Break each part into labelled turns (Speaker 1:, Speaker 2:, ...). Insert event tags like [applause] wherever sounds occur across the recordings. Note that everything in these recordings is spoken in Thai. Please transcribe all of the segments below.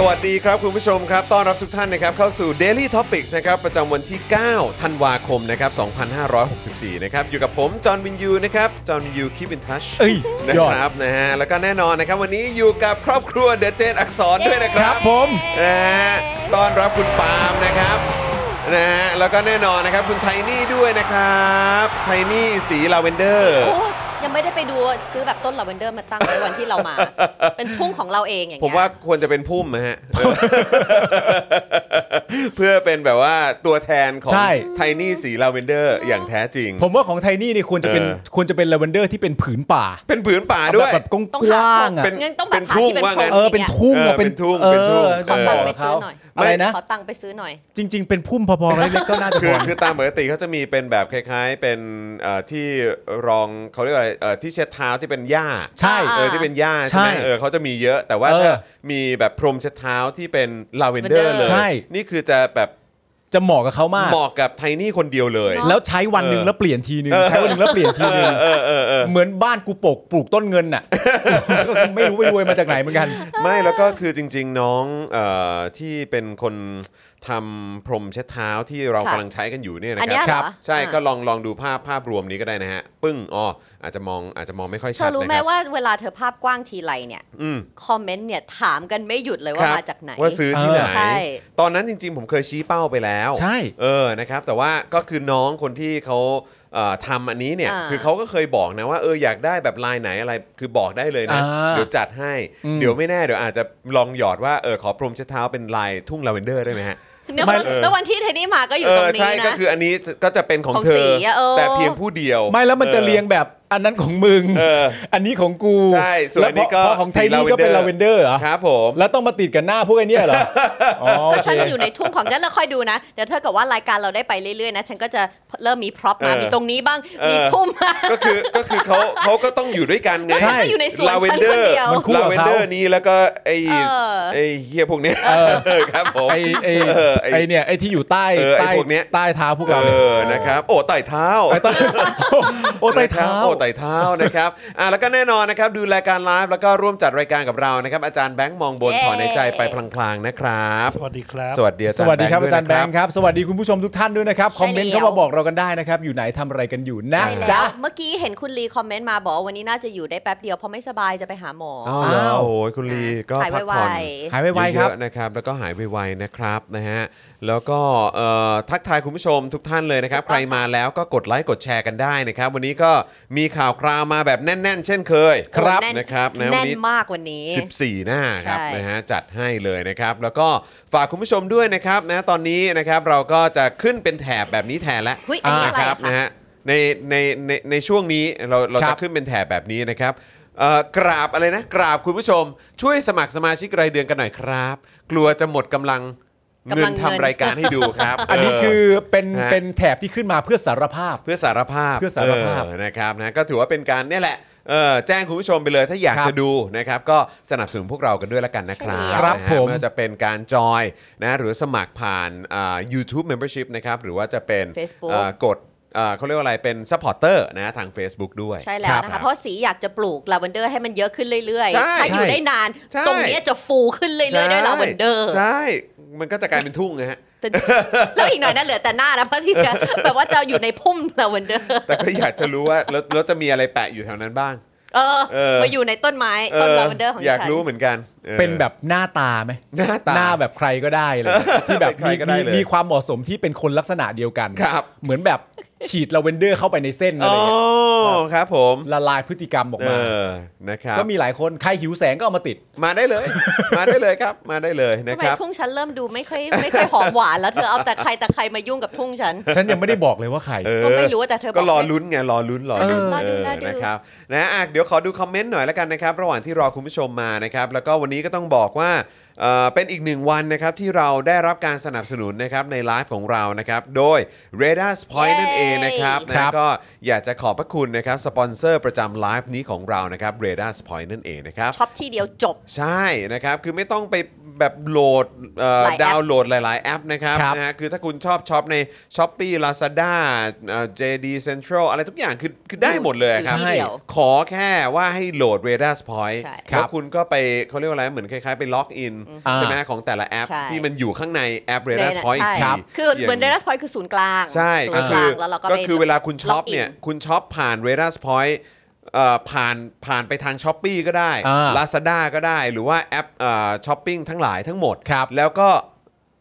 Speaker 1: สวัสดีครับคุณผู้ชมครับต้อนรับทุกท่านนะครับเข้าสู่ Daily Topics นะครับประจำวันที่ 9 ธันวาคมนะครับ2564 นะครับอยู่กับผม จอห์นวินยูนะครับจอห์นวินยูคิปอินทัช
Speaker 2: เอ้ย
Speaker 1: นะ
Speaker 2: ยอด
Speaker 1: ครับนะฮะแล้วก็แน่นอนนะครับวันนี้อยู่กับครอบครัวเดอะเจนอักษรด้วยนะค
Speaker 2: ค
Speaker 1: รั
Speaker 2: รั
Speaker 1: บบ
Speaker 2: ผม
Speaker 1: นะฮะต้อนรับคุณปาล์มนะครับนะฮะแล้วก็แน่นอนนะครับคุณไทนี่ด้วยนะครับไทนี่สีลาเวนเดอร์
Speaker 3: โอ้ยังไม่ได้ไปดูซื้อแบบต้นลาเวนเดอร์มาตั้งในวันที่เรามา เป็นทุ่งของเราเองอย่าง
Speaker 1: ผ
Speaker 3: เงี้ย
Speaker 1: มว่าควรจะเป็นพุ่มนะฮะ [laughs] เออ เพื่อเป็นแบบว่าตัวแทนของ
Speaker 2: ใช่
Speaker 1: ไทนี่สีลาเวนเดอร์อย่างแท้จริง
Speaker 2: ผมว่าของไทนี่นี่ควรจะเป็น
Speaker 1: เออ
Speaker 2: ควรจะเป็นลาเวนเดอร์ที่เป็นผืนป่า
Speaker 1: เป็นผืนป่าด้วย
Speaker 2: แบบก
Speaker 3: ต้อง
Speaker 2: ก
Speaker 3: หา
Speaker 2: ว้างๆอ่ะ
Speaker 1: เป็น
Speaker 3: งั้นต้องแบบหาที่
Speaker 1: เป็น
Speaker 3: เป็น
Speaker 1: ทุ่งว่างั้น
Speaker 2: เออเป็นทุ่ง
Speaker 1: เออ
Speaker 2: อ่ะ
Speaker 1: เป็นทุ่ง
Speaker 2: เอ
Speaker 1: เป็นทุ่ง
Speaker 2: อ
Speaker 3: ขอ
Speaker 2: จะ
Speaker 3: ตั
Speaker 2: บอ
Speaker 3: ง
Speaker 2: ก
Speaker 3: ค์ไป
Speaker 2: กับ
Speaker 3: ซื้
Speaker 2: เขา
Speaker 3: อหน่อย
Speaker 2: อะไรนะ
Speaker 3: ขอตังค์ไปซื้อหน่อย
Speaker 2: จริง ๆ เป็นพุ่มพอๆกันเล็กๆก็น่าจะ
Speaker 1: คื
Speaker 2: พ
Speaker 1: อ
Speaker 2: อ
Speaker 1: คือตามปกติเขาจะมีเป็นแบบคล้ายๆ เป็นเอ่อที่รองเขาเรียกว่าอะไรเอ่อที่เช็ดเท้าที่เป็นหญ้า
Speaker 2: ใช่
Speaker 1: เออที่เป็นหญ้า
Speaker 2: ใช่
Speaker 1: ใช่ไหมเออเขาจะมีเยอะ แต่ว่า
Speaker 2: เออ
Speaker 1: ถ้ามีแบบพรมเช็ดเท้าที่เป็นลาเวนเดอร์เลย
Speaker 2: ใช่
Speaker 1: นี่คือจะแบบ
Speaker 2: จะเหมาะกับเขามาก
Speaker 1: เหมาะกับไทนี่คนเดียวเลย
Speaker 3: เนอะ
Speaker 2: แล้วใช้วันหนึ่ง
Speaker 1: เออ
Speaker 2: แล้วเปลี่ยนทีนึงใช้วันหนึ่งแล้วเปลี่ยนทีนึง
Speaker 1: เออเออเออ
Speaker 2: เหมือนบ้านกูปกปลูกต้นเงินน่ะ ไม่รู้ไปรวยมาจากไหนเหมือนกัน
Speaker 1: ไม่แล้วก็คือจริง ๆ น้องเออที่เป็นคนทำพรมเช็ดเท้าที่เรา
Speaker 3: ค่ะ
Speaker 1: กำลังใช้กันอยู่เนี่ยนะ
Speaker 3: อัน
Speaker 1: ค
Speaker 3: เนี้
Speaker 1: รั
Speaker 3: ยเหรอ
Speaker 1: ใช่
Speaker 3: อ่า
Speaker 1: ก็ลองลองดูภาพภาพรวมนี้ก็ได้นะฮะ ปึ้งอ๋ออาจจะมองอาจจะมองไม่ค่อย
Speaker 3: เธ
Speaker 1: ชั
Speaker 3: อ
Speaker 1: ด
Speaker 3: รู้
Speaker 1: นะ
Speaker 3: ไหม
Speaker 1: ครับ
Speaker 3: ว่าเวลาเธอภาพกว้างทีไรเนี่ย
Speaker 1: อืม
Speaker 3: คอมเมนต์เนี่ยถามกันไม่หยุดเลย
Speaker 1: ค
Speaker 3: ว่า
Speaker 1: รับ
Speaker 3: มาจากไหน
Speaker 1: ว่าซื้อที่ไหน
Speaker 2: เออ
Speaker 3: ใช่
Speaker 1: ตอนนั้นจริง ๆ ผมเคยชี้เป้าไปแล้ว
Speaker 2: ใช่
Speaker 1: เออนะครับแต่ว่าก็คือน้องคนที่เขาเอ่อทำอันนี้เนี่ย
Speaker 3: อ่า
Speaker 1: คือเขาก็เคยบอกนะว่าเอออยากได้แบบลายไหนอะไรคือบอกได้เลยนะ
Speaker 2: อ่า
Speaker 1: เดี๋ยวจัดให้
Speaker 2: อืม
Speaker 1: เดี๋ยวไม่แน่เดี๋ยวอาจจะลองหยอดว่าเออขอพรมเช็ดเท้าเป็นลายทุ่งลาเวนเดอร์ได้ไหมฮะ
Speaker 3: แล้ว
Speaker 2: ไม่
Speaker 3: วันแล้ววันที่เทนนี่มาก็อยู่
Speaker 1: เอ
Speaker 3: ตร
Speaker 1: อง
Speaker 3: นี้
Speaker 1: ใช่ก็
Speaker 3: นะ
Speaker 1: คืออันนี้ก็จะเป็นของ
Speaker 3: ของ
Speaker 1: เธ
Speaker 3: สี
Speaker 1: อ
Speaker 3: อะเออ
Speaker 1: แต่เพียงผู้เดียว
Speaker 2: ไม่แล้วมันจะเรียง
Speaker 1: ออ
Speaker 2: แบบอันนั้นของมึง
Speaker 1: เออ
Speaker 2: อันนี้ของกู
Speaker 1: ใช่ส่วนอันนี้ก็
Speaker 2: แล้วพอพอของไทนี่ก็เป็น
Speaker 1: สีลา
Speaker 2: ลา
Speaker 1: เว
Speaker 2: เวน น
Speaker 1: เด
Speaker 2: เด
Speaker 1: อ
Speaker 2: อ
Speaker 1: ร์
Speaker 2: ร์เหรอ
Speaker 1: ครับผม
Speaker 2: แล้วต้องมาติดกับหน้าพวกไอ้เนี่ยเหรออ๋อ
Speaker 3: ก็ฉัน
Speaker 2: โเค
Speaker 3: อยู่ในทุ่งของฉันแล้วคอยดูนะ เดี๋ยวเธอกับว่ารายการเราได้ไปเรื่อยๆนะ ฉันก็จะเริ่มมีพร็อพมา
Speaker 1: เออ
Speaker 3: มีตรงนี้บ้าง
Speaker 1: เออ
Speaker 3: มีพุ่มมา
Speaker 1: ก็คือก็คือเขาเขาก็ต้องอยู่ด้วยกันไง
Speaker 3: แล้วฉันก็อยู่ในสวน
Speaker 1: ลาเวนเดอ
Speaker 3: ฉันคน
Speaker 1: ร์
Speaker 3: เดียว
Speaker 2: มันคู่กั
Speaker 1: ลา
Speaker 2: บเขา
Speaker 1: เวนเดอร์นี้แล้วก็ไอ้
Speaker 3: เออ
Speaker 1: ไอ้เฮียพวกเนี้ยเออครับผม
Speaker 2: ไอ้
Speaker 1: [laughs]
Speaker 2: ไอ้
Speaker 1: เออไอ้
Speaker 2: ไอ้เนี่ยไอ้ที่อยู่ใต้
Speaker 1: เออไอ้
Speaker 2: ใต้
Speaker 1: พวกเนี้ย
Speaker 2: ใต้เท้าพวก
Speaker 1: เอ
Speaker 2: เราเนี่ย
Speaker 1: อนะครับโอ้ไต่เท้า
Speaker 2: ไอ้
Speaker 1: [laughs]
Speaker 2: ต้นโอ้ไต้เท้า
Speaker 1: นะครับโอ้ไต่เท้านะครับอ่ะแล้วก็แน่นอนนะครับดูรายการไลฟ์แล้วก็ร่วมจัดรายการกับเรานะครับอาจารย์แบงค์มองบน
Speaker 3: เย้
Speaker 1: ถอนในใจไปพลางๆนะครับ
Speaker 4: สวัสดีครับ
Speaker 1: สวัสดีอาจารย์
Speaker 2: สวัสดีครับอาจารย์แบง
Speaker 1: ค์ด้วนะ
Speaker 2: ค์ครับ สวัสดีคุณผู้ชมทุกท่านด้วยนะครับ ค
Speaker 3: ใช่
Speaker 2: อมเมนต์
Speaker 3: แล้ว
Speaker 2: เข้ามาบอกเรากันได้นะครับ อยู่ไหนทำอะไรกันอยู่นะ
Speaker 3: ใช่แล้
Speaker 2: จ๊ะ
Speaker 3: วเมื่อกี้เห็นคุณลีคอมเมนต์มาบอกว่าวันนี้น่าจะอยู่ได้แป๊บเดียวเพราะไม่สบายจะไปหาหมอ
Speaker 1: อ้าวเหรอ
Speaker 2: อ้าว
Speaker 1: โอ้ยคุณลีก็
Speaker 3: หาย
Speaker 1: พัก
Speaker 3: ไว
Speaker 1: ผ่อน
Speaker 2: หายไวๆครับ
Speaker 1: เยอะๆนะครับ แล้วก็หายไวๆนะครับนะฮะแล้วก็เอ่อทักทายคุณผู้ชมทุกท่านเลยนะครับ ใครมาแล้วก็กดไลค์กดแชร์กันได้นะครับ วันนี้ก็มีข่าวคราวมาแบบแน่น ๆ เช่นเคย
Speaker 3: ๆแน่น
Speaker 1: นะครับนะวัน
Speaker 3: แน่น
Speaker 1: นี้
Speaker 3: มากวันนี้
Speaker 1: 14 หน้าครับ
Speaker 3: ใช่
Speaker 1: นะฮะจัดให้เลยนะครับ แล้วก็ฝากคุณผู้ชมด้วยนะครับนะตอนนี้นะครับเราก็จะขึ้นเป็นแถบแบบนี้แทนแล้ว
Speaker 3: หุ้ยอันนี้
Speaker 2: อ่า
Speaker 3: อะไร
Speaker 1: ครั
Speaker 3: อะ
Speaker 1: บ
Speaker 3: คะ
Speaker 1: นะฮะในในในในช่วงนี้เราเรา
Speaker 2: ครั
Speaker 1: จะ
Speaker 2: บ
Speaker 1: ขึ้นเป็นแถบแบบนี้นะครับเอ่อกราบอะไรนะ กราบคุณผู้ชม ช่วยสมัครสมาชิกรายเดือนกันหน่อยครับ กลัวจะหมดกำลัง
Speaker 3: กำลัง
Speaker 1: เงินทำ
Speaker 3: เงิน
Speaker 1: รายการให้ดูครับ
Speaker 2: [laughs] อันนี้
Speaker 1: เ
Speaker 2: คือเป็น
Speaker 1: ฮะ
Speaker 2: เป็นแถบที่ขึ้นมาเพื่อสารภาพ
Speaker 1: เพื่อสารภาพ
Speaker 2: เพื่อสารภาพ
Speaker 1: เออนะครับนะก็ถือว่าเป็นการเนี่ยแหละ เออแจ้งคุณผู้ชมไปเลยถ้าอยาก
Speaker 2: ครับ
Speaker 1: จะดูนะครับก็สนับสนุนพวกเรากันด้วยละกันนะครับ
Speaker 2: ครับ
Speaker 1: นะฮะ
Speaker 2: ผม
Speaker 1: ไว่าจะเป็นการจอยนะหรือสมัครผ่านอ่า YouTube Membership นะครับหรือว่าจะเป็น
Speaker 3: Facebook
Speaker 1: เอ่อกดเอ่อเขาเรียกว่าอะไรเป็นซัพพอร์เตอร์นะทาง Facebook ด้วย
Speaker 3: ใช่แล้วนะ
Speaker 1: รั
Speaker 3: คะ
Speaker 1: บ
Speaker 3: เพราะสีอยากจะปลูกลาเวนเดอร์ให้มันเยอะขึ้นเรื่อย
Speaker 1: ใช่
Speaker 3: ๆ ถ้าอยู่ได้นาน
Speaker 1: ใช่
Speaker 3: ตรงเนี้ยจะฟูขึ้นเรื่อยๆด้วยลาเวนเดอร์
Speaker 1: ใช่ มันก็จะกลายเป็นทุ่งนะฮะ
Speaker 3: แต่แล้วอีกหน่อยน่าเหลือแต่หน้านะเพราะที่
Speaker 1: [laughs]
Speaker 3: จะแบบว่าจะอยู่ในพุ่มลาเวนเดอร์
Speaker 1: แต่ก็อยากจะรู้ว่าแล้วแล้วจะมีอะไรแปะอยู่แถวนั้นบ้าง
Speaker 3: เออ
Speaker 1: เออ
Speaker 3: มาอยู่ในต้นไม้ต้นลาเวนเดอร์ของ
Speaker 1: อยาก
Speaker 3: ฉัน
Speaker 1: รู้เหมือนกันออ
Speaker 2: เป็นแบบหน้าตาไหม
Speaker 1: หน้าตา
Speaker 2: แบบใครก็ได้
Speaker 1: [laughs]
Speaker 2: เลย ที่แบบ
Speaker 1: ใคร
Speaker 2: มี
Speaker 1: ก็ได้เลย
Speaker 2: มีมีความเหมาะสมที่เป็นคนลักษณะเดียวกัน
Speaker 1: ครับ
Speaker 2: เหมือนแบบฉีดลาเวนเดอร์เข้าไปในเส้นอะ
Speaker 1: อ๋
Speaker 2: ไร
Speaker 1: อ
Speaker 2: เงี้ย
Speaker 1: ครับผม
Speaker 2: ละลายพฤติกรรมออก
Speaker 1: เอ
Speaker 2: มา
Speaker 1: อนะครับ
Speaker 2: ก็มีหลายคน ใครหิวแสงก็เอามาติด
Speaker 1: มาได้เลย [laughs] มาได้เลยครับ มาได้เลยนะ
Speaker 3: ทำไม
Speaker 1: ครับ
Speaker 3: ทุ่งฉันเริ่มดูไม่ค่อยไม่ค่อยหอมหวานแล้วเธอเอาแต่ใครแต่ใครมายุ่งกับทุ่งฉัน
Speaker 2: ฉันยังไม่ได้บอกเลยว่าใคร
Speaker 1: เออ
Speaker 3: ก็ไม่รู้แต่เธอบอก
Speaker 1: ็
Speaker 3: ก
Speaker 1: รอลุ้นไงรอลุ้นรอลุ้น
Speaker 3: เออรอดู
Speaker 1: เออ
Speaker 3: รอดู
Speaker 1: นะครับนะอ่ะเดี๋ยวขอดูคอมเมนต์หน่อยละกันนะครับ ระหว่างที่รอคุณผู้ชมมานะครับ แล้วก็วันนี้ก็ต้องบอกว่าเอ่อเป็นอีกหนึ่งวันนะครับที่เราได้รับการสนับสนุนนะครับในไลฟ์ของเรานะครับโดย r a d a r Point นั่นเองนะครับ
Speaker 2: ครั
Speaker 1: นะ
Speaker 2: บ
Speaker 1: ก็อยากจะขอบพระคุณนะครับสปอนเซอร์ประจำไลฟ์นี้ของเรานะครับ r a d a r Point นั่นเองนะครับ
Speaker 3: ช็อปที่เดียวจบ
Speaker 1: ใช่นะครับ คือไม่ต้องไปแบบโหลดเอ่อ
Speaker 3: หลายแอป
Speaker 1: ดาวน์โหลดหลาย ๆ แอปนะครับ
Speaker 2: ครับ
Speaker 1: นะฮะคือถ้าคุณชอบช็อปใน s h อ p e e Lazada เอ่อ JD Central อะไรทุกอย่างคือคือได้หมดเลยครับ
Speaker 3: อที่เดียว
Speaker 1: ขอแค่ว่าให้โหลด r a d a r Point
Speaker 3: ใช่
Speaker 2: ครั
Speaker 1: แล้ว
Speaker 2: บ
Speaker 1: คุณก็ไปเขาเรียกว่าอะไร เหมือนคล้าย ๆ ไปล็อกอิน
Speaker 2: อ่า
Speaker 1: ใช่ไหมของแต่ละแอป
Speaker 3: ใช่
Speaker 1: ที่มันอยู่ข้างในแอป r a d a r
Speaker 3: เนี่ยนะ
Speaker 1: Point อีก
Speaker 3: ใช่
Speaker 1: ที
Speaker 3: คือเหมือนเรดัสพอยคือศูนย์กลาง
Speaker 1: ใช่
Speaker 3: ศู
Speaker 1: ก็
Speaker 3: นย์ก
Speaker 1: คื
Speaker 3: ลา
Speaker 1: อง
Speaker 3: แล้วเราก็
Speaker 1: ก็
Speaker 3: ไป
Speaker 1: คือเวลาคุณช็อป
Speaker 3: ล็ก
Speaker 1: เนี่ยคุณช็อปผ่าน r a d a r Point เอ่อผ่านผ่านไปทาง s h อ p e e ก็ได้
Speaker 2: อ่า
Speaker 1: Lazada ก็ได้หรือว่าแอปเอ่อช้อปปิ้งทั้งหลายทั้งหมด
Speaker 2: ครับ
Speaker 1: แล้วก็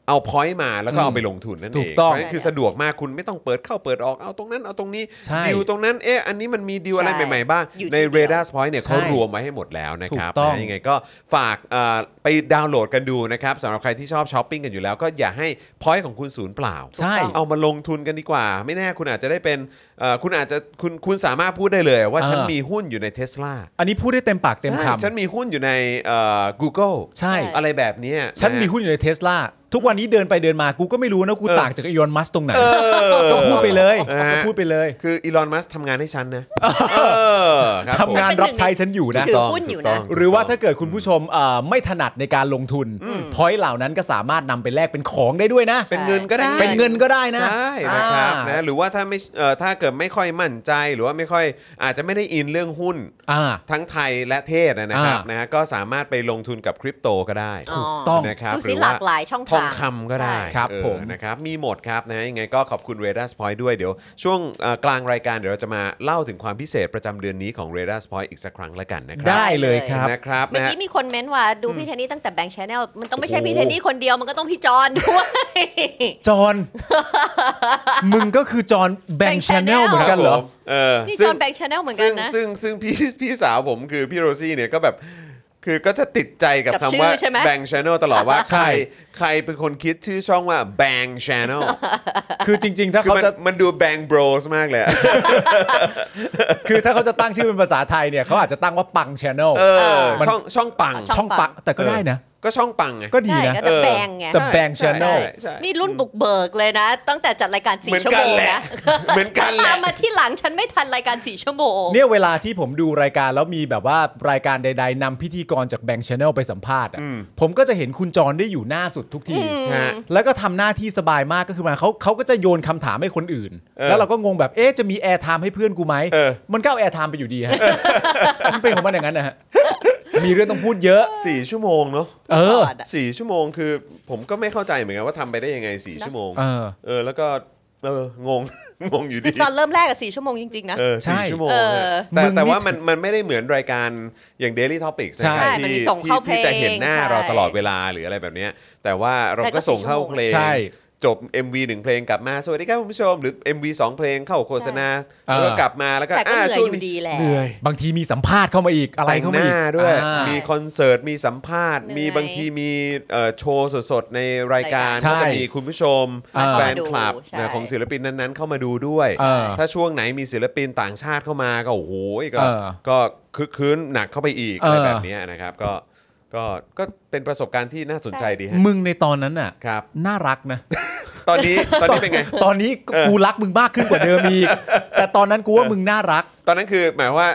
Speaker 1: เอาพอยต์มาแล้วก็เอา
Speaker 2: อืม
Speaker 1: ไปลงทุนนั่นเอง
Speaker 2: ถูกต้อง
Speaker 1: เพราะฉะนั้นคือสะดวกมากคุณไม่ต้องเปิดเข้าเปิดออกเอาตรงนั้นเอาตรงนี้
Speaker 2: ใช่
Speaker 1: ดิวตรงนั้นเอ๊ะอันนี้มันมีดิวอะไรใหม่ๆบ้าง ใน r a d a r Point เนี่ย
Speaker 2: ใช่
Speaker 1: เขารวมไว้ให้หมดแล้วนะครับ
Speaker 2: ถูกต้อง
Speaker 1: นะยังไงก็ฝากเอ่อไปดาวน์โหลดกันดูนะครับสำหรับใครที่ชอบช้อปปิ้งกันอยู่แล้วก็อย่าให้พอยต์ของคุณศูนย์เปล่า
Speaker 2: ใช่
Speaker 1: เอามาลงทุนกันดีกว่า ไม่แน่คุณอาจจะได้เป็นเอ่อคุณอาจจะคุณคุณสามารถพูดได้เลยว่า
Speaker 2: เออ
Speaker 1: ฉันมีหุ้นอยู่ในเทสลา
Speaker 2: อันนี้พูดได้เต็มปากเต็มคำ
Speaker 1: ฉันมีหุ้นอยู่ในเอ่อ Google
Speaker 2: ใช่
Speaker 1: อะไรแบบเนี้ย
Speaker 2: ฉันมีหุ้นอยู่ในเทสลาทุกวันนี้เดินไปเดินมากูก็ไม่รู้นะกูต่างจากอีลอนมัสตรงไหน
Speaker 1: เออ
Speaker 2: ก็พูดไปเลย
Speaker 1: เออ
Speaker 2: ก็พูดไปเลย
Speaker 1: คืออีลอนมัสทำงานให้ฉันนะเออครับ
Speaker 2: ทำงาน
Speaker 1: ผม
Speaker 2: รับใช้ฉันอยู่นะ
Speaker 3: ถือ
Speaker 1: ถูกต้อง
Speaker 3: หุ้นอยู่
Speaker 1: ถูกต้
Speaker 3: นะ
Speaker 1: ง
Speaker 2: หรือว่าถ้าเกิดคุณผู้ชมเอ่อไม่ถนัดในการลงทุนพอยต์เหล่านั้นก็สามารถนำไปแลกเป็นของได้ด้วยนะ
Speaker 1: เป็นเงินก็ได้
Speaker 2: เป็นเงินก็ได้นะ
Speaker 1: ใช่นะครับ
Speaker 2: อ่า
Speaker 1: นะหรือว่าถ้าไม่เอ่อถ้าเกิดไม่ค่อยมั่นใจหรือว่าไม่ค่อยอาจจะไม่ได้อินเรื่องหุ้น
Speaker 2: อ่า
Speaker 1: ทั้งไทยและเทศนะครับ
Speaker 2: อ่าน
Speaker 1: นะฮะก็สามารถไปลงทุนกับคริปโตก็ได้
Speaker 3: อ๋อ
Speaker 2: ถูกต้อง
Speaker 1: นะครับ
Speaker 3: ดู
Speaker 1: ห
Speaker 3: สิ
Speaker 1: รือ
Speaker 3: ห
Speaker 1: ว่า
Speaker 3: ลากหลายช่อง
Speaker 1: ทอง
Speaker 3: ทาง
Speaker 1: คำก็ได้
Speaker 2: ใช่ครับ
Speaker 1: เออ
Speaker 2: ผม
Speaker 1: นะครับมีหมดครับนะยังไงก็ขอบคุณ r a d a r Point ด้วยเดี๋ยว ช่วงเอ่อกลางรายการเดี๋ยวเราจะมาเล่าถึงความพิเศษประจำเดือนนี้ของ r a d a r Point อีกสักครั้งละกันนะครั
Speaker 2: ได้เลยครับ
Speaker 1: นะครับ
Speaker 3: เมื่อ
Speaker 1: นะ
Speaker 3: กี้มีคนเม้นว่าดูพี่เทนนี่ตั้งแต่แบงค์ชแนลมันต้องไม่ใช่พี่เทนนี่คนเดียวมันก็ต้องพี่จอนด้วย
Speaker 2: จอน [laughs] มึงก็คือจอนแบง
Speaker 3: Bank
Speaker 2: ชแนล
Speaker 3: Channel
Speaker 2: เหมือนกันเหรอ
Speaker 1: คบผมเออ
Speaker 3: นี่จ
Speaker 1: ซึ่
Speaker 3: อง นแบงค์ชแนลเหมือนกั
Speaker 1: ซึ่
Speaker 3: น
Speaker 1: ง
Speaker 3: นะ
Speaker 1: ซึ่งซึ่งพี่พี่สาวผมคือพี่โรซี่เนี่ยก็แบบ คือก็จะติดใจกับ
Speaker 3: กับ
Speaker 1: คำว่า
Speaker 3: ชื่อใช่ไหม
Speaker 1: แบง c h ช n น l ตลอดว่า
Speaker 2: ใช่
Speaker 1: ใครใครเป็นคนคิดชื่อช่องว่าแบง c h ช n น l
Speaker 2: คือจริง ๆ ถ้า
Speaker 1: คือ
Speaker 2: เขา
Speaker 1: มัน
Speaker 2: จะ
Speaker 1: มันดูแบง Bros มากเลย
Speaker 3: [laughs]
Speaker 1: อะ
Speaker 2: คือถ้าเขาจะตั้งชื่อเป็นภาษาไทยเนี่ยเขาอาจจะตั้งว่าปังชแนล
Speaker 1: เออ
Speaker 2: มัน
Speaker 1: ช่องช่องปัง
Speaker 2: ช่องปังแต่ก็ได้นะ
Speaker 1: ก็ช่องปังไง
Speaker 2: ก็ดี
Speaker 3: ใช่
Speaker 2: นะ
Speaker 3: ก็จะแบงค์ไง
Speaker 2: จะ Bang
Speaker 1: ใช่
Speaker 2: Channel
Speaker 1: ใช่ใช่
Speaker 3: นี่รุ่นบุกเบิกเลยนะ ตั้งแต่จัดรายการสี่
Speaker 1: เหมือน
Speaker 3: ชั่ว
Speaker 1: กัน
Speaker 3: โมง
Speaker 1: แหละ [laughs]
Speaker 3: นะ
Speaker 1: เหมือนกันแห
Speaker 3: ตา
Speaker 1: ละ
Speaker 3: มมาที่หลังฉันไม่ทันรายการสี่ชั่วโมง
Speaker 2: เนี่ยเวลาที่ผมดูรายการแล้วมีแบบว่ารายการใด ๆนำพิธีกรจากแบงค์ชแนลไปสัมภาษณ์อะ
Speaker 1: อืม
Speaker 2: ผมก็จะเห็นคุณจรได้อยู่หน้าสุดทุกที
Speaker 1: ฮะ
Speaker 2: แล้วก็ทำหน้าที่สบายมากก็คือหมายเขาเขาก็จะโยนคำถามให้คนอื่น
Speaker 1: เออ
Speaker 2: แล้วเราก็งงแบบเอ๊ะจะมีแอร์ไทม์ให้เพื่อนกูไหม
Speaker 1: เออ
Speaker 2: มันก็เอาแอร์ไทม์ไปอยู่ดี
Speaker 1: [laughs]
Speaker 2: ฮะ มันเป็นของมันอย่างนั้นนะฮะมีเรื่องต้องพูดเยอะ
Speaker 1: สี่ชั่วโมงเนาะ
Speaker 2: เออ
Speaker 3: อะ
Speaker 1: สี่ชั่วโมงคือผมก็ไม่เข้าใจเหมือนกันว่าทำไปได้ยังไงสี่ชั่วโมง
Speaker 2: เออ
Speaker 1: เออแล้วก็เออง [laughs] ง งงอยู่ดี
Speaker 3: พี่จอนเริ่มแรกกับสี่ชั่วโมงจริง ๆ นะ
Speaker 1: เออ
Speaker 2: ใช่
Speaker 1: สี่ชั่วโมง
Speaker 3: เออ
Speaker 1: ฮะแต่
Speaker 2: มึงนี่
Speaker 1: แต่ว่ามันมันไม่ได้เหมือนรายการอย่าง Daily Topics นะ
Speaker 2: ใช่
Speaker 1: ครับ
Speaker 3: ใช่มัน
Speaker 1: ที่
Speaker 3: มีส่ง
Speaker 1: ที่
Speaker 3: เข้าเพลง
Speaker 1: ที่จะเห็นหน้า
Speaker 3: ใช่
Speaker 1: เราตลอดเวลาหรืออะไรแบบเนี้ยแต่ว่าเรา
Speaker 3: แต่ก็
Speaker 1: ก็ส่งเข้า
Speaker 3: สี่ชั่วโมง
Speaker 1: เพลง
Speaker 2: ใช่
Speaker 1: จบ MV หนึ่งเพลงกลับมาสวัสดีครับคุณผู้ชมหรือ MV สองเพลงเข้าโฆษณา
Speaker 2: ใช่
Speaker 1: แล้วก็กลับมาแล้วก็
Speaker 3: แต่ก็
Speaker 1: า
Speaker 3: เหนื่อย
Speaker 1: ช่วง
Speaker 3: อยู่
Speaker 1: นี้
Speaker 3: ดีแหละ
Speaker 1: เหนื่อย
Speaker 2: บางทีมีสัมภาษณ์เข้ามาอีกอะไร
Speaker 1: แต่ง
Speaker 2: เข้า
Speaker 1: ห
Speaker 2: มาอี
Speaker 1: น้าก ด้วย
Speaker 2: อ่า
Speaker 1: มีคอนเสิร์ต มีสัมภาษณ์
Speaker 3: เหนื่อย
Speaker 1: มีบางทีมีเอ่อโชว์สดๆ ในรายการ
Speaker 2: ใช่
Speaker 1: ก็จะมีคุณผู้ชม
Speaker 2: อ่า
Speaker 1: แฟนคลับ
Speaker 3: ใช่
Speaker 1: นะของศิลปินนั้นๆ เข้ามาดูด้วย
Speaker 2: เออ
Speaker 1: ถ้าช่วงไหนมีศิลปินต่างชาติเข้ามาก็โอ้โหก็
Speaker 2: เออ
Speaker 1: ก็คึกคืนหนักเข้าไปอีก
Speaker 2: เอ
Speaker 1: อะ
Speaker 2: ออ
Speaker 1: ไรแบบเนี้ยนะครับก็ก็ก็เป็นประสบการณ์ที่น่าสนใจดีฮะ
Speaker 2: มึงในตอนนั้นน่ะ
Speaker 1: ครับ
Speaker 2: น่ารักนะ
Speaker 1: [laughs] ตอนนี้ตอนนี้เป็นไง
Speaker 2: ตอน
Speaker 1: [laughs]
Speaker 2: นี้กูรักมึงมากขึ้นกว่าเดิมอีก แต่ตอนนั้นกูว่ามึงน่ารัก
Speaker 1: ตอนนั้นคือหมายว่า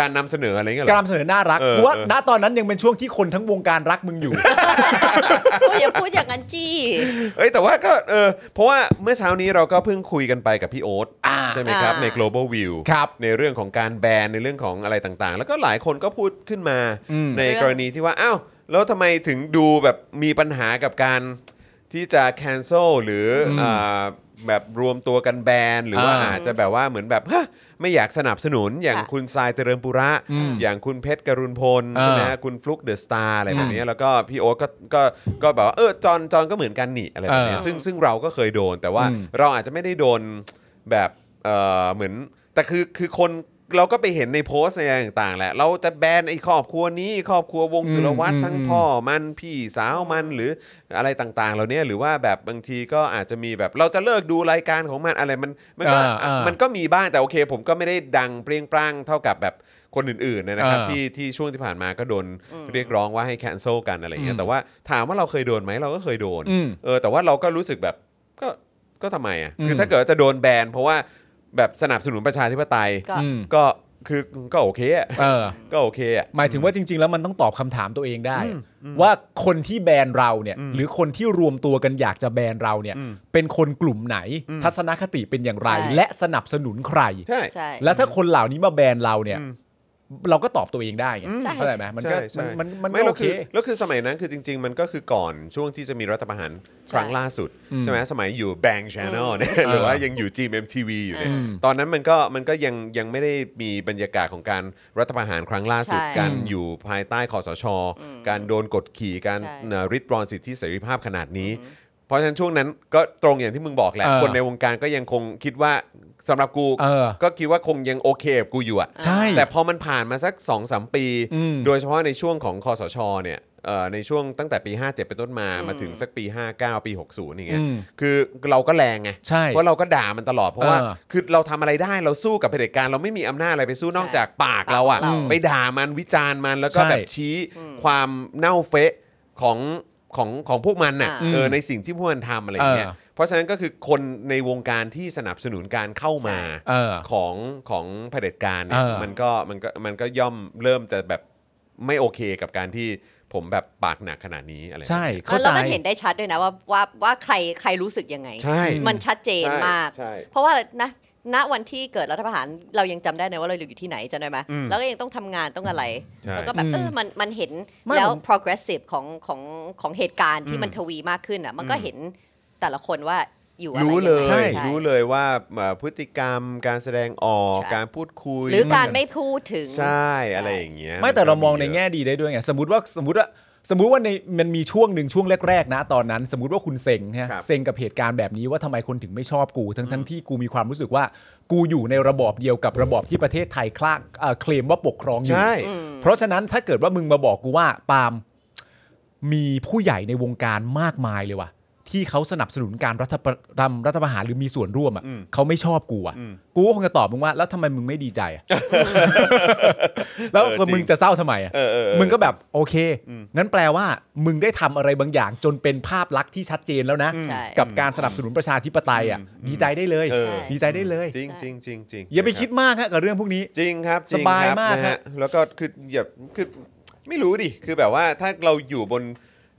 Speaker 1: การนำเสนออะไรเงี้ยเหร
Speaker 2: กา
Speaker 1: อ
Speaker 2: รนำเสนอน่ารัก
Speaker 1: เออ
Speaker 2: กูว่า
Speaker 1: เออ
Speaker 2: ณตอนนั้นยังเป็นช่วงที่คนทั้งวงการรักมึง
Speaker 1: [laughs]
Speaker 2: อยู่
Speaker 3: โอ้ยอย่าพูดอย่างนั้นจี้
Speaker 1: เอ้ยแต่ว่าก็เออเพราะว่าเมื่อเช้านี้เราก็เพิ่งคุยกันไปกับพี่โอ๊ต
Speaker 2: อ่า
Speaker 1: ใช่ไหมครับ
Speaker 3: อ่า
Speaker 1: ใน global view
Speaker 2: ครับ
Speaker 1: ในเรื่องของการแบนในเรื่องของอะไรต่างๆ แล้วก็หลายคนก็พูดขึ้นมา
Speaker 2: อืม
Speaker 1: ในกรณีที่ว่าอ้าวแล้วทำไมถึงดูแบบมีปัญหากับการที่จะ cancel หรืออ่าแบบรวมตัวกันแบนหรือว่า
Speaker 2: อ่า
Speaker 1: อาจจะแบบว่าเหมือนแบบฮะไม่อยากสนับสนุนอย่าง
Speaker 3: ค่ะ
Speaker 1: คุณทรายเจริญปุระ
Speaker 2: อืม
Speaker 1: อย่างคุณเพชรกรุณพล
Speaker 2: อ่า
Speaker 1: ใช่ไหมฮะ คุณฟลุกเดอะสตาร์อะไรแบบนี้แล้วก็พี่โอ๊ตก็ก็ก็แบบว่าเออจอนจอนก็เหมือนกันนี่อะไรแบบนี้
Speaker 2: เออ
Speaker 1: ซึ่งซึ่งเราก็เคยโดน แต่ว่า
Speaker 2: อืม
Speaker 1: เราอาจจะไม่ได้โดนแบบเออเหมือน แต่คือคือคนเราก็ไปเห็นในโพสต์ในอะไรต่างๆแหละ เราจะแบนไอ้ครอบครัวนี้ ครอบครัววงสุรวัตร
Speaker 2: อืม
Speaker 1: ทั้ง
Speaker 2: อืม
Speaker 1: พ่อมันพี่สาวมันหรืออะไรต่างๆเหล่านี้หรือว่าแบบบางทีก็อาจจะมีแบบเราจะเลิกดูรายการของมันอะไรมันมันก็
Speaker 2: อ่าอ่ามั
Speaker 1: มันก็มีบ้างแต่โอเค ผมก็ไม่ได้ดังเปรี้ยงปร้างเท่ากับแบบคนอื่นๆนะครับ
Speaker 2: อ่า
Speaker 1: ที่ ที่ที่ช่วงที่ผ่านมาก็โดนเรียกร้องว่าให้แคนเซิลกันอะไรเงี้ยแต่ว่าถามว่าเราเคยโดนไหมเราก็เคยโดน
Speaker 2: อืม
Speaker 1: เออแต่ว่าเราก็รู้สึกแบบก็ก็ทำไมอ่ะ
Speaker 2: อืม
Speaker 1: คือถ้าเกิดจะโดนแบนเพราะว่าแบบสนับสนุนประชาธิปไตย
Speaker 3: ก็
Speaker 2: อืม
Speaker 1: ก็คือก็โอเคอะ
Speaker 2: เออ
Speaker 1: ก็โอเคอ่ะ
Speaker 2: หมายถึงว่าจริง ๆ แล้วมันต้องตอบคำถามตัวเองได้ ว่าคนที่แบนเราเนี่ย หรือคนที่รวมตัวกันอยากจะแบนเราเนี่ย
Speaker 1: อืม
Speaker 2: เป็นคนกลุ่มไหน
Speaker 1: อืม
Speaker 2: ทัศนคติเป็นอย่างไร
Speaker 3: ใช่
Speaker 2: และสนับสนุนใคร
Speaker 1: ใช่
Speaker 3: ใช่
Speaker 2: แล้วถ้าคนเหล่านี้มาแบนเราเนี่ย
Speaker 1: อืม
Speaker 2: เราก็ตอบตัวเองได้ไง
Speaker 1: อืม
Speaker 3: ใช่
Speaker 2: เข้าใจไหมมันก็
Speaker 1: ใช่ใช่
Speaker 2: มันมัน
Speaker 1: ไม่
Speaker 2: ก็
Speaker 1: แล้
Speaker 2: โอ
Speaker 1: ว
Speaker 2: เค
Speaker 1: คือแล้วคือสมัยนั้นคือจริง ๆ มันก็คือก่อนช่วงที่จะมีรัฐประหารครั้งล่าสุด
Speaker 2: อืม
Speaker 1: ใช่ไหมสมัยอยู่ Bang Channel เนี่ย
Speaker 2: อืม
Speaker 1: หรือว่ายังอยู่ GMMTV อยู่เนี่ย
Speaker 2: อืม
Speaker 1: ตอนนั้นมันก็มันก็ยังยังไม่ได้มีบรรยากาศของการรัฐประหารครั้งล่าสุด
Speaker 3: ใช่
Speaker 1: การอยู่ภายใต้คอสช การโดนกดขี่การ
Speaker 3: ใช่
Speaker 1: เอ่อริดรอนสิทธิเสรีภาพขนาดนี้ เพราะฉะนั้นช่วงนั้นก็ตรงอย่างที่มึงบอกแหละ
Speaker 2: เออ
Speaker 1: คนในวงการก็ยังคงคิดว่าสำหรับกู
Speaker 2: เออ
Speaker 1: ก็คิดว่าคงยังโอเคกับกูอยู่อะ
Speaker 2: ใช่
Speaker 1: แต่พอมันผ่านมาสัก2อสปี
Speaker 2: อืม
Speaker 1: โดยเฉพาะในช่วงของคอสชเนี่ยเอ่อในช่วงตั้งแต่ปี 57 เป็นต้นมา
Speaker 3: อืม
Speaker 1: มาถึงสักปี 59 ปี 60อย่างเงี้ย
Speaker 2: อืม
Speaker 1: คือเราก็แรงไง
Speaker 2: ใช่
Speaker 1: เพราะเราก็ด่ามันตลอด เพราะว่า
Speaker 2: เออ
Speaker 1: คือเราทำอะไรได้เราสู้กับเผด็จการเราไม่มีอำนาจอะไรไปสู้นอกจากปากเราอะ
Speaker 3: ปากเรา
Speaker 1: ไปด่ามันวิจารณ์มันแล้วก็
Speaker 2: ใช่
Speaker 1: แบบชี้ความเน่าเฟะของของของพวกมันน่ะ
Speaker 3: อ่า
Speaker 1: เออในสิ่งที่พวกมันทำอะไรอย่างเงี้ย
Speaker 2: เออ
Speaker 1: เพราะฉะนั้นก็คือคนในวงการที่สนับสนุนการเข้ามา
Speaker 3: ใช่
Speaker 2: เออ
Speaker 1: ของของเผด็จการเนี่ย
Speaker 2: เออ
Speaker 1: มันก็มันก็มันก็ย่อมเริ่มจะแบบไม่โอเคกับการที่ผมแบบปากหนักขนาดนี้อะไร
Speaker 2: ใช่
Speaker 1: แบบนี้
Speaker 2: เข้าใจ
Speaker 3: แล้วมันเห็นได้ชัดด้วยนะว่าว่าว่าใครใครรู้สึกยังไง
Speaker 1: ใช่
Speaker 3: มันชัดเจน
Speaker 1: ใช่
Speaker 3: มาก
Speaker 1: ใช่
Speaker 3: เพราะว่านะณวันที่เกิดรัฐประหารเรายังจำได้นะว่าเราอยู่ที่ไหนจำได้ไหม
Speaker 1: อืม
Speaker 3: แล้วก็ยังต้องทำงานต้องอะไร
Speaker 1: ใช่
Speaker 3: แล้วก็แบบ
Speaker 2: อืม
Speaker 3: เออมันมันเห็น
Speaker 2: ไม่
Speaker 3: แล้ว
Speaker 2: ผม
Speaker 3: progressive ของของของเหตุการณ์ที่มัน
Speaker 1: อืม
Speaker 3: ทวีมากขึ้นอ่ะ มันก็เห็นแต่ละคนว่าอยู่อะไร
Speaker 1: รู้เล
Speaker 3: งไง
Speaker 1: ย
Speaker 2: ใช่
Speaker 1: รู้เลยว่าเอ่อพฤติกรรมการแสดงออก
Speaker 3: ใช่
Speaker 1: การพูดคุย
Speaker 3: หรือการไม่พูดถึง
Speaker 1: ใช่อะไรอย่างเงี้ย
Speaker 2: ไม่แต่เรามองในแง่
Speaker 1: เยะ
Speaker 2: ดีได้ด้วยไงสมมติว่าสมมติว่าสมมติว่าในมันมีช่วงหนึ่งช่วงแรกๆ นะ ตอนนั้น สมมติว่าคุณเซ็งฮะ
Speaker 1: ครับ
Speaker 2: เซ็งกับเหตุการณ์แบบนี้ว่าทำไมคนถึงไม่ชอบกู ทั้งทั้งที่กูมีความรู้สึกว่ากูอยู่ในระบอบเดียวกับระบอบที่ประเทศไทยคลากเอ่อเคลมว่าปกครองอยู่
Speaker 1: ใช่
Speaker 2: เพราะฉะนั้นถ้าเกิดว่ามึงมาบอกกูว่าปาล์มมีผู้ใหญ่ในวงการมากมายเลยว่ะ ที่เขาสนับสนุนการรัฐประรำรัฐประหารหรือมีส่วนร่วมอ่ะ
Speaker 1: อืม
Speaker 2: เขาไม่ชอบกูอ่ะ
Speaker 1: อืม
Speaker 2: กูก็คงจะตอบมึงว่า แล้วทำไมมึงไม่ดีใจอ่ะ แล้ว
Speaker 1: เออจริง
Speaker 2: มึงจะเศร้าทำไมอ่ะ
Speaker 1: เออเออเออ
Speaker 2: มึงก็แบบโอเค
Speaker 1: อืม
Speaker 2: งั้นแปลว่า มึงได้ทำอะไรบางอย่างจนเป็นภาพลักษณ์ที่ชัดเจนแล้วนะ
Speaker 3: ใช่
Speaker 2: กับการสนับสนุนประชาธิปไตยอ่ะ
Speaker 1: อืม
Speaker 2: ดีใจได้เลย
Speaker 1: เออ
Speaker 2: ดีใจได้เลย
Speaker 1: จริงจริงจริงจริง
Speaker 2: อย่าไป
Speaker 1: นะครับ
Speaker 2: คิดมากฮะกับเรื่องพวกนี้
Speaker 1: จริงครับจริง
Speaker 2: สบาย
Speaker 1: ครับ
Speaker 2: มาก
Speaker 1: นะ
Speaker 2: ครั
Speaker 1: ฮะ
Speaker 2: บ
Speaker 1: แล้วก็คืออย่าคือไม่รู้ดิคือแบบว่าถ้าเราอยู่บน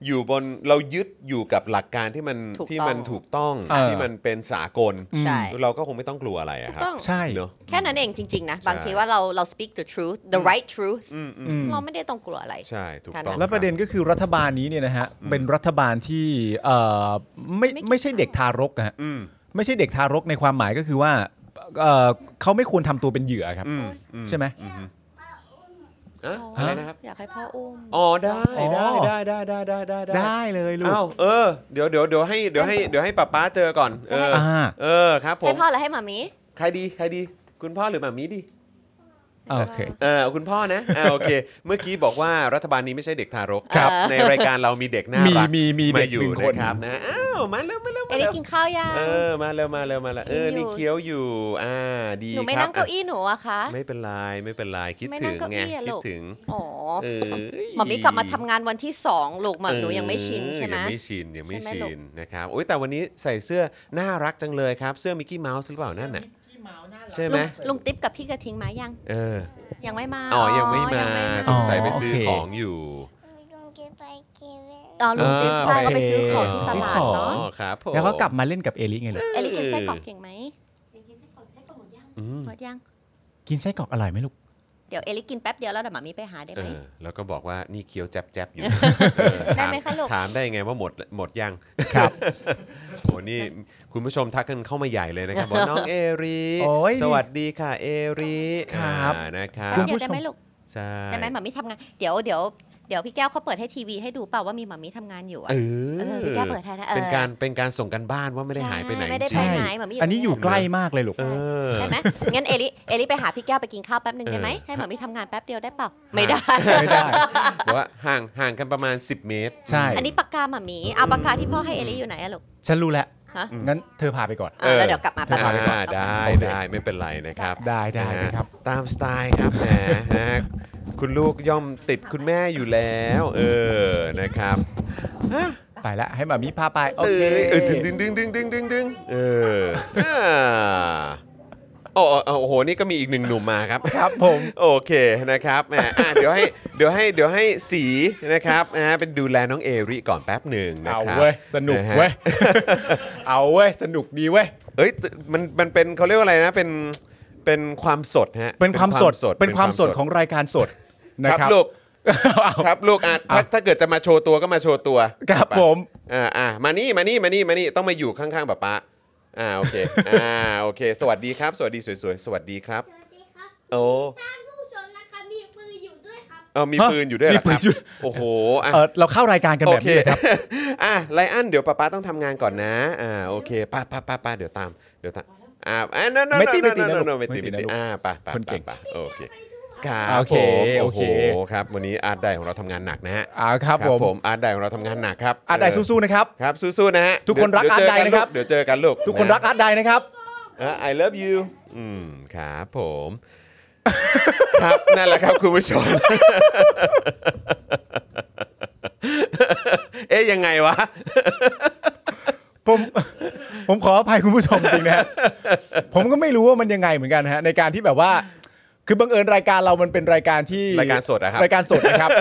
Speaker 1: อยู่บนเรายึดอยู่กับหลักการที่มัน
Speaker 3: ถูกต้อง
Speaker 1: ที่มันถูกต้อง
Speaker 2: เออ
Speaker 1: ที่มันเป็นสากล
Speaker 3: ใช่
Speaker 1: เราก็คงไม่ต้องกลัวอะไรอะ
Speaker 3: ถูก
Speaker 1: ครับ
Speaker 3: ต้อง
Speaker 2: ใช่
Speaker 1: เนอะ
Speaker 3: แค่นั้นเองจริง ๆ นะ บาง
Speaker 1: ใช่
Speaker 3: ทีว่าเราเรา speak the truth the right truth
Speaker 1: อืมอืม
Speaker 2: อืม
Speaker 3: เราไม่ได้ต้องกลัวอะไร
Speaker 1: ใช่ถูกต้อง
Speaker 2: แล้วประเด็นก็คือรัฐบาลนี้เนี่ยนะฮะ เป็นรัฐบาลที่เอ่อไม่ไม่ใช่เด็กทารกอะฮะ
Speaker 1: อืม
Speaker 2: ไม่ใช่เด็กทารกในความหมายก็คือว่าเอ่อเขาไม่ควรทำตัวเป็นเหยื่อครับ
Speaker 1: อืม
Speaker 2: ใช่ไหม
Speaker 1: อะอะไรนะครับ
Speaker 3: อยากให้พ่ออุ้ม
Speaker 1: อ๋อได้
Speaker 2: อ๋อ
Speaker 1: ได้ได้ได้ได้ได้ได้
Speaker 2: ได้เลยลูก
Speaker 1: อ้าวเออเดี๋ยวเดี๋ยวเดี๋ยวให้เดี๋ยวให้เดี๋ยวให้ป้าป้าเจอก่อนเออ
Speaker 2: อ่า
Speaker 1: เออครับผ
Speaker 3: ให้
Speaker 1: ม
Speaker 3: พ่อหรือให้หมามี
Speaker 1: ใครดีใครดี คุณพ่อหรือหมามีดี
Speaker 2: อ่าโอเค
Speaker 1: เออคุณพ่อนะอ่าโอเค เมื่อกี้บอกว่ารัฐบาลนี้ไม่ใช่เด็กทารก
Speaker 3: ครับ
Speaker 1: ในรายการเรามีเด็กน่ารัก
Speaker 2: มีมีมีเด็ก
Speaker 1: าอยู่
Speaker 2: หนึ่งคน
Speaker 1: นะครับนะอ้าวมาแล้วมาแล้ว
Speaker 3: เอ
Speaker 1: มา
Speaker 3: ลิ
Speaker 1: แล้
Speaker 3: ส
Speaker 1: ว
Speaker 3: กินข้าวยัง
Speaker 1: เออมาแล้วมาแล้วมาแล้วเออ
Speaker 3: กินอยู่
Speaker 1: นี่เคี้ยวอยู่อ่าดี
Speaker 3: หนูไม่
Speaker 1: ครับ
Speaker 3: นั่งเก้าอี้หนูอะคะ
Speaker 1: ไม่เป็นไรไม่เป็นไรคิด
Speaker 3: ไม่นั่
Speaker 1: ถึง
Speaker 3: งเก้า
Speaker 1: ไง
Speaker 3: อี้อะ
Speaker 1: คิ
Speaker 3: ลู
Speaker 1: ด
Speaker 3: ก
Speaker 1: ถึง
Speaker 3: อ๋อ
Speaker 1: เออ
Speaker 3: หมามีกลับมาทำงานวันที่สองลูกหมาหนูยังไม่ชินใช่ไหม
Speaker 1: ยังไม่ชินยังไม่
Speaker 3: ใช่
Speaker 1: ชิ
Speaker 3: ไหมลู
Speaker 1: น
Speaker 3: ก
Speaker 1: นะครับโอ้ยแต่วันนี้ใส่เสื้อน่ารักจังเลยครับ เสื้อมิกกี้เมาส์หรือเปล่านั่นน่ะ
Speaker 4: มิกกี้เมาส์น่า
Speaker 1: ใช่ไหม
Speaker 3: ลุงลุงติ๊บกับพี่กระทิงมายัง
Speaker 1: เออ
Speaker 3: ยังไม่มา
Speaker 1: อ๋อยังไม่มาส
Speaker 2: อ๋อง
Speaker 1: สัยไปซื้อ
Speaker 2: โอเค
Speaker 1: ของอยู่
Speaker 3: อ๋อลุงติ๊บใช่
Speaker 1: อ่า
Speaker 3: เขาไปซื้อของที่ต
Speaker 2: ซื้อ
Speaker 3: ลาด
Speaker 2: ของ
Speaker 1: อ๋อ
Speaker 3: เนาะ
Speaker 1: ครับผม
Speaker 2: แล้วก็กลับมาเล่นกับเอลิไงลูก
Speaker 3: เอลิกินไส้กรอกเก่งไหม
Speaker 1: อืม
Speaker 3: หมดยัง
Speaker 2: กินไส้กรอกอร่อยไหมลูก
Speaker 3: เดี๋ยวเอลิกินแป๊บเดียวแล้วเดี๋ยวหมามีไปหาได้
Speaker 1: เอ
Speaker 3: ไหม
Speaker 1: อแล้วก็บอกว่านี่เคี้ยวแจ๊บๆอยู่
Speaker 3: ได้ไหมคะลูก
Speaker 1: ถามได้ไงว่าหมดหมดยัง
Speaker 2: ครับ
Speaker 1: โอ้นี่คุณผู้ชมทักกันเข้ามาใหญ่เลยนะครับบอกน้องเอริ
Speaker 2: โอ้ย
Speaker 1: สวัสดีค่ะเอริ
Speaker 2: ครับ
Speaker 1: อ่านะครับ
Speaker 3: แป๊บ
Speaker 2: คุ
Speaker 3: เดีย
Speaker 2: ณ
Speaker 3: วได้ไหมลูก
Speaker 1: ใช่
Speaker 3: ได้ไหมหมามีทำงาน เดี๋ยวเดี๋ยวเดี๋ยวพี่แก้วเขาเปิดให้ทีวีให้ดูเปล่าว่ามีหมามีทำงานอยู่อะ
Speaker 1: เอ
Speaker 3: เออ
Speaker 1: อ
Speaker 3: พี่แก้วเปิดให้นะเออ
Speaker 1: เป็นการเป็นการส่งกันบ้านว่าไม่ได้หายไปไหน
Speaker 3: ใช่ไม่ได้
Speaker 1: จริ
Speaker 3: ไป
Speaker 1: ง
Speaker 3: ไหนหมามี
Speaker 2: อันนี้อยู่ใกล้มากเลยลูก
Speaker 1: เออ
Speaker 3: ได้ไหมงั้นเอลิเอลิไปหาพี่แก้วไปกินข้าวแป๊บหนึ่งได้ไหม
Speaker 1: เออ
Speaker 3: ให้หมามีทำงานแป๊บเดียวได้เปล่าไม่ได้
Speaker 2: ไม่
Speaker 1: [laughs]
Speaker 2: ได้
Speaker 1: บอกว่าห่างห่างกันประมาณ 10 เมตร
Speaker 2: ใช่
Speaker 3: อันนี้ปากกาหมามีเอาปากกาที่พ่อให้เอลิอยู่ไหนอะลูก
Speaker 2: ฉันรู้แล้ว
Speaker 3: ฮะ
Speaker 2: งั้นเธอพาไปก่อน
Speaker 3: อ่ะแล้วเดี๋ยวกลับมาแป๊บ
Speaker 1: อ่
Speaker 3: นึง
Speaker 1: าได้
Speaker 2: โอเค
Speaker 1: ได้ไม่เป็นไรนะครับ
Speaker 2: ได้ได้
Speaker 1: นะฮะ
Speaker 2: ครับ
Speaker 1: ตามสไตล์ครับแหมนะฮะคุณลูกย่อมติดคุณแม่อยู่แล้ว เออนะครับ
Speaker 2: ไปละให้หมามีพาไปโอ
Speaker 1: เอ
Speaker 2: เค
Speaker 1: อเออดึงดึงดึงดึงดึงดึงดึงเอออ่าโอ้โอ้โอ้โอ้โหนี่ก็มีอีกหนึ่งหนุ่มมาครับ
Speaker 2: ครับผม
Speaker 1: โอเคนะครับแหมอ่ะเดี๋ยวให้เดี๋ยวให้เดี๋ยวให้สีนะครับนะฮะเป็นดูแลน้องเอริก่อนแป๊บหนึ่งนะ
Speaker 2: เอา
Speaker 1: ครับ
Speaker 2: เว้ย สนุก
Speaker 1: นะฮะ
Speaker 2: เว้ [laughs] ย เอาเว้ย สนุกดีเว้ย
Speaker 1: เอ้ยมันมันเป็นเขาเรียกว่าอะไรนะเป็นเป็นความสดฮะ
Speaker 2: เป็นความสด เป็นความสดของรายการสดนะ
Speaker 1: ค
Speaker 2: ค
Speaker 1: รั
Speaker 2: รั
Speaker 1: บบ ลูก ครับลูกอ่ะถ้าถ้าเกิดจะมาโชว์ตัวก็มาโชว์ตัว
Speaker 2: ครับ
Speaker 1: ป่ะ
Speaker 2: ผม
Speaker 1: อ่าอ่ามานี่มานี่มานี่มานี่ต้องมาอยู่ข้างๆป๊าป๊าอ่าโอเคอ่าโอเค สวัสดีครับ สวัสดีสวยๆ สวัสดีครับ
Speaker 4: สวัสดีครับ
Speaker 1: โอ้
Speaker 4: ท่านผู้ชมนะครับมีปืนอยู่ด้วยครับ
Speaker 1: เออมี
Speaker 2: ฮะ
Speaker 1: ปืนอยู่ด้วยเหรอ
Speaker 2: มี
Speaker 1: ค
Speaker 2: ปื
Speaker 1: น รับ
Speaker 2: อยู่
Speaker 1: โอ้โหอ่ะ
Speaker 2: เออเราเข้ารายการกัน
Speaker 1: โอ
Speaker 2: แบบ
Speaker 1: เค
Speaker 2: นี้เลยครับ
Speaker 1: อ่ะไลอ้อนเดี๋ยวป๊าป๊าต้องทำงานก่อนนะอ่าโอเคไป้าป้าป้าป้าเดี๋ยวตามเดี๋ยวตามอ่าอ่าโนโน
Speaker 2: ไม่
Speaker 1: โน
Speaker 2: ตี
Speaker 1: โน
Speaker 2: ไม่ตี
Speaker 1: โน
Speaker 2: นะ
Speaker 1: โน
Speaker 2: ลูก
Speaker 1: ไม่ตี
Speaker 2: ไม่
Speaker 1: ไม่
Speaker 2: ตี
Speaker 1: ตี
Speaker 2: นะลูก
Speaker 1: อ่าไป้าป้า
Speaker 2: คนเก่ง
Speaker 1: ป้าโอเคครับ
Speaker 2: โอ
Speaker 1: ผ
Speaker 2: เค
Speaker 1: ม
Speaker 2: โอ
Speaker 1: โอ้
Speaker 2: เค
Speaker 1: โหครับวันนี้อาร์ตไดของเราทำงานหนักนะฮะ
Speaker 2: อ่าครับผม
Speaker 1: อาร์ตไดของเราทำงานหนักครับ
Speaker 2: อาไดสู้ๆนะครับ
Speaker 1: ๆครับสู้ๆนะฮะ
Speaker 2: ทุกคนรัก
Speaker 1: เยวเจ
Speaker 2: อาร์ตไดนะครับ
Speaker 1: ลูกเดี๋ยวเจอกันลูก
Speaker 2: ทุกคนรักอาร์ตไดนะครับ
Speaker 1: เออ I love you อืมครับผม ครับนั่นแหละครับคุณผู้ชม [laughs] เอ๊ยยังไงวะ
Speaker 2: ผม [laughs] ผมขออภัยคุณผู้ชมจริงนะฮะ ผมก็ไม่รู้ว่ามันยังไงเหมือนกันฮะในการที่แบบว่า คือบังเอิญรายการเรามันเป็นรายการที่
Speaker 1: รายการสดอะครับ
Speaker 2: รายการสด
Speaker 1: [laughs]
Speaker 2: นะครับ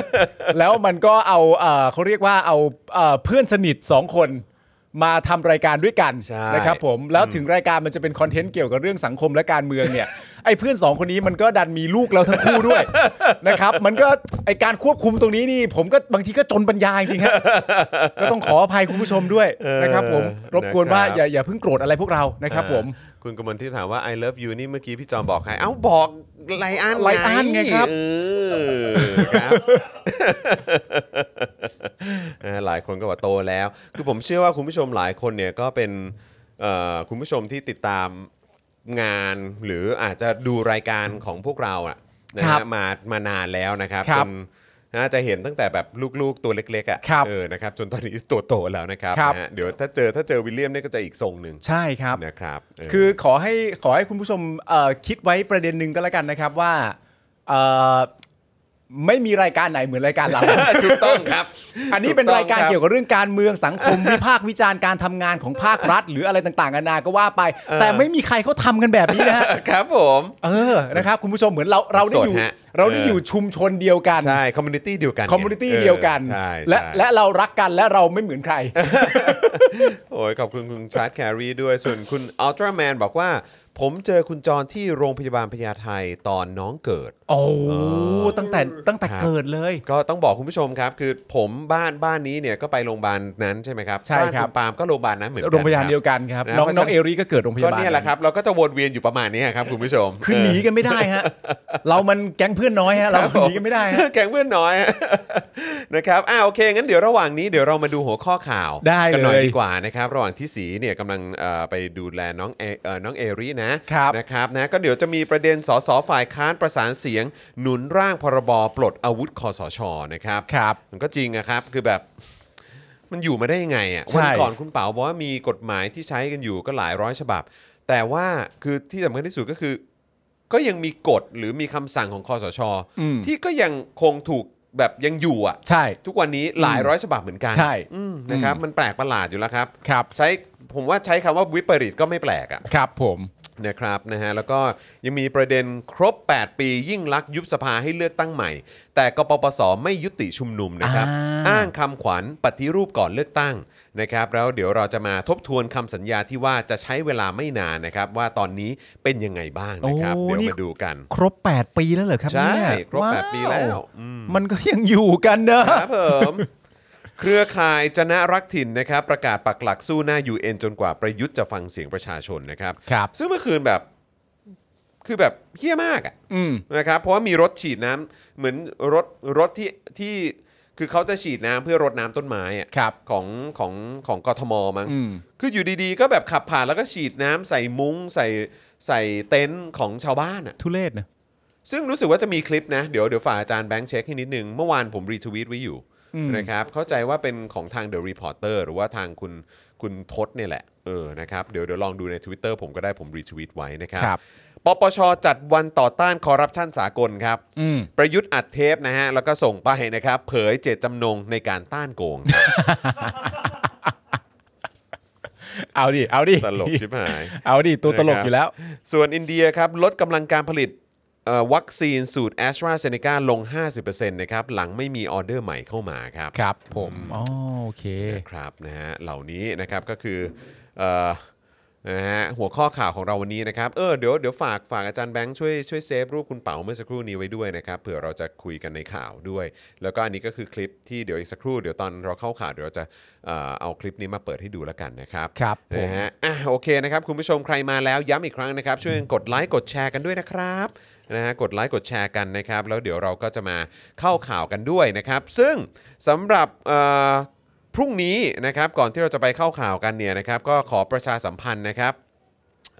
Speaker 2: แล้วมันก็เอาเอ่อเขาเรียกว่าเอาเอ่อเพื่อนสนิทสองคนมาทำรายการด้วยกันนะครับผมแล้วถึงรายการมันจะเป็นคอนเทนต์เกี่ยวกับเรื่องสังคมและการเมืองเนี่ยไอ้เพื่อนสองคนนี้มันก็ดันมีลูกเราทั้งคู่ด้วย นะครับ มันก็ไอการควบคุมตรงนี้นี่ ผมก็บางทีก็จนปัญญาจริงๆฮะก็ต้องขออภัยคุณผู้ชมด้วยนะครับ ผมรบกวนว่าอย่าอย่าเพิ่งโกรธอะไรพวกเรานะครับ ผม
Speaker 1: เออคุณกมลที่ถามว่า I love you นี่เมื่อกี้พี่จอมบอกใคร เอ้าบอกไลอ้าน
Speaker 2: ไลอ้านไงครับ
Speaker 1: เออ
Speaker 2: [laughs]
Speaker 1: ครับ เออหลายคนก็ว่าโตแล้ว คือผมเชื่อว่าคุณผู้ชมหลายคนเนี่ยก็เป็นเอ่อคุณผู้ชมที่ติดตามงานหรืออาจจะดูรายการของพวกเราอะนะ
Speaker 2: ครั
Speaker 1: ฮะ
Speaker 2: บ
Speaker 1: มามานานแล้วนะครับ
Speaker 2: ครั
Speaker 1: จ
Speaker 2: บ
Speaker 1: นน่าจะเห็นตั้งแต่แบบลูกๆตัวเล็กๆ
Speaker 2: ครั
Speaker 1: อะ่ะ
Speaker 2: บ
Speaker 1: เออนะครับจนตอนนี้ตัวโตแล้วนะครับ
Speaker 2: ครับ
Speaker 1: นะฮะเดี๋ยวถ้าเจอถ้าเจอวิลเลียมเนี่ยก็จะอีกทรงหนึ่ง
Speaker 2: ใช่ครับ
Speaker 1: นะครับเ
Speaker 2: คือขอให้ขอให้คุณผู้ชมเอ่อคิดไว้ประเด็นหนึ่งก็แล้วกันนะครับว่าเอ่อไม่มีรายการไหนเหมือนรายการ [laughs] เรา
Speaker 1: ถูกต้องครับ
Speaker 2: อันนี้เป็น
Speaker 1: ถู
Speaker 2: รายการ
Speaker 1: ต้งคบ
Speaker 2: เกี่ยวกับเรื่องการเมืองสังคม วิพากษ์วิจารณ์การทำงานของภาครัฐ หรืออะไรต่างๆนานาก็ว่าไป
Speaker 1: เออ
Speaker 2: แต่ไม่มีใครเขาทำกันแบบนี้นะ
Speaker 1: [laughs]
Speaker 2: ฮะ
Speaker 1: ครับผม
Speaker 2: เออ นะครับ คุณผู้ชมเหมือนเราเราได้อยู่
Speaker 1: สดฮะ
Speaker 2: เราได้
Speaker 1: เออ
Speaker 2: อ
Speaker 1: อ
Speaker 2: ยู่ชุมชนเดียวกัน
Speaker 1: ใช่คอมมูนิตี้เดียวกัน
Speaker 2: คอมมูนิตี้
Speaker 1: ไง
Speaker 2: เดียวกัน
Speaker 1: ออใช่
Speaker 2: และ
Speaker 1: ใช่
Speaker 2: และเรารักกันและเราไม่เหมือนใคร
Speaker 1: โอ้ยขอบคุณคุณชาร์ตแครีด้วย ส่วนคุณอัลตร้าแมนบอกว่า ผมเจอคุณจรที่โรงพยาบาลพญาไทตอนน้องเกิด
Speaker 2: โอ้ตั้งแต่ตั้งแต่
Speaker 1: ครับ
Speaker 2: เกิดเลย
Speaker 1: ก็ต้องบอกคุณผู้ชมครับ คือผมบ้านบ้านนี้เนี่ยก็ไปโรงพยาบาลนั้นใช่ไหมครับ
Speaker 2: ใช่
Speaker 1: าน
Speaker 2: ครับ
Speaker 1: ณปาล์มก็โรงพยาบาลนั้นเหมือนกัน
Speaker 2: โรงพยาบาล
Speaker 1: ค
Speaker 2: เดียวกันครับ
Speaker 1: นะ
Speaker 2: น้อง
Speaker 1: เพราะ
Speaker 2: น้อง
Speaker 1: ฉะนั้
Speaker 2: เอน รี่ก็เกิดโรงพ
Speaker 1: ก็
Speaker 2: ยาบาล
Speaker 1: เนี่ยแหละครับ เราก็จะวนเวียนอยู่ประมาณนี้ครับคุณผู้ชม
Speaker 2: คือหนีกันไม่ได้
Speaker 1: [laughs]
Speaker 2: ฮะ เรามันแก๊งเพื่อนน้อยฮะ เราหนีกันไม่ได้ฮะ
Speaker 1: แข่งเพื่อนน้อย [laughs] นะครับอ่าโอเค งั้นเดี๋ยวระหว่างนี้เดี๋ยวเรามาดูหัวข้อข่าว
Speaker 2: ได้
Speaker 1: กัหน่อย
Speaker 2: เลย
Speaker 1: ดีกว่านะครับ ระหว่างที่สีเนี่ยกำลังเอ่อไปดูแลน้องเอเอ่อน้องเอรินะครับ นะครับนะก็เดี๋ยวจะมีประเด็นสสฝ่ายค้านประสานเสียง หนุนร่างพรบปลดอาวุธคอสชนะครับ
Speaker 2: ครับ
Speaker 1: มันก็จริงอะครับ คือแบบมันอยู่มาได้ยังไงอะ
Speaker 2: ใช่
Speaker 1: วันก่อนคุณเป๋าบอกว่ามีกฎหมายที่ใช้กันอยู่ก็หลายร้อยฉบับ แต่ว่าคือที่สำคัญที่สุดก็คือ ก็ยังมีกฎหรือมีคำสั่งของคอสช
Speaker 2: อืม
Speaker 1: ที่ก็ยังคงถูกแบบยังอยู่อะ
Speaker 2: ใช่
Speaker 1: ทุกวันนี้หลายร้อยฉบับเหมือนกัน
Speaker 2: ใช่
Speaker 1: อืมนะครับ มันแปลกประหลาดอยู่แล้วครับ
Speaker 2: ครับ
Speaker 1: ใช้ผมว่าใช้คำว่าวิปริตก็ไม่แปลกอะ
Speaker 2: ครับผม
Speaker 1: นะครับนะฮะแล้วก็ยังมีประเด็นครบ 8 ปียิ่งลักษณ์ยุบสภาให้เลือกตั้งใหม่ แต่กปปสไม่ยุติชุมนุมนะครับ
Speaker 2: อ่า
Speaker 1: อ้างคำขวัญปฏิรูปก่อนเลือกตั้งนะครับ แล้วเดี๋ยวเราจะมาทบทวนคำสัญญาที่ว่าจะใช้เวลาไม่นานนะครับ ว่าตอนนี้เป็นยังไงบ้างนะครับเดี๋
Speaker 2: โอ้
Speaker 1: ยว
Speaker 2: นี่
Speaker 1: มาดูกัน
Speaker 2: ครบ 8 ปีแล้วเหรอครับ
Speaker 1: ใช่
Speaker 2: เนี่ย
Speaker 1: ครบแปด
Speaker 2: า
Speaker 1: ปีแล้วอืม
Speaker 2: มันก็ยังอยู่กันเนอะ
Speaker 1: ครับผม เครือข่ายจนะรักถิ่นนะครับ ประกาศปักหลักสู้หน้า UN จนกว่าประยุทธ์จะฟังเสียงประชาชนนะครับ
Speaker 2: ครับ
Speaker 1: ซึ่งเมื่อคืนแบบคือแบบเฮี้ยมากอะ
Speaker 2: อืม
Speaker 1: นะครับเพราะว่ามีรถฉีดน้ำเหมือนรถรถที่ที่คือเขาจะฉีดน้ำเพื่อรดน้ำต้นไม้อะ
Speaker 2: ครับ
Speaker 1: ของของของกทมมั้ง
Speaker 2: อืม
Speaker 1: คืออยู่ดีๆ ก็แบบขับผ่านแล้วก็ฉีดน้ำใส่มุ้ง ใส่ใส่เต็นท์ของชาวบ้านอะ
Speaker 2: ทุเลศนะ
Speaker 1: ซึ่งรู้สึกว่าจะมีคลิปนะ เดี๋ยวเดี๋ยวฝ่ากอาจารย์แบงค์เช็คให้นิดนึง เมื่อวานผมรีทวีตไว้อยู่
Speaker 2: อืม
Speaker 1: นะครับเข้าใจว่าเป็นของทาง The Reporter หรือว่าทางคุณคุณทศเนี่ยแหละเออนะครับเดี๋ยวเดี๋ยวลองดูใน Twitter ผมก็ได้ผมรีทวีตไว้นะครับปปชจัดวันต่อต้านคอร์รัปชันสากลครับ
Speaker 2: อืม
Speaker 1: ประยุทธ์อัดเทปนะฮะ แล้วก็ส่งไปนะครับ เผยเจตจำนงในการต้านโกงครับ
Speaker 2: เอาดิ เอาดิ [laughs]
Speaker 1: ตลกชิบหาย
Speaker 2: เอาดิ ตัวตลกอยู่แล้ว
Speaker 1: ส่วนอินเดียครับลดกำลังการผลิตเอ่อวัคซีนสูตรแอสตราเซเนกาลง 50%นะครับหลังไม่มีออเดอร์ใหม่เข้ามาครับ
Speaker 2: ครับ ผมอ๋อโอเค
Speaker 1: นะครับนะฮะเหล่านี้นะครับก็คือเอ่อนะฮะหัวข้อข่าวของเราวันนี้นะครับเออเดี๋ยวเดี๋ยวฝากฝากอาจารย์แบงค์ช่วยช่วยเซฟรูปคุณเป๋าเมื่อสักครู่นี้ไว้ด้วยนะครับเผื่อเราจะคุยกันในข่าวด้วย แล้วก็อันนี้ก็คือคลิปที่เดี๋ยวอีกสักครู่เดี๋ยวตอนเราเข้าข่าวเดี๋ยวเราจะเอ่อเอาคลิปนี้มาเปิดให้ดูแล้วกันนะครับ
Speaker 2: ครับผม
Speaker 1: นะฮะอ่ะโอเคนะครับ คุณผู้ชมใครมาแล้วย้ำอีกครั้งนะครับ ช่วยกดไลค์กดแชร์กันด้วยนะครับนะฮะกดไลค์กดแชร์กันนะครับ แล้วเดี๋ยวเราก็จะมาเข้าข่าวกันด้วยนะครับ ซึ่งสำหรับเอ่อพรุ่งนี้นะครับ ก่อนที่เราจะไปเข้าข่าวกันเนี่ยนะครับ ก็ขอประชาสัมพันธ์นะครับ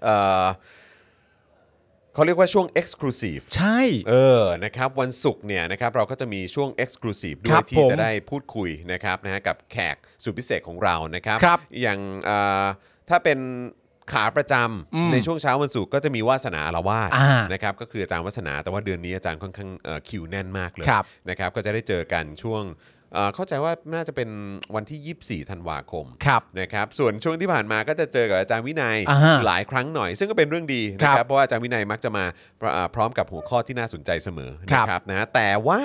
Speaker 1: เอ่อเขาเรียกว่าช่วง Exclusive
Speaker 2: ใช่
Speaker 1: เออ นะครับ วันศุกร์เนี่ยนะครับเราก็จะมีช่วง Exclusive ด้ว
Speaker 2: ค
Speaker 1: ย
Speaker 2: รับ
Speaker 1: ที่
Speaker 2: ผม
Speaker 1: จะได้พูดคุยนะครับนะฮะกับแขกสุดพิเศษของเรานะครับ
Speaker 2: ครับ
Speaker 1: อย่างเอ่อถ้าเป็นขาประ
Speaker 2: อื
Speaker 1: จำ
Speaker 2: ม
Speaker 1: ในช่วงเช้าวันศุกร์ก็จะมีวาสนาละวาด
Speaker 2: อ่า
Speaker 1: นะครับก็คืออาจารย์วาสนาแต่ว่าเดือนนี้อาจารย์ค่อนข้างเอ่อคิวแน่นมากเลย
Speaker 2: ครับ
Speaker 1: นะครับก็จะได้เจอกันช่วงเอ่อเข้าใจว่าน่าจะเป็นวันที่ 24ธันวาคม
Speaker 2: ครับ
Speaker 1: นะครับส่วนช่วงที่ผ่านมาก็จะเจอกับอาจารย์วินัย
Speaker 2: อ่าฮะ
Speaker 1: หลายครั้งหน่อย ซึ่งก็เป็นเรื่องดีนะค
Speaker 2: ครั
Speaker 1: รับบ เพราะว่าอาจารย์วินัยมักจะมาประอ่าพร้อมกับหัวข้อที่น่าสนใจเสมอ นะค
Speaker 2: ครั
Speaker 1: รับบ นะแต่ว่า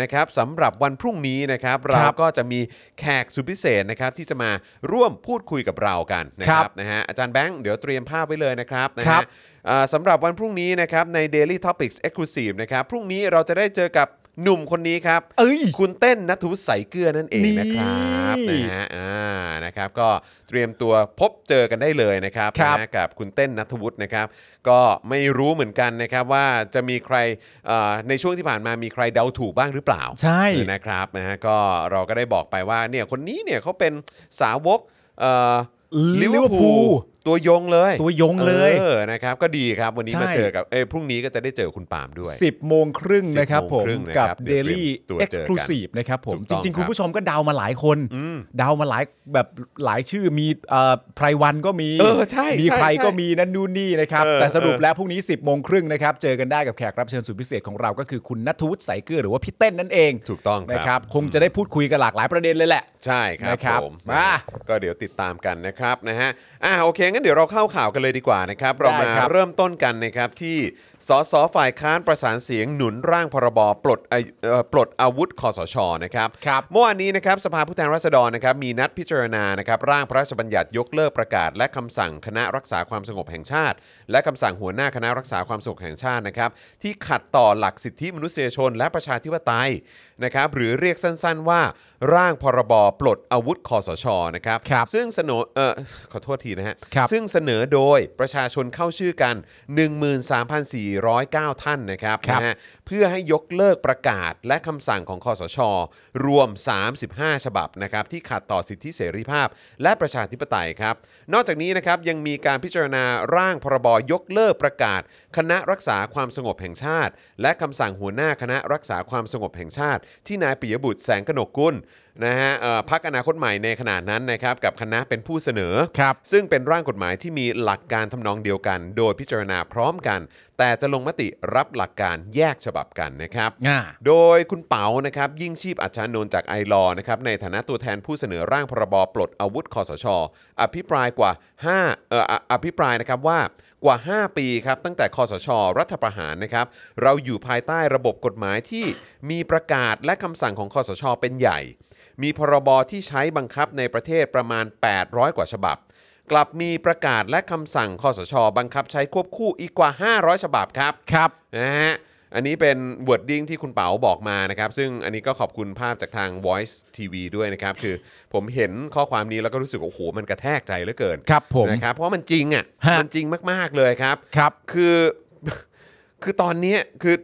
Speaker 1: นะครับสำหรับวันพรุ่งนี้นะครับ
Speaker 2: ค
Speaker 1: เรา
Speaker 2: รับ
Speaker 1: ก็จะมีแขกสุดพิเศษนะครับที่จะมาร่วมพูดคุยกับเรากันนะค
Speaker 2: ครั
Speaker 1: รับบ นะฮะอาจารย์แบงค์เดี๋ยวเตรียมภาพไว้เลยนะครับนะ
Speaker 2: ครั
Speaker 1: ฮะ
Speaker 2: บ
Speaker 1: เอ่อสำหรับวันพรุ่งนี้นะครับใน Daily Topics Exclusive นะครับพรุ่งนี้เราจะได้เจอกับหนุ่มคนนี้ครับ
Speaker 2: เอ้ย
Speaker 1: คุณเต้นนัทุใสายเกลือนั่นเอง
Speaker 2: นี่
Speaker 1: นะครับนะฮะอ่านะครับ ก็เตรียมตัวพบเจอกันได้เลยนะครับ
Speaker 2: ครับ
Speaker 1: นะฮะกับคุณเต้นนัทวุฒินะครับ ก็ไม่รู้เหมือนกันนะครับว่าจะมีใครเอ่อในช่วงที่ผ่านมามีใครเดาถูกบ้างหรือเปล่า
Speaker 2: ใช่
Speaker 1: นะครับนะฮะก็เราก็ได้บอกไปว่าเนี่ยคนนี้เนี่ยเขาเป็นสาวกเอ่อ
Speaker 2: Liverpool
Speaker 1: Liverpool ตัวยงเลย
Speaker 2: ตัวยงเลย
Speaker 1: ออนะครับ ก็ดีครับวันนี้
Speaker 2: ใช่
Speaker 1: มาเจอกับเอ้ยพรุ่งนี้ก็จะได้เจอคุณปาล์มด้วย
Speaker 2: 10โมงครึ่ง
Speaker 1: 10
Speaker 2: นะครับผ
Speaker 1: โมง
Speaker 2: ม
Speaker 1: ครึ่งนะครั
Speaker 2: กับ
Speaker 1: บเดี๋ยว
Speaker 2: Daily
Speaker 1: เตรียมตัวเจอกัน
Speaker 2: Exclusive นะครับผม
Speaker 1: ถูก
Speaker 2: จ
Speaker 1: ต้อง
Speaker 2: ริง
Speaker 1: ครับ
Speaker 2: ๆคุณผู้ชมก็เดามาหลายคน
Speaker 1: อืม
Speaker 2: เดามาหลายแบบหลายชื่อมีเอ่อไพรวันก็มี
Speaker 1: เออใช่
Speaker 2: มี
Speaker 1: ใช่
Speaker 2: ใครก็
Speaker 1: ใช่
Speaker 2: มีนั่นนู่นนี่นะครับ
Speaker 1: เออ
Speaker 2: แต่สรุป
Speaker 1: เออ
Speaker 2: แล้วพรุ่งนี้ 10บโมงครึ่งนะครับ เจอกันได้กับแขกรับเชิญสุดพิเศษของเราก็คือคุณนัทวุฒิใสายเกลือหรือว่าพี่เต้นนั่นเอง
Speaker 1: ถูกต้องค
Speaker 2: นะค
Speaker 1: รั
Speaker 2: รับ บ คงจะได้พูดคุยกันหลากหลายประเด็นเลยแหละ
Speaker 1: ใช่ครับ
Speaker 2: นะครับ
Speaker 1: ผม
Speaker 2: มา
Speaker 1: ก็เดี๋ยวติดตามกันนะครับนะฮะอ่าโอเคงั้นเดี๋ยวเราเข้าข่าวกันเลยดีกว่านะครับ เรามา
Speaker 2: ได้ครับ
Speaker 1: เริ่มต้นกันนะครับที่สสฝ่ายค้านประสานเสียงหนุนร่างพรบปลดไอเอ่อปลดอาวุธคอสชนะครับ
Speaker 2: ครับ
Speaker 1: เมื่อวานนี้นะครับสภาผู้แทนราษฎรนะครับมีนัดพิจารณานะครับร่างพระราชบัญญัติยกเลิกประกาศ และคำสั่งคณะรักษาความสงบแห่งชาติ และคำสั่งหัวหน้าคณะรักษาความสงบแห่งชาตินะครับที่ขัดต่อหลักสิทธิมนุษยชน และประชาธิปไตยนะครับหรือเรียกสั้นๆ ว่าร่างพรบปลดอาวุธคอสชนะครับ
Speaker 2: ครับ
Speaker 1: ซึ่งเสนอเออขอโทษทีนะฮะ
Speaker 2: ครับ
Speaker 1: ซึ่งเสนอโดยประชาชนเข้าชื่อกัน 13,409 ท่านนะครับ
Speaker 2: ครับ
Speaker 1: นะฮะเพื่อให้ยกเลิกประกาศและคำสั่งของคอสช รวม 35 ฉบับนะครับที่ขัดต่อสิทธิเสรีภาพ และประชาธิปไตยครับ นอกจากนี้นะครับยังมีการพิจารณาร่างพรบยกเลิกประกาศ คณะรักษาความสงบแห่งชาติ และคำสั่งหัวหน้าคณะรักษาความสงบแห่งชาติ ที่นายปิยบุตรแสงกนกกุลนะฮะเอ่อพักอนาคตใหม่ในขณะนั้นนะครับกับคณะเป็นผู้เสนอ
Speaker 2: ครับ
Speaker 1: ซึ่งเป็นร่างกฎหมายที่มีหลักการทำนองเดียวกัน โดยพิจารณาพร้อมกัน แต่จะลงมติรับหลักการแยกฉบับกันนะครับ
Speaker 2: อ่า
Speaker 1: โดยคุณเปานะครับยิ่งชีพอัจฉานนท์จากไอรอว์นะครับในฐานะตัวแทนผู้เสนอร่างพรบปลดอาวุธคอสช อภิปรายกว่า5เอ่อออภิปรายนะครับว่า กว่า 5 ปีครับตั้งแต่คอสช รัฐประหารนะครับ เราอยู่ภายใต้ระบบกฎหมายที่มีประกาศและคำสั่งของคอสช เป็นใหญ่ มีพรบที่ใช้บังคับในประเทศประมาณ 800 กว่าฉบับ กลับมีประกาศและคำสั่งคอสช บังคับใช้ควบคู่อีกกว่า 500 ฉบับครับ
Speaker 2: ครับ
Speaker 1: นะฮะ อันนี้เป็น wording ที่คุณเป๋าบอกมานะครับ ซึ่งอันนี้ก็ขอบคุณภาพจากทาง Voice TV ด้วยนะครับ คือผมเห็นข้อความนี้แล้วก็รู้สึกว่าโอ้โห มันกระแทกใจเหลือเกิน
Speaker 2: ครับผม
Speaker 1: นะครับ เพราะมันจริงอ่ะ
Speaker 2: ฮะ
Speaker 1: มันจริงมาก ๆ เลยครับ
Speaker 2: ครับ
Speaker 1: คือ [laughs] คือตอนเนี้ยคือ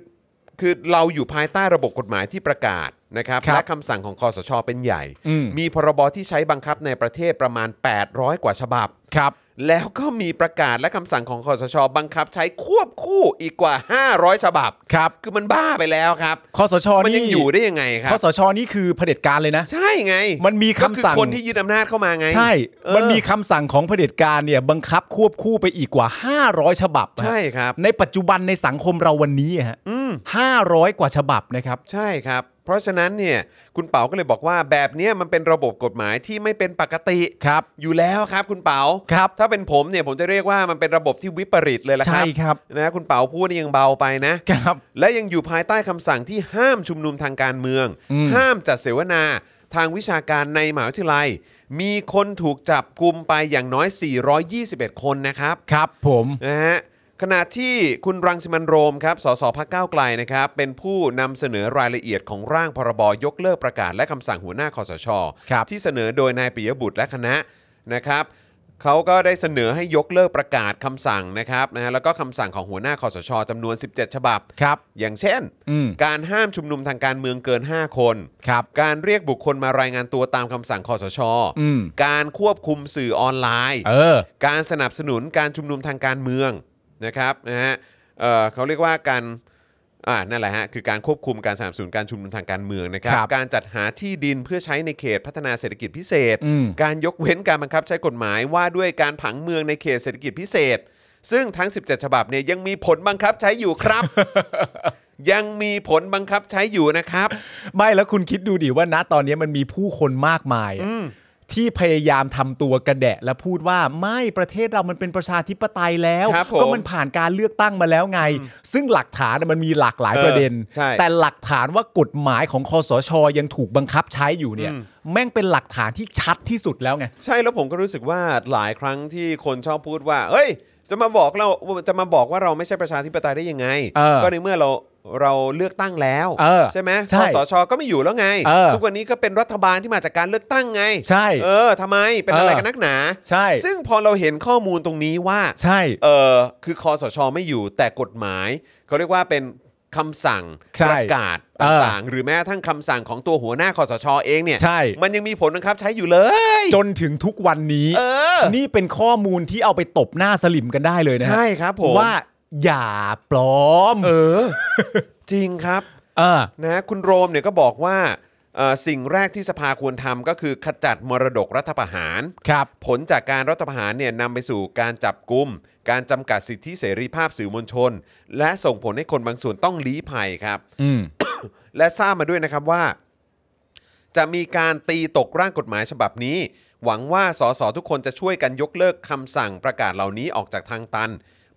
Speaker 1: คือเราอยู่ภายใต้ระบบกฎหมายที่ประกาศนะครับ
Speaker 2: ครับ
Speaker 1: และคำสั่งของคอสช เป็นใหญ่
Speaker 2: อืม
Speaker 1: มีพรบที่ใช้บังคับในประเทศประมาณ 800 กว่าฉบับ
Speaker 2: ครับ
Speaker 1: แล้วก็มีประกาศและคำสั่งของคอสช บังคับใช้ควบคู่อีกกว่า 500 ฉบับ
Speaker 2: ครับ
Speaker 1: คือมันบ้าไปแล้วครับ
Speaker 2: คอสช
Speaker 1: มัน
Speaker 2: นี่
Speaker 1: ยังอยู่ได้ยังไงครั
Speaker 2: คอบ สชนี่คือเผด็จการเลยนะ
Speaker 1: ใช่ไง
Speaker 2: มันมีคำ
Speaker 1: ก็อ
Speaker 2: สั่ง
Speaker 1: คนที่ยึดอำนาจเข้ามาไง
Speaker 2: ใช่
Speaker 1: เออ
Speaker 2: มันมีคำสั่งของเผด็จการเนี่ยบังคับควบคู่ไปอีกกว่า 500 ฉบับ
Speaker 1: ใช่ครับ
Speaker 2: ในปัจจุบันในสังคมเราวันนี้อะฮะ
Speaker 1: อืม
Speaker 2: ห้าร้อยกว่าฉบับนะครับ
Speaker 1: ใช่ครับ เพราะฉะนั้นเนี่ยคุณเปาก็เลยบอกว่าแบบเนี้ยมันเป็นระบบกฎหมายที่ไม่เป็นปกติ
Speaker 2: ครับ
Speaker 1: อยู่แล้วครับ คุณเปา
Speaker 2: ครับ
Speaker 1: ถ้าเป็นผมเนี่ยผมจะเรียกว่ามันเป็นระบบที่วิปริตเลยละค
Speaker 2: ใช่
Speaker 1: รับ
Speaker 2: ครับ
Speaker 1: นะคุณเปาพูดนี่ยังเบาไปนะ
Speaker 2: ครับ
Speaker 1: และยังอยู่ภายใต้คำสั่งที่ห้ามชุมนุมทางการเมือง
Speaker 2: อืม
Speaker 1: ห้ามจัดเสวนาทางวิชาการในหมหาวิทยาลัย มีคนถูกจับกลุ่มไปอย่างน้อย 421 คนนะครับ
Speaker 2: ครับผม
Speaker 1: นะฮะขณะที่คุณรังสิมันต์โรมครับ สสพักก้าวไกลนะครับ เป็นผู้นำเสนอรายละเอียดของร่างพรบยกเลิกประกาศและคำสั่งหัวหน้าคอสช
Speaker 2: ครับ
Speaker 1: ที่เสนอโดยนายปิยบุตรและคณะนะครับเขาก็ได้เสนอให้ยกเลิกประกาศคำสั่งนะครับนะฮะแล้วก็คำสั่งของหัวหน้าคอสชจำนวน 17 ฉบับ
Speaker 2: ครับ
Speaker 1: อย่างเช่น
Speaker 2: อืม
Speaker 1: การห้ามชุมนุมทางการเมืองเกิน 5 คน
Speaker 2: ครับ
Speaker 1: การเรียกบุคคลมารายงานตัวตามคำสั่งคอสช
Speaker 2: อืม
Speaker 1: การควบคุมสื่อออนไลน์
Speaker 2: เออ
Speaker 1: การสนับสนุนการชุมนุมทางการเมืองนะครับนะฮะเอ่อเขาเรียกว่าการอ่านั่นแหละฮะคือการควบคุมการสนับสนุนการชุมนุมทางการเมืองนะครับ
Speaker 2: ครับ
Speaker 1: การจัดหาที่ดินเพื่อใช้ในเขตพัฒนาเศรษฐกิจพิเศษ
Speaker 2: อืม
Speaker 1: การยกเว้นการบังคับใช้กฎหมายว่าด้วยการผังเมืองในเขตเศรษฐกิจพิเศษ ซึ่งทั้ง 17 ฉบับเนี่ยยังมีผลบังคับใช้อยู่
Speaker 2: [laughs]
Speaker 1: ครับ ยังมีผลบังคับใช้อยู่นะครับ
Speaker 2: ไม่แล้วคุณคิดดูดิว่าณตอนนี้มันมีผู้คนมากมายอะที่พยายามทำตัวกระแดะ และพูดว่าไม่ประเทศเรามันเป็นประชาธิปไตยแล้ว
Speaker 1: ครับผม
Speaker 2: ก็มันผ่านการเลือกตั้งมาแล้วไง ซึ่งหลักฐานน่ะมันมีหลากหลาย
Speaker 1: เออ
Speaker 2: ประเด็น
Speaker 1: ใช่
Speaker 2: แต่หลักฐานว่ากฎหมายของคอสชยังถูกบังคับใช้อยู่เนี่ย
Speaker 1: อืม
Speaker 2: แม่งเป็นหลักฐานที่ชัดที่สุดแล้วไง
Speaker 1: ใช่แล้วผมก็รู้สึกว่าหลายครั้งที่คนชอบพูดว่า เฮ้ย จะมาบอกเราจะมาบอกว่าเราไม่ใช่ประชาธิปไตยได้ยังไง
Speaker 2: เออ
Speaker 1: ก็ในเมื่อเราเราเลือกตั้งแล้ว
Speaker 2: เออ
Speaker 1: ใช่ไหม
Speaker 2: ใช่
Speaker 1: คสชก็ไม่อยู่แล้วไง
Speaker 2: เออ
Speaker 1: ทุกวันนี้ก็เป็นรัฐบาลที่มาจากการเลือกตั้งไง
Speaker 2: ใช่
Speaker 1: เออทำไมเป็นอะไร
Speaker 2: เออ
Speaker 1: กันนักหนา
Speaker 2: ใช่
Speaker 1: ซึ่งพอเราเห็นข้อมูลตรงนี้ว่า
Speaker 2: ใช่
Speaker 1: เออคือคอสชไม่อยู่แต่กฎหมายเขาเรียกว่าเป็นคำสั่ง
Speaker 2: ใช่
Speaker 1: ประกาศ
Speaker 2: เออ
Speaker 1: ต่างๆ หรือแม้กระทั้งคำสั่งของตัวหัวหน้าคอสชเองเนี่ย
Speaker 2: ใช่
Speaker 1: มันยังมีผลบังคับใช้อยู่เลย
Speaker 2: จนถึงทุกวันนี้
Speaker 1: เออ
Speaker 2: นี่เป็นข้อมูลที่เอาไปตบหน้าสลิมกันได้เลยนะฮะ
Speaker 1: ใช่ครับผม
Speaker 2: ว่าอย่าปลอม
Speaker 1: เออ จริงครับ
Speaker 2: เออ
Speaker 1: นะคุณโรมเนี่ยก็บอกว่าเอ่อสิ่งแรกที่สภาควรทำก็คือขจัดมรดกรัฐประหาร
Speaker 2: ครับ
Speaker 1: ผลจากการรัฐประหารเนี่ยนำไปสู่การจับกุม การจำกัดสิทธิเสรีภาพสื่อมวลชน และส่งผลให้คนบางส่วนต้องลี้ภัยครับ
Speaker 2: อืม
Speaker 1: และทราบมาด้วยนะครับว่า จะมีการตีตกร่างกฎหมายฉบับนี้ หวังว่าสสทุกคนจะช่วยกันยกเลิกคำสั่งประกาศเหล่านี้ออกจากทางตัน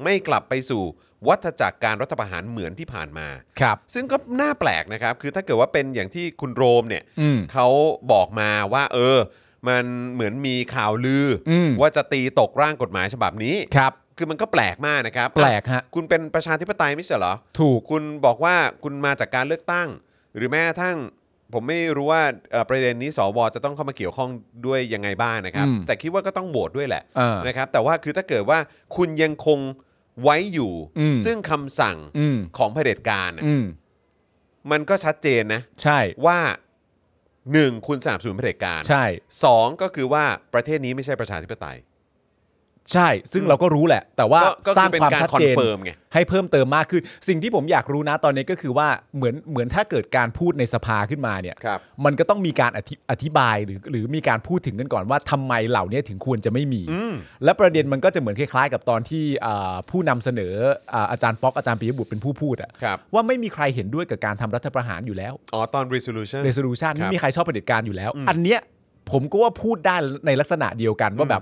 Speaker 1: ไม่กลับไปสู่วัฏจักรการรัฐประหารเหมือนที่ผ่านมา
Speaker 2: ครับ
Speaker 1: ซึ่งก็น่าแปลกนะครับ คือถ้าเกิดว่าเป็นอย่างที่คุณโรมเนี่ย
Speaker 2: อืม
Speaker 1: เขาบอกมาว่า เออ มันเหมือนมีข่าวลืออ
Speaker 2: ม
Speaker 1: ว่าจะตีตกร่างกฎหมายฉบับนี้
Speaker 2: ครับ
Speaker 1: คือมันก็แปลกมากนะครับ
Speaker 2: แปลกฮะ
Speaker 1: คุณเป็นประชาธิปไตยไม่ใช่เหรอ
Speaker 2: ถูก
Speaker 1: คุณบอกว่าคุณมาจากการเลือกตั้ง หรือแม้กระทั่งผมไม่รู้ว่าเอ่อประเด็นนี้สวจะต้องเข้ามาเกี่ยวข้องด้วยยังไงบ้างนะครับ
Speaker 2: อืม
Speaker 1: แต่คิดว่าก็ต้องโหวตด้วยแหละ
Speaker 2: เออ
Speaker 1: นะครับ แต่ว่าคือถ้าเกิดว่าคุณยังคงไว้อยู่
Speaker 2: อืม
Speaker 1: ซึ่งคำสั่ง
Speaker 2: อืม
Speaker 1: ของเผด็จการน่ะ
Speaker 2: อืม
Speaker 1: มันก็ชัดเจนนะ
Speaker 2: ใช่
Speaker 1: ว่าหนึ่งคุณสนับสนุนเผด็จการ
Speaker 2: ใช่
Speaker 1: สองก็คือว่าประเทศนี้ไม่ใช่ประชาธิปไตย
Speaker 2: ใช่ ซึ่งเราก็รู้แหละ แต่ว่า
Speaker 1: ก็ก็
Speaker 2: สร้า
Speaker 1: คือ
Speaker 2: ง
Speaker 1: เป็น
Speaker 2: ความ
Speaker 1: การ
Speaker 2: ชัด
Speaker 1: คอ
Speaker 2: เจ
Speaker 1: น
Speaker 2: น
Speaker 1: เฟิร์มไง
Speaker 2: ให้เพิ่มเติมมากขึ้น สิ่งที่ผมอยากรู้นะตอนนี้ก็คือว่าเหมือนเหมือนถ้าเกิดการพูดในสภาขึ้นมาเนี่ย
Speaker 1: ครับ
Speaker 2: มันก็ต้องมีการอธิอธิบายหรือหรือมีการพูดถึงกันก่อนว่าทำไมเหล่านี้ถึงควรจะไม่มี และประเด็นมันก็จะเหมือนคล้ายๆ กับตอนที่อ่าผู้นำเสนออ่าอาจารย์ป๊อกอาจารย์ปิยบุตรเป็นผู้พูดอะ
Speaker 1: ครับ
Speaker 2: ว่าไม่มีใครเห็นด้วยกับการทำรัฐประหารอยู่แล้ว
Speaker 1: อ๋อตอน resolution
Speaker 2: resolution
Speaker 1: ครับ
Speaker 2: ไม่มีใครชอบเผด็จการอยู่แล้ว อันเนี้ยผมก็ว่าพูดได้ในลักษณะเดียวกันว่าแบบ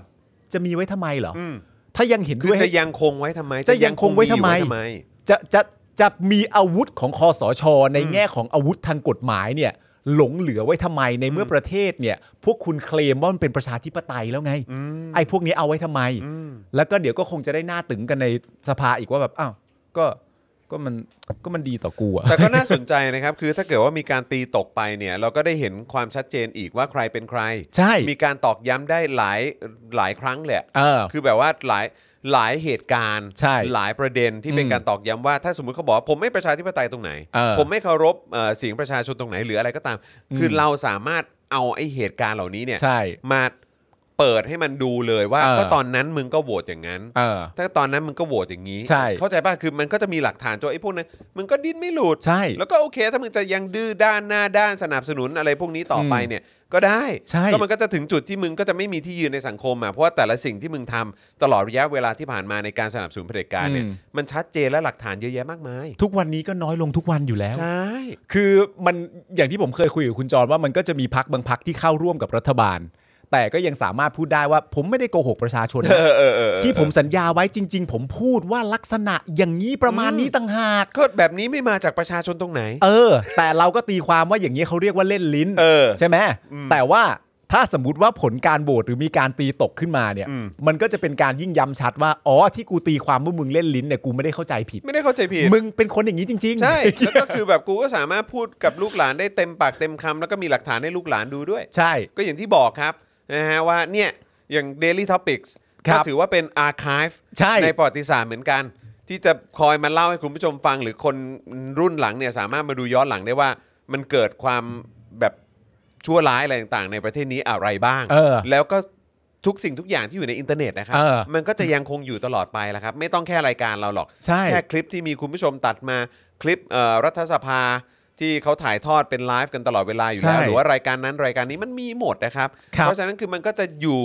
Speaker 2: จะมีไว้ทำไมเหรออ
Speaker 1: ม
Speaker 2: ท ถ้ายังเห็น
Speaker 1: คื
Speaker 2: ด้
Speaker 1: อ
Speaker 2: วย
Speaker 1: จะยังคงไว้ทำไม
Speaker 2: จะยังคงไว้ทำ
Speaker 1: จะยังคง
Speaker 2: ไม
Speaker 1: อยู่ทำไม
Speaker 2: จะจะจะมีอาวุธของคอสช ในแง่ของอาวุธทางกฎหมายเนี่ยหลงเหลือไว้ทำไมในเมื่อประเทศเนี่ย พวกคุณเคลมว่ามันเป็นประชาธิปไตยแล้วไง ไอ้พวกนี้เอาไว้ทำไม แล้วก็เดี๋ยวก็คงจะได้หน้าตึงกันในสภาอีกว่าแบบอ้าวก็ก็มันก็มันดีต่อกูอะ
Speaker 1: แต่ก็น่าสนใจนะครับ คือถ้าเกิดว่ามีการตีตกไปเนี่ย เราก็ได้เห็นความชัดเจนอีกว่าใครเป็นใคร
Speaker 2: ใช่
Speaker 1: มีการตอกย้ำได้หลายหลายครั้งแหละ
Speaker 2: เออ
Speaker 1: คือแบบว่าหลายหลายเหตุการณ์
Speaker 2: ใช่
Speaker 1: หลายประเด็นที่เป็น
Speaker 2: อืม
Speaker 1: การตอกย้ำว่า ถ้าสมมติเขาบอกว่าผมไม่ประชาธิปไตยตรงไหน
Speaker 2: เออ
Speaker 1: ผมไม่เคารพเอ่อเสียงประชาชนตรงไหนหรืออะไรก็ตาม
Speaker 2: อืม
Speaker 1: คือเราสามารถเอาไอ้เหตุการณ์เหล่านี้เนี่ย
Speaker 2: ใช่
Speaker 1: มาเปิดให้มันดูเลยว่า
Speaker 2: เออ
Speaker 1: ก็ตอนนั้นมึงก็โหวตอย่างนั้น
Speaker 2: เออ
Speaker 1: ถ้าตอนนั้นมึงก็โหวตอย่างนี้
Speaker 2: ใช่
Speaker 1: เข้าใจป่ะ คือมันก็จะมีหลักฐานจนไอ้พวกนั้น มึงก็ดิ้นไม่หลุด
Speaker 2: ใช่
Speaker 1: แล้วก็โอเค ถ้ามึงจะยังดื้อด้านหน้าด้านสนับสนุนอะไรพวกนี้ต่อไป
Speaker 2: อืม
Speaker 1: เนี่ย ก็ได้
Speaker 2: ใช่
Speaker 1: ก็มันก็จะถึงจุดที่มึงก็จะไม่มีที่ยืนในสังคมอ่ะ เพราะว่าแต่ละสิ่งที่มึงทำตลอดระยะเวลาที่ผ่านมาในการสนับสนุนเผด็จการเนี่ย มันชัดเจนและหลักฐานเยอะแยะมากมาย
Speaker 2: ทุกวันนี้ก็น้อยลงทุกวันอยู่แล้ว
Speaker 1: ใช่
Speaker 2: คือมันอย่างที่ผมเคยคุยกับคุณจรว่ามันก็จะมีพักบางพักที่เข้าร่วมกับรัฐบาล แต่ก็ยังสามารถพูดได้ว่าผมไม่ได้โกหกประชาชนนะ
Speaker 1: เออเออเออเออ
Speaker 2: ที่ผมสัญญาไว้จริง ๆ ผมพูดว่าลักษณะอย่างนี้ประมาณนี้ต่างหาก
Speaker 1: ก็แบบนี้ไม่มาจากประชาชนตรงไหน
Speaker 2: เออ แต่เราก็ตีความว่าอย่างนี้ยเขาเรียกว่าเล่นลิ้น
Speaker 1: เออ
Speaker 2: ใช่ไหมแต่ว่าถ้าสมมติว่าผลการโหวตหรือมีการตีตกขึ้นมาเนี่ย
Speaker 1: อืม
Speaker 2: มันก็จะเป็นการยิ่งย้ำชัดว่าอ๋อที่กูตีความว่ามึงเล่นลิ้นเนี่ยกูไม่ได้เข้าใจผิด
Speaker 1: ไม่ได้เข้าใจผิด
Speaker 2: มึงเป็นคนอย่างนี้จริง ๆ
Speaker 1: ใช่ แล้วก็คือแบบกูก็สามารถพูดกับลูกหลานได้เต็มปากเต็มคำแล้วก็มีหลักฐานให้ลูกหลานดูด้วย
Speaker 2: ใช่
Speaker 1: ก็อย่างที่บอกครับนะฮะว่าเนี่ยอย่าง Daily Topics
Speaker 2: ครั
Speaker 1: ก็
Speaker 2: บ
Speaker 1: ถือว่าเป็น Archive
Speaker 2: ใช่
Speaker 1: ประวัติศาสตร์เหมือนกัน ที่จะคอยมาเล่าให้คุณผู้ชมฟัง หรือคนรุ่นหลังเนี่ยสามารถมาดูย้อนหลังได้ว่า มันเกิดความแบบชั่วร้ายอะไรต่างๆ ในประเทศนี้อะไรบ้าง
Speaker 2: เออ
Speaker 1: แล้วก็ทุกสิ่งทุกอย่างที่อยู่ในอินเทอร์เน็ตนะครั
Speaker 2: เออ
Speaker 1: มันก็จะยังคงอยู่ตลอดไปแล้วครับ ไม่ต้องแค่รายการเราหรอก
Speaker 2: ใช่
Speaker 1: แค่คลิปที่มีคุณผู้ชมตัดมาคลิปเอ่อรัฐสภาที่เขาถ่ายทอดเป็นไลฟ์กันตลอดเวลาอยู่แล้ว
Speaker 2: ใช่
Speaker 1: หรือว่ารายการนั้นรายการนี้มันมีหมดนะครับ
Speaker 2: ครับ
Speaker 1: เพราะฉะนั้นคือมันก็จะอยู่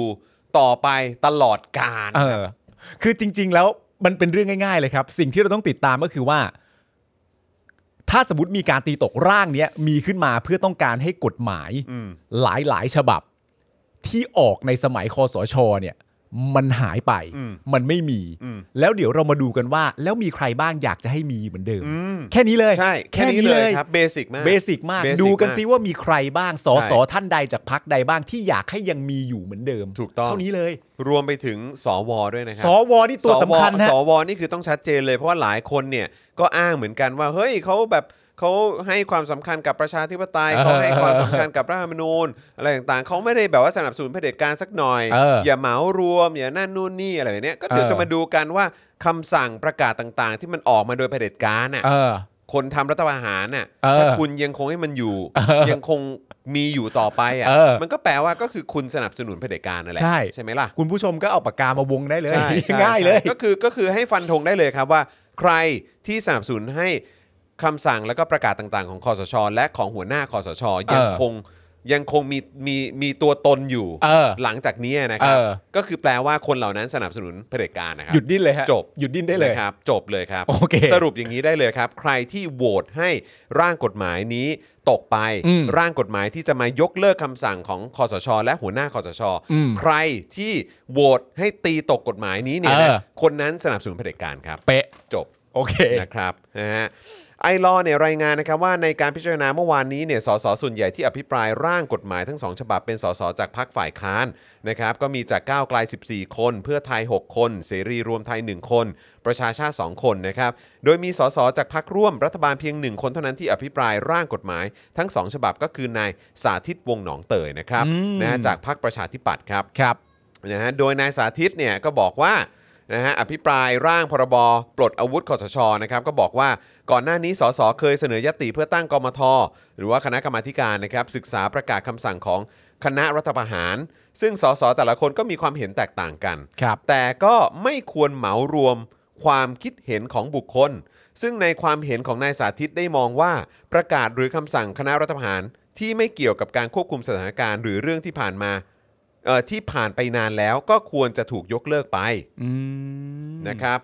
Speaker 1: ต่อไปตลอดกาล
Speaker 2: เออ คือจริง ๆ แล้วมันเป็นเรื่องง่าย ๆ เลยครับ สิ่งที่เราต้องติดตามก็คือว่า ถ้าสมมติมีการตีตกร่างเนี้ยมีขึ้นมาเพื่อต้องการให้กฎหมายหลายๆ ฉบับ ที่ออกในสมัยคอสชเนี่ย มันหายไปมันไม่มี แล้วเดี๋ยวเรามาดูกันว่า แล้วมีใครบ้างอยากจะให้มีเหมือนเดิม แค่นี้เลย
Speaker 1: ใช่ แค่นี้เลยครับเบสิกมาก
Speaker 2: เบสิกมาก
Speaker 1: เบ
Speaker 2: ดูกันซิ
Speaker 1: มา
Speaker 2: ว่ามีใครบ้างสอ
Speaker 1: ใช่
Speaker 2: สอท่านใดจากพักใดบ้างที่อยากให้ยังมีอยู่เหมือนเดิม
Speaker 1: ถูกต้อง
Speaker 2: เท่านี้เลย
Speaker 1: รวมไปถึงสวด้วยนะครั
Speaker 2: สวนี่ตัวสำคัญฮะ
Speaker 1: สวสวนี่คือต้องชัดเจนเลยเพราะว่าหลายคนเนี่ยก็อ้างเหมือนกันว่า เฮ้ยเขาแบบเขาให้ความสำคัญกับประชาธิปไตย
Speaker 2: เออ
Speaker 1: เขาให้ความสำคัญกับรัฐธรรมนูญอะไรต่างๆเขาไม่ได้แบบว่าสนับสนุนเผด็จการสักหน่อย
Speaker 2: เออ
Speaker 1: อย่าเหมารวมอย่านั่นนู่นนี่อะไรแบบเนี้ยก็เดี๋ยว
Speaker 2: เออ
Speaker 1: จะมาดูกันว่าคำสั่งประกาศต่างๆ ที่มันออกมาโดยเผด็จการน่ะ
Speaker 2: เออ
Speaker 1: คนทำรัฐประหารน่ะ
Speaker 2: เออ
Speaker 1: ถ้าคุณยังคงให้มันอยู่ ยังคงมีอยู่ต่อไปอ่ะ
Speaker 2: เออ
Speaker 1: มันก็แปลว่าก็คือคุณสนับสนุนเผด็จการนั่นแหละ
Speaker 2: ใช่
Speaker 1: ใช่ไหมล่ะ
Speaker 2: คุณผู้ชมก็เอาปากกามาวงได้เลย
Speaker 1: ใช่
Speaker 2: [laughs]
Speaker 1: ใช่
Speaker 2: ง่ายเลย
Speaker 1: ใช่ก็คือก็คือให้ฟันธงได้เลยครับว่า ใครที่สนับสนุนให้คำสั่งแล้วก็ประกาศต่างๆ ของคอสช และของหัวหน้าคอสช ยังคงยังคงมีมีมีตัวตนอยู่
Speaker 2: เออ
Speaker 1: หลังจากนี้นะครับ
Speaker 2: เออ
Speaker 1: ก็คือแปลว่าคนเหล่านั้นสนับสนุนเผด็จการนะครั
Speaker 2: หยุดดิ้นเลยฮะ
Speaker 1: จบ
Speaker 2: หยุดดิ้นได้เลย
Speaker 1: นะครับจบเลยครับ
Speaker 2: โอเค
Speaker 1: [laughs] สรุปอย่างนี้ได้เลยครับ ใครที่โหวตให้ร่างกฎหมายนี้ตกไป
Speaker 2: อืม
Speaker 1: ร่างกฎหมายที่จะมายกเลิกคำสั่งของคอสช และหัวหน้าคอสช
Speaker 2: อืม
Speaker 1: ใครที่โหวตให้ตีตกกฎหมายนี้เนี่ย
Speaker 2: เอ
Speaker 1: นะ
Speaker 2: อ
Speaker 1: คนนั้นสนับสนุนเผด็จการครับ
Speaker 2: เป๊ะ
Speaker 1: จบ
Speaker 2: โอเค [laughs]
Speaker 1: นะครับนะฮะไอรอเนี่ยรายงานนะครับว่าในการพิจารณาเมื่อวานนี้เนี่ยสสส่วนใหญ่ที่อภิปรายร่างกฎหมายทั้งสองฉบับเป็นสสจากพรรคฝ่ายค้านนะครับก็มีจากก้าวไกล 14 คน เพื่อไทย 6 คน เสรีรวมไทย 1 คน ประชาชาติ 2 คนนะครับโดยมีสสจากพรรคร่วมรัฐบาลเพียง 1 คนเท่านั้นที่อภิปรายร่างกฎหมายทั้งสองฉบับก็คือนายสาธิตวงศ์หนองเตยนะครับ
Speaker 2: อืม
Speaker 1: นะฮะจากพรรคประชาธิปัตย์ครับ
Speaker 2: ครับ
Speaker 1: นะฮะ โดยนายสาธิตเนี่ยก็บอกว่านะฮะอภิปรายร่างพรบปลดอาวุธคอสชนะครับก็บอกว่าก่อนหน้านี้สสเคยเสนอยติเพื่อตั้งกมท หรือว่าคณะกรรมาธิการนะครับศึกษาประกาศคำสั่งของคณะรัฐประหาร ซึ่งสสแต่ละคนก็มีความเห็นแตกต่างกัน
Speaker 2: ครับ
Speaker 1: แต่ก็ไม่ควรเหมารวมความคิดเห็นของบุคคล ซึ่งในความเห็นของนายสาธิตได้มองว่า ประกาศหรือคำสั่งคณะรัฐประหารที่ไม่เกี่ยวกับการควบคุมสถานการณ์ หรือเรื่องที่ผ่านมาเอ่อที่ผ่านไปนานแล้วก็ควรจะถูกยกเลิกไป
Speaker 2: อืม
Speaker 1: นะครับ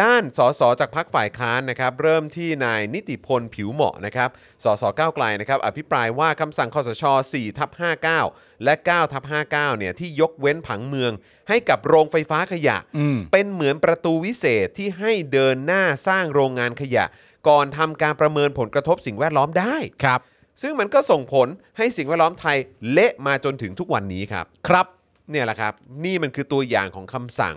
Speaker 1: ด้านสสจากพักฝ่ายค้านนะครับเริ่มที่นายนิติพลผิวเหมาะนะครับสสก้าวไกลนะครับอภิปรายว่าคำสั่งคสช4ทับ59 และ9ทับ59เนี่ยที่ยกเว้นผังเมือง ให้กับโรงไฟฟ้าขยะ
Speaker 2: อืม
Speaker 1: เป็นเหมือนประตูวิเศษที่ให้เดินหน้าสร้างโรงงานขยะ ก่อนทำการประเมินผลกระทบสิ่งแวดล้อมได้
Speaker 2: ครับ
Speaker 1: ซึ่งมันก็ส่งผลให้สิ่งแวดล้อมไทยเละมาจนถึงทุกวันนี้ครับ
Speaker 2: ครับ
Speaker 1: เนี่ยแหละครับ นี่มันคือตัวอย่างของคำสั่ง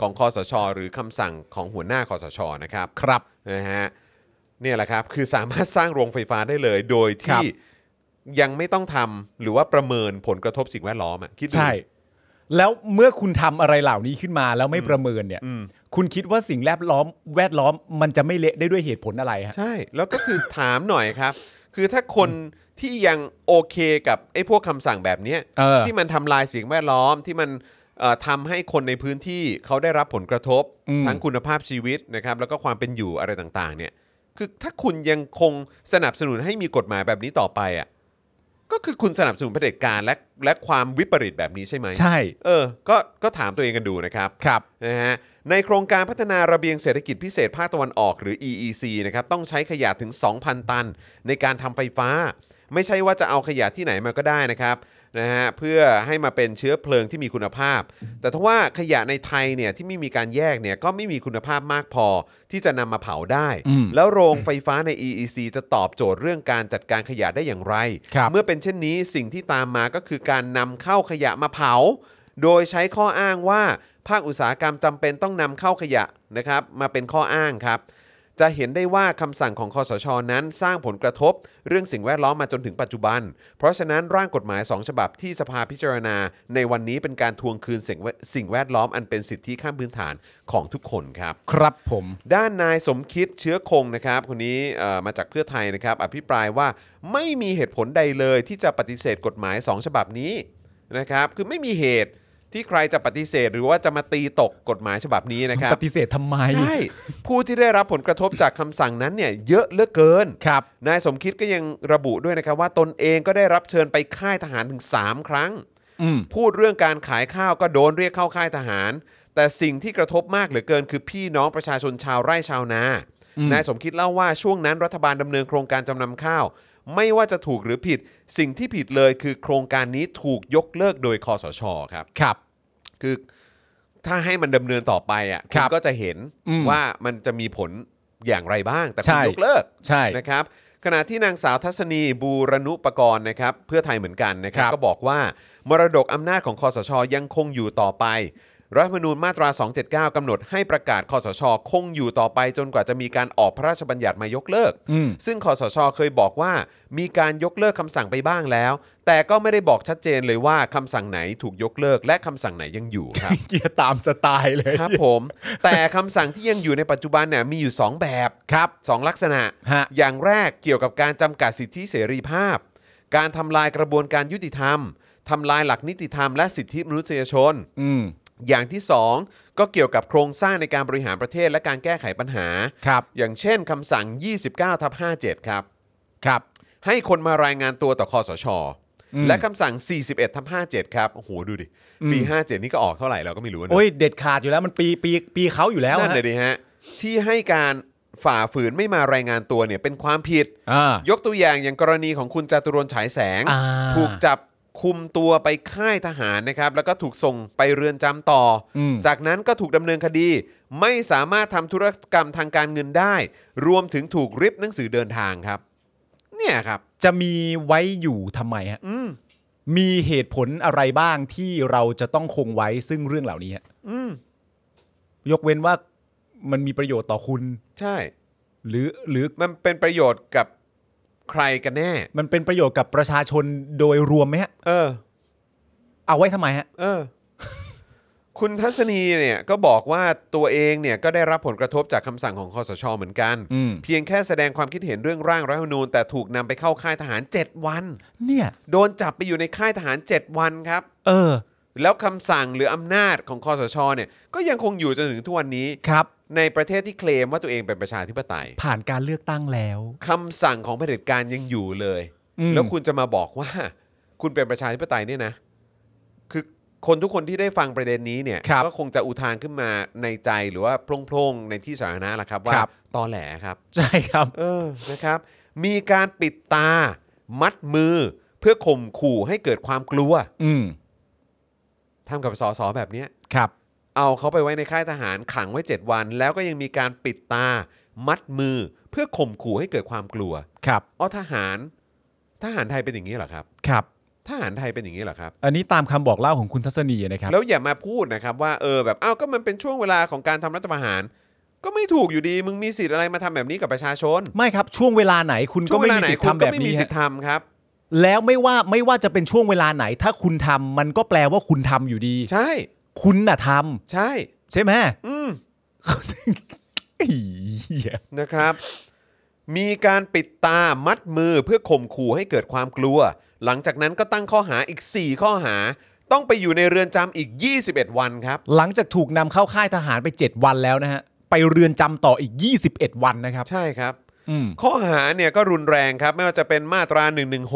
Speaker 1: ของคอสช หรือคำสั่งของหัวหน้าคอสชนะครับ
Speaker 2: ครับ
Speaker 1: นะฮะเนี่ยแหละครับคือสามารถสร้างโรงไฟฟ้าได้เลย โดยที่
Speaker 2: ครับ
Speaker 1: ยังไม่ต้องทำหรือว่าประเมินผลกระทบสิ่งแวดล้อมอะคิดดู
Speaker 2: ใช่ แล้วเมื่อคุณทำอะไรเหล่านี้ขึ้นมาแล้วไม่ประเมินเนี่ย คุณคิดว่าสิ่งแวดล้อม แวดล้อมมันจะไม่เละได้ด้วยเหตุผลอะไรฮะ
Speaker 1: ใช่ แล้วก็คือ ถามหน่อยครับ คือถ้าคนที่ยังโอเคกับไอ้พวกคำสั่งแบบเนี้ย
Speaker 2: เออ
Speaker 1: ที่มันทำลายสิ่งแวดล้อมที่มันเอ่อทำให้คนในพื้นที่เขาได้รับผลกระทบ
Speaker 2: อืม
Speaker 1: ทั้งคุณภาพชีวิตนะครับ แล้วก็ความเป็นอยู่อะไรต่างๆ เนี่ย คือถ้าคุณยังคงสนับสนุนให้มีกฎหมายแบบนี้ต่อไปอ่ะก็คือคุณสนับสนุนเผด็จการและและความวิปริตแบบนี้ใช่ไหม
Speaker 2: ใช่
Speaker 1: เออก็ก็ถามตัวเองกันดูนะครับ
Speaker 2: ครับ
Speaker 1: นะฮะในโครงการพัฒนาระเบียงเศรษฐกิจพิเศษภาคตะวันออกหรือ EEC นะครับต้องใช้ขยะถึง 2,000 ตัน ในการทำไฟฟ้า ไม่ใช่ว่าจะเอาขยะที่ไหนมาก็ได้นะครับนะฮะเพื่อให้มาเป็นเชื้อเพลิงที่มีคุณภาพ แต่ถ้าว่าขยะในไทยเนี่ยที่ไม่มีการแยกเนี่ยก็ไม่มีคุณภาพมากพอที่จะนำมาเผาได้
Speaker 2: อืม
Speaker 1: แล้วโรงไฟฟ้าใน EEC จะตอบโจทย์เรื่องการจัดการขยะได้อย่างไร
Speaker 2: ครับ
Speaker 1: เมื่อเป็นเช่นนี้สิ่งที่ตามมาก็คือการนำเข้าขยะมาเผา โดยใช้ข้ออ้างว่า ภาคอุตสาหกรรมจำเป็นต้องนำเข้าขยะนะครับ มาเป็นข้ออ้างครับ จะเห็นได้ว่าคำสั่งของคอสชนั้นสร้างผลกระทบ เรื่องสิ่งแวดล้อมมาจนถึงปัจจุบัน เพราะฉะนั้นร่างกฎหมาย 2 ฉบับที่สภาพิจารณา ในวันนี้เป็นการทวงคืนสิ่งแวสิ่งแวดล้อมอันเป็นสิทธิขั้นพื้นฐานของทุกคนครับ
Speaker 2: ครับผม
Speaker 1: ด้านนายสมคิดเชื้อคงนะครับคนนี้เอ่อมาจากเพื่อไทยนะครับ อภิปรายว่าไม่มีเหตุผลใดเลยที่จะปฏิเสธกฎหมาย 2 ฉบับนี้นะครับ คือไม่มีเหตุที่ใครจะปฏิเสธ หรือว่าจะมาตีตกกฎหมายฉบับนี้นะครับ
Speaker 2: ปฏิเสธทำไม
Speaker 1: ใช่ ผู้ที่ได้รับผลกระทบจากคำสั่งนั้นเนี่ยเยอะเหลือเกิน
Speaker 2: ครับ
Speaker 1: นายสมคิดก็ยังระบุด้วยนะครับว่าตนเองก็ได้รับเชิญไปค่ายทหารถึง 3 ครั้ง
Speaker 2: อืม
Speaker 1: พูดเรื่องการขายข้าวก็โดนเรียกเข้าค่ายทหาร แต่สิ่งที่กระทบมากเหลือเกิน คือพี่น้องประชาชนชาวไร่ชาวนา นายสมคิดเล่าว่าช่วงนั้นรัฐบาลดำเนินโครงการจำนำข้าว ไม่ว่าจะถูกหรือผิด สิ่งที่ผิดเลยคือโครงการนี้ถูกยกเลิกโดยคอสชครับ
Speaker 2: ครับ
Speaker 1: คือถ้าให้มันดำเนินต่อไปอ่ะ
Speaker 2: ค
Speaker 1: คุ
Speaker 2: รั
Speaker 1: ณ
Speaker 2: บ
Speaker 1: ก็จะเห็น
Speaker 2: อืม
Speaker 1: ว่ามันจะมีผลอย่างไรบ้าง แต่
Speaker 2: ใช่
Speaker 1: คุณยกเลิก
Speaker 2: ใช่
Speaker 1: นะครับขณะที่นางสาวทัศนีบูรณุปกรณ์นะครับเพื่อไทยเหมือนกันนะครับ
Speaker 2: ครับ
Speaker 1: ก็บอกว่ามรดกอำนาจของคอสชยังคงอยู่ต่อไป รัฐธรรมนูญมาตรา 279กำหนดให้ประกาศคอสช คงอยู่ต่อไปจนกว่าจะมีการออกพระราชบัญญัติมายกเลิก
Speaker 2: อืม
Speaker 1: ซึ่งคอสชเคยบอกว่ามีการยกเลิกคำสั่งไปบ้างแล้ว แต่ก็ไม่ได้บอกชัดเจนเลยว่าคำสั่งไหนถูกยกเลิกและคำสั่งไหนยังอยู่ครับ
Speaker 2: เกียร์ตามสไตล์เลย
Speaker 1: ครับผม แต่คำสั่งที่ยังอยู่ในปัจจุบันเนี่ยมีอยู่ 2 แบบ
Speaker 2: ครับ
Speaker 1: สองลักษณะ
Speaker 2: ฮะ
Speaker 1: อย่างแรกเกี่ยวกับการจำกัดสิทธิเสรีภาพ การทำลายกระบวนการยุติธรรม ทำลายหลักนิติธรรมและสิทธิมนุษยชน
Speaker 2: อืม
Speaker 1: อย่างที่สองก็เกี่ยวกับโครงสร้างในการบริหารประเทศและการแก้ไขปัญหา
Speaker 2: ครับ
Speaker 1: อย่างเช่นคำสั่ง 29ทับ57 ครับ
Speaker 2: ครับ
Speaker 1: ให้คนมารายงานตัวต่อคอสช
Speaker 2: อืม
Speaker 1: และคำสั่ง 41ทับ57 ครับ โอ้โห ดูดิ ปี 57 นี่ก็ออกเท่าไหร่เราก็ไม่รู้นะ
Speaker 2: โอ้ย เด็ดขาดอยู่แล้วมันปีปีปีเขาอยู่แล้ว
Speaker 1: นั่น
Speaker 2: ฮะ
Speaker 1: เลยดิฮะ ที่ให้การฝ่าฝืนไม่มารายงานตัวเนี่ยเป็นความผิด
Speaker 2: อ่า
Speaker 1: ยกตัวอย่างอย่างกรณีของคุณจตุรนต์ฉายแสง
Speaker 2: อ่า
Speaker 1: ถูกจับคุมตัวไปค่ายทหารนะครับ แล้วก็ถูกส่งไปเรือนจำต่ออ
Speaker 2: อืม
Speaker 1: จากนั้นก็ถูกดำเนินคดี ไม่สามารถทำธุรกรรมทางการเงินได้ รวมถึงถูกริบหนังสือเดินทางครับ เนี่ยครับ
Speaker 2: จะมีไว้อยู่ทำไมฮะมีเหตุผลอะไรบ้างที่เราจะต้องคงไว้ซึ่งเรื่องเหล่านี้ฮะยกเว้นว่ามันมีประโยชน์ต่อคุณ
Speaker 1: ใช่
Speaker 2: หรือหรือ
Speaker 1: มันเป็นประโยชน์กับใครกันแน่
Speaker 2: มันเป็นประโยชน์กับประชาชนโดยรวมไหมฮะ
Speaker 1: เออ
Speaker 2: เอาไว้ทำไมฮะ
Speaker 1: เออ คุณทัศนีเนี่ยก็บอกว่าตัวเองเนี่ยก็ได้รับผลกระทบจากคำสั่งของคอสชเหมือนกัน
Speaker 2: อืม
Speaker 1: เพียงแค่แสดงความคิดเห็นเรื่องร่างรัฐธรรมนูญแต่ถูกนำไปเข้าค่ายทหาร 7 วัน
Speaker 2: เนี่ย
Speaker 1: โดนจับไปอยู่ในค่ายทหาร 7 วันครับ
Speaker 2: เออ
Speaker 1: แล้วคำสั่งหรืออำนาจของคอสชเนี่ยก็ยังคงอยู่จนถึงทุกวันนี้
Speaker 2: ครับ
Speaker 1: ในประเทศที่เคลมว่าตัวเองเป็นประชาธิปไตย
Speaker 2: ผ่านการเลือกตั้งแล้ว
Speaker 1: คำสั่งของเผด็จการยังอยู่เลย
Speaker 2: อืม
Speaker 1: แล้วคุณจะมาบอกว่า คุณเป็นประชาธิปไตยเนี่ยนะ คือ คนทุกคนที่ได้ฟังประเด็นนี้เนี่ย
Speaker 2: ครับ
Speaker 1: ก็คงจะอุทานขึ้นมาในใจหรือว่าโพร่งๆในที่สาธารณะละครับ ว่า
Speaker 2: ครับ
Speaker 1: ตอแหลครับ
Speaker 2: [laughs] ใช่ครับ
Speaker 1: เออ นะครับ มีการปิดตา มัดมือ เพื่อข่มขู่ให้เกิดความกลัว
Speaker 2: อืม
Speaker 1: ทำกับสสแบบเนี้ย
Speaker 2: ครับ
Speaker 1: เอาเขาไปไว้ในค่ายทหารขังไว้ 7 วัน แล้วก็ยังมีการปิดตา มัดมือ เพื่อข่มขู่ให้เกิดความกลัว
Speaker 2: ครับ
Speaker 1: อ๋อทหาร ทหารไทยเป็นอย่างนี้เหรอครับ
Speaker 2: ครับ
Speaker 1: ทหารไทยเป็นอย่างนี้เหรอครับ
Speaker 2: อันนี้ตามคำบอกเล่าของคุณทัศนีนะครับ
Speaker 1: แล้วอย่ามาพูดนะครับว่าเออแบบอ้าวก็มันเป็นช่วงเวลาของการทำรัฐประหาร ก็ไม่ถูกอยู่ดีมึงมีสิทธิ์อะไรมาทำแบบนี้กับประชาชน
Speaker 2: ไม่ครับช่วงเวลาไหนคุณ
Speaker 1: ช่
Speaker 2: ก็
Speaker 1: วงเว
Speaker 2: ไม่
Speaker 1: ลา
Speaker 2: มี
Speaker 1: ไหน
Speaker 2: สิทธิ์
Speaker 1: คุณ
Speaker 2: ทำ
Speaker 1: ก็
Speaker 2: แบบ
Speaker 1: ไม่มี
Speaker 2: นี้
Speaker 1: สิท
Speaker 2: ฮะ
Speaker 1: ธิ์ทำครับ
Speaker 2: แล้วไม่ว่าไม่ว่าจะเป็นช่วงเวลาไหน ถ้าคุณทำมันก็แปลว่าคุณทำอยู่ดี
Speaker 1: ใช่
Speaker 2: คุณน่ะทำ
Speaker 1: ใช่
Speaker 2: ใช่ไหม
Speaker 1: อืม
Speaker 2: ไอ้เหี้ย
Speaker 1: นะครับ มีการปิดตามัดมือเพื่อข่มขู่ให้เกิดความกลัว หลังจากนั้นก็ตั้งข้อหาอีก 4 ข้อหา ต้องไปอยู่ในเรือนจำอีก 21 วันครับ
Speaker 2: หลังจากถูกนำเข้าค่ายทหารไป 7 วันแล้วนะฮะ ไปเรือนจำต่ออีก 21 วันนะครับ
Speaker 1: ใช่ครับ
Speaker 2: อืม
Speaker 1: ข้อหาเนี่ยก็รุนแรงครับ ไม่ว่าจะเป็นมาตรา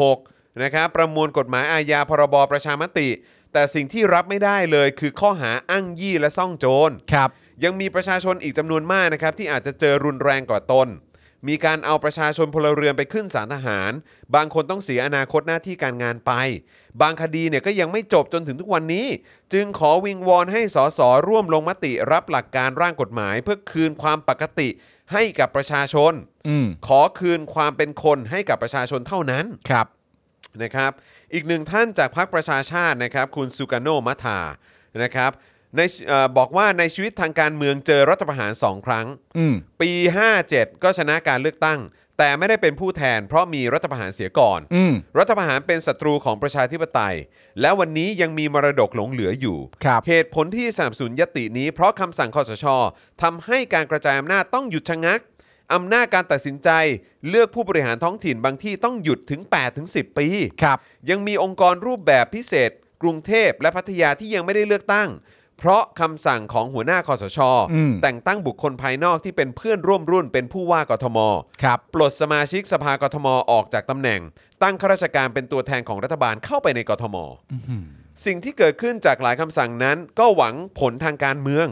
Speaker 1: 116 นะครับ ประมวลกฎหมายอาญาพรบประชามติ แต่สิ่งที่รับไม่ได้เลยคือข้อหาอ้างยี่และซ่องโจร
Speaker 2: ครับ
Speaker 1: ยังมีประชาชนอีกจำนวนมากนะครับ ที่อาจจะเจอรุนแรงกว่าตน มีการเอาประชาชนพลเรือนไปขึ้นศาลทหาร บางคนต้องเสียอนาคตหน้าที่การงานไป บางคดีเนี่ยก็ยังไม่จบจนถึงทุกวันนี้ จึงขอวิงวอนให้สสร่วมลงมติรับหลักการร่างกฎหมาย เพื่อคืนความปกติให้กับประชาชน
Speaker 2: อืม
Speaker 1: ขอคืนความเป็นคนให้กับประชาชนเท่านั้น
Speaker 2: ครับ
Speaker 1: นะครับอีกหนึ่งท่านจากพรรคประชาชาตินะครับคุณสุกาโนมัทานะครับในเอ่อบอกว่าในชีวิตทางการเมืองเจอรัฐประหาร 2 ครั้ง
Speaker 2: อืม
Speaker 1: ปี 57 ก็ชนะการเลือกตั้ง แต่ไม่ได้เป็นผู้แทนเพราะมีรัฐประหารเสียก่อน
Speaker 2: อืม
Speaker 1: รัฐประหารเป็นศัตรูของประชาธิปไตย และวันนี้ยังมีมรดกหลงเหลืออยู่
Speaker 2: ครับ
Speaker 1: เหตุผลที่สนับสนุนยตินี้เพราะคำสั่งคอสชทำให้การกระจายอำนาจต้องหยุดชะงักอำนาจการตัดสินใจ เลือกผู้บริหารท้องถิ่นบางที่ต้องหยุดถึง 8-10 ปี
Speaker 2: ครับ
Speaker 1: ยังมีองค์กรรูปแบบพิเศษ กรุงเทพและพัทยาที่ยังไม่ได้เลือกตั้ง เพราะคำสั่งของหัวหน้าคอสช
Speaker 2: อืม
Speaker 1: แต่งตั้งบุคคลภายนอกที่เป็นเพื่อนร่วมรุ่นเป็นผู้ว่ากทม
Speaker 2: ครับ
Speaker 1: ปลดสมาชิกสภากทมออกจากตำแหน่ง ตั้งข้าราชการเป็นตัวแทนของรัฐบาลเข้าไปในกทม สิ่งที่เกิดขึ้นจากหลายคำสั่งนั้น ก็หวังผลทางการเมือง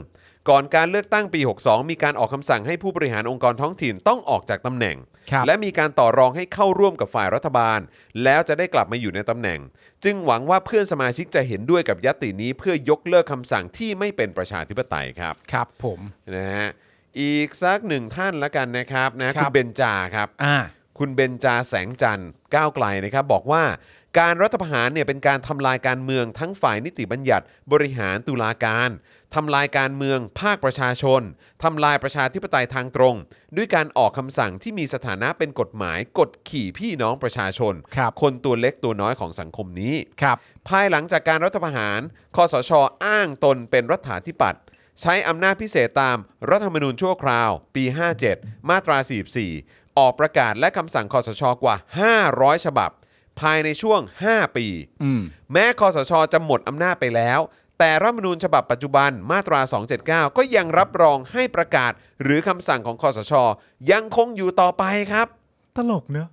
Speaker 1: ก่อนการเลือกตั้งปี 62 มีการออกคำสั่งให้ผู้บริหารองค์กรท้องถิ่นต้องออกจากตำแหน่ง
Speaker 2: ครับ
Speaker 1: และมีการต่อรองให้เข้าร่วมกับฝ่ายรัฐบาล แล้วจะได้กลับมาอยู่ในตำแหน่ง จึงหวังว่าเพื่อนสมาชิกจะเห็นด้วยกับยตินี้ เพื่อยกเลิกคำสั่งที่ไม่เป็นประชาธิปไตยครับ
Speaker 2: ครับผม
Speaker 1: นะฮะอีกสักหนึ่งท่านละกันนะครับนะ
Speaker 2: ครั
Speaker 1: คุ
Speaker 2: บ
Speaker 1: ณเบนจาครับ
Speaker 2: อ่า
Speaker 1: คุณเบนจาแสงจันทร์ก้าวไกลนะครับ บอกว่าการรัฐประหารเนี่ยเป็นการทำลายการเมืองทั้งฝ่ายนิติบัญญัติ บริหารตุลาการทำลายการเมืองภาคประชาชนทำลายประชาธิปไตยทางตรง ด้วยการออกคำสั่งที่มีสถานะเป็นกฎหมายกดขี่พี่น้องประชาชน
Speaker 2: ครับ
Speaker 1: นตัวเล็กตัวน้อยของสังคมนี้
Speaker 2: ครับ
Speaker 1: ภายหลังจากการรัฐประหารคอสช อ้างตนเป็นรัฐาธิปัตย์ใช้อำนาจพิเศษตามรัฐธรรมนูญชั่วคราว ปี 57 มาตรา 44 ออกประกาศและคำสั่งคอสช กว่า 500 ฉบับ ภายในช่วง 5 ปี
Speaker 2: อืม
Speaker 1: แม้คอสช จะหมดอำนาจไปแล้ว แต่รัฐธรรมนูญฉบับปัจจุบันมาตรา 279 ก็ยังรับรองให้ประกาศ หรือคำสั่งของคอสช ยังคงอยู่ต่อไปครับ
Speaker 2: ตลกเนอะ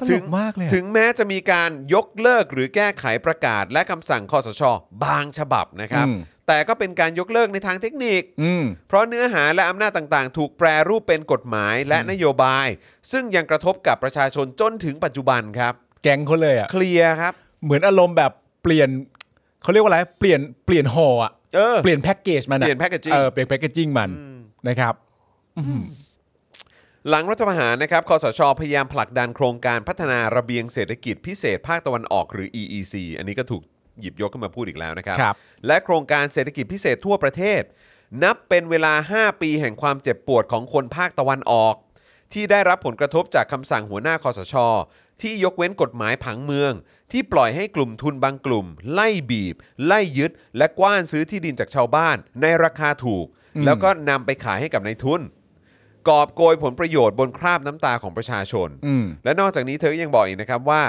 Speaker 2: ตล
Speaker 1: ถึง
Speaker 2: กมากเลยอะ
Speaker 1: ถึงแม้จะมีการยกเลิกหรือแก้ไขประกาศและคำสั่งคอสช บางฉบับนะครับ แต่ก็เป็นการยกเลิกในทางเทคนิค
Speaker 2: อืม
Speaker 1: เพราะเนื้อหาและอำนาจต่างๆ ถูกแปรรูปเป็นกฎหมายและนโยบาย ซึ่งยังกระทบกับประชาชนจนถึงปัจจุบันครับ
Speaker 2: แก๊งเขาเลยอ่ะ
Speaker 1: เคลียร์ครับ
Speaker 2: เหมือนอารมณ์แบบเปลี่ยนเขาเรียกว่าอะไร เปลี่ยนเปลี่ยนห่ออ่ะ
Speaker 1: เออ
Speaker 2: เปลี่ยนแพ็กเกจมันอะ
Speaker 1: เปลี่ยน packaging
Speaker 2: เออเปลี่ยนแพ็กเกจจิ้งมันนะครับ
Speaker 1: หลังรัฐประหารนะครับคอสช พยายามผลักดันโครงการพัฒนาระเบียงเศรษฐกิจพิเศษภาคตะวันออกหรือ EEC อันนี้ก็ถูกหยิบยกขึ้นมาพูดอีกแล้วนะครับ
Speaker 2: ครับ
Speaker 1: และโครงการเศรษฐกิจพิเศษทั่วประเทศ นับเป็นเวลา 5 ปีแห่งความเจ็บปวดของคนภาคตะวันออก ที่ได้รับผลกระทบจากคำสั่งหัวหน้าคอสช ที่ยกเว้นกฎหมายผังเมือง ที่ปล่อยให้กลุ่มทุนบางกลุ่ม ไล่บีบ ไล่ยึด และกว้านซื้อที่ดินจากชาวบ้าน ในราคาถูก แล้วก็นำไปขายให้กับนายทุน กอบโกยผลประโยชน์บนคราบน้ำตาของประชาชน
Speaker 2: อืม
Speaker 1: และนอกจากนี้เธอก็ยังบอกอีกนะครับว่า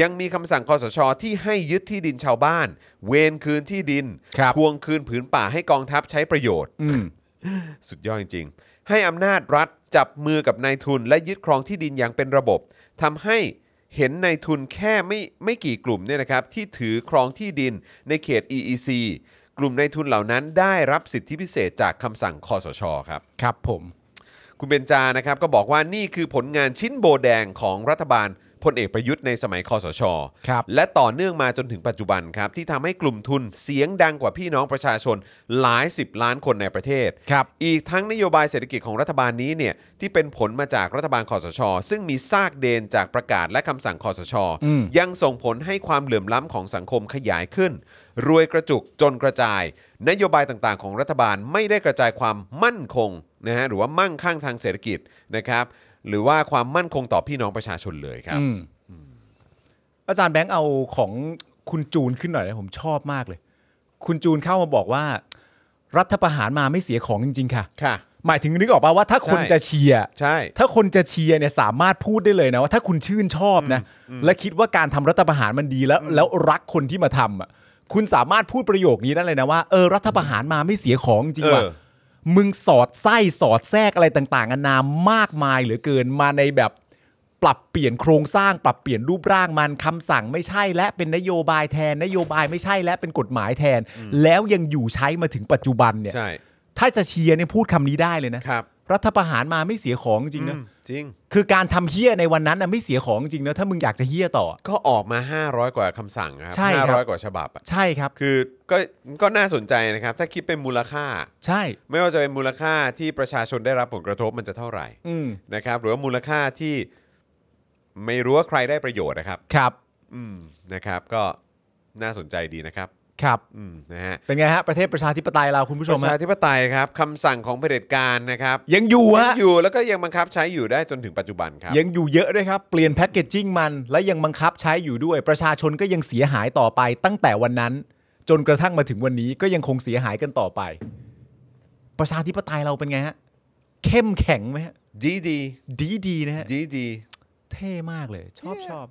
Speaker 1: ยังมีคำสั่งคอสช ที่ให้ยึดที่ดินชาวบ้าน เวนคืนที่ดิน
Speaker 2: ครับ
Speaker 1: ทวงคืนผืนป่าให้กองทัพใช้ประโยชน์
Speaker 2: อืม
Speaker 1: [laughs] สุดยอดจริงๆ ให้อำนาจรัฐจับมือกับนายทุน และยึดครองที่ดินอย่างเป็นระบบทำให้ เห็นในทุนแค่ไม่ไม่กี่กลุ่มเนี่ยนะครับที่ถือครองที่ดินในเขต EEC กลุ่มในทุนเหล่านั้นได้รับสิทธิพิเศษจากคำสั่งคอสชครับ
Speaker 2: ครับผม
Speaker 1: คุณเบนจานะครับก็บอกว่านี่คือผลงานชิ้นโบแดงของรัฐบาลพลเอกประยุทธ์ในสมัยคอสช
Speaker 2: ครับ
Speaker 1: และต่อเนื่องมาจนถึงปัจจุบันครับ ที่ทำให้กลุ่มทุนเสียงดังกว่าพี่น้องประชาชนหลายสิบล้านคนในประเทศ
Speaker 2: ครับ
Speaker 1: อีกทั้งนโยบายเศรษฐกิจของรัฐบาลนี้เนี่ยที่เป็นผลมาจากรัฐบาลคอสช ซึ่งมีซากเดนจากประกาศและคำสั่งคอสช
Speaker 2: อืม
Speaker 1: ยังส่งผลให้ความเหลื่อมล้ำของสังคมขยายขึ้น รวยกระจุกจนกระจาย นโยบายต่างๆ ของรัฐบาลไม่ได้กระจายความมั่นคงนะฮะหรือว่ามั่งคั่งทางเศรษฐกิจนะครับหรือว่าความมั่นคงต่อพี่น้องประชาชนเลยครับ
Speaker 2: อืมอาจารย์แบงค์เอาของคุณจูนขึ้นหน่อยนะผมชอบมากเลย คุณจูนเข้ามาบอกว่า รัฐประหารมาไม่เสียของจริง ๆ ค่ะ
Speaker 1: ค่ะ
Speaker 2: หมายถึงนึกออกป่าว่าถ้าคน
Speaker 1: ใช่
Speaker 2: จะเชียร์
Speaker 1: ใช่
Speaker 2: ถ้าคนจะเชียร์เนี่ยสามารถพูดได้เลยนะว่าถ้าคุณชื่นชอบนะ และคิดว่าการทำรัฐประหารมันดีแล้ว แล้วรักคนที่มาทำอ่ะคุณสามารถพูดประโยคนี้ได้เลยนะว่าเออรัฐประหารมาไม่เสียของจริง
Speaker 1: เอ
Speaker 2: ว่ะ
Speaker 1: อ
Speaker 2: มึงสอดไส้สอดแทรกอะไรต่างๆนานามากมายเหลือเกินมาในแบบปรับเปลี่ยนโครงสร้าง ปรับเปลี่ยนรูปร่างมันคำสั่งไม่ใช่ และเป็นนโยบายแทนนโยบายไม่ใช่และเป็นกฎหมายแทน แล้วยังอยู่ใช้มาถึงปัจจุบันเนี่ย
Speaker 1: ใช่
Speaker 2: ถ้าจะเชียร์เนี่ยพูดคำนี้ได้เลยนะครับ รัฐประหารมาไม่เสียของจริงนะ
Speaker 1: อืมจริง
Speaker 2: คือการทำเฮี้ยในวันนั้นน่ะไม่เสียของจริงนะถ้ามึงอยากจะเฮี้ยต่อ
Speaker 1: ก็ออกมา 500 กว่าคำสั่งครั
Speaker 2: ใช่ครับ
Speaker 1: 500 กว่าฉบับอะ
Speaker 2: ใช่ครับ
Speaker 1: คือก็ก็น่าสนใจนะครับ ถ้าคิดเป็นมูลค่า
Speaker 2: ใช่
Speaker 1: ไม่ว่าจะเป็นมูลค่าที่ประชาชนได้รับผลกระทบมันจะเท่าไหร่
Speaker 2: อืม
Speaker 1: นะครับ หรือว่ามูลค่าที่ไม่รู้ว่าใครได้ประโยชน์นะครับ
Speaker 2: ครับ
Speaker 1: อืมนะครับ ก็น่าสนใจดีนะครับ
Speaker 2: ครับ
Speaker 1: อืมนะฮะ
Speaker 2: เป็นไงฮะ ประเทศประชาธิปไตยเราคุณผู้ช
Speaker 1: ป
Speaker 2: ม
Speaker 1: ระชา
Speaker 2: ฮะ
Speaker 1: ธิปไตยครับคำสั่งของเผด็จการนะครับ
Speaker 2: ยังอยู่
Speaker 1: ยัง
Speaker 2: ฮะ
Speaker 1: อยู่แล้วก็ยังบังคับใช้อยู่ได้จนถึงปัจจุบันครับ
Speaker 2: ยังอยู่เยอะด้วยครับ เปลี่ยนแพ็กเกจจิ้งมัน และยังบังคับใช้อยู่ด้วย ประชาชนก็ยังเสียหายต่อไปตั้งแต่วันนั้น จนกระทั่งมาถึงวันนี้ก็ยังคงเสียหายกันต่อไป ประชาธิปไตยเราเป็นไงฮะเข้มแข็งไหมฮะ
Speaker 1: ดีดี
Speaker 2: ดีดีๆนะฮะ
Speaker 1: ดีดี
Speaker 2: เท่มากเลย ชอบชอบ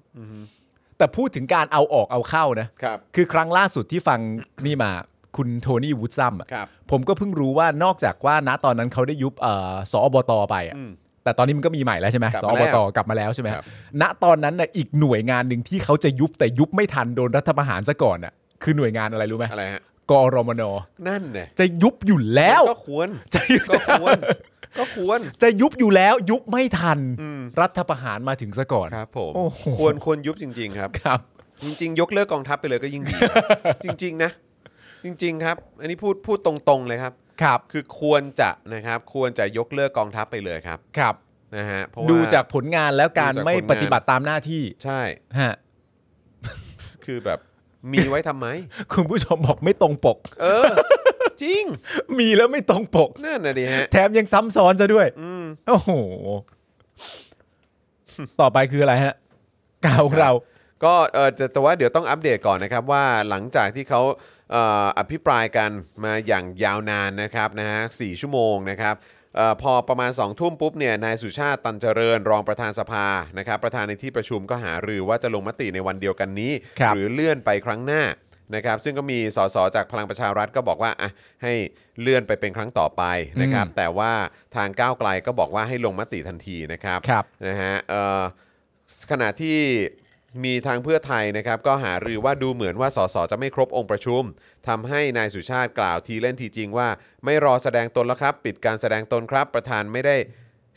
Speaker 2: แต่พูดถึงการเอาออกเอาเข้านะ
Speaker 1: ครับ
Speaker 2: คือครั้งล่าสุดที่ฟังนี่มาคุณโทนี่วูดซัมอะ
Speaker 1: ครับ
Speaker 2: ผมก็เพิ่งรู้ว่านอกจากว่าณตอนนั้นเขาได้ยุบเอ่อสอบตไปอะ
Speaker 1: อืม
Speaker 2: แต่ตอนนี้มันก็มีใหม่แล้วใช่ไหม
Speaker 1: กลับ
Speaker 2: ส
Speaker 1: มา
Speaker 2: อบ
Speaker 1: แล้
Speaker 2: ต
Speaker 1: ว
Speaker 2: กลับมาแล้วใช่ไหม
Speaker 1: ครับ
Speaker 2: ณตอนนั้นน่ะอีกหน่วยงานหนึ่งที่เขาจะยุบแต่ยุบไม่ทันโดนรัฐประหารซะก่อนอ่ะคือหน่วยงานอะไรรู้ไหม
Speaker 1: อะไรฮะ
Speaker 2: กอรมน
Speaker 1: นั่นเนี่ย
Speaker 2: จะยุบอยู่แล้ว
Speaker 1: ก็ควร
Speaker 2: จะยุบ
Speaker 1: ก็ควรก็ควร
Speaker 2: จะยุบอยู่แล้วยุบไม่ทัน
Speaker 1: อืม
Speaker 2: รัฐประหารมาถึงซะก่อน
Speaker 1: ครับผม
Speaker 2: โอ้โห
Speaker 1: ควรควรยุบจริง ๆ ครับ
Speaker 2: ครับ
Speaker 1: จริง ๆ ยกเลิกกองทัพไปเลยก็ยิ่ง
Speaker 2: [laughs]
Speaker 1: ดี จริง ๆ นะ จริง ๆ ครับ อันนี้พูดพูดตรง ๆ เลยครับ
Speaker 2: ครับ
Speaker 1: คือควรจะนะครับ ควรจะยกเลิกกองทัพไปเลยครับ
Speaker 2: ครับ
Speaker 1: นะฮะเพราะว่า
Speaker 2: ดูจากผลงานแล้วการ
Speaker 1: ดูจากผลงาน
Speaker 2: ไม่ปฏิบัติตามหน้าที่
Speaker 1: ใช่
Speaker 2: ฮะ
Speaker 1: คือแบบมีไว้ทำไม
Speaker 2: คุณผู้ชมบอกไม่ตรงปก
Speaker 1: เออ จริง
Speaker 2: มีแล้วไม่ตรงปก
Speaker 1: นั่นนะดิฮะ
Speaker 2: แถมยังซ้ำซ้อนซะด้วย
Speaker 1: อืม
Speaker 2: โอ้โห ต่อไปคืออะไรฮะกล่าวของเรา
Speaker 1: ก็เออแต่แต่ว่าเดี๋ยวต้องอัปเดตก่อนนะครับว่าหลังจากที่เขาเอ่ออภิปรายกันมาอย่างยาวนานนะครับนะฮะสชั่วโมงนะครับเออพอประมาณ2องทุ่มปุ๊บเนี่ยนายสุชาติตันเจริญ รองประธานสภานะครับประธานในที่ประชุมก็หารือว่าจะลงมติในวันเดียวกันนี้
Speaker 2: ครับ
Speaker 1: หรือเลื่อนไปครั้งหน้านะครับซึ่งก็มีสสจากพลังประชารัฐก็บอกว่าอ่ะให้เลื่อนไปเป็นครั้งต่อไปนะครับแต่ว่าทางก้าวไกลก็บอกว่าให้ลงมติทันทีนะครับ
Speaker 2: ครับ
Speaker 1: นะฮะเอ่อขณะที่มีทางเพื่อไทยนะครับ ก็หารือว่าดูเหมือนว่าสสจะไม่ครบองค์ประชุมทำให้นายสุชาติกล่าวทีเล่นทีจริงว่า ไม่รอแสดงตนแล้วครับ ปิดการแสดงตนครับ ประธานไม่ได้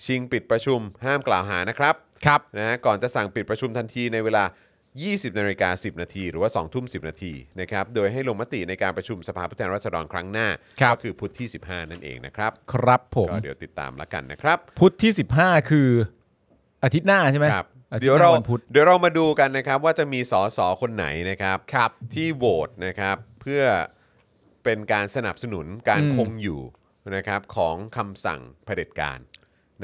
Speaker 1: ชิงปิดประชุม ห้ามกล่าวหานะครับ
Speaker 2: ครับ
Speaker 1: นะฮะก่อนจะสั่งปิดประชุมทันทีในเวลา 20นาฬิกา10 นาทีหรือว่า 2 ทุ่ม 10 นาทีนะครับโดยให้ลงมติในการประชุมสภาผู้แทนราษฎรครั้งหน้า
Speaker 2: ครับ
Speaker 1: ก็คือพุธที่ 15 นั่นเองนะครับ
Speaker 2: ครับผม
Speaker 1: ก็เดี๋ยวติดตามละกันนะครับ
Speaker 2: พุทธที่ 15 คือ อาทิตย์หน้าใช่ไหม
Speaker 1: ครับ
Speaker 2: อทิต
Speaker 1: เดี๋ยว
Speaker 2: หน้
Speaker 1: เรา
Speaker 2: นพุธ
Speaker 1: เดี๋ยวเรามาดูกันนะครับว่าจะมีสสคนไหนนะครับ
Speaker 2: ครับ
Speaker 1: ที่โหวตนะครับเพื่อเป็นการสนับสนุนการ
Speaker 2: อืม
Speaker 1: คงอยู่นะครับของคำสั่งเผด็จการ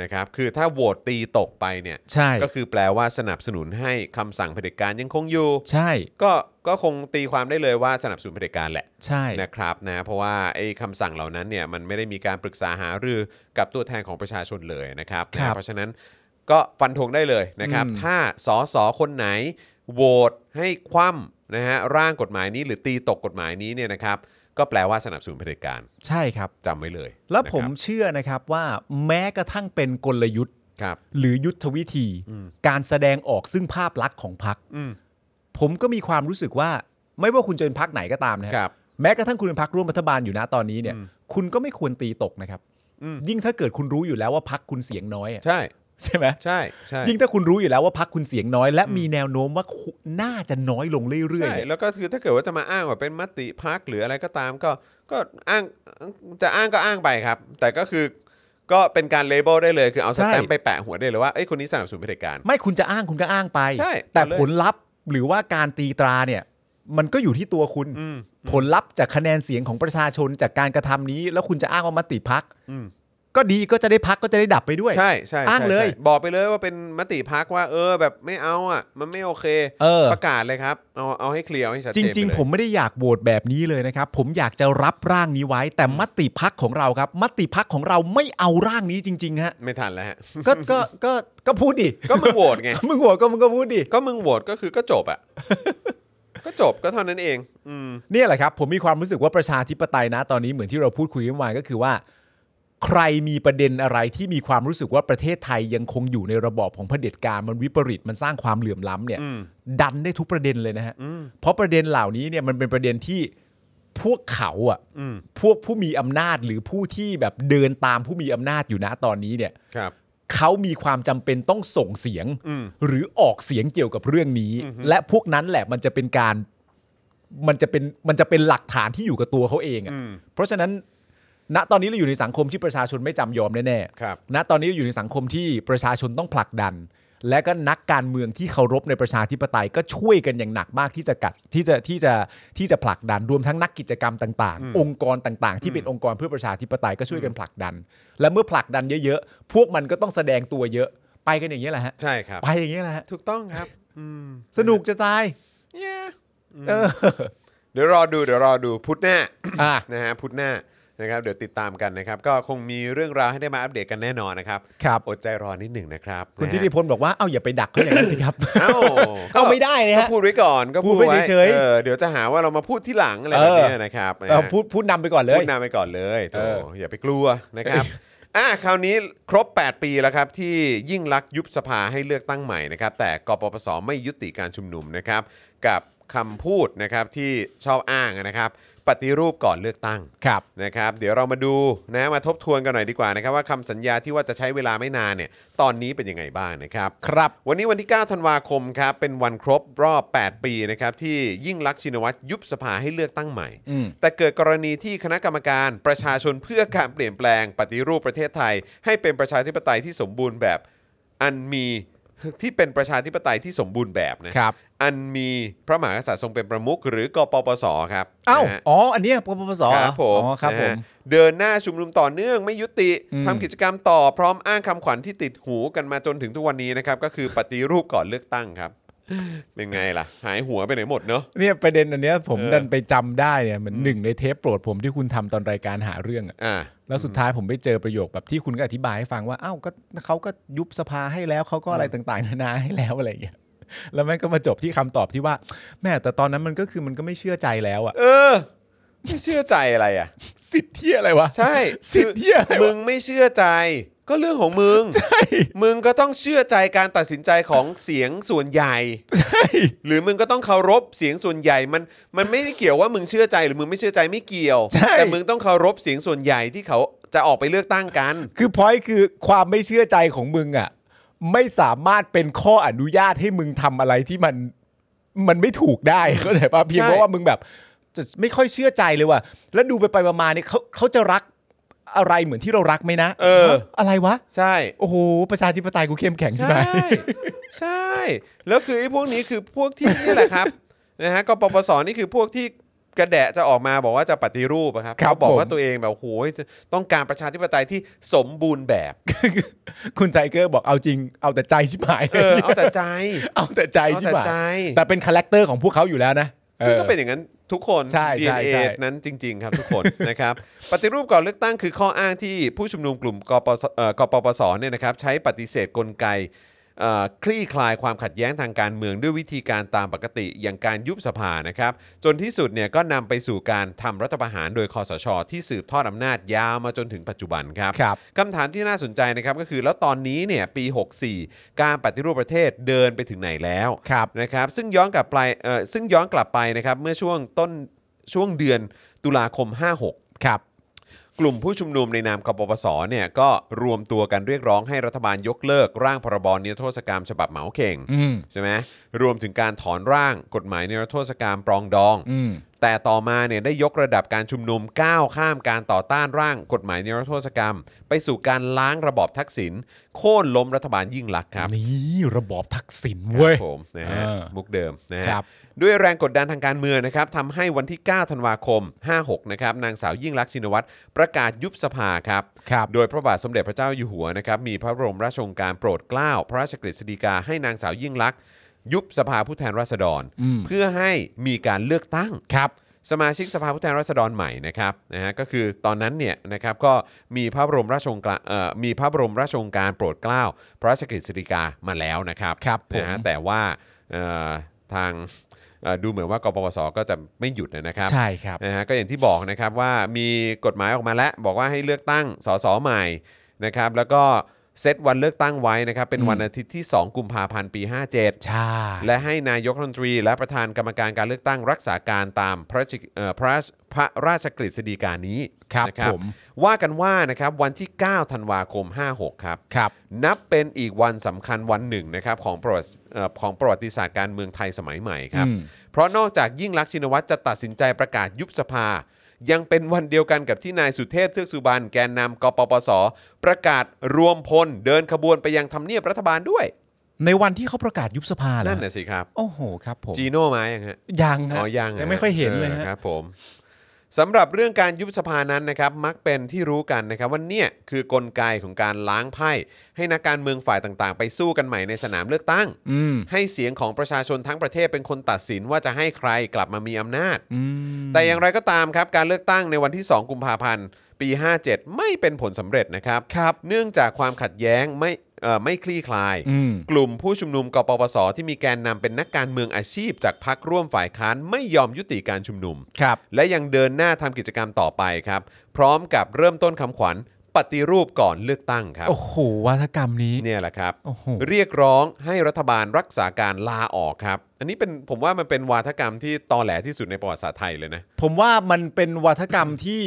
Speaker 1: นะครับ คือถ้าโหวตตีตกไปเนี่ย
Speaker 2: ใช่
Speaker 1: ก็คือแปลว่าสนับสนุนให้คำสั่งเผด็จการยังคงอยู่
Speaker 2: ใช่
Speaker 1: ก็ก็คงตีความได้เลยว่าสนับสนุนเผด็จการแหละ
Speaker 2: ใช่
Speaker 1: นะครับนะเพราะว่าไอ้คำสั่งเหล่านั้นเนี่ยมันไม่ได้มีการปรึกษาหารือกับตัวแทนของประชาชนเลยนะครับนะเพราะฉะนั้นก็ฟันธงได้เลยนะครับ ถ้าสสคนไหนโหวตให้คว่ำนะฮะร่างกฎหมายนี้หรือตีตกกฎหมายนี้เนี่ยนะครับ ก็แปลว่าสนับสนุนเผด็จการ
Speaker 2: ใช่ครับ
Speaker 1: จำไว้เลย
Speaker 2: แล้วผม
Speaker 1: นะครั
Speaker 2: เชื่อนะครับว่าแม้กระทั่งเป็นกลยุทธ์
Speaker 1: ครับ
Speaker 2: หรือยุทธวิธี การแสดงออกซึ่งภาพลักษณ์ของพัก
Speaker 1: อืม
Speaker 2: ผมก็มีความรู้สึกว่าไม่ว่าคุณจะเป็นพักไหนก็ตามนะฮะ
Speaker 1: ครับ
Speaker 2: แม้กระทั่งคุณเป็นพักร่วมรัฐบาลอยู่นะตอนนี้เนี่ย คุณก็ไม่ควรตีตกนะครับ
Speaker 1: อืม
Speaker 2: ยิ่งถ้าเกิดคุณรู้อยู่แล้วว่าพักคุณเสียงน้อยอะ [laughs]
Speaker 1: ใช่
Speaker 2: ใช่ไหม
Speaker 1: ใช่ใช่
Speaker 2: ยิ่งถ้าคุณรู้อยู่แล้วว่าพักคุณเสียงน้อย และมีแนวโน้มว่าคุณน่าจะน้อยลงเรื่อย
Speaker 1: ใช่
Speaker 2: ๆเนี่ย
Speaker 1: แล้วก็คือถ้าเกิดว่าจะมาอ้างว่าเป็นมติพักหรืออะไรก็ตามก็ก็อ้างจะอ้างก็อ้างไปครับ แต่ก็คือก็เป็นการเลเบลได้เลยคือเอาส
Speaker 2: ใช่
Speaker 1: แตมป์ไปแปะหัวได้เลยว่าเอ้ยคนนี้สนับสนุนเผด็จการ
Speaker 2: ไม่คุณจะอ้างคุณก็อ้างไป
Speaker 1: ใช่
Speaker 2: แต่
Speaker 1: เอาเลย
Speaker 2: ผลลัพธ์หรือว่าการตีตราเนี่ย มันก็อยู่ที่ตัวคุณ
Speaker 1: อืม
Speaker 2: ผลลัพธ์จากคะแนนเสียงของประชาชนจากการกระทำนี้ แล้วคุณจะอ้างว่ามติพัก
Speaker 1: อืม
Speaker 2: ก็ดีก็จะได้พักก็จะได้ดับไปด้วย
Speaker 1: ใช่ใช่ใช่
Speaker 2: อ้างเลย
Speaker 1: ใช่บอกไปเลยว่าเป็นมติพักว่า เออแบบไม่เอาอ่ะ มันไม่โอเค
Speaker 2: เออ
Speaker 1: ประกาศเลยครับ เอาเอาให้เคลียร์เอาให้ชัดเจน
Speaker 2: จริง
Speaker 1: ไปเลย
Speaker 2: ๆ ผมไม่ได้อยากโหวตแบบนี้เลยนะครับ ผมอยากจะรับร่างนี้ไว้ แต่มติพักของเราครับ มติพักของเราไม่เอาร่างนี้จริงๆฮะ [laughs]
Speaker 1: ไม่ทันแล้วฮะ
Speaker 2: ก็ก็ก็ก็พูด
Speaker 1: [laughs]
Speaker 2: ดิ
Speaker 1: ก็มึงโหวตไง
Speaker 2: มึงหัวก็มึงก็พูดดิ
Speaker 1: ก็มึงโหวตก็คือก็จบอ่ะ ก็จบก็เท่านั้นเอง อืม
Speaker 2: เนี่ยแหละครับผมมีความรู้สึกว่าประชาธิปไตยนะตอนนี้เหมือนที่เราพูดคุยกันมาก็คือว่า ใครมีประเด็นอะไรที่มีความรู้สึกว่าประเทศไทยยังคงอยู่ในระบอบของเผด็จการมันวิปริตมันสร้างความเหลื่อมล้ำเนี่ย
Speaker 1: อืม
Speaker 2: ดันได้ทุกประเด็นเลยนะฮะเพราะประเด็นเหล่านี้เนี่ยมันเป็นประเด็นที่พวกเขาอ่ะ
Speaker 1: อืม
Speaker 2: พวกผู้มีอำนาจหรือผู้ที่แบบเดินตามผู้มีอำนาจอยู่นะตอนนี้เนี่ย
Speaker 1: ครับ
Speaker 2: เขามีความจำเป็นต้องส่งเสียง
Speaker 1: อืม
Speaker 2: หรือออกเสียงเกี่ยวกับเรื่องนี้ และพวกนั้นแหละมันจะเป็นการมันจะเป็นมันจะเป็นหลักฐานที่อยู่กับตัวเขาเอง
Speaker 1: อืม
Speaker 2: อะ่ะเพราะฉะนั้น ณตอนนี้เราอยู่ในสังคมที่ประชาชนไม่จำยอมแน่
Speaker 1: ครับ
Speaker 2: ๆณตอนนี้เราอยู่ในสังคมที่ประชาชนต้องผลักดัน และก็นักการเมืองที่เคารพในประชาธิปไตยก็ช่วยกันอย่างหนักมากที่จะกัดที่จะที่จะที่จะผลักดันรวมทั้งนักกิจกรรมต่าง ๆ องค์กรต่าง ๆ ที่เป็นองค์กรเพื่อประชาธิปไตยก็ช่วยกันผลักดัน และเมื่อผลักดันเยอะๆพวกมันก็ต้องแสดงตัวเยอะไปกันอย่างนี้ยแหละฮะ
Speaker 1: ใช่ครับ
Speaker 2: ไปอย่างเงี้ยแหละฮะ
Speaker 1: ถูกต้องครับ อืม
Speaker 2: สนุกจะตาย
Speaker 1: เนี่ย
Speaker 2: เออ
Speaker 1: เดี๋ยวรอดูเดี๋ยวรอดูพุธหน้า
Speaker 2: อ่ะ
Speaker 1: นะฮะพุธหน้านะครับ เดี๋ยวติดตามกันนะครับ ก็คงมีเรื่องราวให้ได้มาอัปเดตกันแน่นอนนะครับ
Speaker 2: ครับ
Speaker 1: อดใจรอนิดหนึ่งนะครับ
Speaker 2: คุณ
Speaker 1: นะฮะ
Speaker 2: ทิติพลบอกว่าเอ้าอย่าไปดักเขาอย่างนั้นสิครับ
Speaker 1: เอ้า
Speaker 2: [laughs] เอาไม่ได้นะฮะ
Speaker 1: ก็พูดไว้ก่อนก็
Speaker 2: พูดไว้เฉยๆ
Speaker 1: ออเดี๋ยวจะหาว่าเรามาพูดที่หลังอะไรแบบเนี้ย
Speaker 2: เออ
Speaker 1: นะครับ
Speaker 2: เออพูดพูดนำไปก่อนเลย
Speaker 1: พูดนำไปก่อนเลยโถ
Speaker 2: เออ
Speaker 1: อย่าไปกลัวนะครับอ่ะคราวนี้ครบ 8 ปีแล้วครับ ที่ยิ่งลักษณ์ยุบสภาให้เลือกตั้งใหม่นะครับ แต่กปปสไม่ยุติการชุมนุมนะครับ กับคำพูดนะครับที่ชอบอ้างนะครับ ปฏิรูปก่อนเลือกตั้ง
Speaker 2: ครับ
Speaker 1: นะครับเดี๋ยวเรามาดูนะมาทบทวนกันหน่อยดีกว่านะครับว่าคำสัญญาที่ว่าจะใช้เวลาไม่นานเนี่ยตอนนี้เป็นยังไงบ้างนะครับ
Speaker 2: ครับ
Speaker 1: วันนี้วันที่ 9 ธันวาคมครับเป็นวันครบรอบ 8 ปีนะครับที่ยิ่งลักษณ์ชินวัตรยุบสภาให้เลือกตั้งใหม่
Speaker 2: อืม
Speaker 1: แต่เกิดกรณีที่คณะกรรมการประชาชนเพื่อการเปลี่ยนแปลงปฏิรูปประเทศไทย ให้เป็นประชาธิปไตยที่สมบูรณ์แบบอันมีที่เป็นประชาธิปไตยที่สมบูรณ์แบบนะครับ อันมีพระมหากษัตริย์ทรงเป็นประมุขหรือกปปสครับ
Speaker 2: เอ้า
Speaker 1: นะฮะ
Speaker 2: อ๋ออันเนี้ยปปปสเห
Speaker 1: ค
Speaker 2: อ
Speaker 1: รับผม
Speaker 2: อ๋อครับ
Speaker 1: นะ
Speaker 2: ผ
Speaker 1: ฮะ
Speaker 2: ม
Speaker 1: เดินหน้าชุมนุมต่อเนื่องไม่ยุติ
Speaker 2: อืม
Speaker 1: ทำกิจกรรมต่อพร้อมอ้างคำขวัญที่ติดหูกันมาจนถึงทุกวันนี้นะครับ ก็คือปฏิรูปก่อนเลือกตั้งครับ เป็นไงล่ะ หายหัวไปไหนหมดเนาะ
Speaker 2: เนี่ยประเด็นอันเนี้ยผม
Speaker 1: เออ
Speaker 2: ดันไปจำได้เนี่ยเหมือนหนึ่งในเทปโปรดผมที่คุณทำตอนรายการหาเรื่องอะ
Speaker 1: อ่า
Speaker 2: แล้วสุดท้ายผมไปเจอประโยคแบบที่คุณก็อธิบายให้ฟังว่าเอ้าก็เขาก็ยุบสภาให้แล้วเขาก็อะไรต่างๆนานาให้แล้วอะไรอย่างเงี้ย [laughs] แล้วแม่งก็มาจบที่คำตอบที่ว่า แม่แต่ตอนนั้นมันก็คือมันก็ไม่เชื่อใจแล้วอะ [laughs]
Speaker 1: เออ ไม่เชื่อใจอะไรอ่ะ
Speaker 2: สิทธิ์ที่อะไรวะ
Speaker 1: ใช่
Speaker 2: สิทธิ์เหี้ยอะไรวะ
Speaker 1: มึงไม่เชื่อใจ ก็เรื่องของมึง
Speaker 2: ใช่
Speaker 1: มึงก็ต้องเชื่อใจการตัดสินใจของเสียงส่วนใหญ่ หรือมึงก็ต้องเคารพเสียงส่วนใหญ่มันมันไม่ได้เกี่ยวว่ามึงเชื่อใจหรือมึงไม่เชื่อใจไม่เกี่ยว
Speaker 2: ใช่
Speaker 1: แต่มึงต้องเคารพเสียงส่วนใหญ่ที่เขาจะออกไปเลือกตั้งกัน
Speaker 2: คือพอยคือความไม่เชื่อใจของมึงอ่ะ ไม่สามารถเป็นข้ออนุญาตให้มึงทำอะไรที่มันมันไม่ถูกได้ [laughs] เข้าใจปะเพียงเพราะว่ามึงแบบจะไม่ค่อยเชื่อใจเลยว่ะแล้วดูไปไปมาๆเนี่ยเขาเขาจะรักอะไรเหมือนที่เรารักไหมนะ
Speaker 1: เออ
Speaker 2: อะไรวะ
Speaker 1: ใช่
Speaker 2: โอ้โห ประชาธิปไตยกูเข้มแข็งใช่ไหม
Speaker 1: ใช่ ใช่ แล้วคือไอ้พวกนี้คือพวกที่นี่แหละครับ [laughs] นะฮะกปปสนี่คือพวกที่กระแดะจะออกมาบอกว่าจะปฏิรูปอะครับ
Speaker 2: ครับ
Speaker 1: เขาบอกว่า
Speaker 2: ผม
Speaker 1: ตัวเองแบบโอ้โหจะต้องการประชาธิปไตยที่สมบูรณ์แบบ
Speaker 2: คุณไทเกอร์บอกเอาจริงเอาแต่ใจชิบหาย
Speaker 1: เออเอาแต่ใจ
Speaker 2: เอาแต่ [laughs] ใจ
Speaker 1: เอา
Speaker 2: ชิบ
Speaker 1: แต่
Speaker 2: หาย
Speaker 1: ใจ
Speaker 2: แต่เป็นคาแรคเตอร์ของพวกเขาอยู่แล้วนะ
Speaker 1: ซึ่งก็
Speaker 2: ออ
Speaker 1: เป็นอย่างนั้นทุกคน
Speaker 2: ใช่ใช่
Speaker 1: ดีเอนั้นจริง ๆ ครับทุกคน [laughs] นะครับปฏิรูปก่อนเลือกตั้งคือข้ออ้างที่ผู้ชุมนุมกลุ่มกปสเอ่อกปปสเนี่ยนะครับใช้ปฏิเสธกลไก เอ่อคลี่คลายความขัดแย้งทางการเมืองด้วยวิธีการตามปกติอย่างการยุบสภานะครับ จนที่สุดเนี่ยก็นำไปสู่การทำรัฐประหารโดยคอสช ที่สืบทอดอำนาจยาวมาจนถึงปัจจุบันครับ
Speaker 2: ครับ
Speaker 1: คำถามที่น่าสนใจนะครับก็คือแล้วตอนนี้เนี่ยปี 64 การปฏิรูปประเทศเดินไปถึงไหนแล้ว
Speaker 2: ครับ
Speaker 1: นะครับซึ่งย้อนกลับไปเอ่อซึ่งย้อนกลับไปนะครับเมื่อช่วงต้นช่วงเดือนตุลาคม 56
Speaker 2: ครับ
Speaker 1: กลุ่มผู้ชุมนุมในนามกปปสเนี่ยก็รวมตัวกันเรียกร้องให้รัฐบาลยกเลิกร่างพรบนิรโทษกรรมฉบับเหมาเข่ง
Speaker 2: อืม
Speaker 1: ใช่ไหมรวมถึงการถอนร่างกฎหมายนิรโทษกรรมปรองดอง
Speaker 2: อืม
Speaker 1: แต่ต่อมาเนี่ยได้ยกระดับการชุมนุมก้าวข้ามการต่อต้านร่างกฎหมายนิรโทษกรรม ไปสู่การล้างระบอบทักษิณโค่นล้มรัฐบาลยิ่งลักษณ์ครับ
Speaker 2: นี่ระบอบทักษิณ
Speaker 1: ค
Speaker 2: เว้ย
Speaker 1: รับผมนะฮะ
Speaker 2: เออ
Speaker 1: มุกเดิมนะฮะ
Speaker 2: ครับ
Speaker 1: ด้วยแรงกดดันทางการเมืองนะครับทำให้วันที่ 9 ธันวาคม 56 นะครับนางสาวยิ่งรักษณ์ชินวัตรประกาศยุบสภาครับ
Speaker 2: ครับ
Speaker 1: โดยพระบาทสมเด็จพระเจ้าอยู่หัวนะครับมีพระบรมราชโองการโปรดเกล้าพระราชกฤษฎีกาให้นางสาวยิ่งรักษณ์ยุบสภาผู้แทนราษฎร
Speaker 2: อืม
Speaker 1: เพื่อให้มีการเลือกตั้ง
Speaker 2: ครับ
Speaker 1: สมาชิกสภาผู้แทนราษฎรใหม่นะครับนะฮะก็คือตอนนั้นเนี่ยนะครับก็มีพระบรมราชโองการเอ่อมีพระบรมราชโองการโปรดเกล้าพระราชกฤษฎีกามาแล้วนะครับ
Speaker 2: ครับผม
Speaker 1: นะฮะแต่ว่าเอ่อทางเอ่อดูเหมือนว่ากปปสก็จะไม่หยุดนะครับ
Speaker 2: ใช่ครับ
Speaker 1: นะฮะก็อย่างที่บอกนะครับว่ามีกฎหมายออกมาแล้วบอกว่าให้เลือกตั้งสสใหม่นะครับแล้วก็เซตวันเลือกตั้งไว้นะครับเป็น
Speaker 2: อืม
Speaker 1: วันอาทิตย์ที่ 2 กุมภาพันธ์ปี 57
Speaker 2: ใช่
Speaker 1: และให้นายกรัฐมนตรี และประธานกรรมการการเลือกตั้งรักษาการตามพระราชเอ่อพระราชพระราชกฤษฎีกานี้
Speaker 2: ครับ
Speaker 1: นะ
Speaker 2: ผม
Speaker 1: ว่ากันว่านะครับวันที่ 9 ธันวาคม 56 ครับ
Speaker 2: ครับ
Speaker 1: นับเป็นอีกวันสำคัญวันหนึ่งนะครับของประวัติเอ่อของประวัติศาสตร์การเมืองไทยสมัยใหม่ครับ
Speaker 2: อืม
Speaker 1: เพราะนอกจากยิ่งลักษณ์ชินวัตรจะตัดสินใจประกาศยุบสภา ยังเป็นวันเดียวกันกับที่นายสุเทพเทือกสุบรรณแกนนำกปปส ประกาศรวมพลเดินขบวนไปยังทำเนียบรัฐบาลด้วย
Speaker 2: ในวันที่เขาประกาศยุบสภาเหรอ
Speaker 1: นั่นน่ะสิครับ
Speaker 2: โอ้โหครับผม
Speaker 1: จีโน่มายังฮะ
Speaker 2: ยังฮะ
Speaker 1: อ๋อยัง
Speaker 2: ยังไม่ค่อยเห็นเล
Speaker 1: อ
Speaker 2: ย
Speaker 1: อ
Speaker 2: ฮะ
Speaker 1: ครับผมสำหรับเรื่องการยุบสภานั้นนะครับมักเป็นที่รู้กันนะครับว่าเนี่ยคือกลไกของการล้างไพ่ให้นักการเมืองฝ่ายต่างๆ ไปสู้กันใหม่ในสนามเลือกตั้ง
Speaker 2: อืม
Speaker 1: ให้เสียงของประชาชนทั้งประเทศเป็นคนตัดสินว่าจะให้ใครกลับมามีอำนาจ
Speaker 2: อืม
Speaker 1: แต่อย่างไรก็ตามครับการเลือกตั้งในวันที่ 2 กุมภาพันธ์ ปี 57 ไม่เป็นผลสำเร็จนะครับ
Speaker 2: ครับ
Speaker 1: เนื่องจากความขัดแย้งไม่เอ่อไม่คลี่คลาย
Speaker 2: อืม
Speaker 1: กลุ่มผู้ชุมนุมกปปส ที่มีแกนนำเป็นนักการเมืองอาชีพ จากพักร่วมฝ่ายค้านไม่ยอมยุติการชุมนุม
Speaker 2: ครับ
Speaker 1: และยังเดินหน้าทำกิจกรรมต่อไปครับ พร้อมกับเริ่มต้นคำขวัญปฏิรูปก่อนเลือกตั้งครับ
Speaker 2: โอ้โหวัฒกรรมนี้
Speaker 1: เนี่ยแหละครับ
Speaker 2: โอ้โห
Speaker 1: เรียกร้องให้รัฐบาลรักษาการลาออกครับ อันนี้เป็นผมว่ามันเป็นวาทกรรมที่ตอแหลที่สุดในประวัติศาสตร์ไทยเลยนะ
Speaker 2: ผมว่ามันเป็นวัฒกร [coughs] รมที่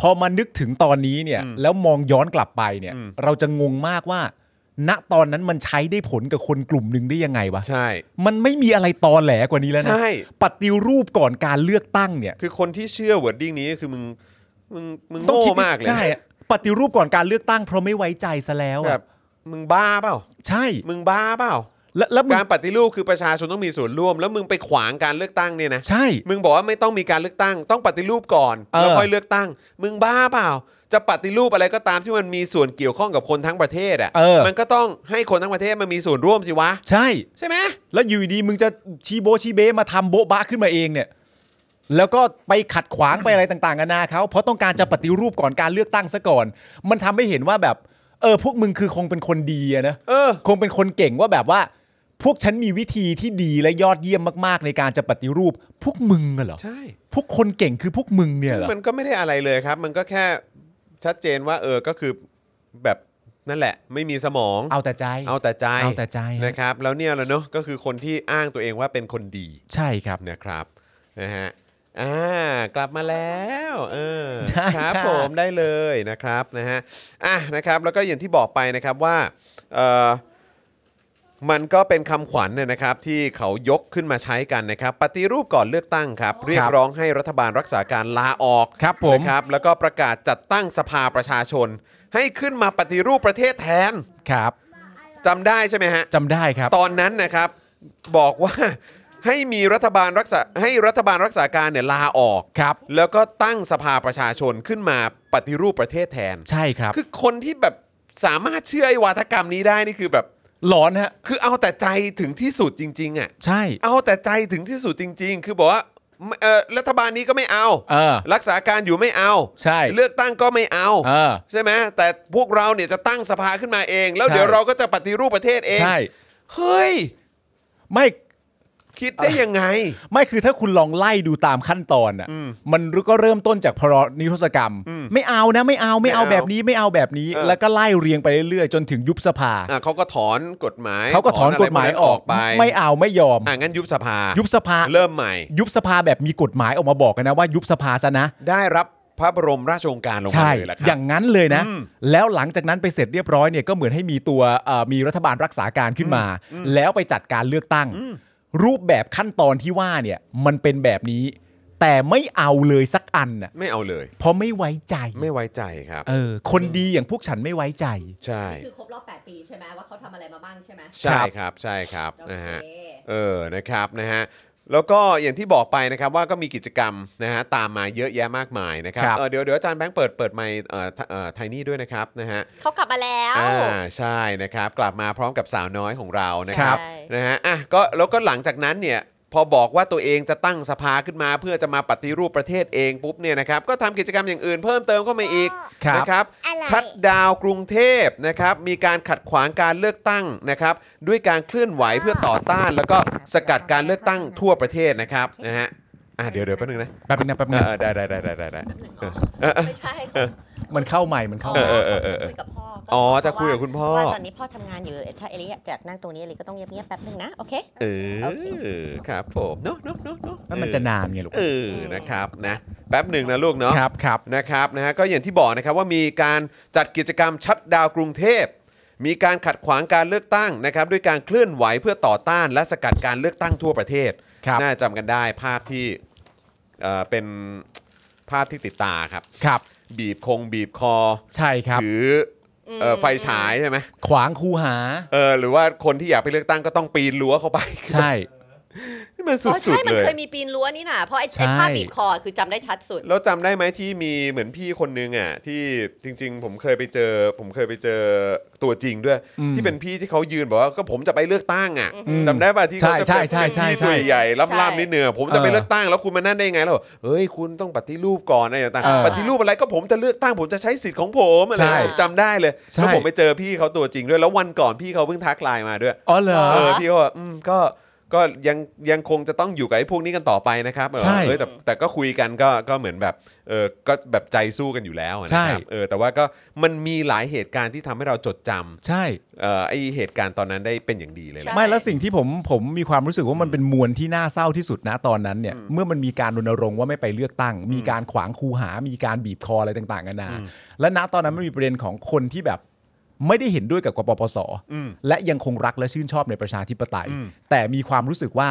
Speaker 2: พอมานึกถึงตอนนี้เนี่ย แล้วมองย้อนกลับไปเนี่ย
Speaker 1: อืม
Speaker 2: เราจะงงมากว่า ณตอนนั้นมันใช้ได้ผลกับคนกลุ่มหนึ่งได้ยังไงวะ
Speaker 1: ใช่
Speaker 2: มันไม่มีอะไรตอแหลกว่านี้แล้วนะ
Speaker 1: ใช่
Speaker 2: ปฏิรูปก่อนการเลือกตั้งเนี่ย
Speaker 1: คือคนที่เชื่อวอร์ดดิ้งนี้ก็คือมึงมึงมึง
Speaker 2: ต้อง
Speaker 1: โง่
Speaker 2: คิด
Speaker 1: มากเลย
Speaker 2: ใช่อะปฏิรูปก่อนการเลือกตั้งเพราะไม่ไว้ใจซะแล้วอะ
Speaker 1: แบบมึงบ้าเปล่า
Speaker 2: ใช่
Speaker 1: มึงบ้าเปล่า
Speaker 2: แล้วแล้วมึง
Speaker 1: การปฏิรูปคือประชาชนต้องมีส่วนร่วม แล้วมึงไปขวางการเลือกตั้งเนี่ยนะ
Speaker 2: ใช่
Speaker 1: มึงบอกว่าไม่ต้องมีการเลือกตั้ง ต้องปฏิรูปก่อน
Speaker 2: เออ
Speaker 1: แล้วค่อยเลือกตั้ง มึงบ้าเปล่า จะปฏิรูปอะไรก็ตามที่มันมีส่วนเกี่ยวข้องกับคนทั้งประเทศอ่ะ
Speaker 2: เออ
Speaker 1: มันก็ต้องให้คนทั้งประเทศมันมีส่วนร่วมสิวะ
Speaker 2: ใช่
Speaker 1: ใช่ไหม
Speaker 2: แล้วอยู่ดีๆมึงจะชีโบะชีเบะมาทำโบ๊ะบะขึ้นมาเองเนี่ย แล้วก็ไปขัดขวางไปอะไรต่างๆกันานาเขาเพราะต้องการจะปฏิรูปก่อนการเลือกตั้งซะก่อน มันทำให้เห็นว่าแบบ เออ พวกมึงคือคงเป็นคนดีอะนะ
Speaker 1: เออ
Speaker 2: คงเป็นคนเก่งว่าแบบว่า พวกฉันมีวิธีที่ดีและยอดเยี่ยมมากๆ ในการจะปฏิรูป พวกมึงอะเหรอ
Speaker 1: ใช่
Speaker 2: พวกคนเก่งคือพวกมึงเนี่ย
Speaker 1: ซึ่ง
Speaker 2: เหรอ
Speaker 1: มันก็ไม่ได้อะไรเลยครับ มันก็แค่ชัดเจนว่า เออก็คือแบบนั่นแหละ ไม่มีสมอง
Speaker 2: เอาแต่ใจ
Speaker 1: เอาแต่ใจ
Speaker 2: เอาแต่ใจฮะ
Speaker 1: นะครับ แล้วเนี่ยแหล้วเนาะก็คือคนที่อ้างตัวเองว่าเป็นคนดี
Speaker 2: ใช่ครับ
Speaker 1: นะครับนะฮะอ่ากลับมาแล้วเออ
Speaker 2: ได้
Speaker 1: ครับ
Speaker 2: ค่ะ
Speaker 1: ผมได้เลยนะครับนะฮะอ่ะนะครับแล้วก็อย่างที่บอกไปนะครับว่าเออมันก็เป็นคำขวัญเนี่ยนะครับที่เขายกขึ้นมาใช้กันนะครับปฏิรูปก่อนเลือกตั้งครับ เรียกร้องให้รัฐบาลรักษาการลาออก
Speaker 2: ครับผม
Speaker 1: นะครับแล้วก็ประกาศจัดตั้งสภาประชาชน ให้ขึ้นมาปฏิรูปประเทศแทน
Speaker 2: ครับ
Speaker 1: จำได้ใช่ไหมฮะ
Speaker 2: จำได้ครับ
Speaker 1: ตอนนั้นนะครับบอกว่า ให้มีรัฐบาลรักษาให้รัฐบาลรักษาการเนี่ยลาออก
Speaker 2: ครับ
Speaker 1: แล้วก็ตั้งสภาประชาชนขึ้นมาปฏิรูปประเทศแทน
Speaker 2: ใช่ครับ
Speaker 1: คือคนที่แบบสามารถเชื่อไอ้วาทกรรมนี้ได้นี่คือแบบ
Speaker 2: หลอนฮะ
Speaker 1: คือเอาแต่ใจถึงที่สุดจริง ๆอ่ะ
Speaker 2: ใช่
Speaker 1: เอาแต่ใจถึงที่สุดจริง ๆ คือบอกว่า ไม่เอ่อรัฐบาลนี้ก็ไม่เอา
Speaker 2: เออ
Speaker 1: รักษาการอยู่ไม่เอา
Speaker 2: ใช่
Speaker 1: เลือกตั้งก็ไม่เอา
Speaker 2: เออ
Speaker 1: ใช่ไหมแต่พวกเราเนี่ยจะตั้งสภาขึ้นมาเอง แล้ว
Speaker 2: ใช่
Speaker 1: เดี๋ยวเราก็จะปฏิรูปประเทศเอง
Speaker 2: ใช่
Speaker 1: เฮ้ย
Speaker 2: ไม่
Speaker 1: คิดได้ยังไง
Speaker 2: ไม่คือถ้าคุณลองไล่ดูตามขั้นตอนอ่ะมันก็เริ่มต้นจากพรนิรโทษกรรม ไม่เอานะไม่เอาไม่เอา
Speaker 1: ไม่เอา
Speaker 2: แบบนี้ไม่เอาแบบนี้
Speaker 1: เออ
Speaker 2: แล้วก็ไล่เรียงไปเรื่อยๆจนถึงยุบสภา
Speaker 1: อ่ะเขาก็ถอนกฎหมาย
Speaker 2: เขาก็ถอนกฎหมายออ
Speaker 1: ถนะไรพวนั้นออก
Speaker 2: ก
Speaker 1: ไป
Speaker 2: ไม่เอาไม่ยอม
Speaker 1: อ่ะงั้นยุบสภา
Speaker 2: ยุบสภา
Speaker 1: เริ่มใหม่
Speaker 2: ยุบสภาแบบมีกฎหมายออกมาบอกกันนะว่ายุบสภาซะนะ
Speaker 1: ได้รับพระบรมราชโองการลงมา
Speaker 2: ใช่
Speaker 1: เลยละค
Speaker 2: อ
Speaker 1: รั
Speaker 2: ย่างนั้นเลยนะ
Speaker 1: อืม
Speaker 2: แล้วหลังจากนั้นไปเสร็จเรียบร้อยเนี่ยก็เหมือนให้มีตัวเอ่อมีรัฐบาลรักษาการขึ้นมา แล้วไปจัดการเลือกตั้ง รูปแบบขั้นตอนที่ว่าเนี่ยมันเป็นแบบนี้ แต่ไม่เอาเลยสักอันน่ะ
Speaker 1: ไม่เอาเลย
Speaker 2: เพราะไม่ไว้ใจ
Speaker 1: ไม่ไว้ใจครับ
Speaker 2: เออคนดีอย่างพวกฉันไม่ไว้ใจ
Speaker 1: ใช่
Speaker 3: คือครบรอบ 8 ปีใช่ไหมว่าเขาทำอะไรมาบ้างใช่ไหม
Speaker 1: ใช่ครับ ใช่ครับ
Speaker 3: โอ
Speaker 1: นะ
Speaker 3: เค
Speaker 1: ฮะ เออ นะครับ นะฮะ แล้วก็อย่างที่บอกไปนะครับว่าก็มีกิจกรรมนะฮะตามมาเยอะแยะมากมายนะครับ
Speaker 2: ครับ
Speaker 1: เออเดี๋ยวเดี๋ยวอาจารย์แบงค์เปิดเปิดไมค์เอ่อทเอ่อไทนี่ด้วยนะครับนะฮะ
Speaker 3: เขากลับมาแล้ว
Speaker 1: อ่าใช่นะครับ กลับมาพร้อมกับสาวน้อยของเรานะครับ
Speaker 3: ใช่
Speaker 1: นะฮะอ่ะก็แล้วก็หลังจากนั้นเนี่ยพอบอกว่าตัวเองจะตั้งสภาขึ้นมา เพื่อจะมาปฏิรูปประเทศเองปุ๊บเนี่ยนะครับก็ทำกิจกรรมอย่างอื่นเพิ่มเติมเข้ามาอีก
Speaker 2: ครับ
Speaker 1: นะครับ
Speaker 4: อะไร
Speaker 1: ชัดดาวน์กรุงเทพนะครับมีการขัดขวางการเลือกตั้งนะครับด้วยการเคลื่อนไหวเพื่อต่อต้าน แล้วก็สกัดการเลือกตั้งทั่วประเทศนะครับนะฮะอ่ะเดี๋ยวเดี๋ยวแป๊บนึงนะ
Speaker 2: แป๊บนึงนะแป๊บนึ
Speaker 1: เอง อได้ได้ได้ได้ได้ได้
Speaker 3: หนึ่งอ๋อไม่ใช่เขา
Speaker 2: มันเข้าใหม่มันเข้า
Speaker 1: เอ
Speaker 2: ให
Speaker 1: อ
Speaker 2: ม่
Speaker 1: เออเออเออ
Speaker 3: ขาจะคุยกับพ่อ
Speaker 1: อ๋
Speaker 3: อ๋
Speaker 1: อจะคุยกับคุณพ่อ
Speaker 3: ว่าตอนนี้พ่อทำงานอยู่ถ้าเอลิอยากจะนั่งตรงนี้เอลิก็ต้องเงียบๆแป๊บหนึ่งนะ โอเค
Speaker 1: เอ
Speaker 3: โอเค
Speaker 1: อครับผมเนาะเนาะเนาะเนาะ
Speaker 2: แล้วมันจะนานไงลูก
Speaker 1: เออ นะครับ นะ แป๊บหนึ่งนะลูกเนาะ
Speaker 2: ครับครับ
Speaker 1: นะครับ นะฮะ ก็อย่างที่บอกนะครับว่ามีการจัดกิจกรรมชัดดาวน์กรุงเทพ มีการขัดขวางการเลือกตั้งนะครับด้วยการเคลื่อนไหวเพื่อต่อต้าน และสกัดการเลือกตั้งทั่วประเทศ
Speaker 2: ครับ
Speaker 1: น่าจำกันได้ภาพที่เอ่อเป็นภาพที่ติดตาครับ
Speaker 2: ครับ
Speaker 1: บีบคงบีบคอ
Speaker 2: ใช่ครับ
Speaker 1: ถืออเอ่อไฟฉายใช่ไหม
Speaker 2: ขวางคูหา
Speaker 1: เออ หรือว่าคนที่อยากไปเลือกตั้งก็ต้องปีนรั้วเข้าไป
Speaker 2: ใช่
Speaker 1: นี่มันสุ
Speaker 3: อ๋อใช่
Speaker 1: ดๆ
Speaker 3: มัน
Speaker 1: เลย
Speaker 3: เคยมีปีนรั้วนี่น่ะ เพราะไอ้
Speaker 2: ใช่
Speaker 3: ไอ้ภาพบีบคอคือจำได้ชัดสุด
Speaker 1: แล้วจำได้ไหมที่มีเหมือนพี่คนนึงอ่ะที่จริง ๆ ผมเคยไปเจอ ผมเคยไปเจอตัวจริงด้วย
Speaker 2: อืม
Speaker 1: ที่เป็นพี่ที่เขายืนบอกว่าก็ผมจะไปเลือกตั้งอ่ะ
Speaker 2: อืม
Speaker 1: จำได้ป่ะที่เขาจะ
Speaker 2: ใช่
Speaker 1: เป็น
Speaker 2: ใช่ใช่
Speaker 1: พี่
Speaker 2: ใช่
Speaker 1: ตัวใหญ่ๆล่ำๆนิดเนื้อะผมจะไป
Speaker 2: เออ
Speaker 1: เลือกตั้งแล้วคุณมานั่นได้ยังไงแล้วบอกเฮ้ยคุณต้องปฏิรูปก่อนอะไรต่าง
Speaker 2: เออ
Speaker 1: ๆปฏิรูปอะไรก็ผมจะเลือกตั้งผมจะใช้สิทธิ์ของผมอะไร
Speaker 2: ใช่
Speaker 1: จำได้เลย
Speaker 2: ใช่
Speaker 1: แล้วผมไปเจอพี่เขาตัวจริงด้วยแล้ววันก่อนพี่เขาเพิ่งทักไลน์มาด้วย
Speaker 2: อ๋อเหรอ
Speaker 1: เออพี่ก็บอกอืมก็ก็ยังยังคงจะต้องอยู่กับไอ้พวกนี้กันต่อไปนะครับเออ
Speaker 2: ใช่
Speaker 1: เออแต่แต่ก็คุยกันก็ก็เหมือนแบบเออก็แบบใจสู้กันอยู่แล้วนะ
Speaker 2: ใช่
Speaker 1: ครับเออแต่ว่าก็มันมีหลายเหตุการณ์ที่ทำให้เราจดจ
Speaker 2: ใช่
Speaker 1: ำเอ่อไอเหตุการณ์ตอนนั้นได้เป็นอย่างดีเลยแหละ
Speaker 3: ใช่
Speaker 2: ไม่แล้วสิ่งที่ผมผมมีความรู้สึกว่ามันเป็นมวลที่น่าเศร้าที่สุดนะตอนนั้นเนี่ยเมื่อมันมีการรณรงค์ว่าไม่ไปเลือกตั้ง มีการขวางคูหา มีการบีบคออะไรต่างๆกันานาและณตอนนั้นมันมีประเด็นของคนที่แบบไม่ได้เห็นด้วยกับกปปส
Speaker 1: อืม
Speaker 2: และยังคงรักและชื่นชอบในประชาธิปไตย
Speaker 1: อืม
Speaker 2: แต่มีความรู้สึกว่า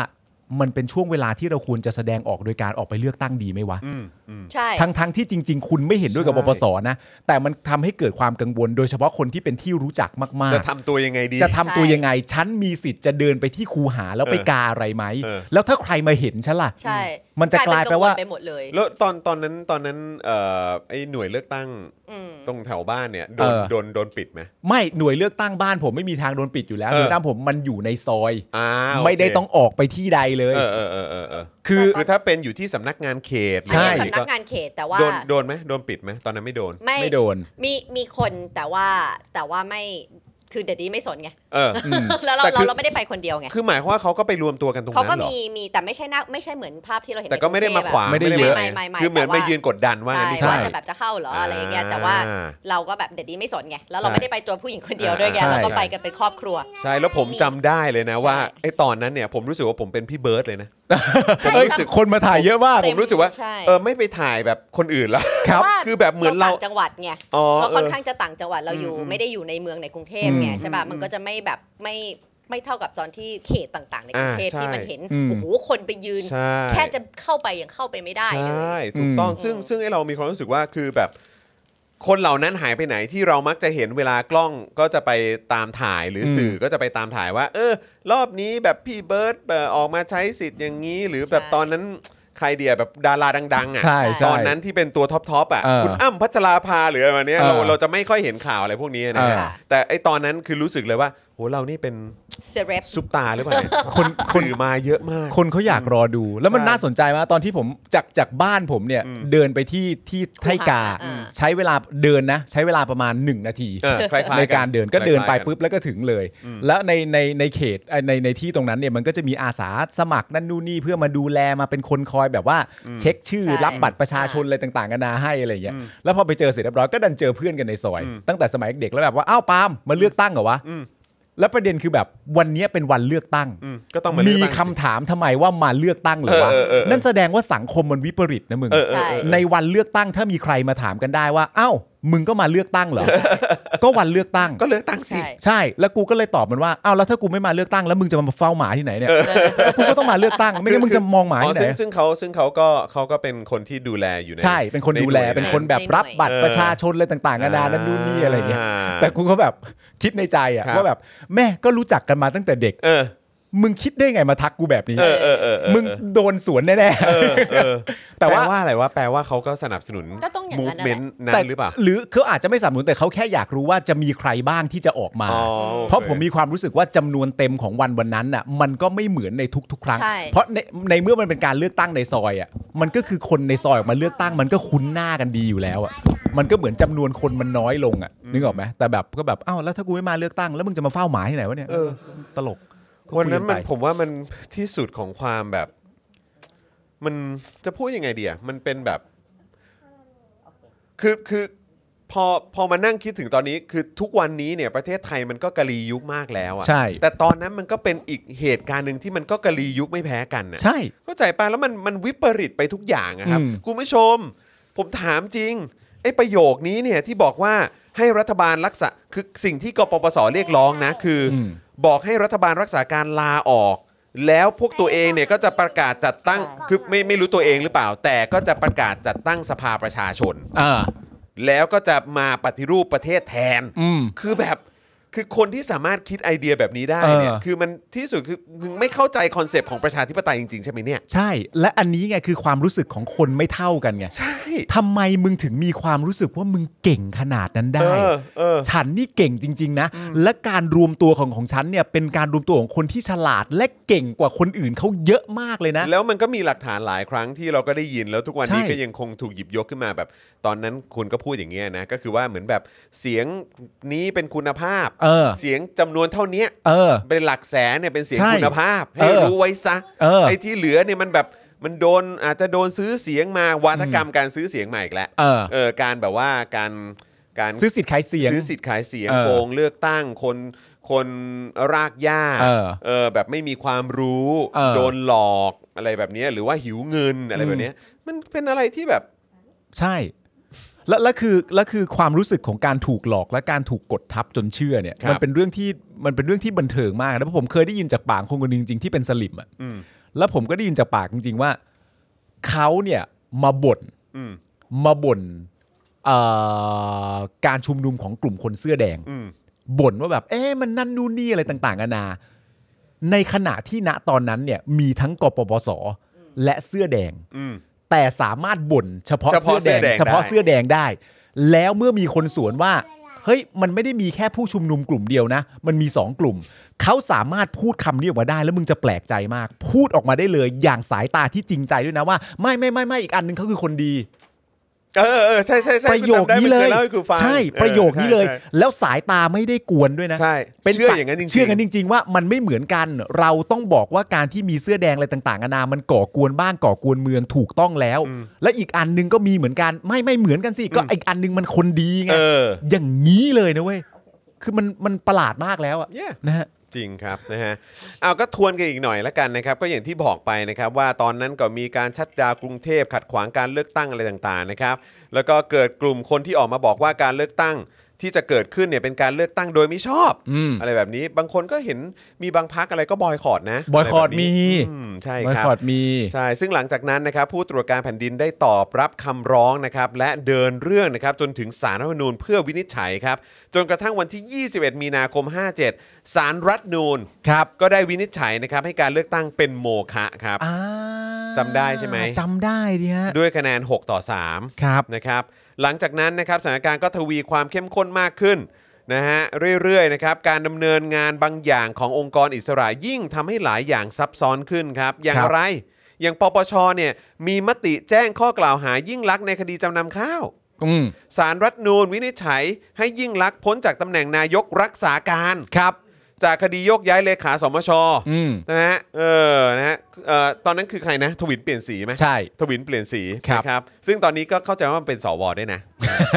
Speaker 2: มันเป็นช่วงเวลาที่เราควรจะแสดงออกโดยการออกไปเลือกตั้งดีไหมวะ
Speaker 1: อืมอืม
Speaker 3: ใช่
Speaker 2: ทั้งทั้งที่จริง ๆ คุณไม่เห็นด้วยกับ
Speaker 1: ใช่
Speaker 2: ปปสนะ แต่มันทำให้เกิดความกังวล โดยเฉพาะคนที่เป็นที่รู้จักมาก
Speaker 1: จะ
Speaker 2: ๆ
Speaker 1: ทำตัวยังไงดี
Speaker 2: จะทำตัว
Speaker 3: ใช่
Speaker 2: ยังไง ฉันมีสิทธิ์จะเดินไปที่คูหาแล้วไป
Speaker 1: เออก
Speaker 2: าอะไรไหม
Speaker 1: เออ
Speaker 2: แล้วถ้าใครมาเห็นฉันล่ะ
Speaker 3: ใช่
Speaker 2: มันจะกลายไปว่า
Speaker 3: ไปหมดเลย
Speaker 1: แล้วตอนตอนนั้นตอนนั้นเอ่อไอหน่วยเลือกตั้ง
Speaker 3: อืม
Speaker 1: ตรงแถวบ้านเนี่ยโดน
Speaker 2: เออ
Speaker 1: โดนโดนปิดไหม
Speaker 2: ไม่หน่วยเลือกตั้งบ้านผมไม่มีทางโดนปิดอยู่แล้ว
Speaker 1: เออ
Speaker 2: หน่วยเลือกตั้งผมมันอยู่ในซอย
Speaker 1: อ่าโเค
Speaker 2: ไม่ได้ต้องออกไปที่ใดเลย
Speaker 1: เออเออเออเออเออ
Speaker 2: คือ
Speaker 1: คือถ้าเป็นอยู่ที่สำนักงานเขต
Speaker 2: ใช่
Speaker 3: อันนี้สำนักงานเขตแต่ว่า
Speaker 1: โดนโดนไหมโดนปิดไหมตอนนั้นไม่โดน
Speaker 3: ไม่
Speaker 2: ไม่โดน
Speaker 3: มีมีคนแต่ว่าแต่ว่าไม่คือเดดดี้ไม่สนไง [laughs]
Speaker 1: เออ
Speaker 3: แล้วเรา
Speaker 1: แต่คื
Speaker 3: เรา
Speaker 1: อ
Speaker 3: เราไม่ได้ไปคนเดียวไง
Speaker 1: คือหมายความว่าเขาก็ไปรวมตัวกันตรง
Speaker 3: เขา
Speaker 1: นั้
Speaker 3: ก็
Speaker 1: นเหรอ
Speaker 3: มีมีแต่ไม่ใช่หน้าไม่ใช่เหมือนภาพที่เราเห็น
Speaker 1: แต่ก็ไม่ได้มาขวาง
Speaker 2: ไม่ได้เยอะ
Speaker 1: า
Speaker 3: ไม่ไม่ไม่
Speaker 1: คือเหมือน
Speaker 3: แต่ว่
Speaker 1: มายืนกดดันว่า
Speaker 3: ใช่
Speaker 1: งั้นดีก
Speaker 2: ใช่
Speaker 1: ว่า
Speaker 3: ว่าจะแบบจะเข้าเหรออะไรอย่างเงี้ยแต่ว่า
Speaker 1: อ่า
Speaker 3: เราก็แบบเดดดี้ไม่สนไงแล้วเรา
Speaker 1: ใช่
Speaker 3: ไม่ได้ไปตัวผู้หญิงคนเดียวด้วยไง
Speaker 1: ใช่
Speaker 3: เราก็ไปกันเป็นครอบครัว
Speaker 1: ใช่แล้วผมจำได้เลยนะ
Speaker 3: ใช่
Speaker 1: ว่าไอ้ตอนนั้นเนี่ยผมรู้สึกว่าผมเป็นพี่เบิร์ดเลยนะ
Speaker 3: ใช่
Speaker 2: เอ้ย
Speaker 3: ครับ
Speaker 2: คนมาถ่ายเยอะมาก
Speaker 3: เต็
Speaker 1: ผมรู้สึกว่า
Speaker 3: ใช่
Speaker 1: เออไม่ไปถ่ายแบบคนอื่นแล้ว
Speaker 2: ครับ
Speaker 3: ว่า
Speaker 1: คือแบบเหมือนเรา
Speaker 3: ต่งจังหวัดไง
Speaker 1: อ๋อ
Speaker 3: เรา
Speaker 1: เอ
Speaker 3: ค่อน
Speaker 1: อ
Speaker 3: ข้างจะต่างจังหวัดเราอยู่
Speaker 1: อืม
Speaker 3: ไม่ได้อยู่ในเมืองในกรุงเทพไง
Speaker 2: อืม
Speaker 3: ใช่ป่ะมันก็จะไม่แบบไม่ไม่เท่ากับตอนที่เขตต่างๆ ในกรุงเทพที่มันเห็น
Speaker 2: อืม
Speaker 3: โอ้โหคนไปยืน
Speaker 1: ใช่
Speaker 3: แค่จะเข้าไปยังเข้าไปไม่ได้
Speaker 1: ใช
Speaker 3: เลย่
Speaker 1: ถูกต้อง
Speaker 3: อืม
Speaker 1: ซึ่งซึ่งไอ้เรามีความรู้สึกว่าคือแบบ คนเหล่านั้นหายไปไหนที่เรามักจะเห็นเวลากล้องก็จะไปตามถ่ายหรืออ
Speaker 2: ม
Speaker 1: สื่อก็จะไปตามถ่ายว่า เออ รอบนี้แบบพี่เบิร์ดเอ่อออกมาใช้สิทธิ์อย่างนี้ หรือแบบ
Speaker 3: ใช่
Speaker 1: ตอนนั้นใครเดียแบบดาราดังๆอ่ะ
Speaker 2: ใช่ใช่
Speaker 1: ตอนนั้นที่เป็นตัวท็อปทอปอ่ะ
Speaker 2: เออ
Speaker 1: คุณอ้ำพัชราภาหรืออะไรแบบเนี้ย
Speaker 2: เออ
Speaker 1: เราเราจะไม่ค่อยเห็นข่าวอะไรพวกนี้นะฮะ
Speaker 2: เออ
Speaker 1: แต่ไอตอนนั้นคือรู้สึกเลยว่าโห เรานี่เป็น
Speaker 3: เซเรป
Speaker 1: ซุปตาหรือเปล่าเนี่ย
Speaker 2: คนคน
Speaker 1: สื่อมาเยอะมาก
Speaker 2: คนเขาอยากรอดู แล้วมัน
Speaker 1: ใช่
Speaker 2: น่าสนใจมากตอนที่ผมจากจากบ้านผมเนี่ยเดินไปที่ที่ไทกา
Speaker 3: อ่า
Speaker 2: ใช้เวลาเดินนะ ใช้เวลาประมาณ 1 นาที
Speaker 1: เออคล้ายๆกัน
Speaker 2: ในการเดินก็เดินไป
Speaker 1: คล้ายๆกัน
Speaker 2: ปุ๊บแล้วก็ถึงเลย แล้วในในในเขตเอ่อในในที่ตรงนั้นเนี่ยมันก็จะมีอาสาสมัครนั่นนู่นนี่เพื่อมาดูแลมาเป็นคนคอยแบบว่าเช็คชื่อ
Speaker 3: ใช่
Speaker 2: รับบัตรประชาชนอะไรต่างๆกันานาให้อะไรอย่างเงี้ยแล้วพอไปเจอเสร็จเรียบร้อยก็ดันเจอเพื่อนกันในซอย ตั้งแต่สมัยเด็กแล้วแบบว่าอ้าวปาล์มมาเลือกตั้งเหรอวะแล้วประเด็นคือแบบวันเนี้ยเป็นวันเลือกตั้ง
Speaker 1: อืมก็ต้องมาเลือก
Speaker 2: มี
Speaker 1: ตั้งสิ
Speaker 2: คำถามทำไมว่ามาเลือกตั้งเหรือวะ
Speaker 1: เออเออเออ
Speaker 2: นั่นแสดงว่าสังคมมันวิปริตนะมึง
Speaker 1: เออเออ
Speaker 3: ใช่
Speaker 1: เออ
Speaker 2: ในวันเลือกตั้งถ้ามีใครมาถามกันได้ว่า เอ้า มึงก็มาเลือกตั้งเหรอ ก็วันเลือกตั้ง
Speaker 1: ก็เลือกตั้งสิ
Speaker 3: ใช่
Speaker 2: ใช่ แล้วกูก็เลยตอบมันว่า เอ้าแล้วถ้ากูไม่มาเลือกตั้งแล้วมึงจะมาเฝ้าหมาที่ไหนเนี่ยกูก็ต้องมาเลือกตั้ง ไม่งั้นมึงจะมองหมา
Speaker 1: อ๋อ
Speaker 2: ที่ไหน
Speaker 1: ซึ่งซึ่งเขาซึ่งเขาก็เขาก็เป็นคนที่ดูแลอยู่ใน
Speaker 2: ใช่ เป็นคนดูแล เป็นคนแบบรับบัตรประชาชนอะไรต่างๆนานานั่นนู่นนี่อะไรเงี้ย แต่กูก็แบบคิดในใจอะว่าแบบแม่ก็รู้จักกันมาตั้งแต่เด็ก
Speaker 1: เออ
Speaker 2: มึงคิดได้ไงมาทักกูแบบนี้
Speaker 1: เออเออเออเออ
Speaker 2: มึงโดนสวนแน่ๆ
Speaker 1: เออเออ
Speaker 2: แต่ว่า
Speaker 1: แปลว่าอะไรว่าแปลว่าเขาก็สนับสนุน
Speaker 3: ก็ต้องอย่างนั้นอะ
Speaker 1: movement นั้นหรือเปล่า
Speaker 2: หรือเขาอาจจะไม่สนับสนุนแต่เขาแค่อยากรู้ว่าจะมีใครบ้างที่จะออกมา
Speaker 1: อ๋อโอค
Speaker 2: เพราะผมมีความรู้สึกว่าจำนวนเต็มของวันวันนั้นน่ะมันก็ไม่เหมือนในทุก ๆ ครั้ง
Speaker 3: ใช่
Speaker 2: เพราะในในเมื่อมันเป็นการเลือกตั้งในซอยอ่ะมันก็คือคนในซอยออกมาเลือกตั้ง มันก็คุ้นหน้ากันดีอยู่แล้วอ่ะมันก็เหมือนจำนวนคนมันน้อยลงอ่ะนึกออกไหมแต่แบบก็แบบอ้าวแล้วถ้ากูไม่มาเลือกตั้งแล้วมึงจะมาเฝ้าหมาที่ไหนวะเนี่ย
Speaker 1: เออ
Speaker 2: ตลกก็
Speaker 1: วันนั้นมัน
Speaker 2: คุยกัไป
Speaker 1: ผมว่ามันที่สุดของความแบบ มันจะพูดยังไงดีอ่ะมันเป็นแบบ คือคือพอพอมานั่งคิดถึงตอนนี้ คือทุกวันนี้เนี่ยประเทศไทยมันก็กะลียุคมากแล้วอ่ะ
Speaker 2: ใช่
Speaker 1: แต่ตอนนั้นมันก็เป็นอีกเหตุการณ์หนึ่งที่มันก็กะลียุคไม่แพ้กันน่ะ
Speaker 2: ใช่
Speaker 1: เข้าใจป่ะแล้วมันมันวิปริตไปทุกอย่างอะครับ
Speaker 2: อืม
Speaker 1: คุณผู้ชม ผมถามจริงไอ้ประโยคนี้เนี่ยที่บอกว่าให้รัฐบาลรักษาคือสิ่งที่กปปสเรียกร้องนะคืออ
Speaker 2: ม
Speaker 1: บอกให้รัฐบาลรักษาการลาออก แล้วพวกตัวเองเนี่ยก็จะประกาศจัดตั้งคือไม่ไม่รู้ตัวเองหรือเปล่า แต่ก็จะประกาศจัดตั้งสภาประชาชน
Speaker 2: อ่า
Speaker 1: แล้วก็จะมาปฏิรูปประเทศแทน
Speaker 2: อืม
Speaker 1: คือแบบคือคนที่สามารถคิดไอเดียแบบนี้ได้เนี่ย
Speaker 2: เออ
Speaker 1: คือมันที่สุดคือมึงไม่เข้าใจคอนเซปต์ของประชาธิปไตยจริงๆใช่ไหมเนี่ย
Speaker 2: ใช่ และอันนี้ไงคือความรู้สึกของคนไม่เท่ากันไง
Speaker 1: ใช่
Speaker 2: ทำไมมึงถึงมีความรู้สึกว่ามึงเก่งขนาดนั้นได้
Speaker 1: เออเออ
Speaker 2: ฉันนี่เก่งจริง ๆ นะ และการรวมตัวของของฉันเนี่ยเป็นการรวมตัวของคนที่ฉลาดและเก่งกว่าคนอื่นเขาเยอะมากเลยนะ
Speaker 1: แล้วมันก็มีหลักฐานหลายครั้งที่เราก็ได้ยินแล้วทุกวันนี้
Speaker 2: ใช่
Speaker 1: ก็ยังคงถูกหยิบยกขึ้นมาแบบ ตอนนั้นคุณก็พูดอย่างเงี้ยนะ ก็คือว่าเหมือนแบบเสียงนี้เป็นคุณภาพ
Speaker 2: เออ
Speaker 1: ยงจำนวนเท่าเนี้ย
Speaker 2: เออ
Speaker 1: เป็นหลักแสนเนี่ยเป็นเสียง
Speaker 2: ใช่
Speaker 1: คุณภาพ
Speaker 2: เอ
Speaker 1: ให้
Speaker 2: อ
Speaker 1: รู้ไว้ซะ
Speaker 2: เออ
Speaker 1: ไอ้ที่เหลือเนี่ยมันแบบมันโดนอาจจะโดนซื้อเสียงมาวาทกรรมการซื้อเสียงใหม่อีกแล้ว
Speaker 2: เออ
Speaker 1: เออการแบบว่าการการ
Speaker 2: ซื้อสิทธิ์ขายเสียง
Speaker 1: ซื้อสิทธิ์ขายเสียง
Speaker 2: เออ
Speaker 1: โกงเลือกตั้งคนคนรากหญ้า
Speaker 2: เออ
Speaker 1: เออแบบไม่มีความรู้
Speaker 2: เออ
Speaker 1: โดนหลอกอะไรแบบเนี้ยหรือว่าหิวเงินอะไรแบบเนี้ยมันเป็นอะไรที่แบบ
Speaker 2: ใช่ และและคือและคือความรู้สึกของการถูกหลอกและการถูกกดทับจนเชื่อเนี่ย
Speaker 1: ครับ
Speaker 2: มันเป็นเรื่องที่มันเป็นเรื่องที่บันเทิงมากนะเพราะผมเคยได้ยินจากปากคนคนหนึ่งจริงๆที่เป็นสลิมอ่ะ
Speaker 1: อืม
Speaker 2: แล้วผมก็ได้ยินจากปากจริง ๆ ว่าเขาเนี่ยมาบ่น
Speaker 1: อืม
Speaker 2: มาบ่นเอ่อการชุมนุมของกลุ่มคนเสื้อแดง
Speaker 1: อืม
Speaker 2: บ่นว่าแบบ เอ๊ะมันนั่นนู่นนี่อะไรต่างๆนานาในขณะที่ณตอนนั้นเนี่ยมีทั้งกปปสและเสื้อแดง
Speaker 1: อืม
Speaker 2: แต่สามารถบ่นเฉพาะ
Speaker 1: เฉ
Speaker 2: เสื้
Speaker 1: พาะ
Speaker 2: อแดง
Speaker 1: เสื้อแดง
Speaker 2: เฉพาะ
Speaker 1: ได้
Speaker 2: เสื้อแดงได้ แล้วเมื่อมีคนสวนว่า เฮ้ย มันไม่ได้มีแค่ผู้ชุมนุมกลุ่มเดียวนะ มันมีสองกลุ่ม เขาสามารถพูดคำนี้ออกมาได้ แล้วมึงจะแปลกใจมาก พูดออกมาได้เลย อย่างสายตาที่จริงใจด้วยนะว่าไม่ไม่ไม่ไม่อีกอันหนึงเขาคือคนดี
Speaker 1: เออเออใช่ใช่ใช่
Speaker 2: ประโยคนี้
Speaker 1: ณ
Speaker 2: เล
Speaker 1: จำได้มัคล่า
Speaker 2: ย
Speaker 1: ให้กูฟัง
Speaker 2: ใช่
Speaker 1: เออ
Speaker 2: ประโยคนี้เลย
Speaker 1: ใช่ใช่
Speaker 2: แล้วสายตาไม่ได้กวนด้วยนะ
Speaker 1: ใช่
Speaker 2: ป็น
Speaker 1: เชื่ออย่างนั้นจริงๆ
Speaker 2: เชื่อกันจริง ๆ ว่ามันไม่เหมือนกัน เราต้องบอกว่าการที่มีเสื้อแดงอะไรต่างๆนานามันก่อกวนบ้างก่อกวนเมืองถูกต้องแล้ว และอีกอันหนึงก็มีเหมือนกันไม่ไม่เหมือนกันสิก็อีกอันหนึงมันคนดีไง
Speaker 1: เออ
Speaker 2: อย่างนี้เลยนะเว้ยคือมันมันประหลาดมากแล้วอะ
Speaker 1: Yeah
Speaker 2: นะฮะ
Speaker 1: จริงครับ [laughs] นะฮะเอาก็ทวนกันอีกหน่อยละกันนะครับ ก็อย่างที่บอกไปนะครับว่าตอนนั้นก็มีการชัดดาวน์กรุงเทพขัดขวางการเลือกตั้งอะไรต่างๆนะครับ แล้วก็เกิดกลุ่มคนที่ออกมาบอกว่าการเลือกตั้งที่จะเกิดขึ้นเนี่ยเป็นการเลือกตั้งโดยไม่ชอบ
Speaker 2: อืม
Speaker 1: ไรแบบนี้ บางคนก็เห็นมีบางพักอะไรก็บอยคอรดนะ
Speaker 2: บอยคอรดมี
Speaker 1: อืมใช่
Speaker 2: มา
Speaker 1: ครับ
Speaker 2: คอดมี
Speaker 1: ใช่ ซึ่งหลังจากนั้นนะครับผู้ตรวจการแผ่นดินได้ตอบรับคำร้องนะครับและเดินเรื่องนะครับจนถึงสารรัฐธรรมนูญเพื่อวินิจฉัยครับจนกระทั่งวันที่ 21 มีนาคม 57 สารรัฐธรรมนูญครับก็ได้วินิจฉัยนะครับให้การเลือกตั้งเป็นโมฆะครับ
Speaker 2: อ่า
Speaker 1: จำได้ใช่ไหม
Speaker 2: จำได้ดิฮะ
Speaker 1: ด้วยคะแนน 6 ต่อ 3
Speaker 2: ครับ
Speaker 1: นะครับหลังจากนั้นนะครับสถานการณ์ก็ทวีความเข้มข้นมากขึ้น นะฮะเรื่อยๆนะครับการดำเนินงานบางอย่างขององค์กรอิสระยิ่งทำให้หลายอย่างซับซ้อนขึ้นครับ อย่าง
Speaker 2: ครับ
Speaker 1: ไร อย่างปปชเนี่ยมีมติแจ้งข้อกล่าวหายิ่งลักษณ์ในคดีจำนำข้าว
Speaker 2: อืม
Speaker 1: สารรัฐธรรมนูนวินิจฉัยให้ยิ่งลักษณ์พ้นจากตำแหน่งนายกรักษาการ
Speaker 2: ครับ
Speaker 1: จากคดีโยกย้ายเลขาสมช
Speaker 2: อืม
Speaker 1: นะฮะเออนะฮะเอ่อตอนนั้นคือใครนะ ทวินเปลี่ยนสีไหม
Speaker 2: ใช่
Speaker 1: ทวินเปลี่ยนสี
Speaker 2: ครับ
Speaker 1: นะครับ ซึ่งตอนนี้ก็เข้าใจว่ามันเป็นสวด้วยนะ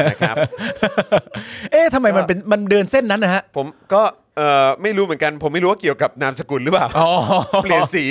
Speaker 2: [laughs]
Speaker 1: นะครับ
Speaker 2: เอ๊ะทำไมมันเป็นมันเดินเส้นนั้นนะฮะ
Speaker 1: ผมก็เอ่อไม่รู้เหมือนกัน ผมไม่รู้ว่าเกี่ยวกับนามสกุลหรือเปล่า
Speaker 2: อ๋อ
Speaker 1: เปลี่ยนสี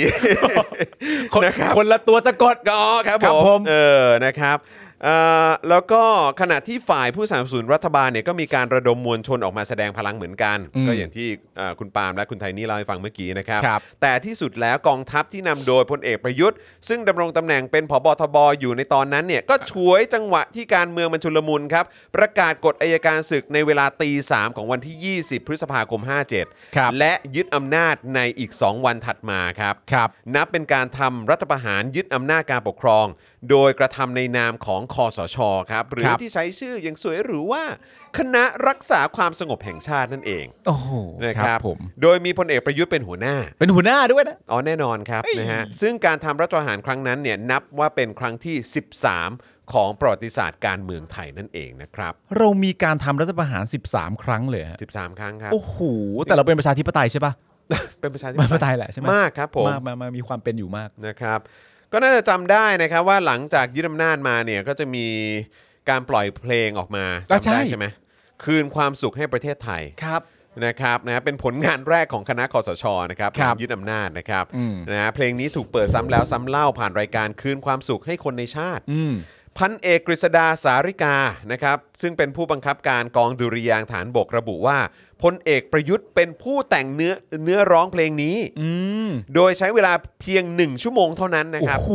Speaker 2: คน
Speaker 1: นะครับ
Speaker 2: คนละตัวสะกด
Speaker 1: ก็ครับ
Speaker 2: ครับ
Speaker 1: ผ
Speaker 2: ผม ม
Speaker 1: เออนะครับเอ่อแล้วก็ขณะที่ฝ่ายผู้สนับสนุนรัฐบาลเนี่ยก็มีการระดมมวลชนออกมาแสดงพลังเหมือนกัน
Speaker 2: อืม
Speaker 1: ก็อย่างที่เอ่อคุณปาล์มและคุณไทนี่เล่าให้ฟังเมื่อกี้นะครับ
Speaker 2: ครับ
Speaker 1: แต่ที่สุดแล้วกองทัพที่นำโดยพลเอกประยุทธ์ ซึ่งดำรงตำแหน่งเป็นผบทบอยู่ในตอนนั้นเนี่ยก็ฉวยจังหวะที่การเมืองมันชุลมุนครับ ประกาศกฎอายการศึกในเวลาตีสามของวันที่ 20 พฤษภาคม
Speaker 2: ครับ
Speaker 1: 57 และยึดอำนาจในอีก 2 วันถัดมาครับ
Speaker 2: ครับ
Speaker 1: นับเป็นการทำรัฐประหารยึดอำนาจการปกครอง โดยกระทำในนามของคอสชครับ หรือ
Speaker 2: ครับ
Speaker 1: ที่ใช้ชื่ออย่างสวยหรูว่า คณะรักษาความสงบแห่งชาตินั่นเอง
Speaker 2: โอ้โห
Speaker 1: นะครับ
Speaker 2: ผม
Speaker 1: โดยมีพลเอกประยุทธ์เป็นหัวหน้า
Speaker 2: เป็นหัวหน้าด้วยนะ
Speaker 1: อ๋อแน่นอนครับนะฮะซึ่งการทำรัฐประหารครั้งนั้นเนี่ยนับว่าเป็นครั้งที่ 13 ของประวัติศาสตร์การเมืองไทยนั่นเองนะครับ
Speaker 2: เรามีการทำรัฐประหาร 13 ครั้งเลยฮะ
Speaker 1: 13 ครั้งครับ
Speaker 2: โอ้โหแต่เราเป็นประชาธิปไตยใช่ปะ
Speaker 1: เป็นประชาธิ
Speaker 2: ประชาธิปไตยแหละใช่ไหม
Speaker 1: มากครับผม
Speaker 2: มากมากมากมีความเป็นอยู่มาก
Speaker 1: นะครับก็น่าจะจำได้นะครับว่าหลังจากยึดอำนาจมาเนี่ยก็จะมีการปล่อยเพลงออกมา
Speaker 2: อ่ะ
Speaker 1: จำได้
Speaker 2: ใช่
Speaker 1: ใช่ไหมคืนความสุขให้ประเทศไทย
Speaker 2: ครับ
Speaker 1: นะครับนะเป็นผลงานแรกของคณะคอสชนะครับ
Speaker 2: ครั
Speaker 1: ห
Speaker 2: บ
Speaker 1: ลังยึดอำนาจนะครับ
Speaker 2: อืม
Speaker 1: นะฮะเพลงนี้ถูกเปิดซ้ำแล้วซ้ำเล่าผ่านรายการคืนความสุขให้คนในชาติ
Speaker 2: อืม
Speaker 1: พันเอกกฤษดาสาริกานะครับซึ่งเป็นผู้บังคับการกองดุริยางค์ฐานบกระบุว่าพลเอกประยุทธ์เป็นผู้แต่งเนื้อเนื้อร้องเพลงนี้
Speaker 2: อืม
Speaker 1: โดยใช้เวลาเพียง 1 ชั่วโมงเท่านั้นนะ
Speaker 2: โอ้
Speaker 1: ครับ
Speaker 2: โห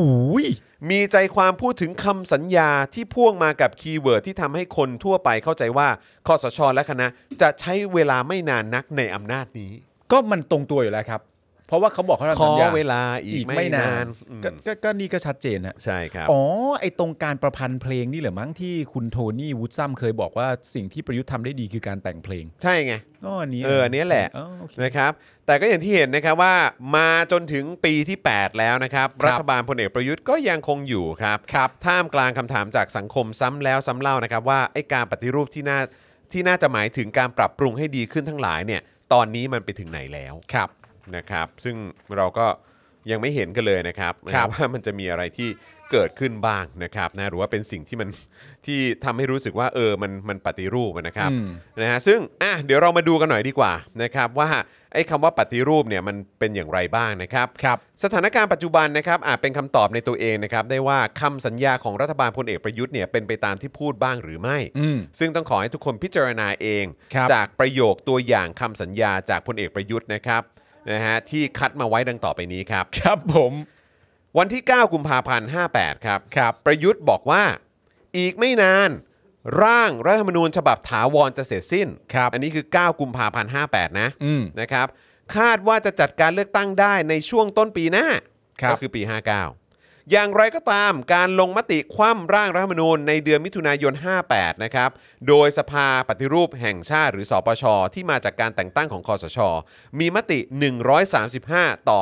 Speaker 1: มีใจความพูดถึงคำสัญญาที่พ่วงมากับคีย์เวิร์ดที่ทำให้คนทั่วไปเข้าใจว่าคอสชและคณะจะใช้เวลาไม่นานนักในอำนาจนี้
Speaker 2: ก็มันตรงตัวอยู่แล้วครับ เพราะว่าเขาบอกเขาทำ
Speaker 1: ข
Speaker 2: สั
Speaker 1: อ
Speaker 2: ญญา
Speaker 1: เวลาอีกไม่นานอืม
Speaker 2: ก็ก็ก็นี่ก็ชัดเจนนะ
Speaker 1: ใช่ครับ
Speaker 2: อ๋อ ไอตรงการประพันธ์เพลงนี่เหรอมั้งที่คุณโทนี่วูดซัมเคยบอกว่าสิ่งที่ประยุทธ์ทำได้ดีคือการแต่งเพลง
Speaker 1: ใช่ไง
Speaker 2: ก็อันนี้
Speaker 1: เอออันเนี้ยแหละ
Speaker 2: อ๋อโอเค
Speaker 1: นะครับแต่ก็อย่างที่เห็นนะครับว่ามาจนถึงปีที่ 8 แล้วนะครับ
Speaker 2: ครับ
Speaker 1: รัฐบาลพลเอกประยุทธ์ก็ยังคงอยู่ครับ
Speaker 2: ครับ
Speaker 1: ท่ามกลางคำถามจากสังคมซ้ำแล้วซ้ำเล่านะครับ ว่าไอ้การปฏิรูปที่น่าที่น่าจะหมายถึงการปรับปรุงให้ดีขึ้นทั้งหลายเนี่ยตอนนี้มันไปถึงไหนแล้ว
Speaker 2: ครับ
Speaker 1: นะครับ ซึ่งเราก็ยังไม่เห็นกันเลยนะครับนะ
Speaker 2: ค
Speaker 1: ค
Speaker 2: รั
Speaker 1: รับบ [laughs] ว่ามันจะมีอะไรที่เกิดขึ้นบ้างนะครับนะหรือว่าเป็นสิ่งที่มัน ที่ทำให้รู้สึกว่าเออมันมันปฏิรูปอะนะครับ
Speaker 2: อืม
Speaker 1: นะฮะซึ่งอ่ะเดี๋ยวเรามาดูกันหน่อยดีกว่านะครับว่าไอ้คำว่าปฏิรูปเนี่ยมันเป็นอย่างไรบ้างนะครับ
Speaker 2: ครับ
Speaker 1: สถานการณ์ปัจจุบันนะครับอาจเป็นคำตอบในตัวเองนะครับได้ว่าคำสัญญาของรัฐบาลพลเอกประยุทธ์เนี่ยเป็นไปตามที่พูดบ้างหรือไม่
Speaker 2: อืม
Speaker 1: ซึ่งต้องขอให้ทุกคนพิจารณาเอง
Speaker 2: ครับ
Speaker 1: จากประโยคตัวอย่างคำสัญญาจากพลเอกประยุทธ์นะครับนะฮะที่คัดมาไว้ดังต่อไปนี้ครับ
Speaker 2: ครับผม
Speaker 1: วันที่ 9 กุมภาพันธ์ 58 ครับ
Speaker 2: ครับ
Speaker 1: ประยุทธ์บอกว่าอีกไม่นาน ร่างรัฐธรรมนูญฉบับถาวรจะเสร็จสิ้น
Speaker 2: ครับ
Speaker 1: อันนี้คือ 9 กุมภาพันธ์ 58 นะ
Speaker 2: อืม
Speaker 1: นะครับ คาดว่าจะจัดการเลือกตั้งได้ในช่วงต้นปีหน้า
Speaker 2: ครับ
Speaker 1: ก็คือปี 59 อย่างไรก็ตามการลงมติคว่ำร่างรัฐธรรมนูญในเดือนมิถุนายน 58 นะครับ โดยสภาปฏิรูปแห่งชาติหรือสปช ที่มาจากการแต่งตั้งของคอสช มีมติ 135 ต่อ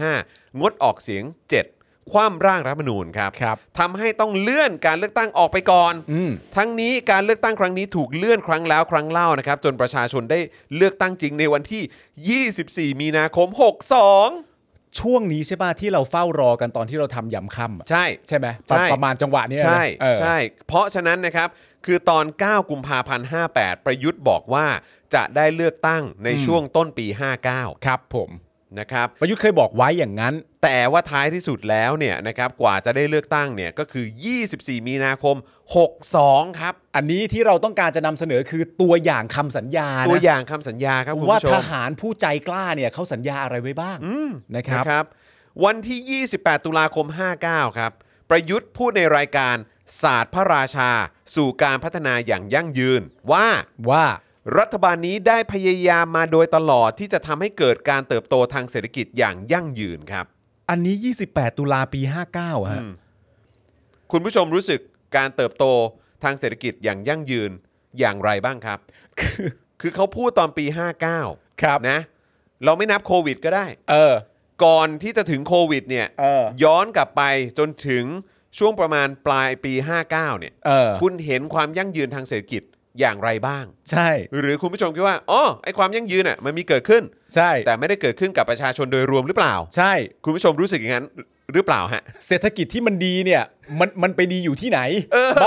Speaker 1: 105 งดออกเสียง 7 คว่ำร่างรัฐธรรมนูญครับ
Speaker 2: ครับ
Speaker 1: ทำให้ต้องเลื่อนการเลือกตั้งออกไปก่อน
Speaker 2: อืม
Speaker 1: ทั้งนี้การเลือกตั้งครั้งนี้ถูกเลื่อนครั้งแล้วครั้งเล่านะครับ จนประชาชนได้เลือกตั้งจริงในวันที่ 24 มีนาคม 62
Speaker 2: ช่วงนี้ใช่ป่ะที่เราเฝ้ารอกันตอนที่เราทำยำค่ำอะ
Speaker 1: ใช่
Speaker 2: ใช่ไหมปะ
Speaker 1: ใช่
Speaker 2: ประมาณจังหวะเนี้ยนะ
Speaker 1: ใช่
Speaker 2: เออ
Speaker 1: ใช่ เพราะฉะนั้นนะครับ คือตอน 9 กุมภาพันธ์ 58 ประยุทธ์บอกว่าจะได้เลือกตั้งใน
Speaker 2: อืม
Speaker 1: ช่วงต้นปี
Speaker 2: ครับ ผม
Speaker 1: 59 นะครับ
Speaker 2: ประยุทธ์เคยบอกไว้อย่างนั้น
Speaker 1: แต่ว่าท้ายที่สุดแล้วเนี่ยนะครับกว่าจะได้เลือกตั้งเนี่ยก็คือ 24 มีนาคม 62 ครับ
Speaker 2: อันนี้ที่เราต้องการจะนำเสนอคือตัวอย่างคำสัญญานะ
Speaker 1: ตัวอย่างคำสัญญาครับคุณ
Speaker 2: ว่า
Speaker 1: ผู้ชม
Speaker 2: ทหารผู้ใจกล้าเนี่ยเขาสัญญาอะไรไว้บ้างนะครับ
Speaker 1: นะครับวันที่ 28 ตุลาคม 59 ครับ ประยุทธ์พูดในรายการศาสตร์พระราชา สู่การพัฒนาอย่างยั่งยืน ว่า
Speaker 2: ว่า
Speaker 1: รัฐบาลนี้ได้พยายามมาโดยตลอดที่จะทำให้เกิดการเติบโตทางเศรษฐกิจอย่างยั่งยืนครับ
Speaker 2: อันนี้ 28 ตุลาปี 59ฮะ
Speaker 1: อืม คุณผู้ชมรู้สึกการเติบโตทางเศรษฐกิจอย่างยั่งยืนอย่างไรบ้างครับ คือเขาพูดตอนปี 59
Speaker 2: ครับ
Speaker 1: นะ เราไม่นับโควิดก็ได้
Speaker 2: เออ
Speaker 1: ก่อนที่จะถึงโควิดเนี่ย
Speaker 2: เออ
Speaker 1: ย้อนกลับไปจนถึงช่วงประมาณปลายปี 59เนี่ย
Speaker 2: เออ
Speaker 1: คุณเห็นความยั่งยืนทางเศรษฐกิจอย่างไรบ้าง
Speaker 2: ใช่
Speaker 1: หรือคุณผู้ชมคิดว่าอ๋อไอความยั่งยืนอ่ะมันมีเกิดขึ้น
Speaker 2: ใช่
Speaker 1: แต่ไม่ได้เกิดขึ้นกับประชาชนโดยรวมหรือเปล่า
Speaker 2: ใช่
Speaker 1: คุณผู้ชมรู้สึกอย่างนั้นหรือเปล่าฮะ
Speaker 2: เศรษฐกิจที่มันดีเนี่ย มันมันไปดีอยู่ที่ไหน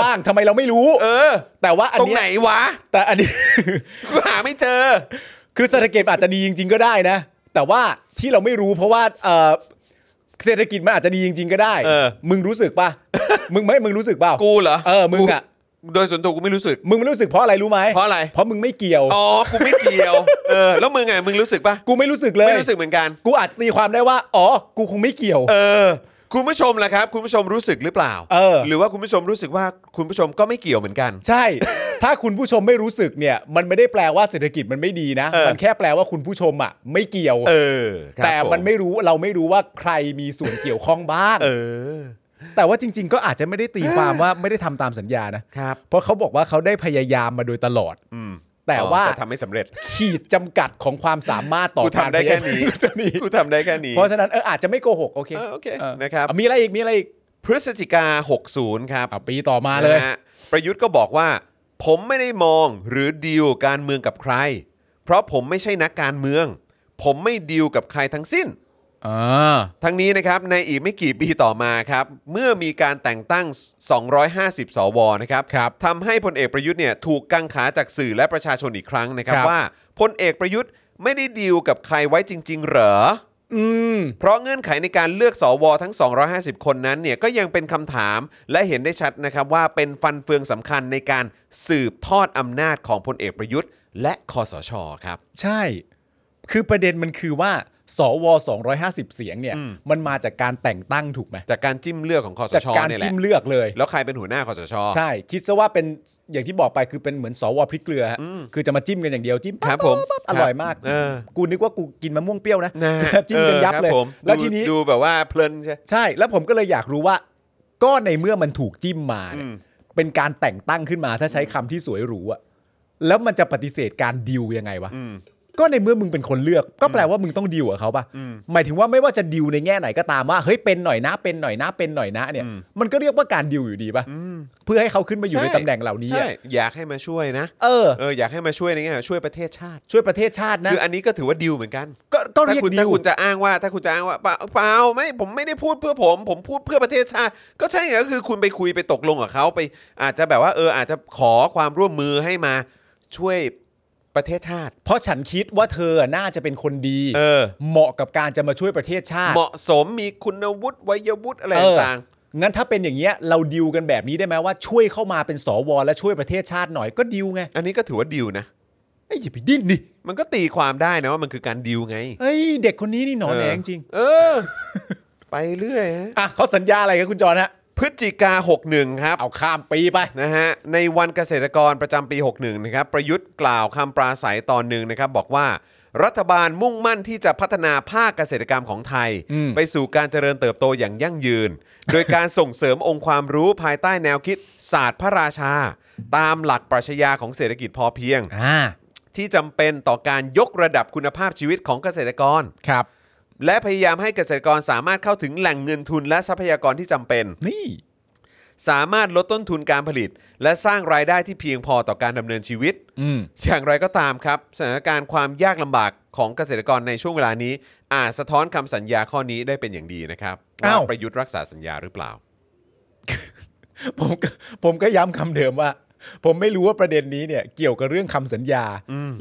Speaker 2: บ้างทำไมเราไม่รู้
Speaker 1: เออ
Speaker 2: แต่ว่าอัน
Speaker 1: ตรง
Speaker 2: เนี้
Speaker 1: ไหน
Speaker 2: ยว
Speaker 1: ะ
Speaker 2: แต่อันนี้ [laughs]
Speaker 1: กูหาไม่เจอ
Speaker 2: คือเศรษฐกิจอาจจะดีจริง ๆ ก็ได้นะ แต่ว่าที่เราไม่รู้เพราะว่าเอ่อเศรษฐกิจมันอาจจะดีจริง ๆ ก็ได้
Speaker 1: เออ
Speaker 2: มึงรู้สึก
Speaker 1: [laughs]
Speaker 2: ป่ะ มึงไม่มึงรู้สึกเปล่า
Speaker 1: กูเหรอ
Speaker 2: เออมึงอะ
Speaker 1: กูโดยส่วนตัวกูไม่รู้สึก
Speaker 2: มึงไม่รู้สึกเพราะอะไรรู้ไหม
Speaker 1: เพราะอะไร
Speaker 2: เพราะมึงไม่เกี่ยว
Speaker 1: อ๋อ กูไม่เกี่ยว เออ แล้วมึงไง มึงรู้สึกปะ
Speaker 2: กูไม่รู้สึกเลย
Speaker 1: ไม่รู้สึกเหมือนกัน
Speaker 2: กูอาจจะตีความได้ว่า อ๋อ กูคงไม่เกี่ยว
Speaker 1: เออ คุณผู้ชมล่ะครับ คุณผู้ชมรู้สึกหรือเปล่า
Speaker 2: เออ
Speaker 1: หรือว่าคุณผู้ชมรู้สึกว่าคุณผู้ชมก็ไม่เกี่ยวเหมือนกัน
Speaker 2: ใช่ ถ้าคุณผู้ชมไม่รู้สึกเนี่ย มันไม่ได้แปลว่าเศรษฐกิจมันไม่ดีนะ
Speaker 1: เออ
Speaker 2: มันแค่แปลว่าคุณผู้ชมอ่ะ ไม่เกี่ยว
Speaker 1: เออครับ
Speaker 2: แต่มันไม่รู้เราไม่รู้ว่าใครมีส่วนเกี่ยวข้องบ้าง
Speaker 1: เออ
Speaker 2: แต่ว่าจริง ๆ ก็อาจจะไม่ได้ตีความ
Speaker 1: [laughs]
Speaker 2: ว่าไม่ได้ทำตามสัญญานะ
Speaker 1: ครับ
Speaker 2: เพราะเขาบอกว่าเขาได้พยายามมาโดยตลอด
Speaker 1: อืม
Speaker 2: แต่ว่า
Speaker 1: อ๋อทำไม่สำเร็จ [laughs]
Speaker 2: ขีดจำกัดของความสามารถต่อ
Speaker 1: กู
Speaker 2: การ
Speaker 1: ทำได้แค่นี้
Speaker 2: พยายาม
Speaker 1: [laughs]
Speaker 2: นี้
Speaker 1: กูทำได้แค่นี้
Speaker 2: เพราะฉะนั้นเอออาจจะไม่โกหกโอเค
Speaker 1: เออโอเค
Speaker 2: เออ
Speaker 1: นะครับ
Speaker 2: อ่มีอะไรอีกมีอะไรอีก
Speaker 1: พฤศจิกา 60 ครับ
Speaker 2: อ่ะปีต่อมาเลย
Speaker 1: นะฮะประยุทธ์ก็บอกว่า ผมไม่ได้มองหรือดีลการเมืองกับใคร เพราะผมไม่ใช่นักการเมือง ผมไม่ดีลกับใครทั้งสิ้น
Speaker 2: อ่า
Speaker 1: ทั้งนี้นะครับในอีกไม่กี่ปีต่อมาครับเมื่อมีการแต่งตั้ง 250 สวนะครับ
Speaker 2: ครับ
Speaker 1: ทำให้พลเอกประยุทธ์เนี่ยถูกกังขาจากสื่อและประชาชนอีกครั้งนะครับ
Speaker 2: ครับ
Speaker 1: ว่าพลเอกประยุทธ์ไม่ได้ดีลกับใครไว้จริง ๆ เหรอ
Speaker 2: อืม
Speaker 1: เพราะเงื่อนไขในการเลือกสวทั้ง 250 คนนั้นเนี่ยก็ยังเป็นคำถามและเห็นได้ชัดนะครับว่าเป็นฟันเฟืองสำคัญในการสืบทอดอำนาจของพลเอกประยุทธ์ และคอสชครับ
Speaker 2: ใช่ คือประเด็นมันคือว่า สว 250 เสียงเนี่ย มันมาจากการแต่งตั้งถูกไหม
Speaker 1: จากการจิ้มเลือกของคอส
Speaker 2: จาก
Speaker 1: ช
Speaker 2: การ
Speaker 1: เนี่ยแหละ
Speaker 2: จิ้มเลือกเลย
Speaker 1: แล้วใครเป็นหัวหน้าคอสช
Speaker 2: ใช่ คิดซะว่าเป็นอย่างที่บอกไปคือเป็นเหมือนสวพริกเกลือฮะ คือจะมาจิ้มกันอย่างเดียวจิ้ม
Speaker 1: ครับ
Speaker 2: ปั๊บ
Speaker 1: ผม
Speaker 2: ปั๊บอร่อยมาก
Speaker 1: เออ
Speaker 2: กูนึกว่ากูกินมะม่วงเปรี้ยวนะ
Speaker 1: นะฮะ
Speaker 2: [laughs] จิ้มกันยับ
Speaker 1: ออ
Speaker 2: เลย
Speaker 1: ครับผม
Speaker 2: แล้ว
Speaker 1: ดู
Speaker 2: ทีนี้
Speaker 1: ดูแบบว่าเพลินใช่
Speaker 2: ใช่ แล้วผมก็เลยอยากรู้ว่า ก็ในเมื่อมันถูกจิ้มมาเนี่ย
Speaker 1: อืม
Speaker 2: เป็นการแต่งตั้งขึ้นมาถ้าใช้คำที่สวยหรูอะแล้วมันจะปฏิเสธการดิวยังไงวะ
Speaker 1: อืม
Speaker 2: ก็ในเมื่อมึงเป็นคนเลือก ก็แปลว่ามึงต้องดิวกับเขาป่ะ
Speaker 1: อืม
Speaker 2: หมายถึงว่าไม่ว่าจะดิวในแง่ไหนก็ตามว่าเฮ้ยเป็นหน่อยนะเป็นหน่อยนะเป็นหน่อยนะเนี่ย
Speaker 1: อืม
Speaker 2: มันก็เรียกว่าการดิวอยู่ดีป่ะ
Speaker 1: อืม
Speaker 2: เพื่อให้เขาขึ้นมาอยู่ใน
Speaker 1: ช่
Speaker 2: ตำแหน่งเหล่านี้อะ
Speaker 1: ใช่อยากให้มาช่วยนะ
Speaker 2: เออ
Speaker 1: เอออยากให้มาช่วยในแง่ช่วยประเทศชาติ
Speaker 2: ช่วยประเทศชาตินะ
Speaker 1: คืออันนี้ก็ถือว่าดิวเหมือนกัน
Speaker 2: ก็ก็
Speaker 1: ถ้า
Speaker 2: เรียก
Speaker 1: คุณ
Speaker 2: ดิ
Speaker 1: ถ้าว คุณจะอ้างว่าถ้าคุณจะอ้างว่าเปล่าเปล่าไม่ผมไม่ได้พูดเพื่อผม ผมพูดเพื่อประเทศชาติ ก็ใช่ไงก็คือคุณไปคุยไปตกลงกับเขาไป อาจจะแบบว่าเอออาจจะขอความร่วมมือให้มาช่วยประเทศชาติ
Speaker 2: เพราะฉันคิดว่าเธอน่าจะเป็นคนดี
Speaker 1: เออ
Speaker 2: เหมาะกับการจะมาช่วยประเทศชาติ
Speaker 1: เหมาะสมมีคุณวุฒิวัยวุฒิอะไร
Speaker 2: เออ
Speaker 1: ต่าง
Speaker 2: งั้นถ้าเป็นอย่างเงี้ยเราดิวกันแบบนี้ได้ไหมว่าช่วยเข้ามาเป็นสวและช่วยประเทศชาติหน่อยก็ดิวไง
Speaker 1: ๆอันนี้ก็ถือว่าดิวนะ
Speaker 2: ไอ้ยอย่าไปดิ้นดิ
Speaker 1: มันก็ตีความได้นะว่ามันคือการดิวไง
Speaker 2: เอ้ยเด็กคนนี้นี่หนอนแหนงจริง
Speaker 1: เออ ไปเรื่อยฮะ
Speaker 2: อ่ะเขาสัญญาอะไรกับคุณจรฮะ
Speaker 1: พฤศจิกา 61 ครับ
Speaker 2: เอาข้ามปีไป
Speaker 1: นะฮะ ในวันเกษตรกรประจำปี 61 นะครับ ประยุทธ์กล่าวคำปราศัยตอนหนึ่งนะครับ บอกว่า รัฐบาลมุ่งมั่นที่จะพัฒนาภาคเกษตรกรรมของไทย
Speaker 2: อืม
Speaker 1: ไปสู่การเจริญเติบโตอย่างยั่งยืน โดยการส่งเสริมองค์ความรู้ภายใต้แนวคิดศาสตร์พระราชา ตามหลักปรัชญาของเศรษฐกิจพอเพียง
Speaker 2: อ่า
Speaker 1: ที่จำเป็นต่อการยกระดับคุณภาพชีวิตของเกษตรกร
Speaker 2: ครับ
Speaker 1: และพยายามให้เกษตรกรสามารถเข้าถึงแหล่งเงินทุนและทรัพยากรที่จำเป็น
Speaker 2: นี่
Speaker 1: สามารถลดต้นทุนการผลิต และสร้างรายได้ที่เพียงพอต่อการดำเนินชีวิต
Speaker 2: อืม
Speaker 1: อย่างไรก็ตามครับ สถานการณ์ความยากลำบากของเกษตรกรในช่วงเวลานี้ อาจสะท้อนคำสัญญาข้อนี้ได้เป็นอย่างดีนะครับ
Speaker 2: อ้าว
Speaker 1: ว่าประยุทธ์รักษาสัญญาหรือเปล่า
Speaker 2: ผมก็ผมก็ย้ำคำเดิมว่า ผมไม่รู้ว่าประเด็นนี้เนี่ย เกี่ยวกับเรื่องคำสัญญา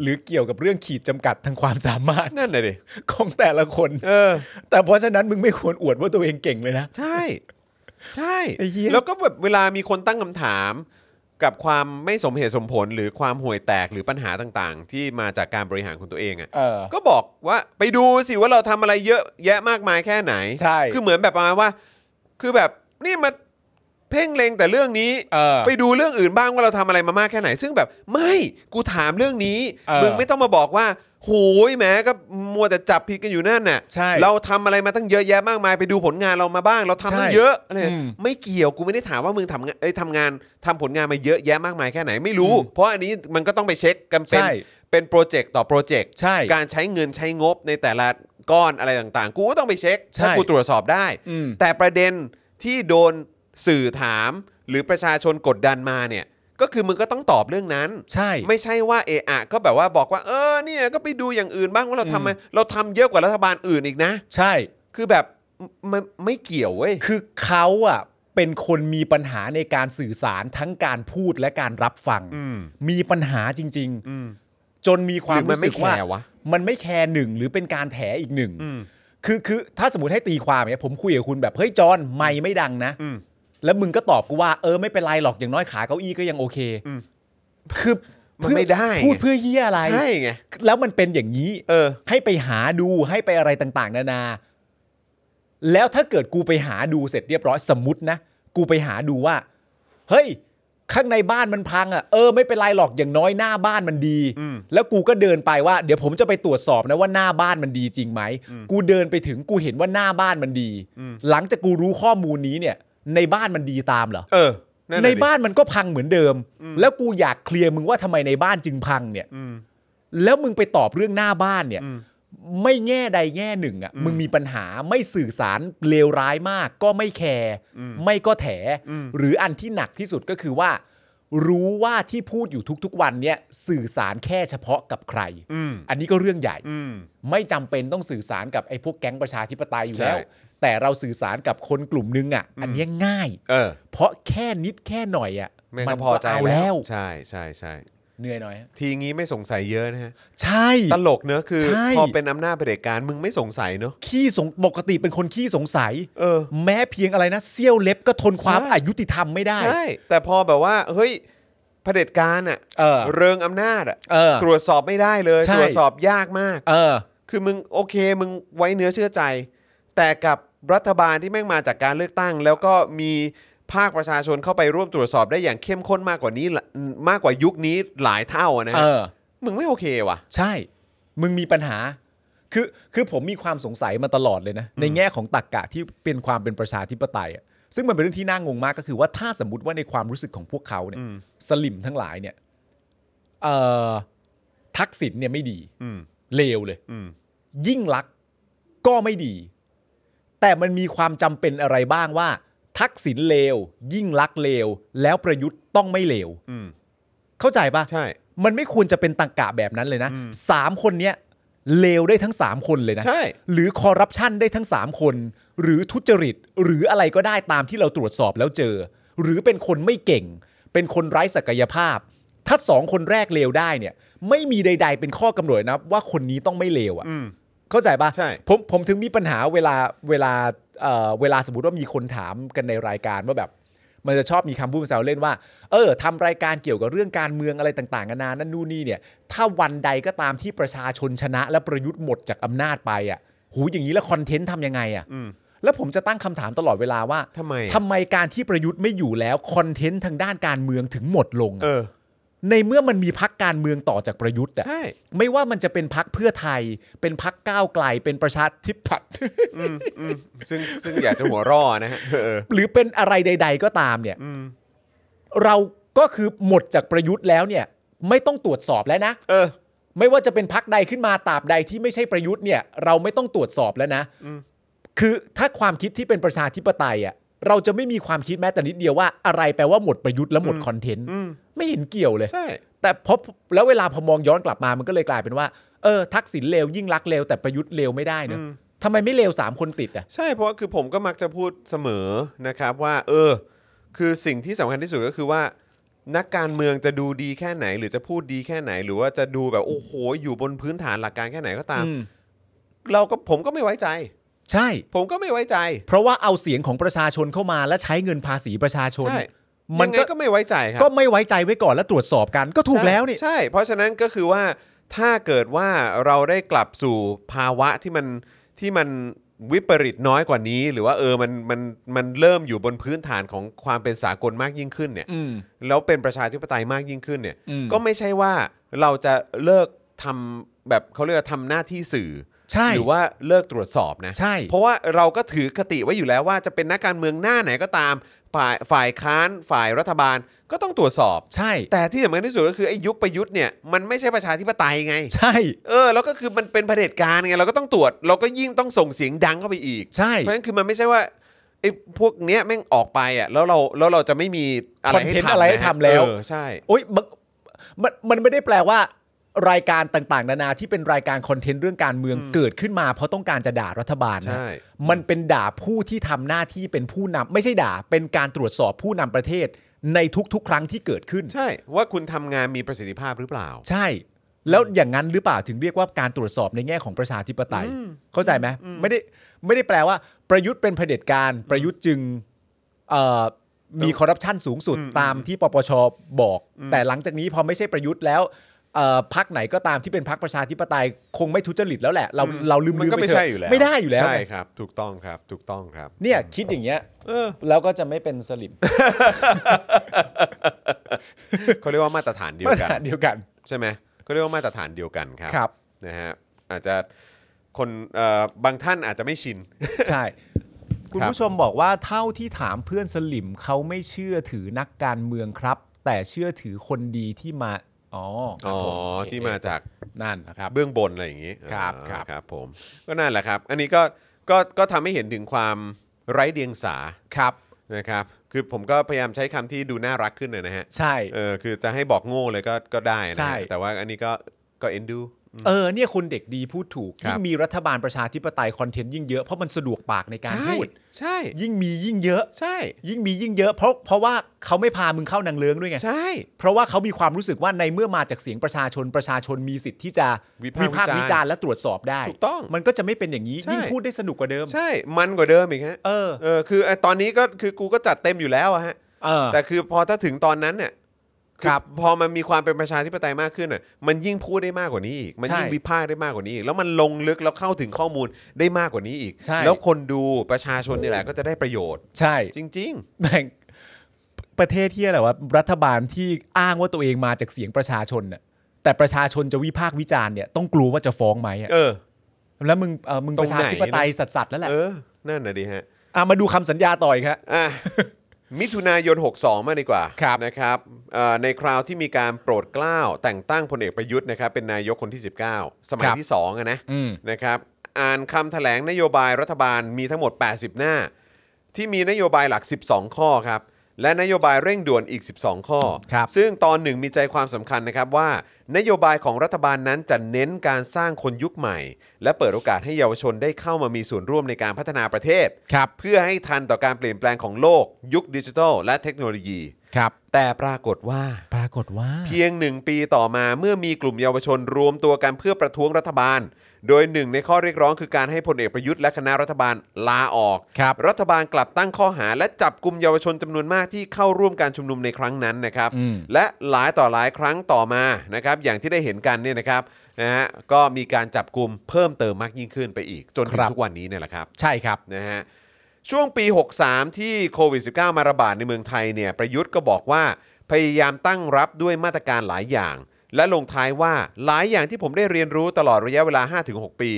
Speaker 2: หรือเกี่ยวกับเรื่องขีดจำกัดทางความสามารถ [laughs]
Speaker 1: นั่นเลยดิ
Speaker 2: ของแต่ละคน
Speaker 1: เออ
Speaker 2: แต่เพราะฉะนั้นมึงไม่ควรอวดว่าตัวเองเก่งเลยนะ
Speaker 1: ใช่ ใช่
Speaker 2: ไอ้เหี้ย
Speaker 1: แล้วก็แบบเวลามีคนตั้งคำถาม กับความไม่สมเหตุสมผลหรือความห่วยแตกหรือปัญหาต่างๆ ที่มาจากการบริหารของตัวเองอะ
Speaker 2: เออ
Speaker 1: ก็บอกว่าไปดูสิว่าเราทำอะไรเยอะแยะมากมายแค่ไหน
Speaker 2: ใช่
Speaker 1: คือเหมือนแบบประมาณว่า คือแบบนี่มาเพ่งเลงแต่เรื่องนี้
Speaker 2: เออ
Speaker 1: ไปดูเรื่องอื่นบ้างว่าเราทำอะไรมามากแค่ไหน ซึ่งแบบไม่กูถามเรื่องนี้
Speaker 2: เออ
Speaker 1: มึงไม่ต้องมาบอกว่าโหยแหม้ก็มัวแต่จับผิดกันอยู่นั่นน่ะ
Speaker 2: ใช่
Speaker 1: เราทำอะไรมาตั้งเยอะแยะมากมายไปดูผลงานเรามาบ้าง เราทำมันเยอะอะไร
Speaker 2: อืม
Speaker 1: ไม่เกี่ยวกูไม่ได้ถามว่ามึงทำงานเอ้ยทำงานทำผลงานมาเยอะแยะมากมายแค่ไหนไม่รู้ เพราะอันนี้มันก็ต้องไปเช็คกันเป็น
Speaker 2: ใช่
Speaker 1: เป็นโปรเจกต์ต่อโปรเจกต์
Speaker 2: ใช่
Speaker 1: การใช้เงินใช้งบในแต่ละก้อนอะไรต่างๆ กูก็ต้องไปเช็ค
Speaker 2: ใช่
Speaker 1: ถ้ากูตรวจสอบได้
Speaker 2: อืม
Speaker 1: แต่ประเด็นที่โดนสื่อถาม หรือประชาชนกดดันมาเนี่ย ก็คือมึงก็ต้องตอบเรื่องนั้น
Speaker 2: ใช่
Speaker 1: ไม่ใช่ว่าเอะอะก็แบบว่าบอกว่า เออเนี่ยก็ไปดูอย่างอื่นบ้างว่าเราทำไมเราทำเยอะกว่ารัฐบาลอื่นอีกนะ
Speaker 2: ใช่
Speaker 1: คือแบบมันไม่เกี่ยวเว้ย
Speaker 2: คือเขาอ่ะเป็นคนมีปัญหาในการสื่อสารทั้งการพูดและการรับฟัง มีปัญหาจริง ๆ จนมีควา
Speaker 1: ห
Speaker 2: ม
Speaker 1: รือมัน
Speaker 2: รู้สึก
Speaker 1: ไม่
Speaker 2: ว่า
Speaker 1: แคร์วะ
Speaker 2: มันไม่แคร์หนึ่งหรือเป็นการแถอีกหนึ่งคือคือถ้าสมมติให้ตีความเนี่ยผมคุยกับคุณแบบเฮ้ยจอนไม่ไม่ดังนะแล้วมึงก็ตอบกูว่าเออไม่เป็นไรหรอกอย่างน้อยขาเก้าอี้ก็ยังโอเคคือ
Speaker 1: มันไม่ได้ไง
Speaker 2: พูดเพื่อเยี่ยอะไร
Speaker 1: ใช่ไง
Speaker 2: แล้วมันเป็นอย่างนี้
Speaker 1: เออ
Speaker 2: ให้ไปหาดูให้ไปอะไรต่างๆ นานา แล้วถ้าเกิดกูไปหาดูเสร็จเรียบร้อยสมมตินะ กูไปหาดูว่า เฮ้ย ข้างในบ้านมันพังอะ่ะเออไม่เป็นไรหรอกอย่างน้อยหน้าบ้านมันดี แล้วกูก็เดินไปว่า เดี๋ยวผมจะไปตรวจสอบนะว่าหน้าบ้านมันดีจริงไหม กูเดินไปถึงกูเห็นว่าหน้าบ้านมันดี หลังจากกูรู้ข้อมูลนี้เนี่ย ในบ้านมันดีตามเหรอ
Speaker 1: เออนั่น
Speaker 2: ใน
Speaker 1: น่ะดิ
Speaker 2: บ้านมันก็พังเหมือนเดิม แล้วกูอยากเคลียร์มึงว่าทำไมในบ้านจึงพังเนี่ยแล้วมึงไปตอบเรื่องหน้าบ้านเนี่ย ไม่แง่ใดแง่หนึ่งอะ่ะมึงมีปัญหาไม่สื่อสารเลวร้ายมาก ก็ไม่แคร์ไม่ก็แถ หรืออันที่หนักที่สุดก็คือว่า รู้ว่าที่พูดอยู่ทุกๆวันเนี่ยสื่อสารแค่เฉพาะกับใคร
Speaker 1: อืม
Speaker 2: อันนี้ก็เรื่องใหญ่
Speaker 1: อืม
Speaker 2: ไม่จำเป็นต้องสื่อสารกับไอ้พวกแก๊งประชาธิปไตยอยู่แล้ว
Speaker 1: ใช่
Speaker 2: แต่เราสื่อสารกับคนกลุ่มนึงอะ่ะ อันเนี้ยง่าย
Speaker 1: เออ
Speaker 2: เพราะแค่นิดแค่หน่อยอ่ะ
Speaker 1: แม่ง
Speaker 2: มั
Speaker 1: ก็พอใจ
Speaker 2: เา
Speaker 1: แล้ว ใช่ใช่ใช่
Speaker 2: เหนื่อยหน่อยฮะ
Speaker 1: ทีงี้ไม่สงสัยเยอะนะฮะ
Speaker 2: ใช่
Speaker 1: ตลกเนอะคือ
Speaker 2: ใช่
Speaker 1: พอเป็นอำนาจเผด็จการมึงไม่สงสัยเนอะ
Speaker 2: ขี้สงปกติเป็นคนขี้สงสัย
Speaker 1: เออ
Speaker 2: แม้เพียงอะไรนะเซี่ยวเล็บก็ทนความ
Speaker 1: ใช่
Speaker 2: อายุติธรรมไม่ได้
Speaker 1: ใช่ แต่พอแบบว่า เฮ้ยเผด็จการอ่ะ
Speaker 2: เออ
Speaker 1: เริงอำนาจอ่ะ
Speaker 2: เออ
Speaker 1: ตรวจสอบไม่ได้เลย
Speaker 2: ใช่
Speaker 1: ตรวจสอบยากมาก
Speaker 2: เออ
Speaker 1: คือมึงโอเคมึงไว้เนื้อเชื่อใจ แต่กับรัฐบาลที่แม่งมาจากการเลือกตั้ง แล้วก็มีภาคประชาชนเข้าไปร่วมตรวจสอบได้อย่างเข้มข้นมากกว่านี้ละมากกว่ายุคนี้หลายเท่าอะนะ
Speaker 2: เอ
Speaker 1: ฮะ
Speaker 2: อ
Speaker 1: มึงไม่โอเคว่ะ
Speaker 2: ใช่ มึงมีปัญหา คือคือผมมีความสงสัยมาตลอดเลยนะ ในแง่ของตรกกะที่เป็นความเป็นประชาธิปไตยอะซึ่งมันเป็นเรื่องที่น่างงมากก็คือว่าถ้าสมมติว่าในความรู้สึกของพวกเขาเนี่ย สลิมทั้งหลายเนี่ยเอ่อทักษิณเนี่ยไม่ดี
Speaker 1: อืม
Speaker 2: เลวเลย
Speaker 1: อืม
Speaker 2: ยิ่งลักษณ์ก็ไม่ดี แต่มันมีความจำเป็นอะไรบ้างว่า ทักษิณเลว ยิ่งลักษณ์เลว แล้วประยุทธ์ต้องไม่เลว
Speaker 1: อืม
Speaker 2: เข้าใจปะ
Speaker 1: ใช่
Speaker 2: มันไม่ควรจะเป็นตังกะแบบนั้นเลยนะสามคนเนี้ยเลวได้ทั้งสามคนเลยนะ
Speaker 1: ใช่
Speaker 2: หรือคอร์รัปชันได้ทั้ง 3 คน หรือทุจริต หรืออะไรก็ได้ตามที่เราตรวจสอบแล้วเจอ หรือเป็นคนไม่เก่ง เป็นคนไร้ศักยภาพ ถ้าสองคนแรกเลวได้เนี่ย ไม่มีใด ๆ เป็นข้อกำหนดนะว่าคนนี้ต้องไม่เลว
Speaker 1: อื
Speaker 2: อะ่ะ
Speaker 1: ม
Speaker 2: เข้าใจปะ
Speaker 1: ใช่
Speaker 2: ผมผมถึงมีปัญหาเวลาเวลาเอ่อเวลาสมมติว่ามีคนถามกันในรายการว่าแบบ มันจะชอบมีคำพูดแซวเล่นว่า เออทำรายการเกี่ยวกับเรื่องการเมืองอะไรต่างๆนานานั่นนู่นนี่เนี่ย ถ้าวันใดก็ตามที่ประชาชนชนะ และประยุทธ์หมดจากอำนาจไปอ่ะ หูอย่างนี้แล้วคอนเทนต์ทำยังไงอ่ะ
Speaker 1: อืม
Speaker 2: แล้วผมจะตั้งคำถามตลอดเวลาว่า
Speaker 1: ทำไมอะ
Speaker 2: ทำไมการที่ประยุทธ์ไม่อยู่แล้วคอนเทนต์ทางด้านการเมืองถึงหมดลง
Speaker 1: เออ
Speaker 2: อะในเมื่อมันมีพักการเมืองต่อจากประยุทธ์อ่ะ
Speaker 1: ใช่
Speaker 2: ไม่ว่ามันจะเป็นพักเพื่อไทย เป็นพักก้าวไกล เป็นประชาธิปัตย์ [laughs]
Speaker 1: ซึ่งซึ่งอยากจะหัวเร่อนะฮะเออ
Speaker 2: หรือเป็นอะไรใด ๆ ก็ตามเนี่ย
Speaker 1: อืม
Speaker 2: เราก็คือหมดจากประยุทธ์แล้วเนี่ย ไม่ต้องตรวจสอบแล้วนะ
Speaker 1: เออ
Speaker 2: ไม่ว่าจะเป็นพักใดขึ้นมาตราบใดที่ไม่ใช่ประยุทธ์เนี่ย เราไม่ต้องตรวจสอบแล้วนะคือถ้าความคิดที่เป็นประชาธิปไตยอ่ะเราจะไม่มีความคิดแม้แต่นิดเดียวว่าอะไรแปลว่าหมดประยุทธ์และหมดคอนเทนต์
Speaker 1: อืม
Speaker 2: ไม่เห็นเกี่ยวเลย
Speaker 1: ใช่
Speaker 2: แต่พอแล้วเวลาพอมองย้อนกลับมามันก็เลยกลายเป็นว่าเออทักษิณเลวยิ่งรักษณ์เลวแต่ประยุทธ์เลวไม่ได้เนอะทำไมไม่เลวสามคนติดอ่ะ
Speaker 1: ใช่ เพราะคือผมก็มักจะพูดเสมอนะครับว่า เออ คือสิ่งที่สำคัญที่สุดก็คือว่า นักการเมืองจะดูดีแค่ไหน หรือจะพูดดีแค่ไหน หรือว่าจะดูแบบโอ้โห อยู่บนพื้นฐานหลักการแค่ไหนก็ตาม
Speaker 2: อืม
Speaker 1: เราก็ผมก็ไม่ไว้ใจ
Speaker 2: ใช่
Speaker 1: ผมก็ไม่ไว้ใจ
Speaker 2: เพราะว่าเอาเสียงของประชาชนเข้ามาและใช้เงินภาษีประชาชน
Speaker 1: ใช่
Speaker 2: มัน
Speaker 1: ยังไง
Speaker 2: ก็
Speaker 1: ก็ไม่ไว้ใจครั
Speaker 2: ก็ไม่ไว้ใจไว้ก่อนแล้วตรวจสอบกันก็ถูก
Speaker 1: ใช่
Speaker 2: แล้วนี่
Speaker 1: ใช่ เพราะฉะนั้นก็คือว่าถ้าเกิดว่าเราได้กลับสู่ภาวะที่มันที่มันวิปริตน้อยกว่านี้ หรือว่าเออมันมันมันเริ่มอยู่บนพื้นฐานของความเป็นสากลมากยิ่งขึ้นเนี่ย
Speaker 2: อืม
Speaker 1: แล้วเป็นประชาธิปไตยมากยิ่งขึ้นเนี่ย
Speaker 2: อืม
Speaker 1: ก็ไม่ใช่ว่าเราจะเลิกทำแบบเขาเรียกว่าทำหน้าที่สื่อ
Speaker 2: ใช่
Speaker 1: หรือว่าเลิกตรวจสอบนะ
Speaker 2: ใช่
Speaker 1: เพราะว่าเราก็ถือคติไว้อยู่แล้วว่าจะเป็นนักการเมืองหน้าไหนก็ตาม ฝ่ายฝ่ายค้านฝ่ายรัฐบาลก็ต้องตรวจสอบ
Speaker 2: ใช่
Speaker 1: แต่ที่สำคัญที่สุดก็คือไอ้ยุคประยุทธ์เนี่ยมันไม่ใช่ประชาธิปไตยไง
Speaker 2: ใช่
Speaker 1: เออแล้วก็คือมันเป็นเผด็จการไงเราก็ต้องตรวจ เราก็ยิ่งต้องส่งเสียงดังเข้าไปอีก
Speaker 2: ใช่
Speaker 1: เพราะฉะนั้นคือมันไม่ใช่ว่าไอ้พวกเนี้ยแม่งออกไปอ่ะแล้วเราแล้วเราจะไม่มีอะไร
Speaker 2: คอน
Speaker 1: ให้
Speaker 2: เทน
Speaker 1: ทำ
Speaker 2: ต์อะไรให้ทำแล้ว
Speaker 1: เออใช่
Speaker 2: โอ๊ยมันมันมันไม่ได้แปลว่า รายการต่างๆ นานาที่เป็นรายการคอนเทนต์เรื่องการเมืองเกิดขึ้นมาเพราะต้องการจะด่ารัฐบาลนะ
Speaker 1: ใช่
Speaker 2: มันเป็นด่าผู้ที่ทำหน้าที่เป็นผู้นำไม่ใช่ด่าเป็นการตรวจสอบผู้นำประเทศในทุกๆ ครั้งที่เกิดขึ้น
Speaker 1: ใช่ว่าคุณทำงานมีประสิทธิภาพหรือเปล่า
Speaker 2: ใช่ แล้วอย่างนั้นหรือเปล่าถึงเรียกว่าการตรวจสอบในแง่ของประชาธิปไตย เข้าใจไหมไม่ได้ไม่ได้แปลว่า ประยุทธ์เป็นเผด็จการ ประยุทธ์จึงเอ่อมีคอร์รัปชันสูงสุดตามที่ปปชบอก แต่หลังจากนี้พอไม่ใช่ประยุทธ์แล้วเอ่อพักไหนก็ตามที่เป็นพักประชาธิปไตย คงไม่ทุจริตแล้วแหละ เราเราลืม
Speaker 1: มัน
Speaker 2: ลืม
Speaker 1: ก็
Speaker 2: ไป
Speaker 1: ไม่
Speaker 2: เถ
Speaker 1: ใช่
Speaker 2: อะ
Speaker 1: อยู่แล้ว
Speaker 2: ไม่ได้อยู่แล้ว
Speaker 1: ใช่
Speaker 2: ไง
Speaker 1: ครับ ถูกต้องครับ ถูกต้องครับ
Speaker 2: เนี่ยคิดอย่างเงี้ย
Speaker 1: เออ
Speaker 2: แล้วก็จะไม่เป็นสลิม
Speaker 1: เขาเรียกว่ามาตรฐานเดียว
Speaker 2: มาตร
Speaker 1: กัน
Speaker 2: ฐานเดียวกัน
Speaker 1: ใช่ไหมเขาเรียกว่ามาตรฐานเดียวกันครับ
Speaker 2: ครับ
Speaker 1: นะฮะอาจจะคนเอ่อบางท่านอาจจะไม่ชิน
Speaker 2: ใช่ คุณผู้ชมบอกว่าเท่าที่ถามเพื่อนสลิมเขาไม่เชื่อถือนักการเมืองครับ แต่เชื่อถือคนดีที่มา อ๋อครั
Speaker 1: อ๋
Speaker 2: บ
Speaker 1: อ
Speaker 2: ผมโอเค
Speaker 1: ที่มาจาก
Speaker 2: นั่นนะครับ
Speaker 1: เบื้องบนอะไรอย่างนี้
Speaker 2: ครับ
Speaker 1: อ่า
Speaker 2: ครับ
Speaker 1: ครับผมก็นั่นแหละครับ อันนี้ก็ก็ก็ทำให้เห็นถึงความไร้เดียงสา
Speaker 2: ครับ
Speaker 1: นะครับคือผมก็พยายามใช้คำที่ดูน่ารักขึ้นหนอยนะฮะ
Speaker 2: ใช่
Speaker 1: เออคือจะให้บอกโง่เลยก็ก็ได้นะ
Speaker 2: ใช่
Speaker 1: ฮะแต่ว่าอันนี้ก็ก็เอ็นดู
Speaker 2: เออเนี่ยคุณเด็กดีพูดถูก
Speaker 1: ครับ
Speaker 2: ยิ่งมีรัฐบาลประชาธิปไตยคอนเทนต์ยิ่งเยอะ เพราะมันสะดวกปากในการ
Speaker 1: ใช่
Speaker 2: พูด
Speaker 1: ใช่
Speaker 2: ยิ่งมียิ่งเยอะ
Speaker 1: ใช่
Speaker 2: ยิ่งมียิ่งเยอะ เพราะเพราะว่าเขาไม่พามึงเข้านางเลิ้งด้วยไง
Speaker 1: ใช่
Speaker 2: เพราะว่าเขามีความรู้สึกว่าในเมื่อมาจากเสียงประชาชนประชาชนมีสิทธิ์ที่จะ
Speaker 1: วิพากษ์
Speaker 2: วิ
Speaker 1: วิจารณ์
Speaker 2: วิจารณ์และตรวจสอบได้
Speaker 1: ถูกต้อง
Speaker 2: มันก็จะไม่เป็นอย่างนี้
Speaker 1: ใช่
Speaker 2: ยิ่งพูดได้สนุกกว่าเดิม
Speaker 1: ใช่มันกว่าเดิมอีกฮะ
Speaker 2: เออ
Speaker 1: เออคือไอ้ตอนนี้ก็คือกูก็จัดเต็มอยู่แล้วอะฮะ
Speaker 2: เออ
Speaker 1: แต่คือพอถ้าถึงตอนนั้นเนี่ย
Speaker 2: ครับ
Speaker 1: อพอมันมีความเป็นประชาธิปไตยมากขึ้นน่ะมันยิ่งพูดได้มากกว่านี้อีก มันยิ่ง
Speaker 2: ใช่
Speaker 1: วิพากษ์ได้มากกว่านี้อีกแล้วมันลงลึกแล้วเข้าถึงข้อมูลได้มากกว่านี้อีก
Speaker 2: ใช่
Speaker 1: แล้วคนดูประชาชนนี่แหละก็จะได้ประโยชน์
Speaker 2: [laughs] ใช่
Speaker 1: จริง
Speaker 2: แบ่งประเทศที่อะไรวะรัฐบาลที่อ้างว่าตัวเองมาจากเสียงประชาชนน่ะแต่ประชาชนจะวิพากษ์วิจารณ์เนี่ยต้องกลัวว่าจะฟ้องไหมอะ
Speaker 1: ๆ เออ
Speaker 2: แล้วมึงเออมึง
Speaker 1: ตร
Speaker 2: ป
Speaker 1: ง
Speaker 2: ระ
Speaker 1: ไหน
Speaker 2: ชาธิปไตยสัตว์ๆแล้วแหละ
Speaker 1: เออ นั่นน่ะดิฮะ
Speaker 2: อ่ะมาดูคำสัญญาต่ออีกครับ
Speaker 1: อ่ะ [laughs] มิถุนายน 62 มาดีกว่า
Speaker 2: ครับ
Speaker 1: นะครับเอ่อในคราวที่มีการโปรดเกล้าแต่งตั้งพลเอกประยุทธ์นะครับเป็นนายกคนที่ 19 สมัย
Speaker 2: ครับ
Speaker 1: ที่2องอะนะ
Speaker 2: อืม
Speaker 1: [laughs] นะครับอ่านคำแถลงนโยบายรัฐบาลมีทั้งหมด 80 หน้า ที่มีนโยบายหลัก 12 ข้อครับ และนโยบายเร่งด่วนอีก 12 ข้อ
Speaker 2: ครับ
Speaker 1: ซึ่งตอนหนึ่งมีใจความสำคัญนะครับว่า นโยบายของรัฐบาลนั้นจะเน้นการสร้างคนยุคใหม่ และเปิดโอกาสให้เยาวชนได้เข้ามามีส่วนร่วมในการพัฒนาประเทศ
Speaker 2: ครับ
Speaker 1: เพื่อให้ทันต่อการเปลี่ยนแปลงของโลก ยุคดิจิทัลและเทคโนโลยี
Speaker 2: ครับ
Speaker 1: แต่ปรากฏว่า
Speaker 2: ปรากฏว่า
Speaker 1: เพียงหนึ่งปีต่อมาเมื่อมีกลุ่มเยาวชนรวมตัวกันเพื่อประท้วงรัฐบาล โดยหนึ่งในข้อเรียกร้องคือการให้พลเอกประยุทธ์และคณะรัฐบาลลาออก
Speaker 2: ครับ
Speaker 1: รัฐบาลกลับตั้งข้อหา และจับกลุ่มเยาวชนจำนวนมากที่เข้าร่วมการชุมนุมในครั้งนั้นนะครับ และหลายต่อหลายครั้งต่อมานะครับ อย่างที่ได้เห็นกันเนี่ยนะครับนะฮะก็มีการจับกลุ่มเพิ่มเติมมากยิ่งขึ้นไปอีก จนถึ
Speaker 2: ครั
Speaker 1: ง
Speaker 2: บ
Speaker 1: ทุกวันนี้เนี่ยแหละครับ
Speaker 2: ใช่ครับ
Speaker 1: นะฮะช่วงปี 63 ที่โควิด -19 มาระบาดในเมืองไทยเนี่ยประยุทธ์ก็บอกว่าพยายามตั้งรับด้วยมาตรการหลายอย่าง และลงท้ายว่าหลายอย่างที่ผมได้เรียนรู้ตลอดระยะเวลา 5-6 ปี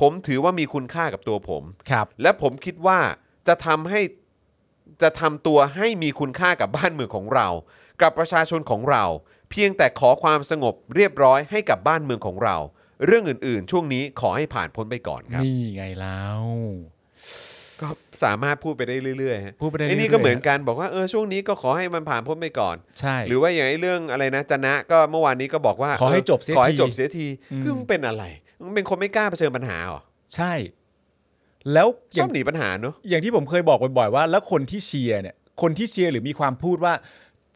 Speaker 1: ผมถือว่ามีคุณค่ากับตัวผม
Speaker 2: ครับ
Speaker 1: และผมคิดว่าจะทำให้จะทำตัวให้มีคุณค่ากับบ้านเมืองของเรา กับประชาชนของเรา เพียงแต่ขอความสงบเรียบร้อยให้กับบ้านเมืองของเรา เรื่องอื่นๆ ช่วงนี้ขอให้ผ่านพ้นไปก่อนครับ
Speaker 2: นี่ไงแล้ว
Speaker 1: ก็สามารถพูดไปได้เรื่อยๆฮะ
Speaker 2: พูดไปได้
Speaker 1: อ้นี่
Speaker 2: เรื่อยๆ
Speaker 1: ก็เหมือนกันบอกว่าเออช่วงนี้ก็ขอให้มันผ่านพ้นไปก่อน
Speaker 2: ใช่
Speaker 1: หรือว่าอย่างไอ้เรื่องอะไรนะจะนะก็เมื่อวานนี้ก็บอกว่า
Speaker 2: ขอให้จบเสีย
Speaker 1: ขอให้
Speaker 2: ที
Speaker 1: จบเสียที
Speaker 2: อืม
Speaker 1: คือมึงเป็นอะไรมึงเป็นคนไม่กล้าเผชิญปัญหาเหรอ
Speaker 2: ใช่ แล้วอ
Speaker 1: ช
Speaker 2: ย่า
Speaker 1: อง บหนีปัญหาเนอะ
Speaker 2: อย่างที่ผมเคยบอกบ่อยๆว่า แล้วคนที่เชียร์เนี่ยคนที่เชียร์หรือมีความพูดว่า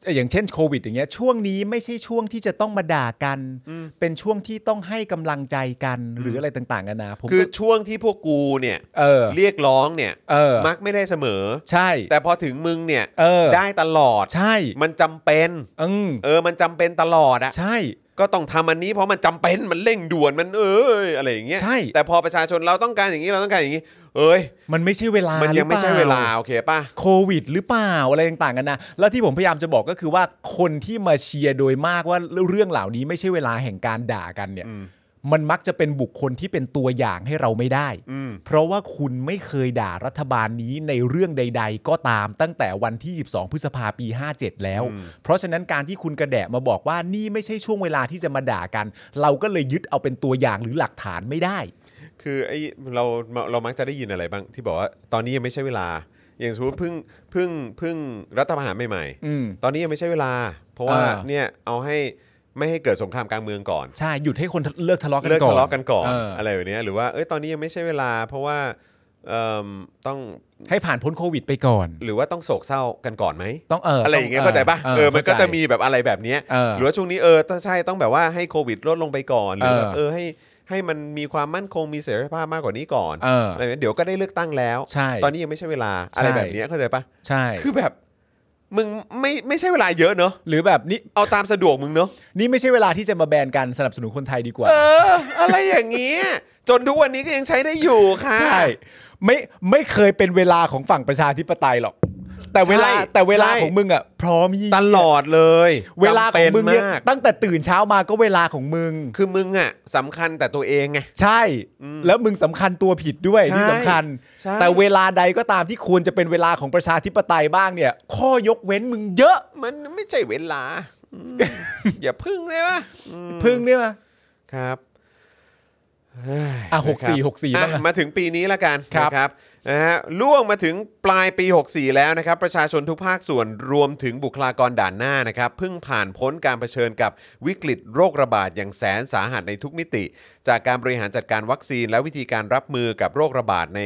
Speaker 2: เอ่ออย่างเช่นโควิดอย่างเงี้ยช่วงนี้ไม่ใช่ช่วงที่จะต้องมาด่ากัน เป็นช่วงที่ต้องให้กำลังใจกันหรืออะไรต่างๆกันานะผมก็
Speaker 1: คือช่วงที่พวกกูเนี่ย
Speaker 2: เออ
Speaker 1: เรียกร้องเนี่ย
Speaker 2: เออ
Speaker 1: มักไม่ได้เสมอ
Speaker 2: ใช่
Speaker 1: แต่พอถึงมึงเนี่ย
Speaker 2: เออ
Speaker 1: ได้ตลอด
Speaker 2: ใช่
Speaker 1: มันจำเป็น
Speaker 2: อืม
Speaker 1: เออมันจำเป็นตลอดอะ
Speaker 2: ใช่
Speaker 1: ก็ต้องทำอันนี้เพราะมันจำเป็นมันเร่งด่วนมันเอ้ยอะไรอย่างเงี้ย
Speaker 2: ใช่
Speaker 1: แต่พอประชาชนเราต้องการอย่างนี้เราต้องการอย่างนี้ เอ้ย
Speaker 2: มันไม่ใช่เวลา
Speaker 1: มัน
Speaker 2: หรื
Speaker 1: ยั
Speaker 2: อง ป
Speaker 1: ไม่
Speaker 2: ล่
Speaker 1: ใช่เวลาโอเคป่ะ
Speaker 2: โควิด หรือเปล่าอะไรต่างๆกันนะแล้วที่ผมพยายามจะบอกก็คือว่าคนที่มาเชียร์โดยมากว่าเรื่องเหล่านี้ไม่ใช่เวลาแห่งการด่ากันเนี่ย มันมักจะเป็นบุคคลที่เป็นตัวอย่างให้เราไม่ได้ เพราะว่าคุณไม่เคยด่ารัฐบาลนี้ในเรื่องใด ๆ ก็ตามตั้งแต่วันที่ 22 พฤษภาปี 57 แล้ว เพราะฉะนั้นการที่คุณกระแดะมาบอกว่านี่ไม่ใช่ช่วงเวลาที่จะมาด่ากัน เราก็เลยยึดเอาเป็นตัวอย่างหรือหลักฐานไม่ได้
Speaker 1: คือไอ้เราเรามักจะได้ยินอะไรบ้างที่บอกว่าตอนนี้ยังไม่ใช่เวลา อย่างสมมติเพิ่งเพิ่งเพิ่งรัฐประหารใหม่
Speaker 2: อืม
Speaker 1: ๆ ตอนนี้ยังไม่ใช่เวลา เพราะว่า
Speaker 2: อ่า
Speaker 1: เนี่ยเอาให้ไม่ให้เกิดสงครามกลางเมืองก่อน
Speaker 2: ใช่หยุดให้คนเลิกทะเลาะกัน
Speaker 1: เลิก
Speaker 2: ก่อน
Speaker 1: ทะเลาะกันก่อน
Speaker 2: เอออ
Speaker 1: อะไรแบบเนี้ยหรือว่าเอ้ยตอนนี้ยังไม่ใช่เวลา เพราะว่าเอิ่มต้อง
Speaker 2: ให้ผ่านพ้นโควิดไปก่อน
Speaker 1: หรือว่าต้องโศกเศร้ากันก่อนไหม
Speaker 2: ต้องเออ
Speaker 1: อะไรอย่างเงี้ยเข้าใจปะเออมันก็จะมีแบบอะไรแบบเนี้ย
Speaker 2: เออ
Speaker 1: หรือว่าช่วงนี้เออต้องใช่ต้องแบบว่าให้โควิดลดลงไปก่อนหรือแบบ
Speaker 2: เออ
Speaker 1: เออให้ให้มันมีความมั่นคงมีเสรีภาพมากกว่านี้ก่อน
Speaker 2: เออ
Speaker 1: อะไรแบบเนี้ยเดี๋ยวก็ได้เลือกตั้งแล้ว
Speaker 2: ใช่
Speaker 1: ตอนนี้ยังไม่ใช่เวลาอะไร
Speaker 2: ใช่
Speaker 1: แบบเนี้ยเข้าใจปะ
Speaker 2: ใช่
Speaker 1: คือแบบมึงไม่ไม่ใช่เวลาเยอะเนอะ
Speaker 2: หรือแบบนี้
Speaker 1: เอาตามสะดวกมึงเนอะ
Speaker 2: นี่ไม่ใช่เวลาที่จะมาแบนกันสนับสนุนคนไทยดีกว่า
Speaker 1: เออ อะไรอย่างเงี้ยจนทุกวันนี้ก็ยังใช้ได้อยู่ค่ะ
Speaker 2: ใช่ ไม่ไม่เคยเป็นเวลาของฝั่งประชาธิปไตยหรอก แต่เวลา
Speaker 1: ใช่
Speaker 2: แต่เวลา
Speaker 1: ใช่
Speaker 2: ของมึงอ่ะ พร้อมยี่
Speaker 1: ตลอดเลย
Speaker 2: เวลาของมึง
Speaker 1: จำเป็
Speaker 2: เนี่ย
Speaker 1: นมาก
Speaker 2: ตั้งแต่ตื่นเช้ามาก็เวลาของมึง
Speaker 1: คือมึงอ่ะสำคัญแต่ตัวเองไง
Speaker 2: ใช่ แล้วมึงสำคัญตัวผิดด้วย
Speaker 1: ใช่
Speaker 2: ที่สำคัญ
Speaker 1: ใช่
Speaker 2: แต่เวลาใดก็ตามที่ควรจะเป็นเวลาของประชาธิปไตยบ้างเนี่ย ข้อยกเว้นมึงเยอะ
Speaker 1: มันไม่ใช่เวลาอืม [laughs] อย่าพึ่งเลยวะอืม
Speaker 2: พึ่งเนี่ยมา
Speaker 1: ครับ
Speaker 2: อ่ะหกสี่
Speaker 1: นะครับ
Speaker 2: หกสี่บ้าง
Speaker 1: อ่ะ
Speaker 2: อะ
Speaker 1: มาถึงปีนี้ละกัน
Speaker 2: ครับ
Speaker 1: นะครับนะฮะล่วงมาถึงปลายปี 64 แล้วนะครับ ประชาชนทุกภาคส่วนรวมถึงบุคลากรด่านหน้านะครับเพิ่งผ่านพ้นการเผชิญกับวิกฤตโรคระบาดอย่างแสนสาหัสในทุกมิติ จากการบริหารจัดการวัคซีน และวิธีการรับมือกับโรคระบาดใน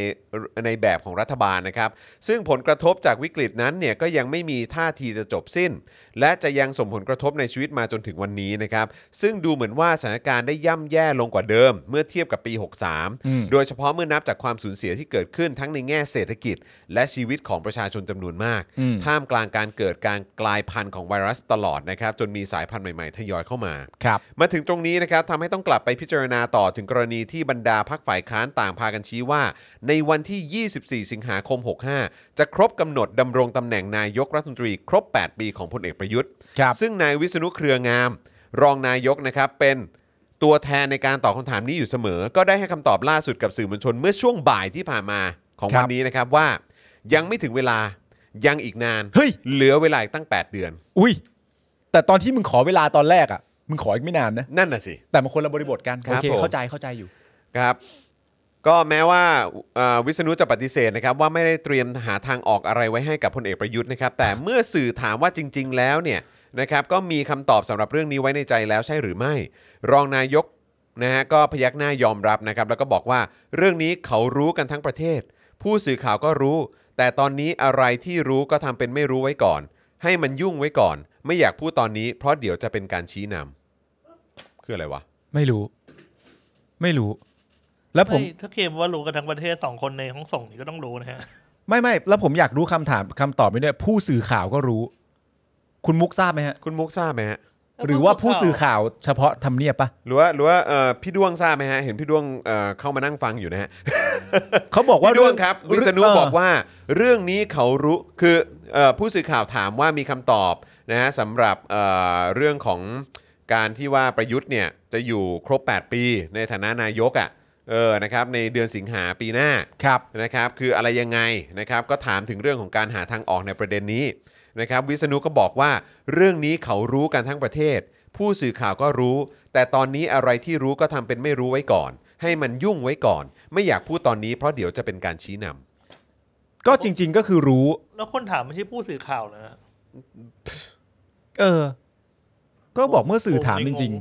Speaker 1: ในแบบของรัฐบาลนะครับ ซึ่งผลกระทบจากวิกฤตนั้นเนี่ยก็ยังไม่มีท่าทีจะจบสิ้น และจะยังส่งผลกระทบในชีวิตมาจนถึงวันนี้นะครับ ซึ่งดูเหมือนว่าสถานการณ์ได้ย่ำแย่ลงกว่าเดิม เมื่อเทียบกับปี 63 โดยเฉพาะเมื่อนับจากความสูญเสียที่เกิดขึ้นทั้งในแง่เศรษฐกิจ และชีวิตของประชาชนจำนวนมาก ท่ามกลางการเกิดการกลายพันธุ์ของไวรัสตลอดนะครับจนมีสายพันธุ์ใหม่ๆทยอยเข้ามา
Speaker 2: ครับ
Speaker 1: มาถึงตรงนี้นะครับทำให้ต้องกลับไปพิจารณาต่อถึงกรณีที่บรรดาพักฝ่ายค้านต่างพากันชี้ว่า ในวันที่ 24 สิงหาคม 65 จะครบกำหนดดำรงตำแหน่งนายกรัฐมนตรีครบ 8 ปีของพลเอกประยุทธ์
Speaker 2: ครับ
Speaker 1: ซึ่งนายวิษณุเครืองาม รองนายกนะครับเป็นตัวแทนในการตอบคำถามนี้อยู่เสมอ ก็ได้ให้คำตอบล่าสุดกับสื่อมวลชนเมื่อช่วงบ่ายที่ผ่านมาของ
Speaker 2: ครั
Speaker 1: วัน
Speaker 2: บ
Speaker 1: นี้นะครับว่า ยังไม่ถึงเวลายังอีกนาน
Speaker 2: เฮ้ย
Speaker 1: เหลือเวลาอีกตั้ง 8 เดือน
Speaker 2: อุ้ย แต่ตอนที่มึงขอเวลาตอนแรกอ่ะ มึงขออีกไม่นานนะ
Speaker 1: นั่นน่ะสิ
Speaker 2: แต่มันคนละบริบทกัน
Speaker 1: ครั
Speaker 2: โอบ เค
Speaker 1: ผม
Speaker 2: เข้าใจเข้าใจอยู่
Speaker 1: ครับก็แม้ว่าเอ่อวิษณุจะปฏิเสธนะครับว่าไม่ได้เตรียมหาทางออกอะไรไว้ให้กับพลเอกประยุทธ์นะครับแต่เมื่อสื่อถามว่าจริง ๆ แล้วเนี่ยนะครับก็มีคำตอบสำหรับเรื่องนี้ไว้ในใจแล้วใช่หรือไม่ รองนายกนะฮะก็พยักหน้ายอมรับนะครับแล้วก็บอกว่าเรื่องนี้เขารู้กันทั้งประเทศ ผู้สื่อข่าวก็รู้ แต่ตอนนี้อะไรที่รู้ก็ทำเป็นไม่รู้ไว้ก่อน ให้มันยุ่งไว้ก่อน ไม่อยากพูดตอนนี้ เพราะเดี๋ยวจะเป็นการชี้นำคืออะไรวะ
Speaker 2: ไม่รู้ ไม่รู้ แล้วผม
Speaker 5: ไถ้าเคลมว่ารู้กันทั้งประเทศสองคนในห้องส่งนี่ก็ต้องรู้นะฮะ
Speaker 2: ไม่ไม่แล้วผมอยากรู้คำถามคำตอบไม่ด้วยผู้สื่อข่าวก็รู้ คุณมุกทราบไหมฮะ
Speaker 1: คุณมุกทราบไหมฮะ
Speaker 2: หรือว่าผู้สื่อข่าวเฉพาะทำเนียบปะ
Speaker 1: หรือว่าหรือว่าเอ่อพี่ด้วงทราบไหมฮะ เห็นพี่ด้วงเอ่อเข้ามานั่งฟังอยู่นะฮะ
Speaker 2: เขาบอกว่า
Speaker 1: พี่ด้วงครับวิษณุ
Speaker 2: เ
Speaker 1: บอกว่าเรื่องนี้เขารู้คือเอ่อผู้สื่อข่าวถามว่ามีคำตอบนะฮะสำหรับเอ่อเรื่องของการที่ว่าประยุทธ์เนี่ยจะอยู่ครบ 8 ปี ในฐานะนายกอ่ะเออนะครับในเดือนสิงหาปีหน้า
Speaker 2: ครับ
Speaker 1: นะครับคืออะไรยังไงนะครับก็ถามถึงเรื่องของการหาทางออกในประเด็นนี้นะครับวิษณุก็บอกว่า เรื่องนี้เขารู้กันทั้งประเทศ ผู้สื่อข่าวก็รู้ แต่ตอนนี้อะไรที่รู้ก็ทำเป็นไม่รู้ไว้ก่อน ให้มันยุ่งไว้ก่อน ไม่อยากพูดตอนนี้เพราะเดี๋ยวจะเป็นการชี้นำ
Speaker 2: ก็จริง ๆ ก็คือรู้
Speaker 5: แล้วคนถามไม่ใช่ผู้สื่อข่าวนะฮะ
Speaker 2: เออ ก็บอกเมื่อสื่อถามจ
Speaker 5: ง
Speaker 2: ริง
Speaker 5: ง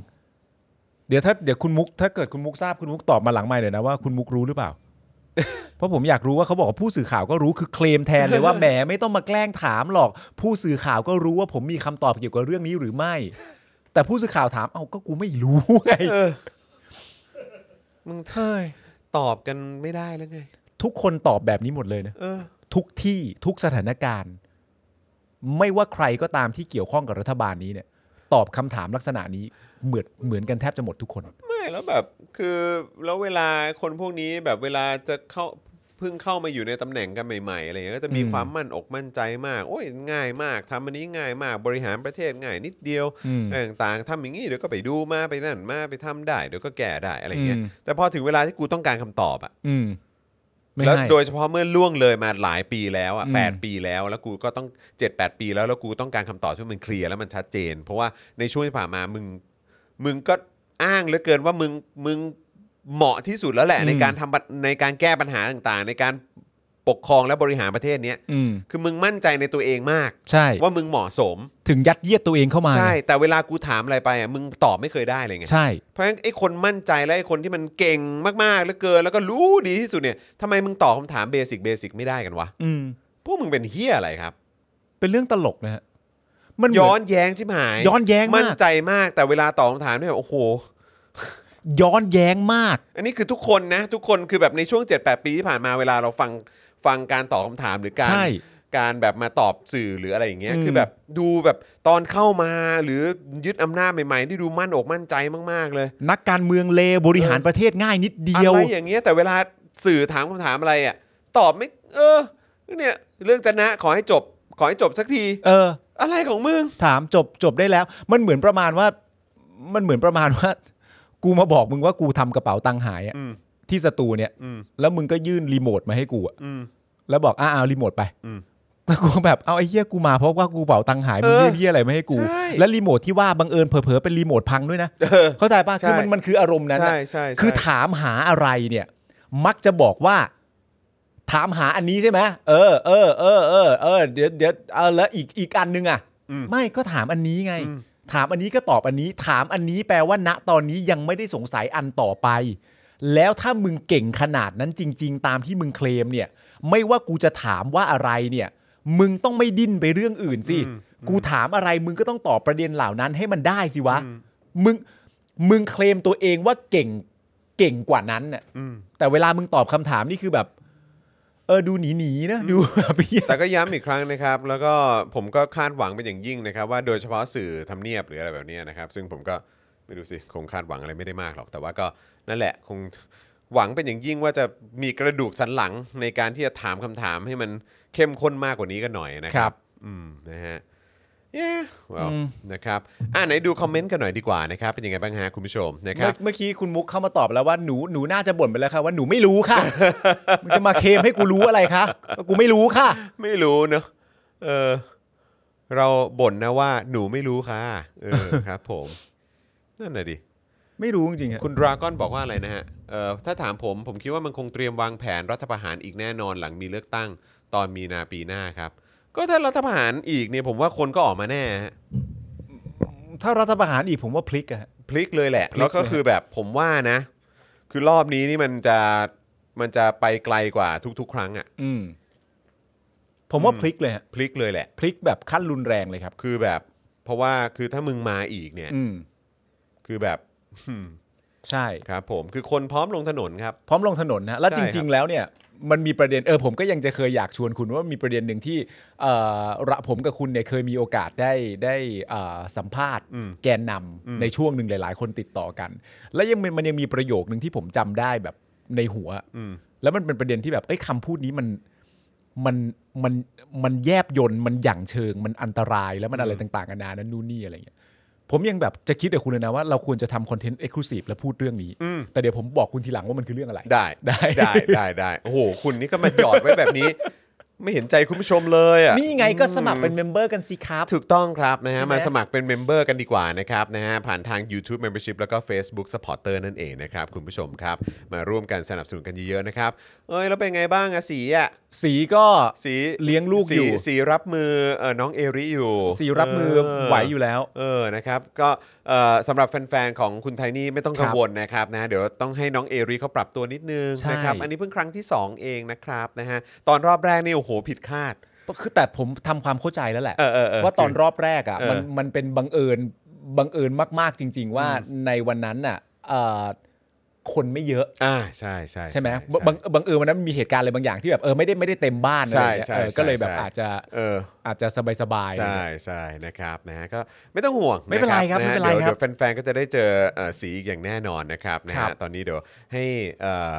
Speaker 2: ๆ เดี๋ยวถ้าเดี๋ยวคุณมุก ถ้าเกิดคุณมุกทราบคุณมุกตอบมาหลังไม่หน่อยนะว่าคุณมุกรู้หรือเปล่า [laughs] เพราะผมอยากรู้ว่าเขาบอกว่าผู้สื่อข่าวก็รู้คือเคลมแทนเลยว่าแหม [laughs] ไม่ต้องมาแกล้งถามหรอก ผู้สื่อข่าวก็รู้ว่าผมมีคำตอบเกี่ยวกับเรื่องนี้หรือไม่ แต่ผู้สื่อข่าวถามเอ้าก็กูไม่รู้ไง [laughs]
Speaker 1: เออมึง
Speaker 2: เฮ้ย
Speaker 1: ตอบกันไม่ได้แล้วไง
Speaker 2: ทุกคนตอบแบบนี้หมดเลยนะ
Speaker 1: เออ
Speaker 2: ทุกที่ทุกสถานการณ์ ไม่ว่าใครก็ตามที่เกี่ยวข้องกับรัฐบาลนี้เนี่ย ตอบคำถามลักษณะนี้เหมือนเหมือนกันแทบจะหมดทุกคน
Speaker 1: ไม่แล้วแบบคือแล้วเวลาคนพวกนี้แบบเวลาจะเข้า เพิ่งเข้ามาอยู่ในตำแหน่งกันใหม่ๆอะไรเงี้ยก็จะมี
Speaker 2: อืม
Speaker 1: ความมั่นอกมั่นใจมาก โอ้ยง่ายมากทำอันนี้ง่ายมากบริหารประเทศง่ายนิดเดียว
Speaker 2: อืม
Speaker 1: อะไรต่างๆทำอย่างนี้เดี๋ยวก็ไปดูมาไปนั่นมาไปทำได้เดี๋ยวก็แก่ได้อะไรเงี้ย
Speaker 2: อืม
Speaker 1: แต่พอถึงเวลาที่กูต้องการคำตอบอะ
Speaker 2: อืมไม่
Speaker 1: แล้ว
Speaker 2: ให้
Speaker 1: โดยเฉพาะเมื่อล่วงเลยมาหลายปีแล้วอ่ะ
Speaker 2: อืม
Speaker 1: แปดปีแล้ว แล้วกูก็ต้อง 7 8 ปีแล้วแล้วกูต้องการคำตอบที่มันเคลียร์แล้วมันชัดเจน เพราะว่าในช่วงที่ผ่านมามึงมึงก็อ้างเหลือเกินว่ามึงมึงเหมาะที่สุดแล้วแหละ
Speaker 2: อืม
Speaker 1: ในการทำบัตในการแก้ปัญหาต่างๆ ในการปกครองและบริหารประเทศเนี้ย
Speaker 2: อืม
Speaker 1: คือมึงมั่นใจในตัวเองมาก
Speaker 2: ใช่
Speaker 1: ว่ามึงเหมาะสม
Speaker 2: ถึงยัดเยียดตัวเองเข้ามา
Speaker 1: ใช่
Speaker 2: ไง
Speaker 1: แต่เวลากูถามอะไรไปอ่ะมึงตอบไม่เคยได้เลยไง
Speaker 2: ใช่
Speaker 1: เพราะฉะนั้นไอ้คนมั่นใจและไอ้คนที่มันเก่งมากๆแล้วเกิน แล้วก็รู้ดีที่สุดเนี่ยทำไมมึงตอบคำถามเบสิกเบสิกไม่ได้กันวะ
Speaker 2: อืม
Speaker 1: พวกมึงเป็นเฮียอะไรครับ
Speaker 2: เป็นเรื่องตลกนะฮะมันเหมื
Speaker 1: ย้
Speaker 2: อ
Speaker 1: อน
Speaker 2: น
Speaker 1: แย้งใช่ไหม
Speaker 2: ย้อนแย้งมาก
Speaker 1: มั่นใจมากแต่เวลาตอบคำถามเนี่ยโอ้โห
Speaker 2: ย้อนแย้งมาก
Speaker 1: อันนี้คือทุกคนนะ ทุกคนคือแบบในช่วง 7-8 ปีที่ผ่านมาเวลาเราฟังฟังการตอบคำถามหรือการ
Speaker 2: ใช่
Speaker 1: การแบบมาตอบสื่อหรืออะไรอย่างเงี้ย
Speaker 2: อืม
Speaker 1: คือแบบดูแบบตอนเข้ามาหรือยึดอำนาจใหม่ๆที่ดูมั่นอกมั่นใจมากๆเลย
Speaker 2: นักการเมืองเลวบริหารประเทศง่ายนิดเดียว
Speaker 1: อะไรอย่างเงี้ยแต่เวลาสื่อถามคำถามอะไรอ่ะตอบไม่เออเนี่ยเรื่องจะนะขอให้จบขอให้จบสักที
Speaker 2: เออ
Speaker 1: อะไรของมึง
Speaker 2: ถามจบจบได้แล้ว มันเหมือนประมาณว่า มันเหมือนประมาณว่า กูมาบอกมึงว่ากูทำกระเป๋าตังค์หายอะ
Speaker 1: อืม
Speaker 2: ที่สตูเนี่ย
Speaker 1: อืม
Speaker 2: แล้วมึงก็ยื่นรีโมทมาให้กูอะ
Speaker 1: อืม
Speaker 2: แล้วบอกอ้าเอารีโมทไป
Speaker 1: อืม
Speaker 2: แล้วกูแบบเอาไอ้เหี้ยกูมาเพราะว่ากูกระเป๋าตังค์หายมึง
Speaker 1: เออ
Speaker 2: ยื่นเหี้ยอะไรมาให้กู
Speaker 1: ใช่
Speaker 2: แล้วรีโมทที่ว่าบังเอิญเผลอๆเป็นรีโมทพังด้วยนะ
Speaker 1: เออ
Speaker 2: เข้าใจป่ะคือมัน
Speaker 1: ใช่
Speaker 2: มันคืออารมณ์นั้นอะ
Speaker 1: ใช่ใช่ใช่
Speaker 2: คือถามหาอะไรเนี่ย มักจะบอกว่า ถามหาอันนี้ใช่ไหมเออเออเออเออเออเดี๋ยวเดี๋ยวเออแล้วอีกอีกอันนึงอ่ะ
Speaker 1: อืม
Speaker 2: ไม่ก็ถามอันนี้ไง
Speaker 1: อืม
Speaker 2: ถามอันนี้ก็ตอบอันนี้ ถามอันนี้แปลว่าณตอนนี้ยังไม่ได้สงสัยอันต่อไป แล้วถ้ามึงเก่งขนาดนั้นจริง ๆ ตามที่มึงเคลมเนี่ย ไม่ว่ากูจะถามว่าอะไรเนี่ย มึงต้องไม่ดิ้นไปเรื่องอื่นสิ กูถามอะไรมึงก็ต้องตอบประเด็นเหล่านั้นให้มันได้สิวะ มึงมึงเคลมตัวเองว่าเก่งเก่งกว่านั้นน่ะ
Speaker 1: อืม
Speaker 2: แต่เวลามึงตอบคำถามนี่คือแบบ เออดูหนีหนีๆนะดูแบบเหี้ย
Speaker 1: [laughs] แต่ก็ย้ำอีกครั้งนะครับ แล้วก็ผมก็คาดหวังเป็นอย่างยิ่งนะครับ ว่าโดยเฉพาะสื่อทำเนียบหรืออะไรแบบเนี้ยนะครับ ซึ่งผมก็ไม่รู้สิคงคาดหวังอะไรไม่ได้มากหรอกแต่ว่าก็นั่นแหละคงหวังเป็นอย่างยิ่งว่าจะมีกระดูกสันหลังในการที่จะถามคำถามให้มันเข้มข้นมากกว่านี้กันหน่อยนะค
Speaker 2: ครั
Speaker 1: รับ
Speaker 2: บ
Speaker 1: อืมนะฮะ เย้ว้าวนะครับ อ่าไหนดูคอมเมนต์กันหน่อยดีกว่านะครับ เป็นยังไงบ้างฮะคุณผู้ชมนะค
Speaker 2: เมื่
Speaker 1: รั
Speaker 2: อบ เมื่อกี้คุณมุกเข้ามาตอบแล้วว่าหนูหนูน่าจะบ่นไปแล้วค่ะว่าหนูไม่รู้ค่ะ [laughs] มึงจะมาเคลมให้กูรู้อะไรคะกูไม่รู้ค่ะ
Speaker 1: ไม่รู้เนอะเออ เราบ่นนะว่าหนูไม่รู้ค่ะ เอ
Speaker 2: [laughs]
Speaker 1: อ ครับผม นั่นน่ะดิ
Speaker 2: ไม่รู้จริงๆอะ
Speaker 1: คุณดราก้อนบอกว่าอะไรนะฮะ เอ่อ ถ้าถามผม ผมคิดว่ามันคงเตรียมวางแผนรัฐประหารอีกแน่นอนหลังมีเลือกตั้ง ตอนมีนาปีหน้าครับ ก็ถ้ารัฐประหารอีกเนี่ยผมว่าคนก็ออกมาแน่ฮะ
Speaker 2: ถ้ารัฐประหารอีกผมว่าพลิกอะ
Speaker 1: พลิกเลยแหละ
Speaker 2: พลิกเลย
Speaker 1: แล้วก็คือแบบผมว่านะ คือรอบนี้นี่มันจะมันจะไปไกลกว่าทุก ๆ ครั้งอะ่ะ
Speaker 2: อืม ผมว่าพลิกเลยฮะ
Speaker 1: พลิกเลยแหละ
Speaker 2: พลิกแบบขั้นรุนแรงเลยครับ
Speaker 1: คือแบบ เพราะว่าคือถ้ามึงมาอีกเนี่ย
Speaker 2: อืม
Speaker 1: คือแบบ
Speaker 2: ใช่
Speaker 1: ครับผม คือคนพร้อมลงถนนครับ
Speaker 2: พร้อมลงถนนนะแล้ว
Speaker 1: ใช่ค
Speaker 2: จ
Speaker 1: รั
Speaker 2: ริง
Speaker 1: บ
Speaker 2: ๆ แล้วเนี่ยมันมีประเด็นเออผมก็ยังจะเคยอยากชวนคุณว่ามีประเด็นหนึ่งที่เอ่อระผมกับคุณเนี่ยเคยมีโอกาสได้ได้เอ่อสัมภาษณ์ แกนนำในช่วงหนึ่งหลาย ๆ คนติดต่อกัน และยังมันมันยังมีประโยคหนึ่งที่ผมจำได้แบบในหัว
Speaker 1: อืม
Speaker 2: แล้วมันเป็นประเด็นที่แบบเอ้ยคำพูดนี้มันมันมันมันแยบยนมันหยั่งเชิง มันอันตรายแล้วมันอะไรต่างๆกันานานั่นนู่นนี่อะไรอย่างเงี้ยผมยังแบบจะคิดกับคุณเลยนะว่าเราควรจะทำคอนเทนต์เอ็กซ์คลูซีฟและพูดเรื่องนี้
Speaker 1: อืม
Speaker 2: แต่เดี๋ยวผมบอกคุณทีหลังว่ามันคือเรื่องอะไร
Speaker 1: ได้
Speaker 2: ได้
Speaker 1: ได้ได้ได้โอ้โห คุณนี่ก็มาหยอดไว้แบบนี้ [laughs] ไม่เห็นใจคุณผู้ชมเลยอ่ะ
Speaker 2: นี่ไงก็สมัครเป็นเมมเบอร์กันสิครับ
Speaker 1: ถูกต้องครับนะฮะ
Speaker 2: ใช่ไหม
Speaker 1: มาสมัครเป็นเมมเบอร์กันดีกว่านะครับนะฮะผ่านทาง YouTube Membership แล้วก็ Facebook Supporter นั่นเองนะครับคุณผู้ชมครับ มาร่วมกันสนับสนุนกันเยอะๆนะครับ เอ้ยแล้วเป็นไงบ้างอะสีอะ
Speaker 2: สีก็
Speaker 1: สี
Speaker 2: เลี้ยงลูก
Speaker 1: สี
Speaker 2: อยู่
Speaker 1: สีรับมือเออน้องเอริอยู่
Speaker 2: สีรับมือ
Speaker 1: เ
Speaker 2: ไหวอยู่แล้ว
Speaker 1: เออนะครับก็เอ่อสำหรับแฟนๆของคุณไทนี่ไม่ต้องกังวลนะครับนะเดี๋ยวต้องให้น้องเอริเขาปรับตัวนิดนึง
Speaker 2: ใช่
Speaker 1: นะครับอันนี้เพิ่งครั้งที่ 2 เองนะครับนะฮะตอนรอบแรกนี่โอ้โหผิดคาด
Speaker 2: คือแต่ผมทำความเข้าใจแล้วแหละ
Speaker 1: เออเออเ
Speaker 2: ว่าตอนรอบแรกอ่ะ
Speaker 1: เออ
Speaker 2: มันมันเป็นบังเอิญบังเอิญมากๆจริง ๆ ว่าในวันนั้นน่ะเอ่อคนไม่เยอะ
Speaker 1: อ่าใช่ใช่
Speaker 2: ใช่ไหมบังบังเอิญวันนั้นมันมีเหตุการณ์อะไรบางอย่างที่แบบเออไม่ได้ไม่ได้เต็มบ้านอะไรอย่างเงี้ย
Speaker 1: ใช่ใช่
Speaker 2: เออก็เลยแบบ
Speaker 1: ใช่
Speaker 2: อาจจะ
Speaker 1: เออ
Speaker 2: อาจจะสบายๆอะไรอย่าง
Speaker 1: ใช่
Speaker 2: เงี้ย
Speaker 1: ใช่นะครับนะฮะก็ไม่ต้องห่วง
Speaker 2: ไม่เป็นไรครับ
Speaker 1: ะฮะ
Speaker 2: ไม่เป็นไร
Speaker 1: ดี๋ยว
Speaker 2: ครับ
Speaker 1: เดี๋ยวแฟนๆ ก็จะได้เจอเอ่อสีอีกอย่างแน่นอนนะครับนะ
Speaker 2: ครั
Speaker 1: ฮะ
Speaker 2: บ
Speaker 1: ตอนนี้เดี๋ยวให้เอ่อ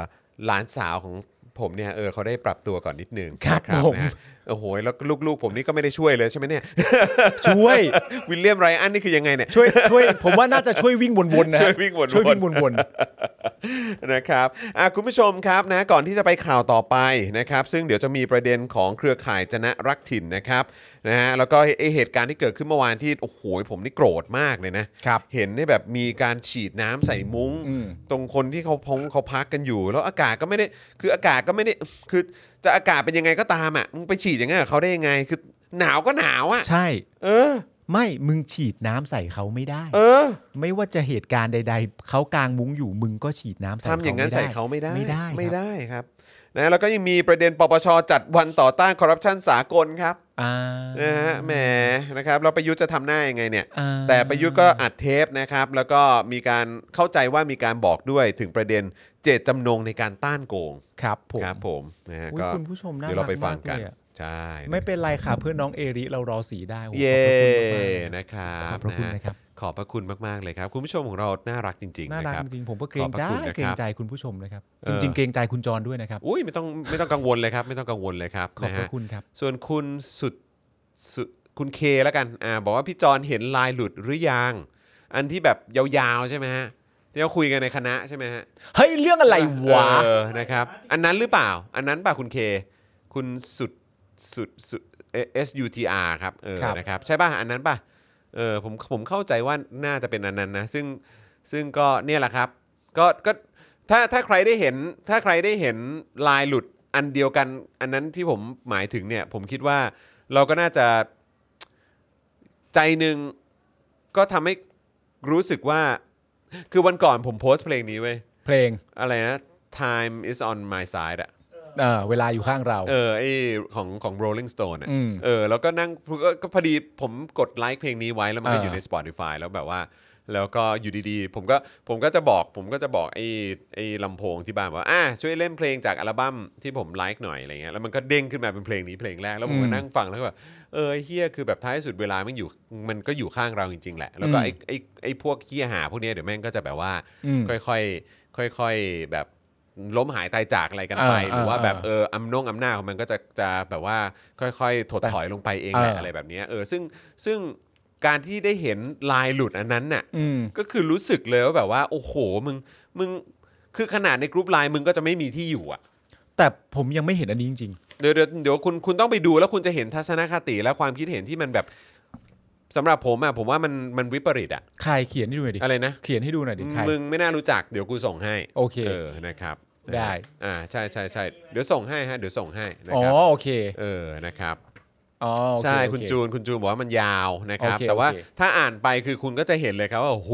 Speaker 1: หลานสาวของ ผมเนี่ยเออเขาได้ปรับตัวก่อนนิดนึง
Speaker 2: ครับ
Speaker 1: นะ
Speaker 2: ผม
Speaker 1: นะฮะโอ้โหแล้วลูกๆ ผมนี่ก็ไม่ได้ช่วยเลยใช่ไหมเนี่ย
Speaker 2: ช่วย
Speaker 1: วิลเลียมไรอันนี่คือยังไงเนี่ย
Speaker 2: ช่วยช่วยผมว่าน่าจะช่วยวิ่งวนๆนะฮะ
Speaker 1: ช่วยวิ่งวนๆ
Speaker 2: ช่วยวิ่งวนๆ
Speaker 1: นะครับอ่ะคุณผู้ชมครับนะก่อนที่จะไปข่าวต่อไปนะครับ ซึ่งเดี๋ยวจะมีประเด็นของเครือข่ายจนะรักถิ่นนะครับนะฮะแล้วก็ไอ้เหตุการณ์ที่เกิดขึ้นเมื่อวานที่โอ้โหผมนี่โกรธมากเลยนะครับ เห็นเนี่ยแบบมีการฉีดน้ำใส่มุ้ง
Speaker 2: อืม
Speaker 1: ตรงคนที่เขาพงเขาพักกันอยู่ แล้วอากาศก็ไม่ได้คืออากาศก็ไม่ได้คือจะอากาศเป็นยังไงก็ตามอ่ะมึงไปฉีดอย่างนั้นกับเขาได้ยังไง คือหนาวก็หนาวอ่ะ
Speaker 2: ใช่
Speaker 1: เออ
Speaker 2: ไม่มึงฉีดน้ำใส่เขาไม่ได้
Speaker 1: เออ
Speaker 2: ไม่ว่าจะเหตุการณ์ใด ๆ เขากางมุ้งอยู่มึงก็ฉีดน้ำใส่
Speaker 1: ทำอย่างนั้นใส่เขาไม่ได้
Speaker 2: ไม่ได้
Speaker 1: ไม่
Speaker 2: ครับ
Speaker 1: ได้ครับนะแล้วก็ยังมีประเด็นปปชจัดวันต่อต้านคอร์รัปชันสากลครับ
Speaker 2: อ่า
Speaker 1: นะฮะแหมนะครับเราประยุทธ์จะทำหน้ายังไงเนี่ย
Speaker 2: อ่า
Speaker 1: แต่ประยุทธ์ก็อัดเทปนะครับ แล้วก็มีการเข้าใจว่ามีการบอกด้วยถึงประเด็นเจตจำนงในการต้านโกง
Speaker 2: ครับผม
Speaker 1: ครับผมนะฮะ
Speaker 2: อุ๊ย
Speaker 1: ก็
Speaker 2: คุณผู้ชมน่า
Speaker 1: เดี๋ยว
Speaker 2: รั
Speaker 1: เรา
Speaker 2: ก
Speaker 1: ไปฟั
Speaker 2: มาง ก
Speaker 1: กั
Speaker 2: เล
Speaker 1: น
Speaker 2: ยอะ
Speaker 1: ใช่
Speaker 2: ไม่เป็นไรค่ะเพื่อนน้องเอริเรารอสีได้โอ้โห
Speaker 1: เย้
Speaker 2: ขอบคุณมากๆเลยนะ
Speaker 1: นะครับ
Speaker 2: ขอบพระคุณนะครับ
Speaker 1: ขอบพระคุณมากๆเลยครับ คุณผู้ชมของเราน่ารักจริงๆ
Speaker 2: น่า
Speaker 1: นะ
Speaker 2: รัก
Speaker 1: ครับ
Speaker 2: จริงๆผมก็เกรงใจ
Speaker 1: ขอบพระคุณนะครับ
Speaker 2: เกรงใจคุณผู้ชมนะครับ
Speaker 1: เออ
Speaker 2: จริง ๆ เกรงใจคุณจรด้วยนะครับ
Speaker 1: อุ้ยไม่ต้องไม่ต้องกังวลเลยครับ ไม่ต้องกังวลเลยครับ
Speaker 2: ขอบ
Speaker 1: น
Speaker 2: พ
Speaker 1: ฮ
Speaker 2: ระคุณครับ
Speaker 1: ส่วนคุณสุดสุดคุณเคแล้วกันอ่าบอกว่าพี่จอนเห็นลายหลุดหรือยัง อันที่แบบยาวๆใช่ไหมฮะที่เราคุยกันในคณะใช่ไหมฮะ
Speaker 2: เฮ้ย เรื่องอะไรวะ
Speaker 1: เออนะครับ อันนั้นหรือเปล่า อันนั้นป่ะคุณเค คุณสุดสุดสุด S U T R ครับเออ
Speaker 2: ครับ
Speaker 1: นะครับ ใช่ป่ะอันนั้นป่ะเออผมผมเข้าใจว่าน่าจะเป็นอันนั้นนะ ซึ่งซึ่งก็เนี่ยแหละครับ ก็ก็ถ้าถ้าใครได้เห็นถ้าใครได้เห็นลายหลุดอันเดียวกัน อันนั้นที่ผมหมายถึงเนี่ย ผมคิดว่าเราก็น่าจะใจหนึ่งก็ทำให้รู้สึกว่า คือวันก่อนผมโพสต์เพลงนี้เว้ย
Speaker 2: เพลง
Speaker 1: อะไรนะ time is on my side อะ
Speaker 2: เออเวลาอยู่ข้างเรา
Speaker 1: เออไอของของ Rolling Stone อ่ะ
Speaker 2: อืม
Speaker 1: เออแล้วก็นั่งก็ก็พอดีผมกดไลค์เพลงนี้ไว้แล้วมันก็
Speaker 2: อ่า
Speaker 1: อยู่ใน Spotify แล้วแบบว่า แล้วก็อยู่ดีๆ ผมก็ผมก็จะบอกผมก็จะบอกไอ้ไอ้ลำโพงที่บ้านว่าอ่ะช่วยเล่นเพลงจากอัลบั้มที่ผมไลค์หน่อยอะไรเงี้ยแล้วมันก็เด้งขึ้นมาเป็นเพลงนี้เพลงแรกแล้วผมก็
Speaker 2: อืม
Speaker 1: นั่งฟังแล้วก็แบบเออไอ้เฮียคือแบบท้ายสุดเวลามันอยู่มันก็อยู่ข้างเราจริงๆแหละแล้วก็
Speaker 2: อืม
Speaker 1: ไอ้ไอ้ไอ้พวกเฮียหาพวกเนี้ยเดี๋ยวแม่งก็จะแบบว่า
Speaker 2: อืม
Speaker 1: ค่อยๆ ค่อยๆ แบบล้มหายตายจากอะไรกันไป
Speaker 2: อ่า
Speaker 1: หรือว่า
Speaker 2: อ่า
Speaker 1: แบบเอออำนงอำนาจของมันก็จะจะแบบว่าค่อยๆ ถดถอยลงไปเองแหละ
Speaker 2: อ่า
Speaker 1: อะไรแบบเนี้ยเออซึ่งซึ่งการที่ได้เห็นลายหลุดอันนั้นน่ะ
Speaker 2: อืม
Speaker 1: ก็คือรู้สึกเลยว่าแบบว่า โอ้โหมึงมึงคือขนาดในกรุ๊ปไลน์มึงก็จะไม่มีที่อยู่อ่ะ
Speaker 2: แต่ผมยังไม่เห็นอันนี้จริง
Speaker 1: เดี๋ยวเดี๋ยวเดี๋ยวคุณคุณต้องไปดูแล้วคุณจะเห็นทัศนคติและความคิดเห็นที่มันแบบสำหรับผมอ่ะผมว่ามันมันวิปริตอ่ะ
Speaker 2: ๆ ใครเขียนให้ดูหน่อยดิ
Speaker 1: อะไรนะ
Speaker 2: เขียนให้ดูหน่อยดิใคร
Speaker 1: มึงไม่น่ารู้จักเดี๋ยวกูส่งให้
Speaker 2: โอเค
Speaker 1: เออนะครับ
Speaker 2: ได้
Speaker 1: อ่าใช่ใช่ใช่เดี๋ยวส่งให้ฮะเดี๋ยวส่งให้นะ
Speaker 2: อ๋อ
Speaker 1: ครับ
Speaker 2: โอเค
Speaker 1: เออนะครับ
Speaker 2: อ๋อโอเ
Speaker 1: ใช่
Speaker 2: โอเ
Speaker 1: คุณจูนคุณจูนบอกว่ามันยาวนะครับ
Speaker 2: โอเค
Speaker 1: แต่ว่า
Speaker 2: โอเค
Speaker 1: ถ้าอ่านไปคือคุณก็จะเห็นเลยครับว่าโอ้โห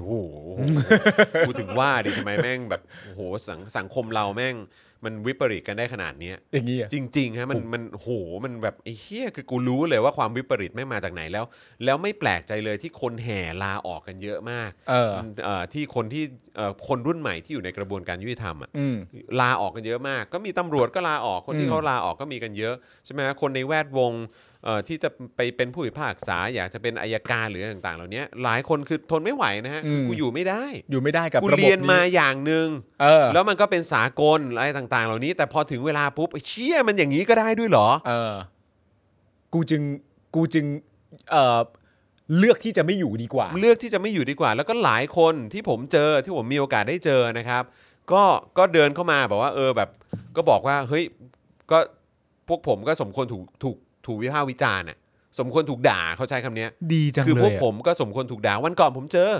Speaker 1: โอ้โหกูถึงว่าดิทำไมแม่งแบบโอ้โหสังสังคมเราแม่งมันวิปริตกันได้ขนาดเนี้ย
Speaker 2: อย่างเงี้ย
Speaker 1: จริงๆฮะมันมันโหมันแบบไอ้เฮียคือกูรู้เลยว่าความวิปริตไม่มาจากไหนแล้ว แล้วไม่แปลกใจเลยที่คนแห่ลาออกกันเยอะมาก
Speaker 2: เออ
Speaker 1: เอ่อที่คนที่เอ่อคนรุ่นใหม่ที่อยู่ในกระบวนการยุติธรรมอะ
Speaker 2: อืม
Speaker 1: ลาออกกันเยอะมาก ก็มีตำรวจก็ลาออกคนที่
Speaker 2: อืม
Speaker 1: เขาลาออกก็มีกันเยอะใช่ไหมฮะคนในแวดวงเอ่อที่จะไปเป็นผู้พิพากษาอยากจะเป็นอายการหรืออะไรต่างๆ เหล่านี้หลายคนคือทนไม่ไหวนะฮะคืออ
Speaker 2: ม
Speaker 1: กูอยู่ไม่ได้
Speaker 2: อยู่ไม่ได้กับ
Speaker 1: กู
Speaker 2: ระบบ
Speaker 1: เรียนมาอย่างหนึ่ง
Speaker 2: เออ
Speaker 1: แล้วมันก็เป็นสากลอะไรต่างๆ เหล่านี้ แต่พอถึงเวลาปุ๊บเชี่ยมันอย่างนี้ก็ได้ด้วยเหรอ
Speaker 2: เออ กูจึงกูจึงเออเลือกที่จะไม่อยู่ดีกว่า
Speaker 1: เลือกที่จะไม่อยู่ดีกว่า แล้วก็หลายคนที่ผมเจอที่ผมมีโอกาสได้เจอนะครับ ก็ก็เดินเข้ามาแบบว่า เออแบบ ก็บอกว่าเฮ้ยก็พวกผมก็สมควรถูกถูกถูกวิพากษ์วิจารณ์อ่ะสมควรถูกด่าเขาใช้คำเนี้ย
Speaker 2: ดีจังเลย
Speaker 1: คือพวก
Speaker 2: ะ
Speaker 1: ผมก็สมควรถูกด่าวันก่อนผมเจอ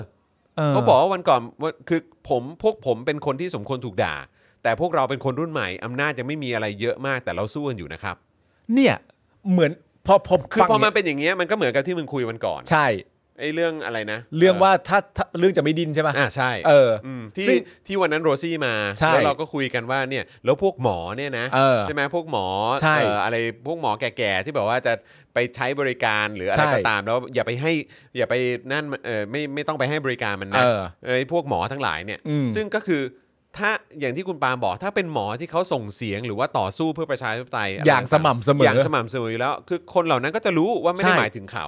Speaker 2: เออ
Speaker 1: เขาบอกว่าวันก่อนว่าคือผมพวกผมเป็นคนที่สมควรถูกด่า แต่พวกเราเป็นคนรุ่นใหม่อำนาจยังไม่มีอะไรเยอะมากแต่เราสู้กันอยู่นะครับ
Speaker 2: เนี่ย เหมือนพอพอ
Speaker 1: คือ
Speaker 2: ฟัง
Speaker 1: พอมันเป็นอย่างเงี้ยมันก็เหมือนกับที่มึงคุยวันก่อน
Speaker 2: ใช่
Speaker 1: ไอ้เรื่องอะไรนะ
Speaker 2: เรื่องว่าถ้าถ้าเรื่องจะไม่ดิ้นใช่ปะ
Speaker 1: อ่าใช่
Speaker 2: เออ
Speaker 1: มที่
Speaker 2: ซึ่ง
Speaker 1: ที่วันนั้นโรซี่มา
Speaker 2: ใช่
Speaker 1: แล้วเราก็คุยกันว่าเนี่ยแล้วพวกหมอเนี่ยนะ
Speaker 2: เออ
Speaker 1: ใช่ไหมพวกหมอ
Speaker 2: ใช่
Speaker 1: เอ่ออะไรพวกหมอแก่ๆที่แบบว่าจะไปใช้บริการหรืออะไร
Speaker 2: ใช่
Speaker 1: ก็ตามแล้วอย่าไปให้อย่าไปนั่นมันเออไม่ไม่ต้องไปให้บริการมันนะ
Speaker 2: เออ
Speaker 1: เออไอ้พวกหมอทั้งหลายเนี่ย
Speaker 2: อืม
Speaker 1: ซึ่งก็คือถ้าอย่างที่คุณปาล์มบอกถ้าเป็นหมอที่เขาส่งเสียงหรือว่าต่อสู้เพื่อประชาธิปไตยะไร
Speaker 2: อย่างสม่ำเสมอ
Speaker 1: ย่างสม่ำเสมออยู่แล้ว คือคนเหล่านั้นก็จะรู้ว่าไม่ได้
Speaker 2: ใช่
Speaker 1: หมายถึงเขา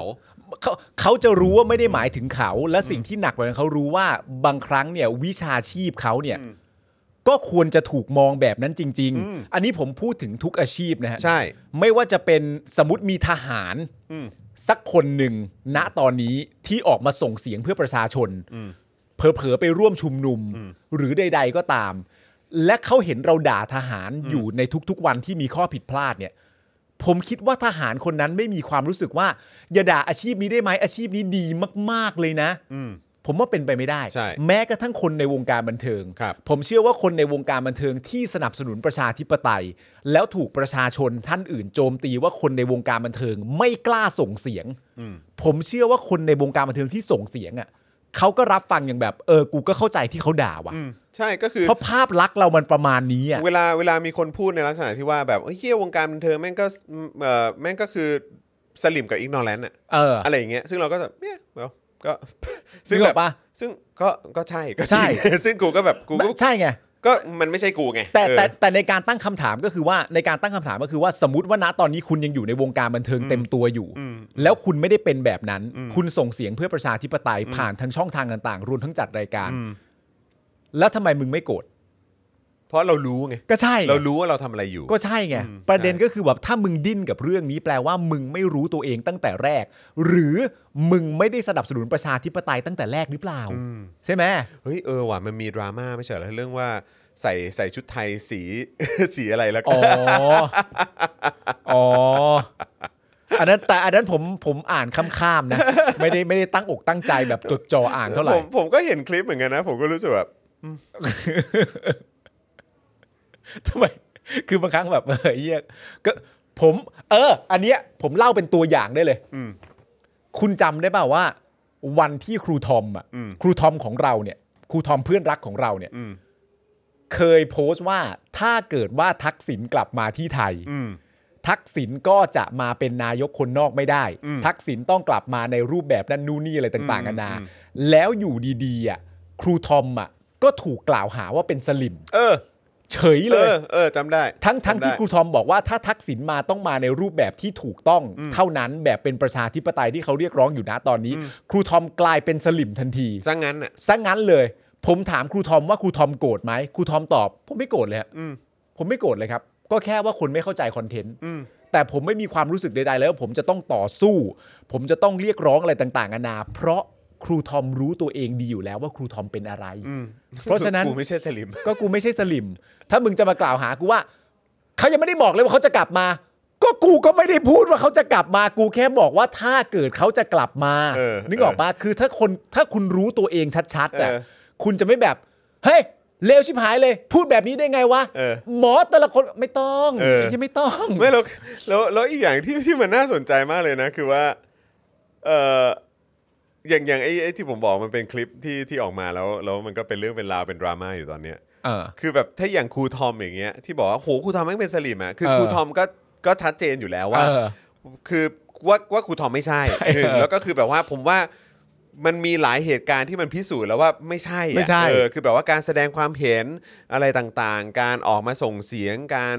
Speaker 2: เขาเขาจะรู้ว่าไม่ได้หมายถึงเขา และสิ่งที่หนักกว่านั้นเขารู้ว่าบางครั้งเนี่ย วิชาชีพเขาเนี่ย ก็ควรจะถูกมองแบบนั้นจริง ๆ อันนี้ผมพูดถึงทุกอาชีพนะฮะ
Speaker 1: ใช่
Speaker 2: ไม่ว่าจะเป็นสมมติมีทหาร
Speaker 1: อืม
Speaker 2: สักคนหนึ่งณตอนนี้ที่ออกมาส่งเสียงเพื่อประชาชนเผลอๆไปร่วมชุมนุม หรือใด ๆ ก็ตาม และเขาเห็นเราด่าทหารอยู่ในทุกๆวันที่มีข้อผิดพลาดเนี่ย ผมคิดว่าทหารคนนั้นไม่มีความรู้สึกว่า อย่าด่าอาชีพนี้ได้ไหมอาชีพนี้ดีมาก ๆเลยนะ
Speaker 1: อืม
Speaker 2: ผมว่าเป็นไปไม่ได้
Speaker 1: ใช่
Speaker 2: แม้กระทั่งคนในวงการบันเทิง
Speaker 1: ครับ
Speaker 2: ผมเชื่อว่าคนในวงการบันเทิงที่สนับสนุนประชาธิปไตย แล้วถูกประชาชนท่านอื่นโจมตีว่าคนในวงการบันเทิงไม่กล้าส่งเสียง
Speaker 1: อืม
Speaker 2: ผมเชื่อว่าคนในวงการบันเทิงที่ส่งเสียงอ่ะเขาก็รับฟังอย่างแบบเออกูก็เข้าใจที่เขาด่าว่ะ
Speaker 1: อืมใช่ก็คือ
Speaker 2: เพราะภาพลักษณ์เรามันประมาณนี้อ่ะ
Speaker 1: เวลาเวลามีคนพูดในลักษณะที่ว่าแบบเฮ้ยเหี้ยวงการบันเทิงแม่งก็เอ่อแม่งก็คือสลิมกับอิกนอแลนด์อะ
Speaker 2: เออ
Speaker 1: อะไรอย่างเงี้ยซึ่งเราก็แบบเนี่ย well ก็ [laughs]
Speaker 2: นึ
Speaker 1: ซึ่ง
Speaker 2: กอ
Speaker 1: แบ
Speaker 2: อบ กปะ
Speaker 1: ซึ่งก็ก็ใช่ก็จริง
Speaker 2: ใช่
Speaker 1: ซึ่งกูก็แบบกูก็
Speaker 2: ใช่ไง
Speaker 1: ก็มันไม่ใช่กูไง
Speaker 2: แต่แต่
Speaker 1: เออ
Speaker 2: แต่ในการตั้งคำถามก็คือว่าในการตั้งคำถามก็คือว่าสมมติว่าณตอนนี้คุณยังอยู่ในวงการบันเทิงเต็มตัวอยู่ แล้วคุณไม่ได้เป็นแบบนั้น คุณส่งเสียงเพื่อประชาธิปไตยผ่านทางช่องทางต่างๆรวมทั้งจัดรายการ
Speaker 1: อืม
Speaker 2: แล้วทำไมมึงไม่โกรธ
Speaker 1: เพราะเรารู้ไง
Speaker 2: ก็ใช่ไง
Speaker 1: เรารู้ว่าเราทำอะไรอยู่
Speaker 2: ก็ใช่ไง
Speaker 1: อืม
Speaker 2: ประเด็น
Speaker 1: ใช่
Speaker 2: ก็คือแบบถ้ามึงดิ้นกับเรื่องนี้แปลว่ามึงไม่รู้ตัวเองตั้งแต่แรก หรือมึงไม่ได้สนับสนุนประชาธิปไตยตั้งแต่แรกหรือเปล่า
Speaker 1: อืม
Speaker 2: ใช่ไหม
Speaker 1: เฮ้ยเออว่ะมันมีดราม่าไม่ใช่เหรอเรื่องว่าใส่ใส่ชุดไทยสี [laughs] สีอะไรแล้วก็
Speaker 2: อ๋อ อ๋อ อันนั้นแต่อันนั้นผมผมอ่านข้ามๆนะ ไม่ได้ไม่ได้ตั้งอกตั้งใจแบบจดจ่ออ่านเท่าไหร่
Speaker 1: ผมผมก็เห็นคลิปเหมือนกันนะ ผมก็รู้สึกแบบ
Speaker 2: [laughs] ทำไม คือบางครั้งแบบเอ [laughs] อเยี่ยก็ผม เออ อันเนี้ยผมเล่าเป็นตัวอย่างได้เลย
Speaker 1: อืม
Speaker 2: คุณจำได้เปล่าว่า วันที่ครูทอมอ่ะ
Speaker 1: อืม
Speaker 2: ครูทอมของเราเนี่ย ครูทอมเพื่อนรักของเราเนี่ย
Speaker 1: อืม
Speaker 2: เคยโพสต์ว่าถ้าเกิดว่าทักษิณกลับมาที่ไทย
Speaker 1: อืม
Speaker 2: ทักษิณก็จะมาเป็นนายกคนนอกไม่ได้
Speaker 1: อืม
Speaker 2: ทักษิณต้องกลับมาในรูปแบบนั้นนู่นนี่อะไรต่าง
Speaker 1: อืม
Speaker 2: ๆกันานา
Speaker 1: อืม
Speaker 2: แล้วอยู่ดีๆอ่ะครูทอมอ่ะก็ถูกกล่าวหาว่าเป็นสลิม
Speaker 1: เออ
Speaker 2: เฉย
Speaker 1: เอ
Speaker 2: เลย
Speaker 1: อเออจำได้
Speaker 2: ทั้งๆท
Speaker 1: จำ
Speaker 2: ที่
Speaker 1: ได้
Speaker 2: ครูทอมบอกว่าถ้าทักษิณมาต้องมาในรูปแบบที่ถูกต้อง
Speaker 1: อืม
Speaker 2: เท่านั้นแบบเป็นประชาธิปไตยที่เขาเรียกร้องอยู่นะตอนนี้
Speaker 1: อืม
Speaker 2: ครูทอมกลายเป็นสลิมทันที
Speaker 1: ซะงั้นอ่ะ
Speaker 2: ซะงั้นเลย ผมถามครูทอมว่าครูทอมโกรธไหมครูทอมตอบ ผมไม่โกรธเลยฮะ
Speaker 1: อืม
Speaker 2: ผมไม่โกรธเลยครับ ก็แค่ว่าคนไม่เข้าใจคอนเทนต์
Speaker 1: อืม
Speaker 2: แต่ผมไม่มีความรู้สึกใดๆแล้ว ผมจะต้องต่อสู้ ผมจะต้องเรียกร้องอะไรต่างๆนานา เพราะครูทอมรู้ตัวเองดีอยู่แล้วว่าครูทอมเป็นอะไร
Speaker 1: อืม
Speaker 2: เพราะฉะนั้น
Speaker 1: กูไม่ใช่สลิม [laughs]
Speaker 2: ก็กูไม่ใช่สลิม ถ้ามึงจะมากล่าวหากูว่าเขายังไม่ได้บอกเลยว่าเขาจะกลับมา ก็กูก็ไม่ได้พูดว่าเขาจะกลับมา กูแค่บอกว่าถ้าเกิดเขาจะกลับมา
Speaker 1: เออ
Speaker 2: นึกออกปะคือถ้าคนถ้าคุณรู้ตัวเองชัดๆอ่ะ
Speaker 1: เออ
Speaker 2: คุณจะไม่แบบ เฮ้ยเลวชิบหายเลย พูดแบบนี้ได้ไงวะ
Speaker 1: เออ
Speaker 2: หมอแต่ละคนไม่ต้อง
Speaker 1: เออ
Speaker 2: ไยังไม่ต้อง
Speaker 1: ไม่แล้วแล้วแล้วอีกอย่างที่ที่มันน่าสนใจมากเลยนะ คือว่าเอออย่างอย่างไอ้ไอ้ที่ผมบอกมันเป็นคลิปที่ที่ออกมาแล้วแล้วมันก็เป็นเรื่องเป็นราวเป็นดราม่าอยู่ตอนเนี้ย
Speaker 2: เออ
Speaker 1: คือแบบถ้าอย่างครูทอมอย่างเงี้ยที่บอกว่าโหครูทอมไม่งเป็นสลิมอ่ะคือ
Speaker 2: เอ
Speaker 1: ค
Speaker 2: อ
Speaker 1: รูทอมก็ก็ชัดเจนอยู่แล้วว่า
Speaker 2: เออ
Speaker 1: คือว่าว่าครูทอมไม่ใช่
Speaker 2: ใช่
Speaker 1: คือ
Speaker 2: เออ
Speaker 1: แล้วก็คือแบบว่าผมว่ามันมีหลายเหตุการณ์ที่มันพิสูจน์แล้วว่าไม่ใช่อะ
Speaker 2: ไม่ใช่
Speaker 1: เออคือแบบว่าการแสดงความเห็นอะไรต่างๆ การออกมาส่งเสียงการ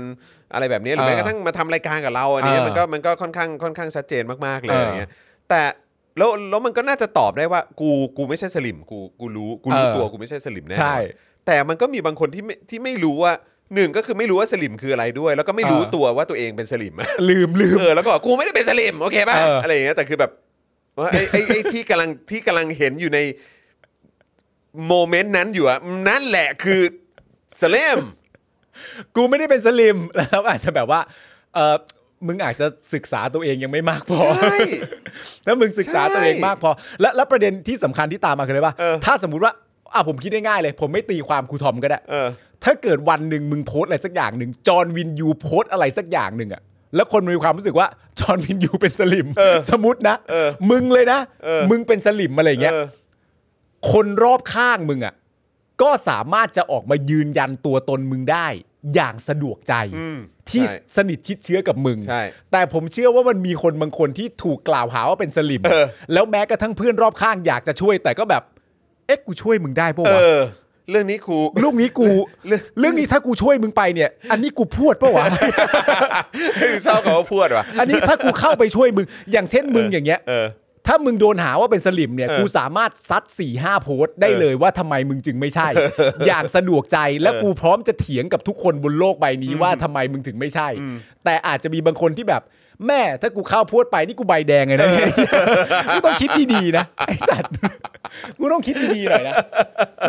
Speaker 1: อะไรแบบนี้หรือ
Speaker 2: เออ
Speaker 1: แม้กระทั่งมาทำรายการกับเราอันเนี้ย
Speaker 2: เออ
Speaker 1: มันก็มันก็ค่อนข้างค่อนข้างชัดเจนมากๆเลย
Speaker 2: เอออ
Speaker 1: อย่างเงี้ยแต่แล้วแล้วมันก็น่าจะตอบได้ว่ากูกูไม่ใช่สลิมกูกูรู้กูรู้
Speaker 2: เออ
Speaker 1: ตัวกูไม่ใช่สลิมแน่นอน
Speaker 2: ใช่
Speaker 1: แต่มันก็มีบางคนที่ไม่ที่ไม่รู้ว่าหนึ่งก็คือไม่รู้ว่าสลิมคืออะไรด้วย แล้วก็ไม่รู้
Speaker 2: เออ
Speaker 1: ตัวว่าตัวเองเป็นสลิม
Speaker 2: ลืมลืม
Speaker 1: เออแล้วก็กูไม่ได้เป็นสลิมโอเคป่ะ
Speaker 2: เอออ
Speaker 1: อะไรอย่างเงี้ยแต่คือแบบว่าไอ้ไอ้ไอ้ที่กำลังที่กำลังเห็นอยู่ในโมเมนต์นั้นอยู่อะนั่นแหละคือสลิม
Speaker 2: กูไม่ได้เป็นสลิม [laughs] แล้วอาจจะแบบว่าเออมึงอาจจะศึกษาตัวเองยังไม่มาก [laughs] พอ
Speaker 1: ใช่
Speaker 2: ถ้ามึงศึกษาตัวเองมากพอ และและประเด็นที่สำคัญที่ตามมาคือเลยว่า
Speaker 1: เออ
Speaker 2: ถ้าสมมุติว่าอ่ะผมคิดง่ายๆเลย ผมไม่ตีความครูทอมก็ได้
Speaker 1: เออ
Speaker 2: ถ้าเกิดวันหนึ่งมึงโพสต์อะไรสักอย่างหนึ่งจอห์นวินยูโพสต์อะไรสักอย่างหนึ่งอะแล้วคนมีความรู้สึกว่าจอห์นวินยูเป็นสลิม
Speaker 1: เออ
Speaker 2: สมมตินะ
Speaker 1: เออ
Speaker 2: มึงเลยนะ
Speaker 1: เออ
Speaker 2: มึงเป็นสลิมอะไรอย่างเงี้ย
Speaker 1: เออ
Speaker 2: คนรอบข้างมึงอะ่ะก็สามารถจะออกมายืนยันตัวตนมึงได้ อย่างสะดวกใจ
Speaker 1: อืม
Speaker 2: ที่
Speaker 1: ใช่
Speaker 2: สนิทชิดเชื้อกับมึง
Speaker 1: ใช่
Speaker 2: แต่ผมเชื่อว่ามันมีคนบางคนที่ถูกกล่าวหาว่าเป็นสลิม
Speaker 1: เออ
Speaker 2: แล้วแม้กระทั่งเพื่อนรอบข้างอยากจะช่วย แต่ก็แบบ เอ๊ะกูช่วยมึงได้ปะ
Speaker 1: เอ
Speaker 2: วะ
Speaker 1: อ เรื่องนี้ครู [laughs]
Speaker 2: ลูกนี้กู
Speaker 1: เรื่อง
Speaker 2: เรื่องนี้ถ้ากูช่วยมึงไปเนี่ย อันนี้กูพูดปะวะ
Speaker 1: ชอบคำว่าพูดว่ะ
Speaker 2: อันนี้ถ้ากูเข้าไปช่วยมึง อย่างเช่นมึงอย่างเงี้ย
Speaker 1: เออ
Speaker 2: ถ้ามึงโดนหาว่าเป็นสลิมเนี่ย
Speaker 1: เออ
Speaker 2: กูสามารถซัด4ี่ห้าโพสต์ได้เลยว่าทำไมมึงจึงไม่ใช่ [laughs] อย่างสะดวกใจและ
Speaker 1: เออ
Speaker 2: กูพร้อมจะเถียงกับทุกคนบนโลกใบนี้ว่าทำไมมึงถึงไม่ใช่ แต่อาจจะมีบางคนที่แบบ แม่ถ้ากูเข้าโพสต์ไปนี่กูใบแดงเลยนะ [laughs] กูต้องคิดดีๆนะ [laughs] ไอสัตว์กูต้องคิดดีๆหน่อยนะ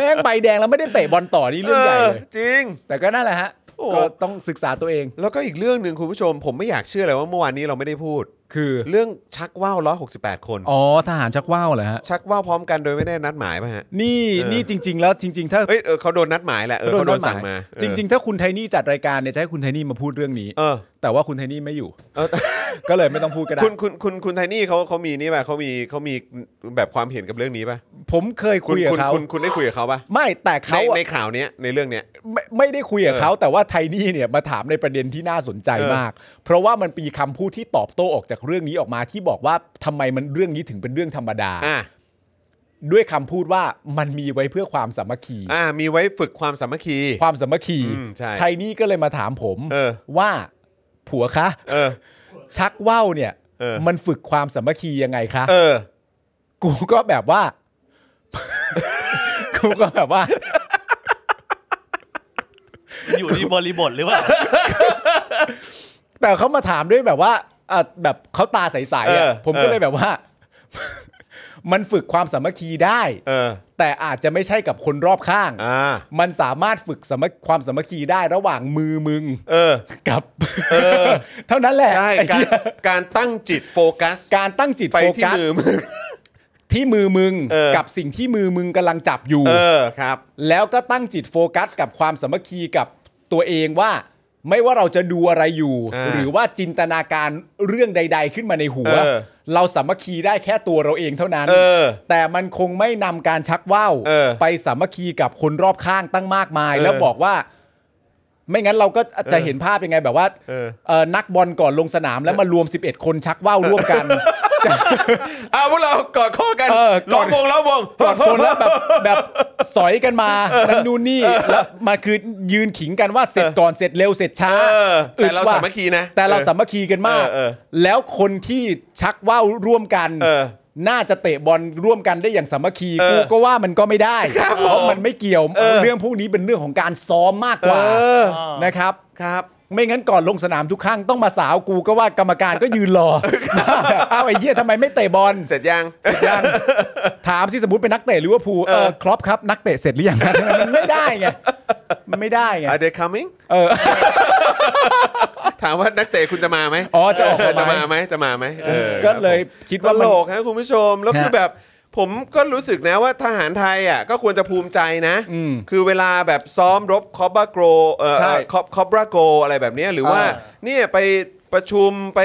Speaker 2: แม่งใบแดงแล้วไม่ได้เตะบอลต่อนี่เรื่องใหญ่เลย
Speaker 1: จริง
Speaker 2: แต่ก็นั่นแหละฮะ
Speaker 1: โอ้
Speaker 2: ก็ต้องศึกษาตัวเอง
Speaker 1: แล้วก็อีกเรื่องหนึ่งคุณผู้ชม ผมไม่อยากเชื่อเลยว่าเมื่อวานนี้เราไม่ได้พูด
Speaker 2: คือ
Speaker 1: เรื่องชักว่าว168 คน
Speaker 2: อ๋อทหารชักว่าวเหรอฮะ
Speaker 1: ชักว่าวพร้อมกันโดยไม่ได้นัดหมายป่ะฮะ
Speaker 2: นี่
Speaker 1: เออ
Speaker 2: นี่จริง ๆ แล้วจริง ๆ ถ้า
Speaker 1: เอ้ยเออเขาโดนนัดหมายแหละเออเขาโดนสั่งมา
Speaker 2: จริง ๆ ถ้าคุณไทนี่จัดรายการเนี่ยจะให้คุณไทนี่มาพูดเรื่องนี้
Speaker 1: ๆเออ
Speaker 2: แต่ว่าคุณไทนี่ไม่อยู่
Speaker 1: เออ
Speaker 2: [laughs] ก็เลยไม่ต้องพูดก็ได้
Speaker 1: คุณคุณคุณคุณไทนี่เขาเขามีนี่ป่ะเขามีเขามีแบบความเห็นกับเรื่องนี้ป่ะ
Speaker 2: ผมเคย
Speaker 1: คุ
Speaker 2: คุ
Speaker 1: ณ
Speaker 2: ยกับ
Speaker 1: คุณ
Speaker 2: เขา
Speaker 1: คุณคุณได้คุยกับเขาป่ะ
Speaker 2: ไม่แต่
Speaker 1: ใน
Speaker 2: เขาอะ
Speaker 1: ในข่าวเนี้ยในเรื่องเนี้ย
Speaker 2: ไม่ไม่ได้คุยกับ
Speaker 1: เออ
Speaker 2: เขาแต่ว่าไทนี่เนี่ยมาถามในประเด็นที่น่าสนใจ
Speaker 1: เออ
Speaker 2: มาก เพราะว่ามันปีคำพูดที่ตอบโต้ออกจากเรื่องนี้ออกมาที่บอกว่าทำไมมันเรื่องนี้ถึงเป็นเรื่องธรรมดา
Speaker 1: อ่า
Speaker 2: ด้วยคำพูดว่ามันมีไว้เพื่อความสามัคคี
Speaker 1: อ่ามีไว้ฝึกความสามัคคี
Speaker 2: ความสามัคคี
Speaker 1: อืมใช่
Speaker 2: ไทนี่ก็เลยมาถามผม
Speaker 1: เออ
Speaker 2: ว่าผัวคะ
Speaker 1: เออ
Speaker 2: ชักว่าวเนี่ย
Speaker 1: เออ
Speaker 2: มันฝึกความสามัคคียังไงคะ
Speaker 1: เออ
Speaker 2: กูก็แบบว่า [laughs] กูก็แบบว่า
Speaker 5: อยู่ที่บริบทหรือ
Speaker 2: [laughs]
Speaker 5: เปล่า
Speaker 2: แต่เขามาถามด้วยแบบว่าอ่ะแบบเขาตาใสๆ
Speaker 1: เออ
Speaker 2: อ่ะผม
Speaker 1: เอ
Speaker 2: ก็
Speaker 1: อ
Speaker 2: เลยแบบว่า [laughs] มันฝึกความสามัคคีได้
Speaker 1: เออ
Speaker 2: แต่อาจจะไม่ใช่กับคนรอบข้าง
Speaker 1: อ่า
Speaker 2: มันสามารถฝึกสามัคความสามัคคีได้ระหว่างมือมึง
Speaker 1: เออ
Speaker 2: กับ
Speaker 1: อ
Speaker 2: [laughs] เท่านั้นแหละ
Speaker 1: ใช่
Speaker 2: ไอ้
Speaker 1: การ
Speaker 2: เหี้ย
Speaker 1: การตั้งจิตโฟกัส
Speaker 2: การตั้งจิต
Speaker 1: ไป
Speaker 2: โฟ
Speaker 1: ที่
Speaker 2: กัส
Speaker 1: มือมึง
Speaker 2: ที่มือมึง
Speaker 1: เออ
Speaker 2: กับสิ่งที่มือมึงกำลังจับอยู่
Speaker 1: เออครับ
Speaker 2: แล้วก็ตั้งจิตโฟกัสกับความสามัคคีกับตัวเองว่า ไม่ว่าเราจะดูอะไรอยู่
Speaker 1: อ่า
Speaker 2: หรือว่าจินตนาการเรื่องใด ๆ ขึ้นมาในหัว
Speaker 1: เออ
Speaker 2: เราสามัคคีได้แค่ตัวเราเองเท่านั้น
Speaker 1: เออ
Speaker 2: แต่มันคงไม่นำการชักว่าว
Speaker 1: เออ
Speaker 2: ไปสามัคคีกับคนรอบข้างตั้งมากมาย
Speaker 1: เออ
Speaker 2: แล้วบอกว่า ไม่งั้นเราก็จะเห็นภาพยังไงแบบว่า
Speaker 1: เออ
Speaker 2: เอ่อนักบอลก่อนลงสนามแล้วมารวม 11 คนชักว่าวร่วมกัน
Speaker 1: เอาพวกเรากอดข้อกัน
Speaker 2: เออ
Speaker 1: ล้
Speaker 2: ก
Speaker 1: อ
Speaker 2: อ
Speaker 1: ม
Speaker 2: ด
Speaker 1: วงล้อมวง
Speaker 2: กอดคนแล้วแบบแบบสอยกันมานั่นนู่นนี่แล้วมาคือยืนขิงกันว่าเสร็จก่อนเสร็จเร็วเสร็จช้า
Speaker 1: เออแต่เรา
Speaker 2: อึดว่
Speaker 1: สามัคคีนะ
Speaker 2: แต่เรา
Speaker 1: เออ
Speaker 2: สามัคคีกันมาก
Speaker 1: เออเออ
Speaker 2: แล้วคนที่ชักว่าวร่วมกัน
Speaker 1: เออ
Speaker 2: น่าจะเตะบอลร่วมกันได้อย่างสามัคคี
Speaker 1: เออ
Speaker 2: กูก็ว่ามันก็ไม่ได้
Speaker 1: ครับ
Speaker 2: เพราะ
Speaker 1: ผม
Speaker 2: มันไม่เกี่ยว
Speaker 1: เออ
Speaker 2: เรื่องพวกนี้เป็นเรื่องของการซ้อมมากกว่า
Speaker 1: เออ
Speaker 2: นะครับ
Speaker 1: ครับ
Speaker 2: ไม่งั้นก่อนลงสนามทุกครั้งต้องมาสาวกูก็ว่ากรรมการก็ยืนรอ เอาไอ้เหี้ยทำไมไม่เตะบอล
Speaker 1: เสร็จยัง
Speaker 2: ยังถามสิสมมติเป็นนักเตะลิเวอร์พูลเอ
Speaker 1: เอ
Speaker 2: อ
Speaker 1: อ
Speaker 2: ครอปครับ นักเตะเสร็จหรือยัง มันไม่ได้ไงมันไม่ได้ไง
Speaker 1: Are they coming
Speaker 2: เออ
Speaker 1: [laughs] ถามว่านักเตะคุณจะมาไหม
Speaker 2: อ๋อจะออกมาไหม
Speaker 1: เจะ [laughs] มาไหมจะมาไหมออ
Speaker 2: ก็เลยคิด
Speaker 1: ต
Speaker 2: ว่ามัน
Speaker 1: ลกครับคุณผู้ชม แล้วคือ
Speaker 2: ฮะ
Speaker 1: แบบผมก็รู้สึกนะว่าทหารไทยอ่ะก็ควรจะภูมิใจนะ
Speaker 2: อืม
Speaker 1: คือเวลาแบบซ้อมรบคอบบาโกรเอ่อ
Speaker 2: ใช่
Speaker 1: คอบคอบบาโกอะไรแบบเนี้ยหรือว่า
Speaker 2: อ่า
Speaker 1: เนี่ยไปประชุมไป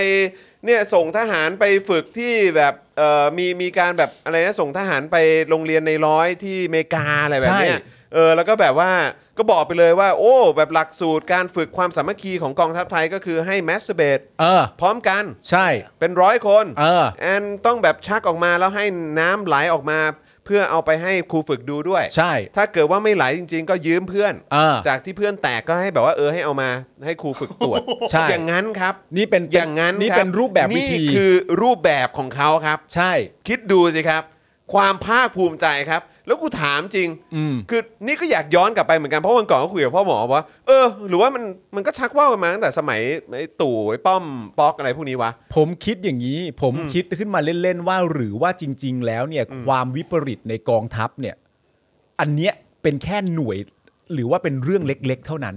Speaker 1: เนี่ยส่งทหารไปฝึกที่แบบเอ่อมีมีการแบบอะไรนะส่งทหารไปโรงเรียนในร้อยที่อเมริกาอะไรแบบเนี้ย
Speaker 2: ใช่
Speaker 1: เออแล้วก็แบบว่าก็บอกไปเลยว่า โอ้แบบหลักสูตรการฝึกความสามัคคีของกองทัพไทยก็คือให้แมสเตอร์เบต
Speaker 2: เออ
Speaker 1: พร้อมกัน
Speaker 2: ใช่
Speaker 1: เป็นร้อยคน
Speaker 2: เออ
Speaker 1: แอนต้องแบบชักออกมาแล้วให้น้ำไหลออกมา เพื่อเอาไปให้ครูฝึกดูด้วย
Speaker 2: ใช่
Speaker 1: ถ้าเกิดว่าไม่ไหลจริง ๆ ก็ยืมเพื่อน
Speaker 2: เออ
Speaker 1: จากที่เพื่อนแตกก็ให้แบบว่าเออให้เอามาให้ครูฝึกตรวจ
Speaker 2: ใช่
Speaker 1: อย่างนั้นครับ
Speaker 2: นี่เป็น
Speaker 1: อย่างนั้น
Speaker 2: นี่
Speaker 1: ค
Speaker 2: เป็นรูปแบบวิธี
Speaker 1: นี่คือรูปแบบของเขาครับ
Speaker 2: ใช่
Speaker 1: คิดดูสิครับ ความภาคภูมิใจครับ แล้วกูถามจริง
Speaker 2: อืม
Speaker 1: คือนี่ก็อยากย้อนกลับไปเหมือนกันเพราะวันก่อนก็คุยกับพ่อหมอว่าเออ หรือว่ามันมันก็ชักว่าวกันมาตั้งแต่สมัยไอ้ตู่ไอ้ป้อมป๊อกอะไรพวกนี้วะ
Speaker 2: ผมคิดอย่างนี้ ผมคิดขึ้นมาเล่น ๆ ว่าหรือว่าจริง ๆ แล้วเนี่ยความวิปริตในกองทัพเนี่ย อันเนี้ยเป็นแค่หน่วย หรือว่าเป็นเรื่องเล็ก ๆ เท่านั้น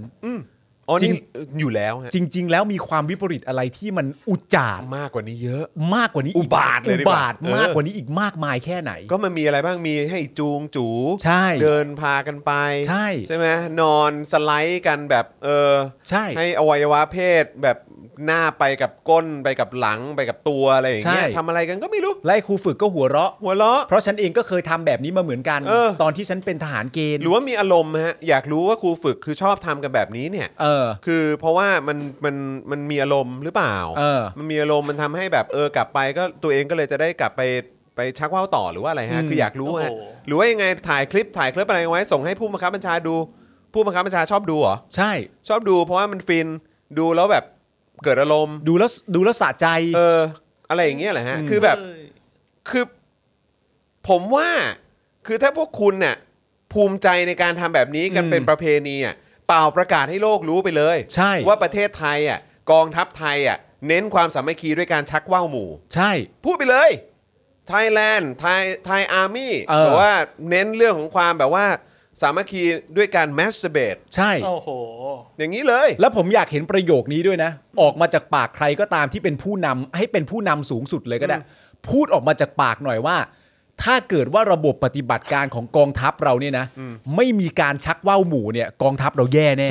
Speaker 1: อ๋อ
Speaker 2: จริ
Speaker 1: นี่
Speaker 2: ง
Speaker 1: อยู่แล้วฮะ
Speaker 2: จริง ๆ แล้วมีความวิปริตอะไรที่มันอุจจาร
Speaker 1: มากกว่านี้เยอะ
Speaker 2: มากกว่านี้ก
Speaker 1: อุบาทเลย
Speaker 2: อุ
Speaker 1: ดีกว่า
Speaker 2: บาท
Speaker 1: เออ
Speaker 2: มากกว่านี้อีกมากมายแค่ไหน
Speaker 1: ก็มันมีอะไรบ้างมีให้จูงจู
Speaker 2: ใช่
Speaker 1: เดินพากันไป
Speaker 2: ใช่
Speaker 1: ใช่ไหมนอนสไลด์กันแบบเออ
Speaker 2: ใช่
Speaker 1: ให้อวัยวะเพศแบบหน้าไปกับก้นไปกับหลังไปกับตัวอะไรอย่างเงี้ยทำอะไรกันก็ไม่รู้
Speaker 2: ไล่ครูฝึกก็หัวเราะ
Speaker 1: หัวเราะ
Speaker 2: เพราะฉันเองก็เคยทำแบบนี้มาเหมือนกัน
Speaker 1: เออ
Speaker 2: ตอนที่ฉันเป็นทหารเกณฑ์
Speaker 1: หรือว่ามีอารมณ์ฮะอยากรู้ว่าครูฝึกคือชอบทำกันแบบนี้เนี่ย
Speaker 2: เออ
Speaker 1: คือเพราะว่ามันมันมันมีอารมณ์หรือเปล่า
Speaker 2: เออ
Speaker 1: มันมีอารมณ์มันทำให้แบบเออกลับไปก็ตัวเองก็เลยจะได้กลับไปไปชักว่าวต่อหรือว่าอะไรฮะ
Speaker 2: อืม
Speaker 1: คืออยากรู้ฮะ
Speaker 5: โอ้โห
Speaker 1: หรือว่ายังไงถ่ายคลิปถ่ายคลิปอะไรไว้ส่งให้ผู้บังคับบัญชาดู ผู้บังคับบัญชาชอบดูเหรอ
Speaker 2: ใช่
Speaker 1: ชอบดูเพราะว่ามันฟินดูแล้วแบบเกิดอารมณ์
Speaker 2: ดูแล้วดูแล้วสะใจ
Speaker 1: เอออะไรอย่างเงี้ยแหละฮะคือแบบ
Speaker 5: เอ้ย
Speaker 1: คือผมว่าคือถ้าพวกคุณเนี่ยภูมิใจในการทำแบบนี้กัน
Speaker 2: อืม
Speaker 1: เป็นประเพณีอ่ะเปล่าประกาศให้โลกรู้ไปเลย
Speaker 2: ใช่
Speaker 1: ว่าประเทศไทยอ่ะกองทัพไทยอ่ะเน้นความสามัคคีด้วยการชักว่าวหมู่
Speaker 2: ใช่
Speaker 1: พูดไปเลยไทยแลนด์ไทยไทยอาร์มี่
Speaker 2: เออ
Speaker 1: แบบว่าเน้นเรื่องของความแบบว่าสามัคคีด้วยการแมสเบต
Speaker 2: ใช่
Speaker 5: โอ้โห
Speaker 1: อย่างนี้เลย
Speaker 2: แล้วผมอยากเห็นประโยคนี้ด้วยนะ ออกมาจากปากใครก็ตามที่เป็นผู้นำให้เป็นผู้นำสูงสุดเลยก็ได้ พูดออกมาจากปากหน่อยว่า ถ้าเกิดว่าระบบปฏิบัติการของกองทัพเราเนี่ยนะ ไม่มีการชักว่าวหมู่เนี่ย กองทัพเราแย่แน่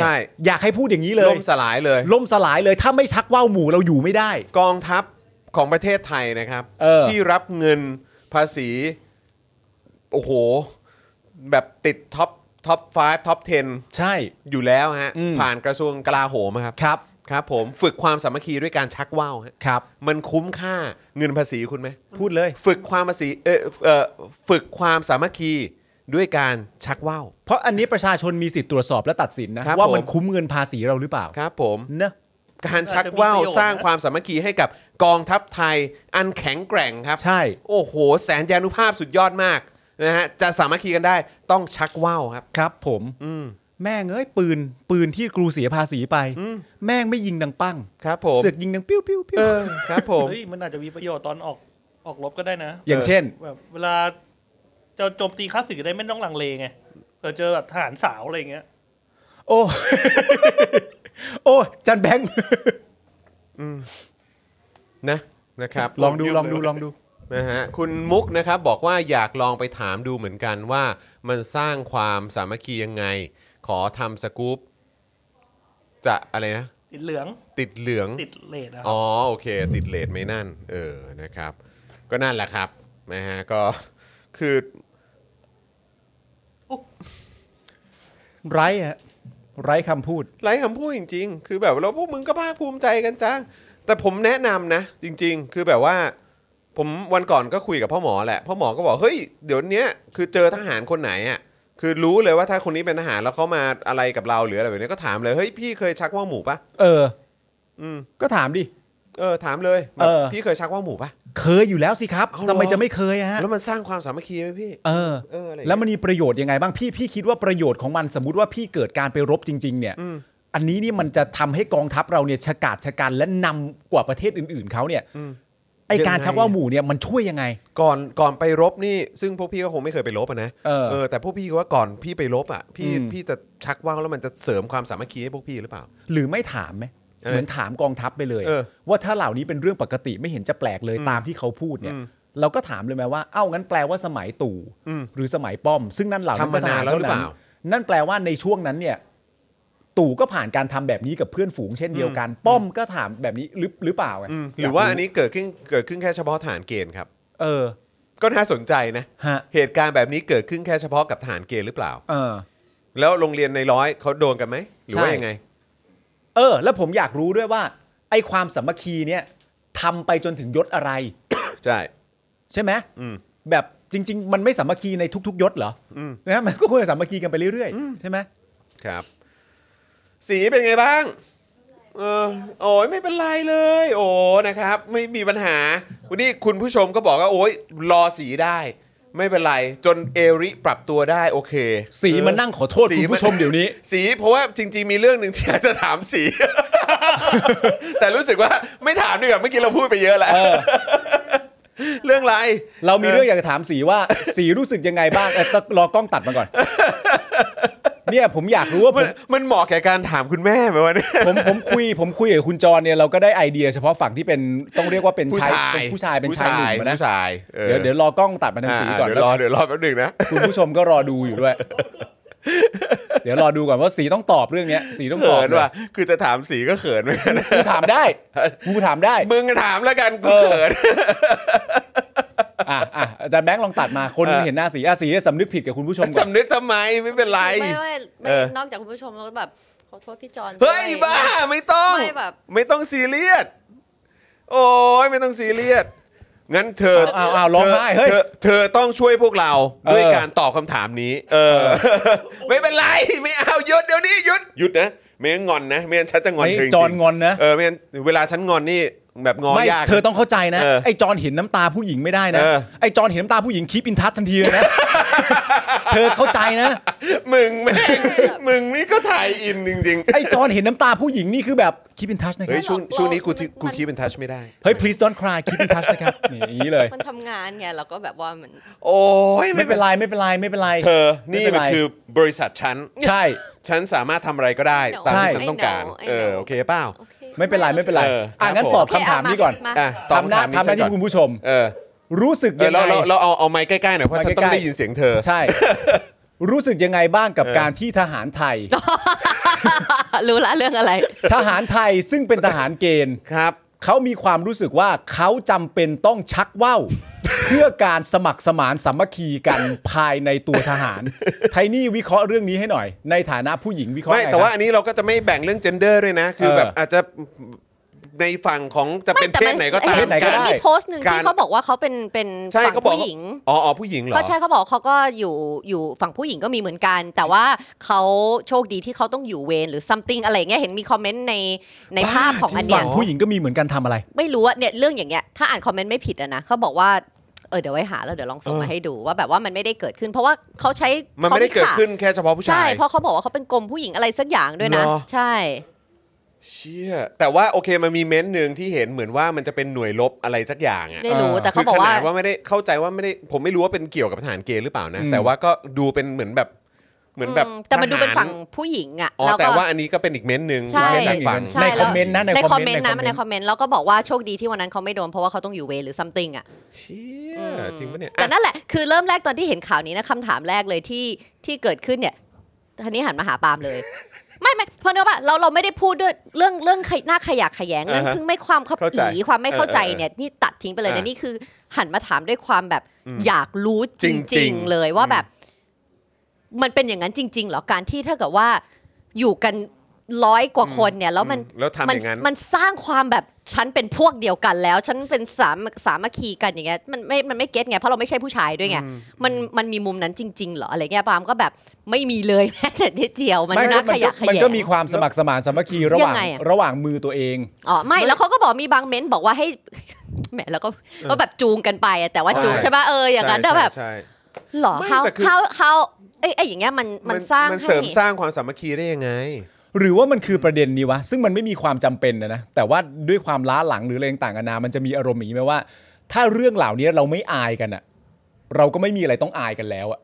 Speaker 2: อยากให้พูดอย่างนี้เลย
Speaker 1: ล่มสลายเลย
Speaker 2: ล่มสลายเลยถ้าไม่ชักว่าวหมู่เราอยู่ไม่ได้
Speaker 1: กองทัพของประเทศไทยนะครับ
Speaker 2: เออ
Speaker 1: ที่รับเงินภาษี โอ้โห แบบติดท็อปท็อป5ท็อป 10
Speaker 2: ใช่
Speaker 1: อยู่แล้วฮะ
Speaker 2: อืม
Speaker 1: ผ่านกระทรวงกลาโหมครับ
Speaker 2: ครับ
Speaker 1: ครับผมฝึกความสามัคคีด้วยการชักว่าวฮะ
Speaker 2: ครับ
Speaker 1: มันคุ้มค่าเงินภาษีคุณไหม
Speaker 2: พูดเลย
Speaker 1: ฝึกความภาษีเออเออฝึกความสามัคคีด้วยการชักว่าว
Speaker 2: เพราะอันนี้ประชาชนมีสิทธิ์ตรวจสอบและตัดสินนะครับ ว่า
Speaker 1: ผม
Speaker 2: มันคุ้มเงินภาษีเราหรือเปล่า
Speaker 1: ครับผม
Speaker 2: เนอะ
Speaker 1: การชักว่าว
Speaker 5: อาจจะมีประโยชน์นะ
Speaker 1: สร้างความสามัคคีให้กับกองทัพไทยอันแข็งแกร่งครับ
Speaker 2: ใช่
Speaker 1: โอ้โห แสนยานุภาพสุดยอดมากนะฮะจะสามัคคีกันได้ต้องชักว่าวครับ
Speaker 2: ครับผม
Speaker 1: อืม
Speaker 2: แม่งเอ้ยปืนปืนที่กรูเสียภาษีไป
Speaker 1: อืม
Speaker 2: แม่งไม่ยิงดังปั้ง
Speaker 1: ครับผม
Speaker 2: เสือกยิงดังปิ้วปิ้วปิ้ว
Speaker 1: เออครับผม
Speaker 5: เฮ้ยมันอาจจะมีประโยชน์ตอนออกออกรบก็ได้นะ
Speaker 2: อย่างเช่น
Speaker 5: แบบเวลาจะโจมตีข้าศึกจะได้ไม่ต้องลังเลไงเผื่อเจอแบบทหารสาวอะไรอย่างเงี้ย
Speaker 2: โอ้ [laughs] โอ้จันแบงค์
Speaker 1: นะนะครับ
Speaker 2: ลองดูลองดูลองดู
Speaker 1: นะฮะคุณมุกนะครับบอกว่าอยากลองไปถามดูเหมือนกันว่ามันสร้างความสามัคคียังไง ขอทำสกู๊ปจะอะไรนะ
Speaker 5: ติดเหลือง
Speaker 1: ติดเหลือง
Speaker 5: ติดเลดนะครับ
Speaker 1: อ๋อโอเค ติดเลทไหม่นั่น เออนะครับ ก็นั่นแหละครับนะฮะก็คือ
Speaker 2: ไร้ฮะไร้คำพูด
Speaker 1: ไร้คำพูดจริง ๆ คือแบบแล้วพวกมึงก็ภาคภูมิใจกันจังแต่ผมแนะนำนะ จริง ๆ คือแบบว่า ผมวันก่อนก็คุยกับพ่อหมอแหละพ่อหมอก็บอกเฮ้ยเดี๋ยวเนี้ยคือเจอทหารคนไหนอ่ะคือรู้เลยว่าถ้าคนนี้เป็นทหารแล้วเขามาอะไรกับเราหรืออะไรแบบนี้ก็ถามเลยเฮ้ยพี่เคยชักว่าวหมูปะ
Speaker 2: เออ
Speaker 1: อืม
Speaker 2: ก็ถามดิ
Speaker 1: เออถามเลยแบบ
Speaker 2: เออ
Speaker 1: พี่เคยชักว่าวหมูปะ
Speaker 2: เคยอยู่แล้วสิครับ
Speaker 1: เอาเหรอ
Speaker 2: ทำไมจะไม่เคยอะฮะ
Speaker 1: แล้วมันสร้างความสามัคคีไหมพี่
Speaker 2: เออ
Speaker 1: เอออะไรอย่าง
Speaker 2: แล้ว
Speaker 1: เงี้ย
Speaker 2: มันมีประโยชน์ยังไงบ้างพี่พี่คิดว่าประโยชน์ของมันสมมติว่าพี่เกิดการไปรบจริง ๆ เนี่ย
Speaker 1: อืม
Speaker 2: อันนี้นี่มันจะทำให้กองทัพเราเนี่ยฉกาจฉกันและนำกว่าประเทศอื่น ๆเขาเนี่ยไอการชักว่าวหมู่เนี่ยมันช่วยยังไง
Speaker 1: ก่อนก่อนไปรบนี่ ซึ่งพวกพี่ก็คงไม่เคยไปรบอะนะ
Speaker 2: เออ
Speaker 1: แต่พวกพี่ก็ว่าก่อนพี่ไปรบอ่ะพี่
Speaker 2: อืม
Speaker 1: พี่จะชักว่าวแล้วมันจะเสริมความสามัคคีให้พวกพี่หรือเปล่า
Speaker 2: หรือไม่ถามไหม
Speaker 1: เออ
Speaker 2: เหมือนถามกองทัพไปเลย
Speaker 1: เออ
Speaker 2: ว่าถ้าเหล่านี้เป็นเรื่องปกติไม่เห็นจะแปลกเลยตามที่เขาพูดเนี่ย
Speaker 1: อืม
Speaker 2: เราก็ถามเลยไหมว่าเอ้างั้นแปลว่าสมัยตู่
Speaker 1: อืม
Speaker 2: หรือสมัยป้อม ซึ่งนั่นเหล่านั้
Speaker 1: ทำมานานแล้วหรือเปล่า
Speaker 2: นั่นแปลว่าในช่วงนั้นเนี่ย ตู่ก็ผ่านการทำแบบนี้กับเพื่อนฝูงเช่นเดียวกัน ป้อมก็ถามแบบนี้หรือหรือเปล่าะ
Speaker 1: หรือว่าอันนี้เกิดขึ้นเกิดขึ้นแค่เฉพาะฐานเกณฑ์ครับ
Speaker 2: เออ
Speaker 1: ก็น่าสนใจนะ
Speaker 2: ฮะ
Speaker 1: เหตุการณ์แบบนี้เกิดขึ้นแค่เฉพาะกับฐานเกณฑ์หรือเปล่า
Speaker 2: เออ
Speaker 1: แล้วโรงเรียนในร้อยเขาโดนกันไหมหรือว่า
Speaker 2: ใช่
Speaker 1: ยังไง
Speaker 2: เออ แล้วผมอยากรู้ด้วยว่า ไอ้ความสามัคคีเนี่ยทำไปจนถึงยศอะไร
Speaker 1: ใช่
Speaker 2: ใช่ไหม
Speaker 1: อืม
Speaker 2: แบบจริง ๆ มันไม่สามัคคีในทุก ๆ ยศเหรออ
Speaker 1: ม
Speaker 2: นะฮะมันก็ควรจะสามัคคีกันไปเรื่อยๆใช่ไหม
Speaker 1: ครับ สีเป็นไงบ้าง เออโอ้ยไม่เป็นไรเลย โอ้นะครับ ไม่มีปัญหา วันนี้คุณผู้ชมก็บอกว่าโอ้ยรอสีได้ ไม่เป็นไร จนเอริปรับตัวได้โอเค
Speaker 2: สีมันนั่งขอโทษ
Speaker 1: สีน
Speaker 2: คุณผู้ชมเดี๋ยวนี้
Speaker 1: สีเพราะว่าจริง ๆ มีเรื่องหนึ่ [laughs] งที่อยากจะถามสี แต่รู้สึกว่าไม่ถามดีกว่าเมื่อกี้เราพูดไปเยอะแล้ว
Speaker 2: เออ
Speaker 1: เรื่องอะไร
Speaker 2: เรามีเรื่องอยากจะถามสีว่า สีรู้สึกยังไงบ้างเออต้องรอกล้องตัด
Speaker 1: [laughs]
Speaker 2: มาก่อน เนี่ยผมอยากรู้ว่าผ
Speaker 1: มัน
Speaker 2: ม
Speaker 1: มันเหมาะแก่การถามคุณแม่ไหมวะเนี่ย
Speaker 2: ผมผมคุย ผมคุยกับคุณจรเนี่ยเราก็ได้ไอเดีย เฉพาะฝั่งที่เป็นต้องเรียกว่าเป็น
Speaker 1: ผู้
Speaker 2: ชาย
Speaker 1: ชาย
Speaker 2: เป็นผู้ชายเป็นชายหนุ่มอะนะ
Speaker 1: ผู้ชายออ
Speaker 2: เดี๋ยวเดี๋ยวรอกล้องตัดมาทางสีก่อน
Speaker 1: เดี๋ย
Speaker 2: แล้ว
Speaker 1: ร
Speaker 2: ว
Speaker 1: อเดี๋ยวรอแป๊บหนึ่งนะ
Speaker 2: คุณผู้ชมก็รอดูอยู่ด้วย เดี๋ยวรอดูก่อนว่าสีต้องตอบเรื่องเนี้ย สีต้องตอ
Speaker 1: เขิ
Speaker 2: บ
Speaker 1: น
Speaker 2: เลย
Speaker 1: ว่ะ คือจะถามสีก็เขินเหมือนกันนะ
Speaker 2: กูถามได้กูถามได้
Speaker 1: มึงก็ถามแล้วกัน กู
Speaker 2: เออ
Speaker 1: เขิน
Speaker 2: อ่ะอ่ะอาจารย์แบงค์ลองตัดมาคน
Speaker 1: เออ
Speaker 2: เห็นหน้าสีอ่ะสีสำนึกผิดกับคุณผู้ชมก่อน
Speaker 1: สำนึกทำไมไม่เป็นไร
Speaker 3: ไม่ไม่ไม่
Speaker 1: เออ
Speaker 3: นอกจากคุณผู้ชมแล้วก็แบบขอโทษพี่จอน
Speaker 1: เฮ้ย
Speaker 3: ด้วย
Speaker 1: บ้า ไม่ต้อง
Speaker 3: ไม่แบบ
Speaker 1: ไม่ต้องซีเรียส โอ้ยไม่ต้องซีเรียส งั้นเธอ
Speaker 2: อ้าวอ้าวร้องไห้เฮ้ย
Speaker 1: ธอเธอต้องช่วยพวกเรา
Speaker 2: เออ
Speaker 1: ด้วยการตอบคำถามนี้ เออ ไม่เป็นไร ไม่เอาหยุดเดี๋ยวนี้หยุดหยุดนะ ไม่งั้นงอนนะ ไม่งั้นฉันจะงอน
Speaker 2: นี่
Speaker 1: เธอจริงๆ
Speaker 2: จอนงอนนะ
Speaker 1: เออไม่งั้นเวลาฉันงอนนี่ แบบงอ
Speaker 2: ไม่
Speaker 1: ยาก
Speaker 2: เธอต้องเข้าใจนะ
Speaker 1: เออ
Speaker 2: ไอ้จอนเห็นน้ำตาผู้หญิงไม่ได้นะ
Speaker 1: เออ
Speaker 2: ไอ้จอนเห็นน้ำตาผู้หญิงคีปอินทัชทันทีเลยนะ เธอเข้าใจนะ
Speaker 1: มึงแม่งมึงนี่ก็ถ่ายอินจริง
Speaker 2: ไอ้จอนเห็นน้ำตาผู้หญิงนี่คือแบบคีปอินทัช
Speaker 1: ๆ
Speaker 2: นะค
Speaker 1: เฮ้
Speaker 2: รั
Speaker 1: ย
Speaker 2: บ
Speaker 1: ช่วง
Speaker 3: เรา
Speaker 1: ช่วงนี้กู
Speaker 3: มัน
Speaker 1: ที่กู
Speaker 3: มัน
Speaker 1: คีบันทัชไม่ได้
Speaker 2: เฮ้ย please don't cry keep in touch นะครับนี่อย่างนี้เลย
Speaker 3: มันทำงานไงเราก็แบบว่ามัน
Speaker 1: โอ้ย
Speaker 2: ไม่เป็นไรไม่เป็นไรไม่เป็นไร
Speaker 1: เธอนี่มัน
Speaker 2: ไเป็ไร
Speaker 1: คือบริษัทฉัน
Speaker 2: ใช่
Speaker 1: ฉันสามารถทำอะไรก็ได้ ตามที่
Speaker 2: ใช่
Speaker 1: ฉันต้องการ
Speaker 3: I know I
Speaker 1: เออ
Speaker 3: know
Speaker 1: โอเคเปล่า
Speaker 3: โอค
Speaker 2: ไม่เป็นไรไม่เป็นไร
Speaker 1: เออ
Speaker 2: อ่ะงั้น
Speaker 1: ครับผม
Speaker 2: ตอบคำถามนี้ก่อน
Speaker 3: โเคะ
Speaker 1: อ่ะตอบ
Speaker 2: ทำหน้า
Speaker 1: คำถม
Speaker 2: ทำหน้าที่
Speaker 1: ก่อ
Speaker 2: คุณผู้ชม
Speaker 1: เออ
Speaker 2: รู้สึก
Speaker 1: เอ
Speaker 2: ยั
Speaker 1: อง เรา
Speaker 2: ไง
Speaker 1: เราเราเอาเอาไมค์ใกล้ๆหน่อยเพราะฉันต้อง
Speaker 2: ไมค์ใกล้ๆ
Speaker 1: ได้ยินเสียงเธอ
Speaker 2: ใช่ รู้สึกยังไงบ้างกับ
Speaker 1: เออ
Speaker 2: การที่ทหารไทย
Speaker 3: อ่ะรู้ละเรื่องอะไร
Speaker 2: ทหารไทยซึ่งเป็นทหารเกณฑ์
Speaker 1: ครับ
Speaker 2: เขามีความรู้สึกว่าเขาจำเป็นต้องชักว่าว
Speaker 3: [laughs]
Speaker 2: เพื่อการสมัครสมานสามัคคีกันภายในตัวทหาร ไทนี่วิเคราะห์เรื่องนี้ให้หน่อย ในฐานะผู้หญิงวิเคราะห์
Speaker 1: ไม่
Speaker 2: ไง
Speaker 1: แต่ว่า
Speaker 2: ค
Speaker 1: อั
Speaker 2: รับ
Speaker 1: นนี้เราก็จะไม่แบ่งเรื่องเจนเดอร์ด้วยนะ คือ
Speaker 2: เออ
Speaker 1: แบบอาจจะในฝั่งของจะเป็น
Speaker 3: แต่
Speaker 1: เพ
Speaker 3: มั
Speaker 1: ศไหนก็ตาม
Speaker 2: เพศไหนก็
Speaker 1: าร
Speaker 2: ได้
Speaker 3: มีโพสต์หนึ่ง
Speaker 1: การ
Speaker 3: ที่เขาบอกว่าเขาเป็นเป็น
Speaker 1: ใช่
Speaker 3: ฝั่ง
Speaker 1: เขาบอก
Speaker 3: ผู้หญิง
Speaker 1: อ๋ออ๋อผู้หญิงเหรอ
Speaker 3: ก็ใช่เขาบอกเขาก็อยู่อยู่ฝั่งผู้หญิงก็มีเหมือนกัน แต่ว่าเขาโชคดีที่เขาต้องอยู่เวรหรือ something อะไรอย่างเงี้ยเห็นมีคอมเมนต์ในในภาพของอันเนี้
Speaker 2: ฝั่
Speaker 3: ย
Speaker 2: งผู้หญิงก็มีเหมือนกันทำอะไร
Speaker 3: ไม่รู้ว่าเนี่ยเรื่องอย่างเงี้ยถ้าอ่านคอมเมนต์ไม่ผิดอะนะเขาบอกว่าเออเดี๋ยวไว้หาแล้วเดี๋ยวลองส่ง
Speaker 1: เออ
Speaker 3: มาให้ดูว่าแบบว่ามันไม่ได้เกิดขึ้น เพราะว่าเขาใช้
Speaker 1: มันไม่ได้เกิด
Speaker 3: ขาวิชา
Speaker 1: ขึ้นแค่เฉพาะผู้ชา
Speaker 3: ใช่
Speaker 1: ย
Speaker 3: เพราะเขาบอกว่าเขาเป็นกรมผู้หญิงอะไรสักอย่างด้วยนะ
Speaker 1: เหรอ
Speaker 3: ใช่
Speaker 1: เชี่ยแต่ว่าโอเคมันมีเม้นต์หนึ่งที่เห็นเหมือนว่ามันจะเป็นหน่วยลบอะไรสักอย่างอ่ะ
Speaker 3: ไม่รู้
Speaker 2: เออ
Speaker 3: แต่
Speaker 1: คื
Speaker 3: เขา
Speaker 1: อ
Speaker 3: บอก
Speaker 1: ข
Speaker 3: ว่า
Speaker 1: นาดว่าไม่ได้เข้าใจว่าไม่ได้ผมไม่รู้ว่าเป็นเกี่ยวกับทหารเกณฑ์หรือเปล่านะ
Speaker 2: อืม
Speaker 1: แต่ว่าก็ดูเป็นเหมือนแบบเหมือนแบบ
Speaker 3: อืมแต่มันดูเป็น
Speaker 1: ทหาร
Speaker 3: ฝั่งผู้หญิงอ่ะ
Speaker 1: อ๋อ
Speaker 3: แล้ว
Speaker 1: แต่
Speaker 3: ก็
Speaker 1: ว่าอันนี้ก็เป็นอีกเม้นต์หนึ่ง
Speaker 3: ใช่
Speaker 1: เม้นต์จากฝั่ง
Speaker 3: ใช่
Speaker 2: ใน
Speaker 3: แล้ว
Speaker 2: คอมเมนต์นะ
Speaker 3: ในคอมเมนต์นะ
Speaker 2: ใคอ
Speaker 3: ในคอมเมนต์แล้วก็บอกว่าโชคดีที่วันนั้นเขาไม่โดนเพราะว่าเขาต้องอยู่เวรหรือ something อ่ะ
Speaker 1: เชี่ย
Speaker 3: อืม
Speaker 1: จริงปะเนี่ย
Speaker 3: แต่นั่นแหละคือเริ่มแรกตอนที่เห็นข่าวนี้นะคำถามแรกเลยที่ที่เกิดขึ้นเนี่ยทันนี้หันมาหาปาล์มเลย [laughs] ไม่ไม่เพราะเนื่องว่าเราเราไม่ได้พูดด้วยเรื่องเรื่องขยหน้าขยะแขยงเรื่องเพิ่งไม่ความขับ
Speaker 1: เข้าใจ
Speaker 3: ผีความไม่เข้าใจ
Speaker 1: เออเออ
Speaker 3: เนี่ยนี่ตัดทิ้งไปเลยนะ
Speaker 1: อ่ะ
Speaker 3: นี่คือหันมาถามด้วยความแบบอยากรู้จ
Speaker 1: จริ
Speaker 3: ริ
Speaker 1: ง
Speaker 3: ง
Speaker 1: ๆ
Speaker 3: ๆ เลยว่าแบบ มันเป็นอย่างนั้นจริง ๆเหรอการที่ถ้าเกิดว่าอยู่กันร้อยกว่าคนเนี่ย แล้วมัน
Speaker 1: อืมแล้วทำ
Speaker 3: มั
Speaker 1: อย่างนั้น
Speaker 3: มันสร้างความแบบฉันเป็นพวกเดียวกันแล้ว ฉันเป็นสามสามัคคีกันอย่างเงี้ยมันไม่มันไม่เก็ตไงเพราะเราไม่ใช่ผู้ชายด้วยไงมันมันมีมุมนั้นจริง ๆ เหรออะไรเงี้ยปาล์มก็แบบไม่มีเลยแม้แต่นิดเดียวมันน่าขยะแขยะ
Speaker 2: มันก็มีความสมัครสมานสามัคคีระหว่าง
Speaker 3: ยังไงอะ
Speaker 2: ระหว่างมือตัวเอง
Speaker 3: อ๋อไม่แล้วเขาก็บอกมีบางเม้นบอกว่าให้ [laughs] แหมแล้วก็ก็แบบจูงกันไปอะแต่ว่า
Speaker 1: ใช่
Speaker 3: จูงใช่ป่ะเอออย่างนั้น
Speaker 1: ใช่
Speaker 3: แต่แบบ
Speaker 1: ใช่
Speaker 3: เหรอ
Speaker 1: ไม่
Speaker 3: เขา
Speaker 1: แต่คือ
Speaker 3: เขาเขาไอ้ยไอ้อย่างเงี้ยมันมันสร้าง
Speaker 1: มัน
Speaker 3: ให้
Speaker 1: เสริมสร้างความสามัคคีได้ยังไง
Speaker 2: หรือว่ามันคือประเด็นนี้วะ ซึ่งมันไม่มีความจำเป็นนะนะ แต่ว่าด้วยความล้าหลังหรืออะไรต่างกันานามันจะมีอารมณ์อย่างนี้ไหมว่า ถ้าเรื่องเหล่านี้เราไม่อายกันอะเราก็ไม่มีอะไรต้องอายกันแล้วอะ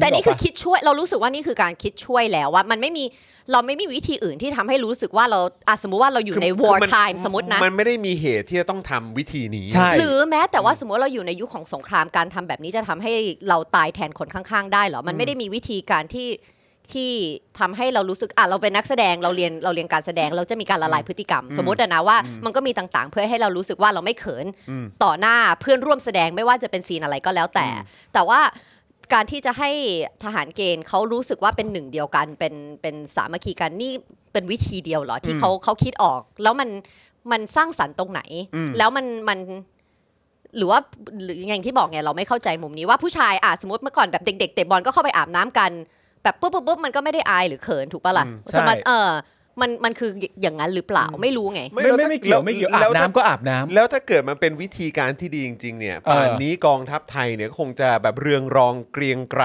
Speaker 3: แต่นี่
Speaker 2: ก
Speaker 3: คื
Speaker 2: ก
Speaker 3: อ
Speaker 2: ปะ
Speaker 3: คิดช่วยเรารู้สึกว่านี่คือการคิดช่วยแล้วว่ามันไม่มีเราไม่มีวิธีอื่นที่ทำให้รู้สึกว่าเราอ่ะสมมุติว่าเราอยู่ใน
Speaker 1: คือ
Speaker 3: war
Speaker 1: คือ
Speaker 3: time สมมตินะ
Speaker 1: มันไม่ได้มีเหตุที่จะต้องทำวิธีนี้
Speaker 2: ใช่
Speaker 3: หรือแม้แต่ว่าสมมติว่าเราอยู่ในยุคของสงครามการทำแบบนี้จะทำให้เราตายแทนคนข้างๆ ได้เหรอ มันไม่ได้มีวิธีการที่ที่ทำให้เรารู้สึกอ่ะเราเป็นนักแสดงเราเรียนเราเรียนการแสดงเราจะมีการละลายพฤติกรรม สมมติอะนะว่ามันก็มีต่างๆ เพื่อให้เรารู้สึกว่าเราไม่เขินต่อหน้าเพื่อนร่วมแสดงไม่ว่าจะเป็นซีนอะไรก็แล้วแต่ แต่ว่าการที่จะให้ทหารเกณฑ์เขารู้สึกว่าเป็นหนึ่งเดียวกันเป็นเป็นสามัคคีกันนี่เป็นวิธีเดียวเหรอที่เขาเขาคิดออก แล้วมันมันสร้างสรรค์ตรงไหน แล้วมันมัน หรือว่าหรืออย่างที่บอกไงเราไม่เข้าใจมุมนี้ว่าผู้ชายอ่ะสมมติเมื่อก่อนแบบเด็กๆเตะบอลก็เข้าไปอาบน้ำกัน แบบปุ๊บปุ๊บปุ๊บมันก็ไม่ได้อายหรือเขินถูกปะล่ะ
Speaker 2: อืมใช่
Speaker 3: สมัยเออมันมันคืออย่างนั้นหรือเปล่าไม่รู้ไง
Speaker 2: ไม่ไม่ไม่เกี่ยวไม่เกี่ยวอาบน้ำก็อาบน้ำ
Speaker 1: แล้วถ้าเกิดมันเป็นวิธีการที่ดีจริง ๆ เนี่ย
Speaker 2: เออ
Speaker 1: ป่านนี้กองทัพไทยเนี่ยก็คงจะแบบเรืองรองเกรียงไกร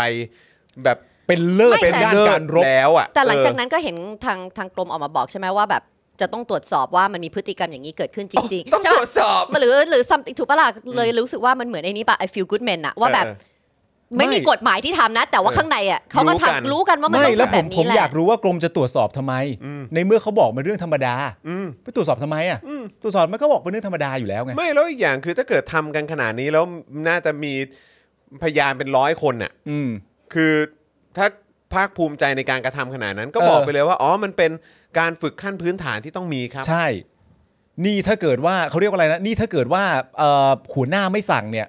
Speaker 1: แบบ
Speaker 2: เป็นเลิศ
Speaker 3: ไม่
Speaker 2: เป็น
Speaker 3: แต่
Speaker 2: ด้าน
Speaker 1: ลิศ
Speaker 2: การรบ
Speaker 1: แล้วอ่ะ
Speaker 3: แต่หลังจาก
Speaker 1: เออ
Speaker 3: นั้นก็เห็นทางทางกรมออกมาบอกใช่ไหมว่าแบบจะต้องตรวจสอบว่ามันมีพฤติกรรมอย่างนี้เกิดขึ้นจริง
Speaker 1: ต้อง
Speaker 3: ๆใช่
Speaker 1: ตร
Speaker 3: ปะ
Speaker 1: วจสอบ
Speaker 3: หรือหรือ something ถูกปะล่ะเลยรู้สึกว่ามันเหมือนไอ้นี้ปะ I feel good man อะว่าแบบ
Speaker 1: เออ
Speaker 3: ไม่มี
Speaker 2: ไม่
Speaker 3: กฎหมายที่ทำนะ แต่ว่าข้างในอะเขาก็
Speaker 1: รู้กัน
Speaker 3: ทำรู้กันว่ามัน
Speaker 2: ไม่
Speaker 3: ต้อง
Speaker 2: แล้วผ
Speaker 3: แบ
Speaker 2: ม
Speaker 3: บ
Speaker 2: ผ
Speaker 3: นี้
Speaker 2: มอ
Speaker 3: แหละ
Speaker 2: ยากรู้ว่ากรมจะตรวจสอบทำไม ในเมื่อเขาบอกมันเรื่องธรรมดาไปตรวจสอบทำไมอะตรวจสอบมันก็บอกเป็นเรื่องธรรมดาอยู่แล้วไง
Speaker 1: ไม่แล้วอีกอย่างคือถ้าเกิดทำกันขนาดนี้แล้วน่าจะมีพยานเป็นร้อยคนน่ะ
Speaker 2: อืม
Speaker 1: คือถ้าภาคภูมิใจในการกระทำขนาดนั้น ก็
Speaker 2: เออ
Speaker 1: บอกไปเลยว่าอ๋อมันเป็นการฝึกขั้นพื้นฐานที่ต้องมีครับ
Speaker 2: ใช่ นี่ถ้าเกิดว่าเขาเรียกว่าอะไรนะ นี่ถ้าเกิดว่าเอ่อหัวหน้าไม่สั่งเนี่ย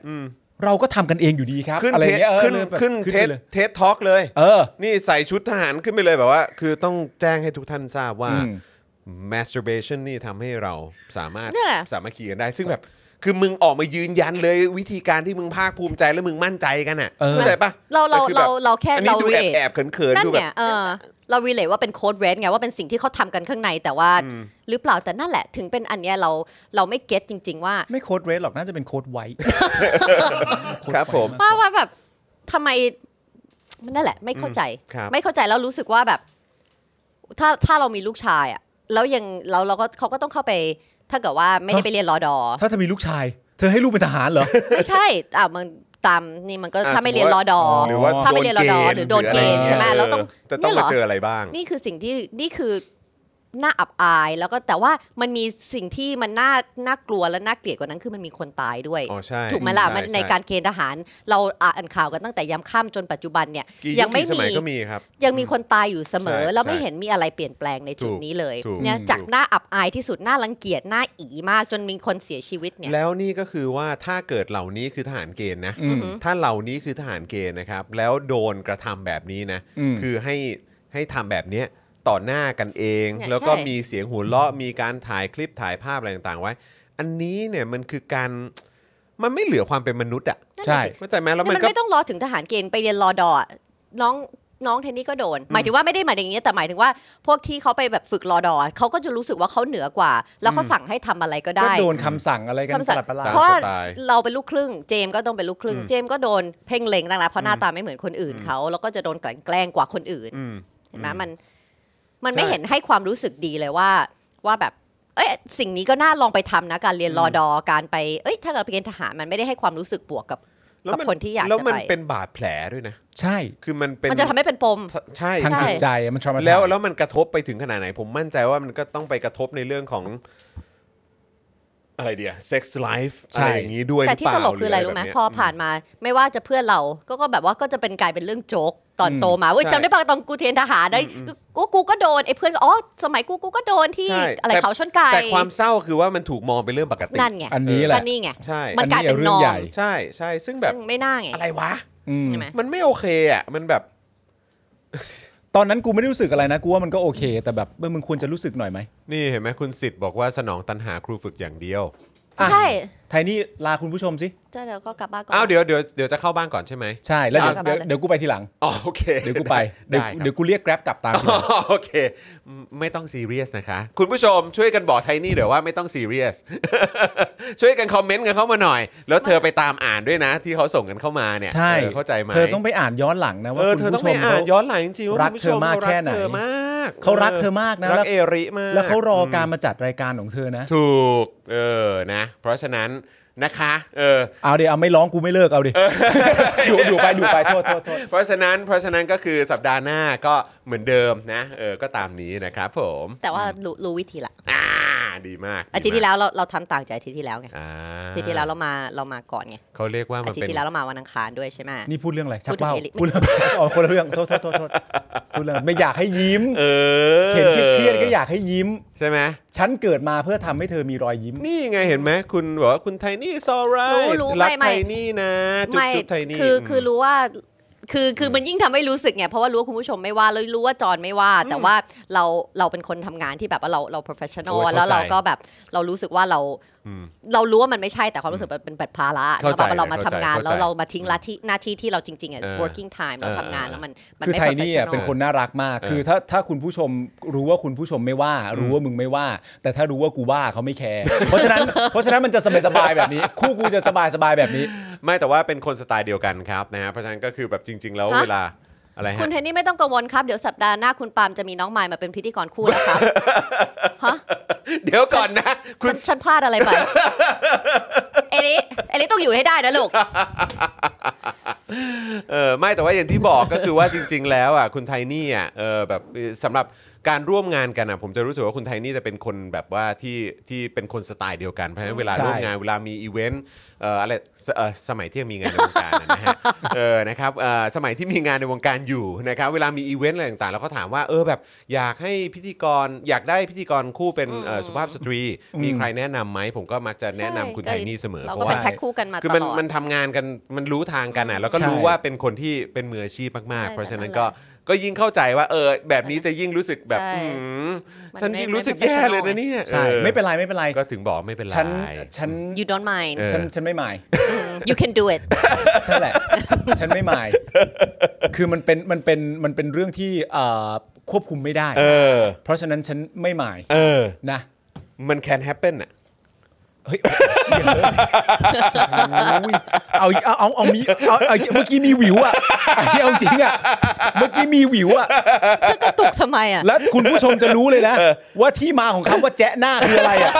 Speaker 2: เราก็ทำกันเองอยู่ดีครับ
Speaker 1: ขึ้น
Speaker 2: อะไร
Speaker 1: เทส
Speaker 2: เงี้ยเออ
Speaker 1: ขึ้น
Speaker 2: แบบ
Speaker 1: ขึ้นเทส
Speaker 2: ไปเลย
Speaker 1: เทสทอกเลย
Speaker 2: เออ
Speaker 1: นี่ใส่ชุดทหารขึ้นไปเลยแบบว่า คือต้องแจ้งให้ทุกท่านทราบว่า
Speaker 2: อืม
Speaker 1: masturbation นี่ทำให้เราสามารถ
Speaker 3: เนี่ย
Speaker 1: สามัคคีกันได้ ซึ่งแบบ คือมึงออกมายืนยันเลยวิธีการที่มึงภาคภูมิใจและมึงมั่นใจกันอ่ะ
Speaker 2: เออ
Speaker 1: เข้าใจปะ
Speaker 3: เราเรา
Speaker 1: แต่คือแบ
Speaker 3: เรา
Speaker 1: บ
Speaker 3: เราแค่
Speaker 1: อันนี้
Speaker 3: เรา
Speaker 1: ดูแอบ
Speaker 3: relate
Speaker 1: แอบๆเขินๆ
Speaker 3: นั่น
Speaker 1: ดูแบ
Speaker 3: เนี่
Speaker 1: บ
Speaker 3: ยเออ เราวีเลยว่าเป็นโค้ดเรดไงว่าเป็นสิ่งที่เขาทำกันข้างในแต่ว่าหรือเปล่าแต่นั่นแหละถึงเป็นอันเนี้ยเราเราไม่เก็ตจริง ๆ ว่า
Speaker 2: ไม่โค้ดเรดหรอกน่าจะเป็นโค้ดไวท์
Speaker 1: ครับผม
Speaker 3: ว่าว่าแบบทำไมมันนั่นแหละ ไม่เข้าใจ
Speaker 1: ครับ
Speaker 3: ไม่เข้าใจแล้วรู้สึกว่าแบบ ถ้าถ้าเรามีลูกชายอ่ะแล้วยังเราเราก็เขาก็ต้องเข้าไป ถ้าเกิดว่าไม่ได้ไปเรียนรอดอ
Speaker 2: ถ้าเธอมีลูกชาย เธอให้ลูกเป็นทหารเหรอ
Speaker 3: ไม่ใช่อ่ะมันตามนี่มันก็
Speaker 1: อ่ะ
Speaker 3: ถ้าไม่เรียน
Speaker 1: สมมุ
Speaker 3: รอ
Speaker 1: ติ
Speaker 3: ดอ
Speaker 1: หรือว่า
Speaker 3: ถ้าไม่เรียนรอดอหรือโดนเกณฑ์
Speaker 1: รืออะร
Speaker 3: ใช่ไหมแล้วต้อง
Speaker 1: จะต้อง
Speaker 3: เนี่ยเหร
Speaker 1: มา
Speaker 3: อ
Speaker 1: เจออะไรบ้าง
Speaker 3: นี่คือสิ่งที่นี่คือน่าอับอายแล้วก็แต่ว่ามันมีสิ่งที่มันน่าน่ากลัวและน่าเกลียดกว่านั้นคือมันมีคนตายด้วย
Speaker 1: อ๋อใช่
Speaker 3: ถูกไหมล่ะ
Speaker 1: ใช่
Speaker 3: มัน
Speaker 1: ช่
Speaker 3: ในการเกณฑ์ทหาร เราอ่านข่าวกันตั้งแต่ยามค่ำจนปัจจุบันเนี่ย
Speaker 1: กี่
Speaker 3: ยั
Speaker 1: ยัง
Speaker 3: ง
Speaker 1: ไม่
Speaker 3: ไม่
Speaker 1: สมัย
Speaker 3: มี
Speaker 1: ก็มีครับ
Speaker 3: ยังมีคนตายอยู่เสมอ
Speaker 1: ใช่
Speaker 3: แล้วไม่
Speaker 1: ใช่
Speaker 3: เห็นมีอะไรเปลี่ยนแปลงในจุด
Speaker 1: ถูก
Speaker 3: นี้เลย
Speaker 1: ถูก
Speaker 3: เนี่ย
Speaker 1: อืม
Speaker 3: จาก
Speaker 1: ถูก
Speaker 3: หน้าอับอายที่สุดหน้ารังเกียจหน้าอีมากจนมีคนเสียชีวิตเนี่ย
Speaker 1: แล้วนี่ก็คือว่าถ้าเกิดเหล่านี้คือทหารเกณฑ์นะ
Speaker 2: อืม
Speaker 1: ถ้าเหล่านี้คือทหารเกณฑ์นะครับ แล้วโดนกระทำแบบนี้นะ
Speaker 2: อืม
Speaker 1: คือให้ให้ทำแบบเนี้ยต่อหน้ากันเอง
Speaker 3: เนี่ย
Speaker 1: แล้วก็
Speaker 3: ใช่
Speaker 1: มีเสียงหัวเราะมีการถ่ายคลิปถ่ายภาพอะไรต่างๆไว้ อันนี้เนี่ยมันคือการมันไม่เหลือความเป็นมนุษย์อ่ะ
Speaker 2: ใช่
Speaker 1: เข้าใจไหมแล้ว
Speaker 3: เนี่ย
Speaker 1: มั
Speaker 3: มัน น
Speaker 1: ก็
Speaker 3: ไม่ต้องรอถึงทหารเกณฑ์ไปเรียนรอดออะน้องน้องเทนนี่ก็โดน หมายถึงว่าไม่ได้หมายอย่างนี้ยแต่หมายถึงว่า พวกที่เขาไปแบบฝึกรอดออะเขาก็จะรู้สึกว่าเขาเหนือกว่า แล้วเขาสั่งให้ทำอะไรก็
Speaker 2: ก็
Speaker 3: ได้
Speaker 2: โดนคำสั่งอะไรกัน
Speaker 3: คำ
Speaker 2: ป
Speaker 3: สั่
Speaker 2: ระห
Speaker 3: ง
Speaker 2: ลาดประหลาด
Speaker 3: เพราะว่า
Speaker 1: สไตล์
Speaker 3: เราเป็นลูกครึ่งเจมส์ก็ต้องเป็นลูกครึ่ง
Speaker 1: อืม
Speaker 3: เจมส์ก็โดนเพ่งเล็งต่างๆเพราะหน้าตาไม่เหมือนคนอื่นเขาแล้วก็จะโดนกลั่นแกล้งกว่าคนอื่น
Speaker 1: อืม
Speaker 3: เห็นไหม
Speaker 1: อืม
Speaker 3: มันมันไม่
Speaker 1: ใช่
Speaker 3: เห็นให้ความรู้สึกดีเลยว่า ว่าแบบ เอ้ยสิ่งนี้ก็น่าลองไปทำนะ การเรียนรอดอการไปเอ้ย ถ้าเราไปเกณฑ์ทหารมันไม่ได้ให้ความรู้สึกบวกกับ
Speaker 1: แล้วมั
Speaker 3: กับคนที่อยากจะไป
Speaker 1: แล้วมันเป็นบาดแผลด้วยนะ
Speaker 2: ใช่
Speaker 1: คือมันเป็น
Speaker 3: มันจะทำให้เป็นปม
Speaker 1: ใช่
Speaker 2: ทางจิตใจอะมันทรมา
Speaker 1: แล้วแล้วมันกระทบไปถึงขนาดไหน ผมมั่นใจว่ามันก็ต้องไปกระทบในเรื่องของอะไรเดีย sex life อะไรอย่างนี้ด้วย
Speaker 3: แต่ที่ตลก
Speaker 1: เปา
Speaker 3: คืออะไรรู้ไหม
Speaker 1: แบบเนี้ย
Speaker 3: พอผ่านมา ไม่ว่าจะเพื่อนเราก็ก็แบบว่าก็จะเป็นกลายเป็นเรื่องโจ๊กตอนโตมาเว้ย
Speaker 1: ใช่
Speaker 3: จำได้ปะตอนกูเทรนทหารได้กูกูก็โดนไอ้เพื่อนก็อ๋อสมัยกูกูก็โดนที่
Speaker 1: ใช่
Speaker 3: อะไร
Speaker 1: แต่
Speaker 3: เขาชนไก่
Speaker 1: แต่ความเศร้าคือว่ามันถูกมองเป็นเรื่องปกติ
Speaker 3: นั่นไง
Speaker 2: อันนี้แหละ
Speaker 3: ก็นี่ไง
Speaker 1: ใช่
Speaker 3: มันกลายเป็น
Speaker 2: อันนี้อะเรื่อ
Speaker 3: นองม
Speaker 2: ใหญ่
Speaker 1: ใช่ใช่ซึ่งแบบ
Speaker 3: ซึ่งไม่น่าไง
Speaker 1: อะไรวะ
Speaker 2: อืม
Speaker 3: ใช่ไหม
Speaker 1: มันไม่โอเคอ่ะมันแบบ
Speaker 2: ตอนนั้นกูไม่ได้รู้สึกอะไรนะกูว่ามันก็โอเค แต่แบบเออมึงควรจะรู้สึกหน่อยไหม
Speaker 1: นี่เห็นไหมคุณสิทธิ์บอกว่าสนองตันหาครูฝึกอย่างเดียว
Speaker 2: อ่ะ
Speaker 3: ใช่
Speaker 2: ไทนี่ลาคุณผู้ชมสิ
Speaker 3: เจ้าเดี๋ยวก็กลับบ้านก่อน
Speaker 1: อ้าวเดี๋ยวเดี๋ยวเดี๋ยวจะเข้าบ้านก่อนใช่ไหม
Speaker 2: ใช่แล้วเดี๋ยว
Speaker 3: อ่ะ
Speaker 2: เดี๋ยวเดี๋ยวกูไปทีหลัง
Speaker 1: อ๋อโอเค
Speaker 2: เดี๋ยวกูไปเดี๋ย
Speaker 1: ด้
Speaker 2: ว
Speaker 1: ครับ
Speaker 2: เดี๋ยวกูเรียกแกร็บกลับตามกู
Speaker 1: โอเค ไม่ต้องซีเรียสนะคะ คุณผู้ชมช่วยกันบอกไทนี่เดี๋ยวว่าไม่ต้องซีเรียส [laughs] ช่วยกันคอมเมนต์กันเข้ามาหน่อย แล้วเธอไปตามอ่านด้วยนะ ที่เขาส่งกันเข้ามาเนี่ย
Speaker 2: ใช่
Speaker 1: เออเข้าใจไหม
Speaker 2: เธอต้องไปอ่านย้อนหลังนะว่า
Speaker 1: เออ
Speaker 2: คุณ
Speaker 1: เธอต้อ
Speaker 2: ผู้
Speaker 1: งไป
Speaker 2: ชม
Speaker 1: อ่า
Speaker 2: เขา
Speaker 1: นย้อนหลังจริงๆว่า
Speaker 2: รัก
Speaker 1: คุณผู้ช
Speaker 2: เธอมาก
Speaker 1: เขรั
Speaker 2: แค่ไหน
Speaker 1: เธอมาก
Speaker 2: เขารักเธอมากนะ
Speaker 1: รัก
Speaker 2: แล้ว
Speaker 1: เอริมาก
Speaker 2: แล้วเขารอการมาจัดรายการของเธอนะ
Speaker 1: ถูกเออนะ เพราะฉะนั้นนะคะเออ
Speaker 2: เอาเดี๋ยวเอาไม่ร้องกูไม่เลิกเอาดิอยู่อยู่ไปอยู่ไปโทษโทษโทษ
Speaker 1: เพราะฉะนั้นเพราะฉะนั้นก็คือสัปดาห์หน้าก็เหมือนเดิมนะเออก็ตามนี้นะครับผม
Speaker 3: แต่ว่ารู้รู้วิธีละ
Speaker 1: อ่าดีมาก
Speaker 3: อาทิตย์ที่แล้วเราเราทำต่างจากอาทิตย์ที่แล้วไง
Speaker 1: อ่า
Speaker 3: อาทิตย์ที่แล้วเรามาเรามาก่อนไง
Speaker 1: เขาเรียกว่ามัน
Speaker 3: อาทิต
Speaker 1: เป็น
Speaker 3: ย์ที่แล้วเรามาวันอังคารด้วยใช่ไหม
Speaker 2: นี่พูดเรื่องอะไรชัก
Speaker 3: พูดถึง
Speaker 2: เป้า
Speaker 3: เอลิ
Speaker 2: พูดเรื่องอ๋อคนละเรื่องโทษโทษโทษโทษพูดเรื่องไม่อยากให้ยิ้ม
Speaker 1: เออ
Speaker 2: เห็นเครียดๆก็อยากให้ยิ้ม
Speaker 1: ใช่ไหม
Speaker 2: ฉันเกิดมาเพื่อทำให้เธอมีรอยยิ้ม
Speaker 1: นี่ไงเห็นไหมคุณบอกว่าคุณไทนี่ซอร่า
Speaker 3: รู้รู้
Speaker 1: รัก
Speaker 3: ไม่ไม่
Speaker 1: ไทนี่นะจุ๊บ
Speaker 3: ไม่
Speaker 1: จุ๊บไทนี่
Speaker 3: คือ
Speaker 1: ม
Speaker 3: คือรู้ว่าคือคือมันยิ่งทำให้รู้สึกไงเพราะว่ารู้ว่าคุณผู้ชมไม่ว่าแล้วรู้ว่าจอนไม่ว่า แต่ว่าเราเราเป็นคนทำงานที่แบบว่าเราเรา professional
Speaker 1: โอ้ยเข้าใจ
Speaker 3: แล้วเราก็แบบเรารู้สึกว่าเรา
Speaker 1: อืม
Speaker 3: เรารู้ว่ามันไม่ใช่แต่ความรู้สึกมันเป็นปัดภาระ
Speaker 1: เข้า
Speaker 3: แล้ว
Speaker 1: ใจ
Speaker 3: แบบเรามาทำงาน
Speaker 1: เข้าใจ
Speaker 3: แล้วเรามาทิ้งละที่หน้าที่ที่เราจริงๆอ่ะ
Speaker 1: เออ
Speaker 3: working time เรา
Speaker 1: เออ
Speaker 3: ทำงาน
Speaker 1: เออ
Speaker 3: แล้วมันมัน
Speaker 2: คือ
Speaker 3: ไม่
Speaker 2: ไทยนี่อ่ะ
Speaker 3: professional
Speaker 2: เป็นคนน่ารักมาก
Speaker 1: เออ
Speaker 2: คือถ้าถ้าคุณผู้ชมรู้ว่าคุณผู้ชมไม่ว่า รู้ว่ามึงไม่ว่า แต่ถ้ารู้ว่ากูว่าเขาไม่แคร์ เพราะฉะนั้น [laughs] เพราะฉะนั้นมันจะสบายสบายๆแบบนี้ คู่กูจะสบายสบายๆแบบนี้
Speaker 1: ไม่แต่ว่าเป็นคนสไตล์เดียวกันครับนะฮะเพราะฉะนั้นก็คือแบบจริง ๆ แล้ว
Speaker 3: ฮะ
Speaker 1: เวลาอะไร
Speaker 3: คุณ
Speaker 1: ฮะ
Speaker 3: เทนนี่ไม่ต้องกังวลครับ เดี๋ยวสัปดาห์หน้าคุณปาล์มจะมีน้องมายมาเป็นพิธีกรคู่แล้วครับ ฮะ
Speaker 1: เดี๋ยวก่อนนะ [laughs] คุ
Speaker 3: ฉั
Speaker 1: ณ
Speaker 3: นฉันพลาดอะไรไป เอลิเอลิต้องอยู่ให้ได้นะลูก
Speaker 1: เออไม่แต่ว่าอย่างที่บอกก็คือว่าจริง ๆ แล้วอ่ะคุณไทนี่อ่ะเออแบบสำหรับการร่วมงานกันอ่ะผมจะรู้สึกว่าคุณไทนี่จะเป็นคนแบบว่าที่ที่เป็นคนสไตล์เดียวกันเพราะฉะนั้นเวลา
Speaker 2: ใช่
Speaker 1: ร่วมงานเวลามีอีเวนต์เอ่ออะไรสเอ่อสมัยที่ยังมีงานในวงการอะนะฮะ เออ นะครับเอ่อสมัยที่มีงานในวงการอยู่นะครับ เวลามีอีเวนต์อะไรต่างๆ แล้วก็ถามว่า เออ แบบ อยากให้พิธีกร อยากได้พิธีกรคู่เป็นเอ่อสุภาพสตรี มีใครแนะนำไหม ผมก็มักจะแนะนำคุณ
Speaker 3: ใช่
Speaker 1: ไทนี่เสมอ
Speaker 3: เรา
Speaker 1: เพ
Speaker 3: ก็
Speaker 1: ราะ
Speaker 3: เป็น
Speaker 1: ว่า
Speaker 3: แพ็คคู่กันมาต
Speaker 1: คือ
Speaker 3: ล
Speaker 1: มัน
Speaker 3: อด
Speaker 1: มันทำงานกัน มันรู้ทางกันอ่ะ แล้วก็
Speaker 2: ใช่
Speaker 1: รู้ว่าเป็นคนที่เป็นมืออาชีพมากๆ
Speaker 3: ใช่
Speaker 1: เพราะฉะนั้น
Speaker 3: แต่นั่
Speaker 1: ก็
Speaker 3: นแหละ
Speaker 1: ก็ยิ่งเข้าใจว่า เออ แบบนี้จะยิ่งรู้สึกแบบ
Speaker 3: ใช่
Speaker 1: อืม
Speaker 3: มัน
Speaker 1: ฉัน
Speaker 3: ไม่
Speaker 1: ยิ่ง
Speaker 3: ไม่
Speaker 1: รู้สึกแย่เลยนะ
Speaker 3: professional
Speaker 1: เนี่ย
Speaker 2: ใช่
Speaker 1: ออ
Speaker 2: ไม่เป็นไรไม่เป็นไร
Speaker 1: ก็ถึงบอกไม่เป็นไร
Speaker 2: ฉันฉัน
Speaker 3: you don't mind
Speaker 1: เออ
Speaker 2: ฉันฉันไม่หมาย
Speaker 3: ม you can do
Speaker 1: [laughs]
Speaker 3: it
Speaker 2: ใช่แหละ ฉันไม่หมาย คือมันเป็นมันเป็นมันเป็นเรื่องที่เอ่อ ควบคุมไม่ได้
Speaker 1: เออ
Speaker 2: เพราะฉะนั้นฉันไม่หมาย
Speaker 1: เออ
Speaker 2: นะ
Speaker 1: มัน can happen อ่ะ
Speaker 2: เฮ้ยเชี่ยเลยอุ๊ยเอาเอาเอาเอามีเอาเอาเมื่อกี้มีวิวอ่ะไอ้เหี้ยเอาจริงอ่ะเมื่อกี้มีวิวอ่ะ
Speaker 3: จะกระตุกทำไมอ่ะ
Speaker 2: แล้วคุณผู้ชมจะรู้เลยนะ ว่าที่มาของคำว่าแจ๊ะหน้าคืออะไรอ่ะ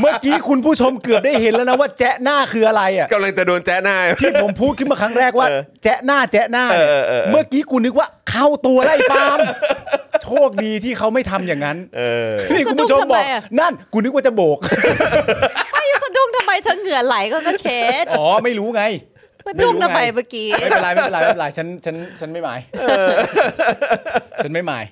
Speaker 2: เมื่อกี้คุณผู้ชมเกือบได้เห็นแล้วนะว่าแจ๊ะหน้าคืออะไรอ่ะ
Speaker 1: กำลังจะโดนแจ้หน้า
Speaker 2: ที่ผมพูดขึ้นมาครั้งแรกว่า
Speaker 1: เออ
Speaker 2: แจ๊ะหน้าแจ๊ะหน้าเนี่ย
Speaker 1: เออเออเออ
Speaker 2: เมื่อกี้กูนึกว่าเข้าตัวไล่ปาล์มโชคดีที่เขาไม่ทำอย่างนั้น
Speaker 1: เออ
Speaker 2: นี่คุณผู้ชมบอก นั่นกูนึกว่าจะโบก
Speaker 3: ไอ้สะดุ้งทำไมเธอเหงื่อไหลก็ก็เช็ด
Speaker 2: อ๋อไม่รู้ไง
Speaker 3: สะดุ้งทำไมเมื่อกี้
Speaker 2: ไม่เป็นไรไม่เป็นไรไม่เป็นไรฉันฉันฉันไม่หมายฉันไม่หมาย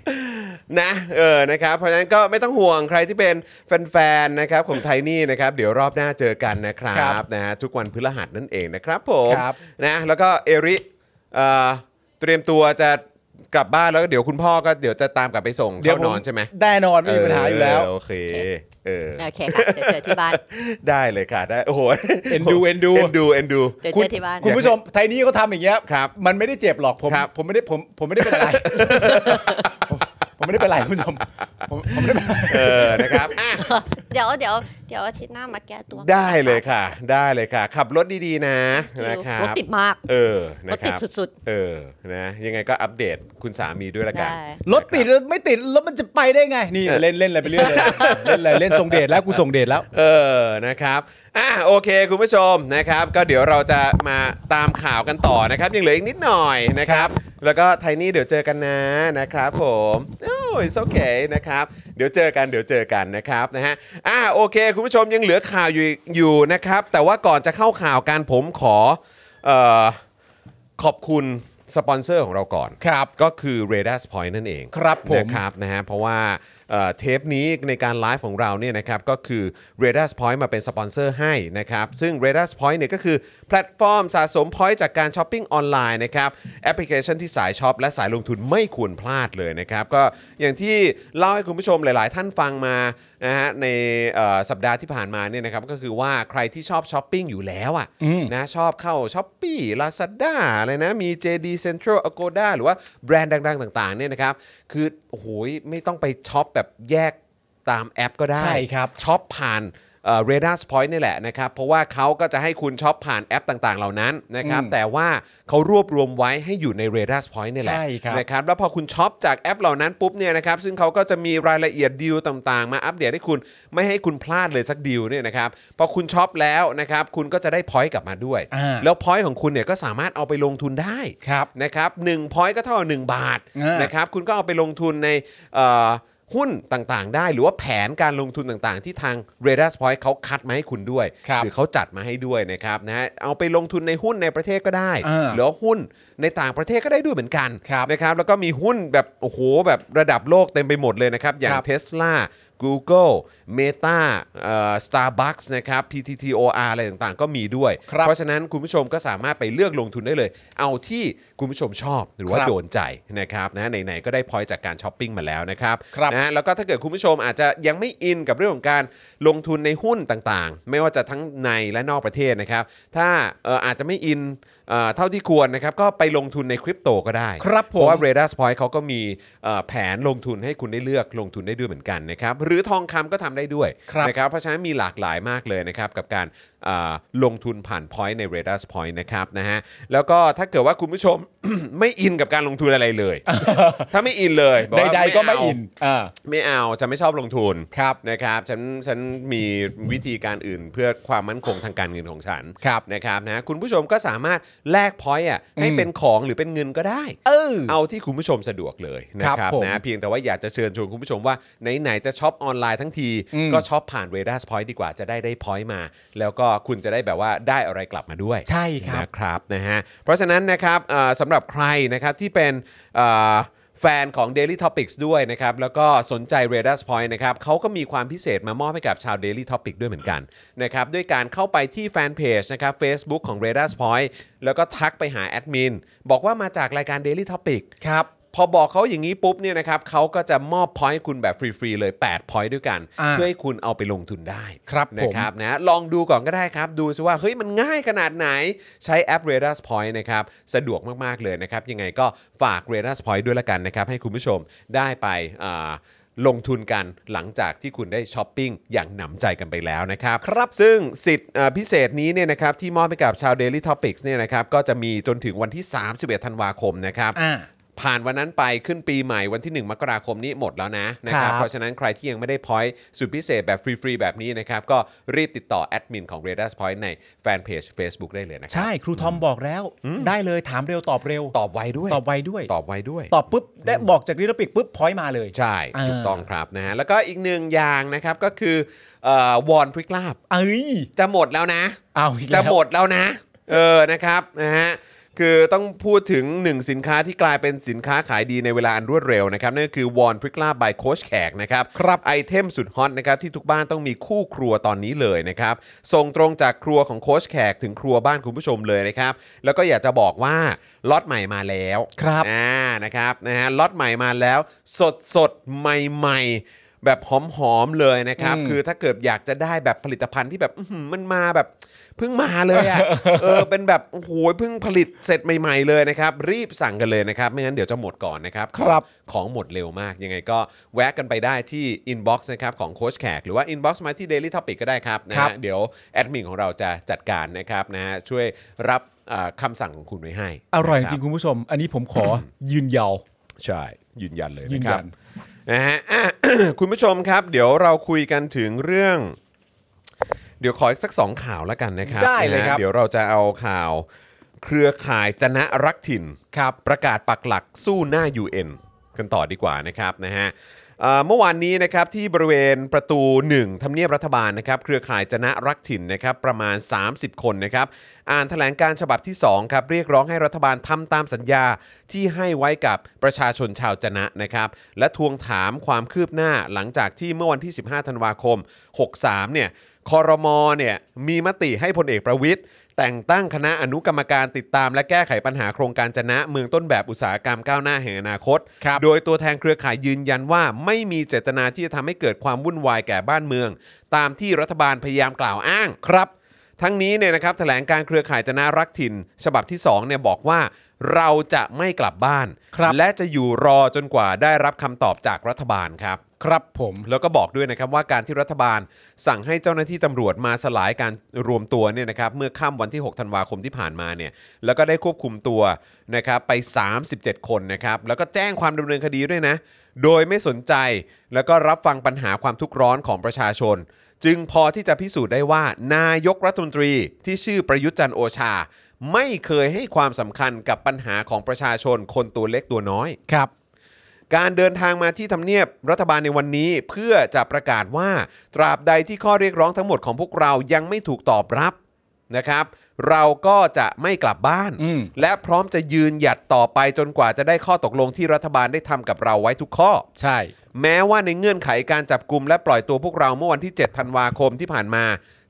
Speaker 1: นะเออนะครับเพราะฉะนั้นก็ไม่ต้องห่วงใครที่เป็นแฟนๆนะครับของไทนี่นะครับเดี๋ยวรอบหน้าเจอกันนะครั
Speaker 2: ครับ บ
Speaker 1: นะฮะทุกวันพฤหัสนั่นเองนะครับผม
Speaker 2: ครับ
Speaker 1: นะแล้วก็เอริเอ่อเตรียมตัวจะกลับบ้านแล้วก็เดี๋ยวคุณพ่อก็เดี๋ยวจะตามกลับไปส่งเข้านอนใช่ไหม
Speaker 2: แน่นอนไม่มีปัญหาอยู่แล้ว
Speaker 1: เโอเคเออ
Speaker 3: โอเคค่ะเดี๋ยวเจอที่บ้าน
Speaker 1: ได้เลยค่ะได้โอ้โห
Speaker 2: เอ็นดูเอ็นดู
Speaker 1: เอ็นดูเอ็นดู
Speaker 3: เดี๋ยว
Speaker 2: คุ
Speaker 3: เจ
Speaker 2: ณ
Speaker 3: อที่บ้าน
Speaker 2: คุณผู้ชมไทยนี้เขาทำอย่างเงี้ย
Speaker 1: ครับ
Speaker 2: มันไม่ได้เจ็บหรอกผม
Speaker 1: ครับ
Speaker 2: ผมไม่ได้ผมผมไม่ได้เป็นอะไร [laughs] ผมผมไม่ได้เป็นอะไรคุณผู้ชมผมผมไม่ได้เป็นอะไร
Speaker 1: เออนะครับอ่ะ
Speaker 3: [laughs] เดี๋ยวเดี๋ยวเดี๋ยวอาทิตย์หน้ามาแก้ตัว
Speaker 1: ได้เลยค่ะ ได้เลยค่ะ ขับรถดีๆนะนะครั
Speaker 3: ร
Speaker 1: บ
Speaker 3: ถติดมาก
Speaker 1: เออ
Speaker 3: ร
Speaker 1: นะ
Speaker 3: ถ
Speaker 1: ค
Speaker 3: ติด
Speaker 1: รับ
Speaker 3: สุด
Speaker 1: เออ นะ ยังไงก็อัปเดตคุณสามีด้วยละกัน
Speaker 3: ได้
Speaker 2: รถติดแล้วไม่ติดแล้วมันจะไปได้ไง นี่เล่นเล่นอะไรไปเรื่อยเลยเล่นอะไรเล่นส่งเดทแล้วกูส่งเดทแล้ว
Speaker 1: เออ นะครับ อ่ะ โอเค คุณผู้ชม นะครับ ก็เดี๋ยวเราจะมาตามข่าวกันต่อนะครับ ยังเหลืออีกนิดหน่อยนะครับ แล้วก็ไทนี่เดี๋ยวเจอกันนะ นะครับผม โอ้ยโอเค นะครับ เดี๋ยวเจอกัน เดี๋ยวเจอกันนะครับ นะฮะ อ่ะ โอเค คุณผู้ชมยังเหลือข่าวอยู่อีกอยู่นะครับ แต่ว่าก่อนจะเข้าข่าวการผมขอ เอ่อ ขอบคุณสปอนเซอร์ของเราก่อน
Speaker 2: ครับ
Speaker 1: ก็คือ r a d a r Point นั่นเอง
Speaker 2: ครับผม
Speaker 1: นะครับนะฮะเพราะว่าเอ่อเทปนี้ในการไลฟ์ของเราเนี่ยนะครับก็คือ r a d a r Point มาเป็นสปอนเซอร์ให้นะครับซึ่ง r a d a r Point เนี่ยก็คือแพลตฟอร์มสะสม Point จากการช้อปปิ้งออนไลน์นะครับแอปพลิเคชันที่สายช้อปและสายลงทุนไม่ควรพลาดเลยนะครับก็อย่างที่เล่าให้คุณผู้ชมหลาย ๆ ท่านฟังมานะฮะในเอ่อสัปดาห์ที่ผ่านมาเนี่ยนะครับก็คือว่าใครที่ชอบช้อปปิ้งอยู่แล้วอ่ะ นะชอบเข้าช้อปปี้ Lazada อะไรนะ มี JD Central Agoda หรือว่าแบรนด์ดัง ๆ ต่าง ๆ เนี่ยนะครับ คือโอ้โหยไม่ต้องไปช็อปแบบแยกตามแอปก็ได้
Speaker 2: ใช่ครับ
Speaker 1: ช็อปผ่านเรดาร์สพอยต์นี่แหละนะครับ เพราะว่าเขาก็จะให้คุณช็อปผ่านแอปต่าง ๆ เหล่านั้นนะครับ แต่ว่าเขารวบรวมไว้ให้อยู่ในเรดาร์สพอยต์นี่แหละ
Speaker 2: ใช่ครับ
Speaker 1: นะครับแล้วพอคุณช็อปจากแอปเหล่านั้นปุ๊บเนี่ยนะครับซึ่งเขาก็จะมีรายละเอียดดีลต่างๆ มาอัปเดตให้คุณไม่ให้คุณพลาดเลยสักดีลเนี่ยนะครับพอคุณช็อปแล้วนะครับคุณก็จะได้พอยต์กลับมาด้วย
Speaker 2: อ่า
Speaker 1: แล้วพอยต์ของคุณเนี่ยก็สามารถเอาไปลงทุนได้
Speaker 2: ครับ
Speaker 1: นะครับหนึ่งพอยต์ก็เท่ากับหนึ่งบาท
Speaker 2: อ่าน
Speaker 1: นะครับคุณก็เอาไปลงทุนในเอ่อหุ้นต่างๆ ได้ หรือว่าแผนการลงทุนต่างๆ ที่ทาง r a d a r Point เขาคัดมาให้คุณด้วย
Speaker 2: ครับ
Speaker 1: หรือเขาจัดมาให้ด้วยนะครับนะฮะเอาไปลงทุนในหุ้นในประเทศก็ได้
Speaker 2: อ่า
Speaker 1: หรือว่าหุ้นในต่างประเทศก็ได้ด้วยเหมือนกัน
Speaker 2: ครับ
Speaker 1: นะครับ แล้วก็มีหุ้นแบบโอ้โหแบบระดับโลกเต็มไปหมดเลยนะครับ อย่าง
Speaker 2: ครับ
Speaker 1: Tesla Google Meta เอ่อ Starbucks นะครับ PTTOR อะไรต่างๆ ก็มีด้วย
Speaker 2: ครับ
Speaker 1: เพราะฉะนั้นคุณผู้ชมก็สามารถไปเลือกลงทุนได้เลย เอาที่คุณผู้ชมชอบหรือว่า
Speaker 2: ครับ
Speaker 1: โดนใจนะครับนะไหนๆก็ได้พอยต์จากการช้อปปิ้งมาแล้วนะครับ
Speaker 2: ครับ
Speaker 1: นะ นะแล้วก็ถ้าเกิดคุณผู้ชมอาจจะยังไม่อินกับเรื่องของการลงทุนในหุ้นต่างๆ ไม่ว่าจะทั้งในและนอกประเทศนะครับ ถ้าเอ่ออาจจะไม่อินเอ่อเท่าที่ควรนะครับ ก็ไปลงทุนในคริปโตก็ได้
Speaker 2: ครับผม
Speaker 1: เพราะว่า r a d a r Point เขาก็มีเอ่อแผนลงทุนให้คุณได้เลือกลงทุนได้ด้วยเหมือนกันนะครับ หรือทองคำก็ทำได้ด้วย
Speaker 2: ครับ
Speaker 1: นะครับ เพราะฉะนั้นมีหลากหลายมากเลยนะครับกับการเอ่อลงทุนผ่าน Point ใน r a d a r Point นะครับนะฮะแล้วก็ถ้าเกิดว่าคุณผู้ชม [coughs] ไม่อินกับการลงทุนอะไรเลย
Speaker 2: [laughs]
Speaker 1: ถ้าไม่อินเลยบอกว่า
Speaker 2: ใดๆก็ไม่
Speaker 1: เา
Speaker 2: อินอ่า
Speaker 1: ไม่เอาฉันไม่ชอบลงทุน
Speaker 2: ครับ
Speaker 1: นะครับฉันฉันมีวิธีการอื่นเพื่อความมั่นคงทางการเงินของฉัน
Speaker 2: ครับ
Speaker 1: นะครับนะคุณผู้ชมก็สามารถแลกพอยต์อ่ะให้
Speaker 2: อืม
Speaker 1: เป็นของหรือเป็นเงินก็ได้
Speaker 2: เออ
Speaker 1: เอาที่คุณผู้ชมสะดวกเลยนะค
Speaker 2: ครั
Speaker 1: รับบ
Speaker 2: ผม
Speaker 1: นะเพียงแต่ว่าอยากจะเชิญชวนคุณผู้ชมว่าไหนๆจะช็อปออนไลน์ทั้งที
Speaker 2: อืม
Speaker 1: ก็ช็อปผ่านเวด a สพอยต์ดีกว่าจะได้ได้พอยต์มา แล้วก็คุณจะได้แบบว่าได้อะไรกลับมาด้วย
Speaker 2: ใช่ครับ
Speaker 1: นะครับนะฮะเพราะฉะนั้นนะครับเอ่อสำหรับใครนะครับที่เป็นเอ่อแฟนของ Daily Topics ด้วยนะครับ แล้วก็สนใจ r a d a r Point นะครับเขาก็มีความพิเศษมามอบให้กับชาว Daily Topic ด้วยเหมือนกันนะครับด้วยการเข้าไปที่แฟนเพจนะครับ Facebook ของ r a d a r Point แล้วก็ทักไปหาแอดมินบอกว่ามาจากรายการ Daily Topic
Speaker 2: ครับ
Speaker 1: พ พอบอกเขาอย่างนี้ปุ๊บเนี่ยนะครับเขาก็จะมอบพอยต์คุณแบบฟรีๆเลย8พอยต์ด้วยกัน
Speaker 2: อ่า
Speaker 1: เพื่อให้คุณเอาไปลงทุนได้
Speaker 2: ครับ
Speaker 1: นะ
Speaker 2: ผม
Speaker 1: ครับนะลองดูก่อนก็ได้ครับ ดูซิว่า เฮ้ย มันง่ายขนาดไหนใช้แอป r a d a r Point นะครับ สะดวกมาก ๆ เลยนะครับ ยังไงก็ฝาก r a d a r Point ด้วยละกันนะครับ ให้คุณผู้ชมได้ไปอ่าลงทุนกันหลังจากที่คุณได้ช้อปปิ้งอย่างหนำใจกันไปแล้วนะครับ
Speaker 2: ครับ
Speaker 1: ซึ่งสิทธิ์เอ่อพิเศษนี้เนี่ยนะครับที่มอบให้กับชาว Daily Topics เนี่ยนะครับก็จะมีจนถึงวันที่ 31 ธันวาคมนะครับ
Speaker 2: อ่า
Speaker 1: ผ่านวันนั้นไปขึ้นปีใหม่วันที่ 1 มกราคมนี้หมดแล้วนะนะครับ
Speaker 2: ครับ
Speaker 1: เพราะฉะนั้นใครที่ยังไม่ได้พอยต์สุดพิเศษแบบฟรี ๆ แบบนี้นะครับ ก็รีบติดต่อแอดมินของ r a d a r Point ในแฟนเพจ Facebook ได้เลยนะครั
Speaker 2: ใช่ครูทอมบอกแล้ว ได้เลยถามเร็วตอบเร็ว
Speaker 1: ตอบไวด้วย
Speaker 2: ตอบไวด้วย
Speaker 1: ตอบไวด้วย
Speaker 2: ตอบปุ๊บได้บอกจากนิรปิกปุ๊บพอยมาเลย
Speaker 1: ใช่
Speaker 2: อ่า
Speaker 1: ถูกต้องครับนะฮะแล้วก็อีกหนึ่งอย่างนะครับก็คือเออวอนพริกลาบ
Speaker 2: เอ้ย
Speaker 1: จะหมดแล้วนะ
Speaker 2: เอาอีก
Speaker 1: จะ
Speaker 2: แล้ว
Speaker 1: หมดแล้วนะ เออ นะครับ นะฮะ คือต้องพูดถึงหนึ่งสินค้าที่กลายเป็นสินค้าขายดีในเวลาอันรวดเร็วนะครับ นั่นก็คือวอนพริกลาบายโคชแขกนะครับ
Speaker 2: ครับ
Speaker 1: ไอเทมสุดฮอตนะครับที่ทุกบ้านต้องมีคู่ครัวตอนนี้เลยนะครับ ส่งตรงจากครัวของโคชแขกถึงครัวบ้านคุณผู้ชมเลยนะครับ แล้วก็อยากจะบอกว่าล็อตใหม่มาแล้ว
Speaker 2: ครับ
Speaker 1: อ่านะครับนะฮะล็อตใหม่มาแล้ว สดสดๆใหม่ ๆ แบบหอมๆเลยนะครับ
Speaker 2: อืม
Speaker 1: คือถ้าเกิดอยากจะได้แบบผลิตภัณฑ์ที่แบบอื้อหือมันมาแบบเพิ่งมาเลย
Speaker 2: [laughs]
Speaker 1: อะ เออเป็นแบบโอ้โหเพิ่งผลิตเสร็จใหม่ ๆเลยนะครับ รีบสั่งกันเลยนะครับ ไม่งั้นเดี๋ยวจะหมดก่อนนะครับ
Speaker 2: ครับ
Speaker 1: ของหมดเร็วมาก ยังไงก็แวะกันไปได้ที่ inbox นะครับของโค้ชแขก หรือว่า inbox มาที่ daily topic ก็ได้ครับนะ
Speaker 2: ครั
Speaker 1: ฮะ
Speaker 2: บ
Speaker 1: เดี๋ยวแอดมินของเราจะจัดการนะครับนะฮะช่วยรับเอ่อคำสั่งของคุณไว้ให้
Speaker 2: อร่อยจ
Speaker 1: นะค
Speaker 2: ริง
Speaker 1: บ
Speaker 2: ๆคุณผู้ชม อันนี้ผมขอ ยืนยาว
Speaker 1: ใช่ ยืนยันเลย
Speaker 2: ยืน
Speaker 1: นะค
Speaker 2: ยั
Speaker 1: รับ
Speaker 2: น
Speaker 1: นะฮะ [coughs] อ่ะ คุณผู้ชมครับ เดี๋ยวเราคุยกันถึงเรื่อง เดี๋ยวขออีกสักสองข่าวแล้วกันนะครับ
Speaker 2: ได้เลย
Speaker 1: นะฮะ
Speaker 2: ครับ
Speaker 1: เดี๋ยวเราจะเอาข่าว เครือข่ายจนะรักถิ่น
Speaker 2: ครับ
Speaker 1: ประกาศปักหลักสู้หน้า UN กันต่อดีกว่านะครับนะฮะเอ่อเมื่อวานนี้นะครับที่บริเวณประตู 1ทำเนียบรัฐบาลนะครับเครือข่ายจนะรักถิ่นนะครับประมาณ 30 คนนะครับอ่านแถลงการฉบับที่2ครับเรียกร้องให้รัฐบาลทำตามสัญญาที่ให้ไว้กับประชาชนชาวจนะนะครับและทวงถามความคืบหน้าหลังจากที่เมื่อวันที่ 15 ธันวาคม 63เนี่ยคอรมอเนี่ยมีมติให้พลเอกประวิทย์ แต่งตั้งคณะอนุกรรมการติดตามและแก้ไขปัญหาโครงการจนะเมืองต้นแบบอุตสาหกรรมก้าวหน้าแห่งอนาคต
Speaker 2: ครับ
Speaker 1: โดยตัวแทนเครือข่ายยืนยันว่าไม่มีเจตนาที่จะทำให้เกิดความวุ่นวายแก่บ้านเมือง ตามที่รัฐบาลพยายามกล่าวอ้าง
Speaker 2: ครับ
Speaker 1: ทั้งนี้เนี่ยนะครับแถลงการเครือข่ายจนารักถิ่น ฉบับที่2เนี่ยบอกว่าเราจะไม่กลับบ้าน
Speaker 2: ครับ
Speaker 1: และจะอยู่รอจนกว่าได้รับคำตอบจากรัฐบาลครับ
Speaker 2: ครับผม
Speaker 1: แล้วก็บอกด้วยนะครับว่าการที่รัฐบาลสั่งให้เจ้าหน้าที่ตำรวจมาสลายการรวมตัวเนี่ยนะครับเมื่อค่ำวันที่ 6 ธันวาคมที่ผ่านมาเนี่ยแล้วก็ได้ควบคุมตัวนะครับไป 37 คนนะครับแล้วก็แจ้งความดำเนินคดีด้วยนะ โดยไม่สนใจแล้วก็รับฟังปัญหาความทุกข์ร้อนของประชาชน จึงพอที่จะพิสูจน์ได้ว่า นายกรัฐมนตรีที่ชื่อประยุทธ์จันทร์โอชา ไม่เคยให้ความสำคัญกับปัญหาของประชาชนคนตัวเล็กตัวน้อย
Speaker 2: ครับ
Speaker 1: การเดินทางมาที่ทำเนียบรัฐบาลในวันนี้เพื่อจะประกาศว่าตราบใดที่ข้อเรียกร้องทั้งหมดของพวกเรายังไม่ถูกตอบรับนะครับ เราก็จะไม่กลับบ้าน
Speaker 2: อืม
Speaker 1: และพร้อมจะยืนหยัดต่อไปจนกว่าจะได้ข้อตกลงที่รัฐบาลได้ทำกับเราไว้ทุกข้อ
Speaker 2: ใช่
Speaker 1: แม้ว่าในเงื่อนไขการจับกลุ่มและปล่อยตัวพวกเราเมื่อวันที่ 7 ธันวาคมที่ผ่านมา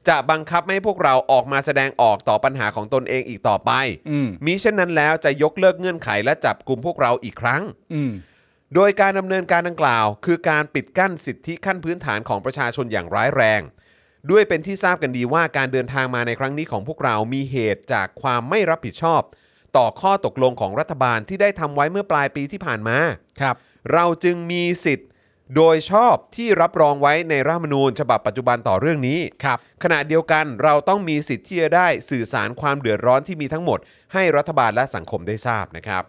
Speaker 1: จะบังคับไม่ให้พวกเราออกมาแสดงออกต่อปัญหาของตนเองอีกต่อไป
Speaker 2: อืม
Speaker 1: มิเช่นนั้นแล้วจะยกเลิกเงื่อนไขและจับกลุ่มพวกเราอีกครั้ง
Speaker 2: อืม
Speaker 1: โดยการดำเนินการดังกล่าว คือการปิดกั้นสิทธิขั้นพื้นฐานของประชาชนอย่างร้ายแรง ด้วยเป็นที่ทราบกันดีว่าการเดินทางมาในครั้งนี้ของพวกเรามีเหตุจากความไม่รับผิดชอบ ต่อข้อตกลงของรัฐบาลที่ได้ทำไว้เมื่อปลายปีที่ผ่านมา
Speaker 2: ครับ
Speaker 1: เราจึงมีสิทธิ์โดยชอบที่รับรองไว้ในรัฐธรรมนูญฉบับปัจจุบันต่อเรื่องนี้
Speaker 2: ครับ
Speaker 1: ขณะเดียวกันเราต้องมีสิทธิ์ที่จะได้สื่อสารความเดือดร้อนที่มีทั้งหมด ให้รัฐบาลและสังคมได้ทราบนะครับ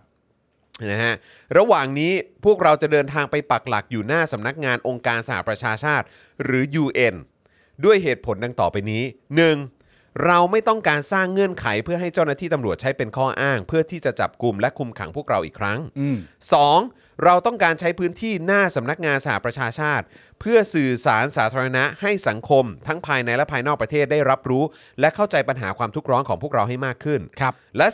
Speaker 1: นะฮะระหว่างนี้พวกเราจะเดินทางไปปักหลักอยู่หน้าสำนักงานองค์การสหประชาชาติ หรือ UN ด้วยเหตุผลดังต่อไปนี้ 1. เราไม่ต้องการสร้างเงื่อนไขเพื่อให้เจ้าหน้าที่ตำรวจใช้เป็นข้ออ้าง เพื่อที่จะจับกลุ่มและคุมขังพวกเราอีกครั้ง
Speaker 2: อืม
Speaker 1: 2. เราต้องการใช้พื้นที่หน้าสำนักงานสหประชาชาติ เพื่อสื่อสารสาธารณะให้สังคม ทั้งภายในและภายนอกประเทศได้รับรู้ และเข้าใจปัญหาความทุกข์ร้อนของพวกเราให้มากขึ้น
Speaker 2: ครับ
Speaker 1: และ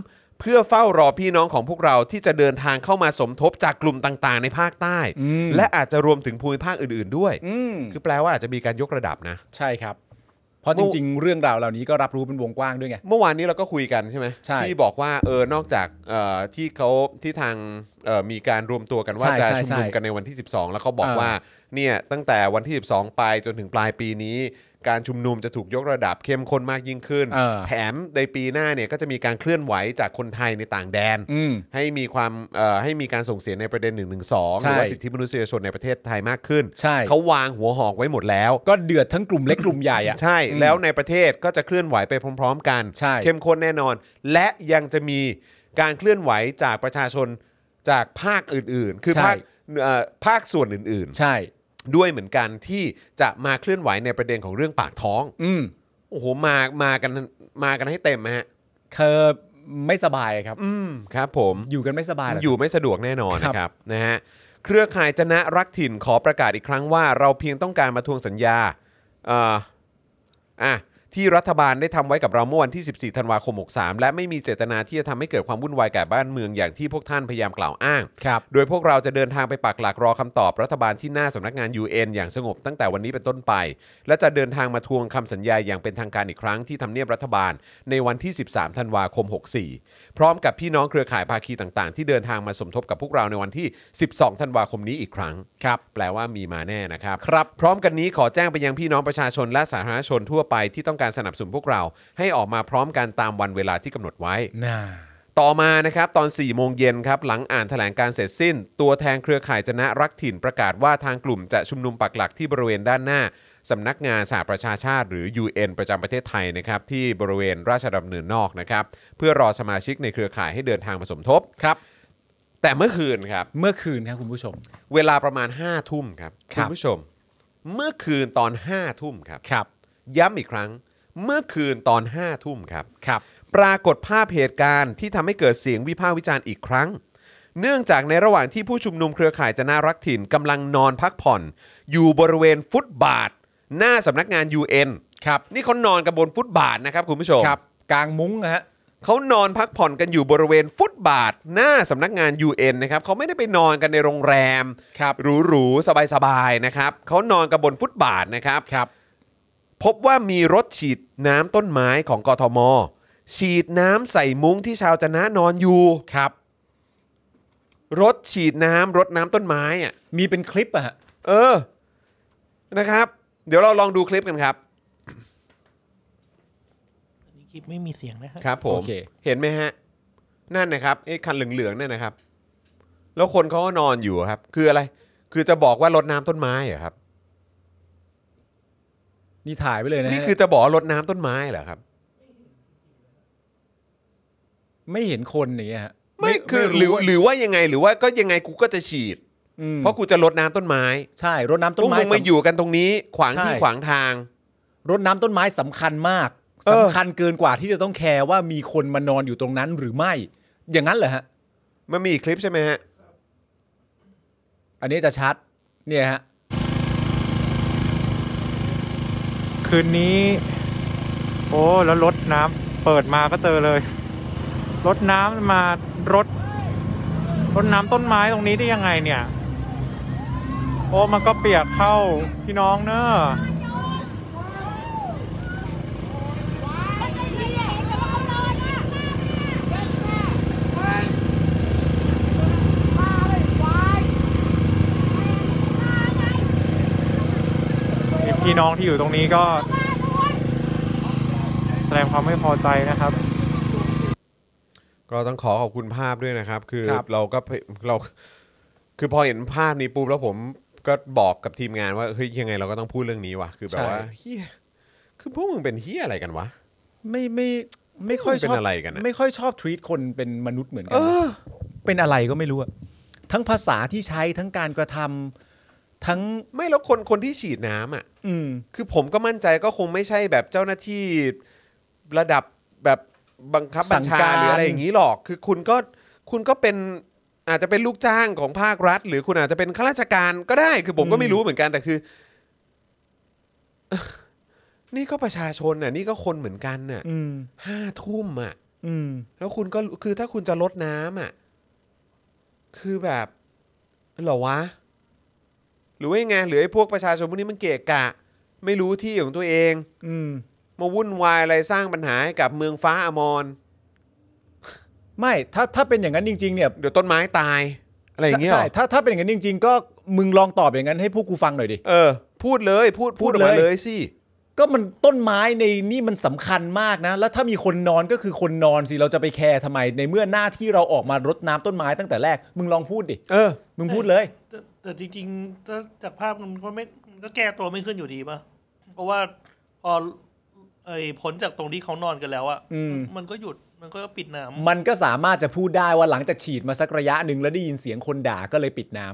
Speaker 1: 3. เพื่อเฝ้ารอพี่น้องของพวกเราที่จะเดินทางเข้ามาสมทบจากกลุ่มต่างๆ ในภาคใต้
Speaker 2: อืม
Speaker 1: และอาจจะรวมถึงภูมิภาคอื่นๆด้วย
Speaker 2: อืม
Speaker 1: คือแปลว่าอาจจะมีการยกระดับนะ
Speaker 2: ใช่ครับ เพราะจริง ๆ เรื่องราวเหล่านี้ก็รับรู้เป็นวงกว้างด้วยไง
Speaker 1: เมื่อวานนี้เราก็คุยกันใช่ไหม
Speaker 2: ใช่
Speaker 1: ที่บอกว่าเออนอกจากเอ่อที่เขาที่ทางเอ่อมีการรวมตัวกันว่า
Speaker 2: ใช่
Speaker 1: จะ
Speaker 2: ใช่
Speaker 1: ชุมนุม
Speaker 2: ใช่
Speaker 1: กันในวันที่ 12 แล้วเขาบอก
Speaker 2: อ่า
Speaker 1: ว่าเนี่ยตั้งแต่วันที่ 12 ไปจนถึงปลายปีนี้ การชุมนุมจะถูกยกระดับเข้มข้นมากยิ่งขึ้น
Speaker 2: เออ
Speaker 1: แถมในปีหน้าเนี่ยก็จะมีการเคลื่อนไหวจากคนไทยในต่างแดน
Speaker 2: อืม
Speaker 1: ให้มีความเอ่อให้มีการส่งเสียงในประเด็น1นึห
Speaker 2: ใช่
Speaker 1: รือว่าสิทธิมนุษยชนในประเทศไทยมากขึ้น
Speaker 2: ใช่
Speaker 1: เขาวางหัวหอกไว้หมดแล้ว
Speaker 2: ก็เดือดทั้งกลุ่มเล็กกลุ่มใหญ่อ่ะ
Speaker 1: ใช่
Speaker 2: อืม
Speaker 1: แล้วในประเทศก็จะเคลื่อนไหวไปพร้อม ๆ กัน
Speaker 2: ใช่
Speaker 1: เข้มข้นแน่นอน และยังจะมีการเคลื่อนไหวจากประชาชนจากภาคอื่นๆ คือภาคเอ่อภาคส่วนอื่น
Speaker 2: ใช่
Speaker 1: ๆ ด้วยเหมือนกันที่จะมาเคลื่อนไหวในประเด็นของเรื่องปากท้อง
Speaker 2: อืม
Speaker 1: โอ้โหมามากันมากันให้เต็มฮะ
Speaker 2: เธอไม่สบายครับ
Speaker 1: อืมครับ ผม
Speaker 2: อยู่กันไม่สบายเหรอ
Speaker 1: อ
Speaker 2: อ
Speaker 1: ยู่ไม่สะดวกแน่นอน
Speaker 2: ครับ
Speaker 1: นะครับนะฮะเครือข่ายจนะรักถิ่นขอประกาศอีกครั้งว่า เราเพียงต้องการมาทวงสัญญาเอ่อ อ่ะที่รัฐบาลได้ทำไว้กับเราเมื่อวันที่ 14 ธันวาคม 63 และไม่มีเจตนาที่จะทำให้เกิดความวุ่นวายแก่บ้านเมืองอย่างที่พวกท่านพยายามกล่าวอ้าง
Speaker 2: ครับ
Speaker 1: โดยพวกเราจะเดินทางไปปักหลักรอคำตอบรัฐบาลที่หน้าสำนักงาน UN อย่างสงบตั้งแต่วันนี้เป็นต้นไป และจะเดินทางมาทวงคำสัญญาอย่างเป็นทางการอีกครั้งที่ทำเนียบรัฐบาลในวันที่ 13 ธันวาคม 64 พร้อมกับพี่น้องเครือข่ายภาคีต่างๆ ที่เดินทางมาสมทบกับพวกเราในวันที่ 12 ธันวาคมนี้อีกครั้ง
Speaker 2: ครับ
Speaker 1: แปลว่ามีมาแน่นะครับ
Speaker 2: ครับ
Speaker 1: พร้อมกันนี้ขอแจ้งไปยังพี่น้องประชาชนและสาธารณชนทั่วไปที่ต้องการสนับสนุนพวกเรา ให้ออกมาพร้อมกันตามวันเวลาที่กำหนดไว้
Speaker 2: น่า
Speaker 1: ต่อมานะครับตอน 4 โมงเย็นครับหลังอ่านแถลงการเสร็จสิ้น ตัวแทนเครือข่ายจนะรักถิ่นประกาศว่าทางกลุ่มจะชุมนุมปักหลักที่บริเวณด้านหน้าสำนักงานสหประชาชาติ หรือ UN ประจำประเทศไทยนะครับที่บริเวณราชดำเนินนอกนะครับเพื่อรอสมาชิกในเครือข่ายให้เดินทางมาสมทบ
Speaker 2: ครับ
Speaker 1: แต่เมื่อคืนครับ
Speaker 2: เมื่อคืนครับคุณผู้ชม
Speaker 1: เวลาประมาณ 5 ทุ่มครับ
Speaker 2: ค
Speaker 1: คุ
Speaker 2: รั
Speaker 1: ณ
Speaker 2: บ
Speaker 1: ผู้ชม เมื่อคืนตอน 5 ทุ่มครับ
Speaker 2: ครับ
Speaker 1: ย้ำอีกครั้ง เมื่อคืนตอน 5 ทุ่มครับ
Speaker 2: ครับ
Speaker 1: ปรากฏภาพเหตุการณ์ที่ทำให้เกิดเสียงวิพากษ์วิจารณ์อีกครั้ง เนื่องจากในระหว่างที่ผู้ชุมนุมเครือข่ายจะน่ารักถิ่นกำลังนอนพักผ่อน อยู่บริเวณฟุตบาท หน้าสำนักงาน UN
Speaker 2: ครับ
Speaker 1: นี่เขานอนกันบนฟุตบาทนะครับคุณผู้ชม
Speaker 2: ครับ กลางมุ้งนะฮะ
Speaker 1: เขานอนพักผ่อนกันอยู่บริเวณฟุตบาท หน้าสำนักงาน UN นะครับเขาไม่ได้ไปนอนกันในโรงแรม
Speaker 2: ครับ
Speaker 1: หรูๆสบายๆนะครับเขานอนกันบนฟุตบาทนะครับ
Speaker 2: ครับ
Speaker 1: พบว่ามีรถฉีดน้ำต้นไม้ของกทม ฉีดน้ำใส่มุ้งที่ชาวจะนะนอนอยู่
Speaker 2: ครับ
Speaker 1: รถฉีดน้ำรถน้ำต้นไม้อ่ะ
Speaker 2: มีเป็นคลิปอะฮะ
Speaker 1: เออนะครับ เดี๋ยวเราลองดูคลิปกันครับ
Speaker 5: นี่คลิปไม่มีเสียงนะฮะ
Speaker 1: ครับผม
Speaker 2: โอเค
Speaker 1: เห็นไหมฮะ นั่นนะครับไอ้คันเหลืองๆนั่นนะครับ แล้วคนเขาก็นอนอยู่ครับ คืออะไร คือจะบอกว่ารดน้ำต้นไม้เหรอครับ
Speaker 2: นี่ถ่ายไว้เลยนะฮะ
Speaker 1: นี่คือจะบอกว่ารดน้ำต้นไม้เหรอครับ
Speaker 2: ไม่เห็นคนอย่างเงี้ยฮะ
Speaker 1: ไม่คือห
Speaker 2: ไม่
Speaker 1: รือ
Speaker 2: ว่า
Speaker 1: หรือว่ายังไงหรือว่าก็ยังไงกูก็จะฉีด
Speaker 2: อืม
Speaker 1: เพราะกูจะรดน้ำต้นไม้
Speaker 2: ใช่รถน้ำ
Speaker 1: ต้
Speaker 2: ต้
Speaker 1: น
Speaker 2: น
Speaker 1: ไม้
Speaker 2: ไม้
Speaker 1: มา
Speaker 2: สำ
Speaker 1: อยู่กันตรงนี้ ขวางที่
Speaker 2: ใช่
Speaker 1: ขวางทาง
Speaker 2: รถน้ำต้นไม้สำคัญมาก
Speaker 1: เออ
Speaker 2: สำคัญเกินกว่าที่จะต้องแคร์ว่ามีคนมานอนอยู่ตรงนั้นหรือไม่ อย่างนั้นเหรอฮะ
Speaker 1: มันมีอีกคลิปใช่ไหมฮะ
Speaker 2: อันนี้จะชัด เนี่ยฮะ
Speaker 6: คืนนี้ โอ้แล้วรถน้ำเปิดมาก็เจอเลยรถน้ำมารถรถน้ำต้นไม้ตรงนี้ได้ยังไงเนี่ย โอ้มันก็เปียกเข้าพี่น้องเนอะนี่พี่น้องที่อยู่ตรงนี้ก็แสดงความไม่พอใจนะครับ
Speaker 1: ก็ต้องขอขอบคุณภาพด้วยนะครับ คือ
Speaker 2: ครับ
Speaker 1: เราก็เราคือพอเห็นภาพนี้ปุ๊บแล้วผมก็บอกกับทีมงานว่าเฮ้ยยังไงเราก็ต้องพูดเรื่องนี้ว่ะคือแบบว่าเฮียคือพวกมึงเป็นเฮียอะไรกันวะ
Speaker 2: ไม่ไม่ไม่ค่อยช
Speaker 1: มัน
Speaker 2: อบ
Speaker 1: เป็นอะไรกันอะ
Speaker 2: ไม่ค่อยชอบทรีตคนเป็นมนุษย์เหมือนกันนะเป็นอะไรก็ไม่รู้อะทั้งภาษาที่ใช้ทั้งการกระทำทั้ง
Speaker 1: ไม่แล้วคนคนที่ฉีดน้ำอ่ะ
Speaker 2: อืม
Speaker 1: คือผมก็มั่นใจก็คงไม่ใช่แบบเจ้าหน้าที่ระดับแบบบังคับบัญชา
Speaker 2: สั่งการ
Speaker 1: หรืออะไรอย่างนี้หรอก คือคุณก็คุณก็เป็นอาจจะเป็นลูกจ้างของภาครัฐ หรือคุณอาจจะเป็นข้าราชการก็ได้ คือผมก็ไม่รู้เหมือนกันแต่คือ [laughs] นี่ก็ประชาชนน่ะนี่ก็คนเหมือนกันน่ะ
Speaker 2: อืม
Speaker 1: ห้าทุ่มอ่ะ
Speaker 2: อืม
Speaker 1: แล้วคุณก็คือถ้าคุณจะลดน้ำอ่ะคือแบบเหรอวะ หรือว่ายังไงหรือไอ้พวกประชาชนพวกนี้มันเกะกะ ไม่รู้ที่ของตัวเอง
Speaker 2: อืม
Speaker 1: มาวุ่นวายอะไรสร้างปัญหาให้กับเมืองฟ้าอมร
Speaker 2: ไม่ถ้าถ้าเป็นอย่างนั้นจริง ๆ เนี่ย
Speaker 1: เดี๋ยวต้นไม้ตายอะไรอย่างเงี้ยเหรอ
Speaker 2: ใช่ถ้าถ้าเป็นอย่างนั้นจริง ๆ ก็มึงลองตอบอย่างนั้นให้พวกกูฟังหน่อยดิ
Speaker 1: เออ พูดเลยพูดพูดออก
Speaker 2: พูด
Speaker 1: มา
Speaker 2: เล
Speaker 1: เล
Speaker 2: ย
Speaker 1: ยสิ
Speaker 2: ก็มันต้นไม้ในนี่มันสำคัญมากนะ แล้วถ้ามีคนนอนก็คือคนนอนสิเราจะไปแคร์ทำไม ในเมื่อหน้าที่เราออกมารดน้ำต้นไม้ตั้งแต่แรก มึงลองพูดดิ
Speaker 1: เออ
Speaker 2: มึงพูดเลย
Speaker 5: แต่แต่จริงๆถ้าจากภาพมันก็ไม่มันก็แก้ตัวไม่ขึ้นอยู่ดีป่ะ เพราะว่าพอไอ้ผลจากตรงที่เขานอนกันแล้วอะ
Speaker 2: อืม
Speaker 5: มันก็หยุดมันก็ปิดน้ำ
Speaker 2: มันก็สามารถจะพูดได้ว่าหลังจากฉีดมาสักระยะหนึ่งแล้วได้ยินเสียงคนด่าก็เลยปิดน้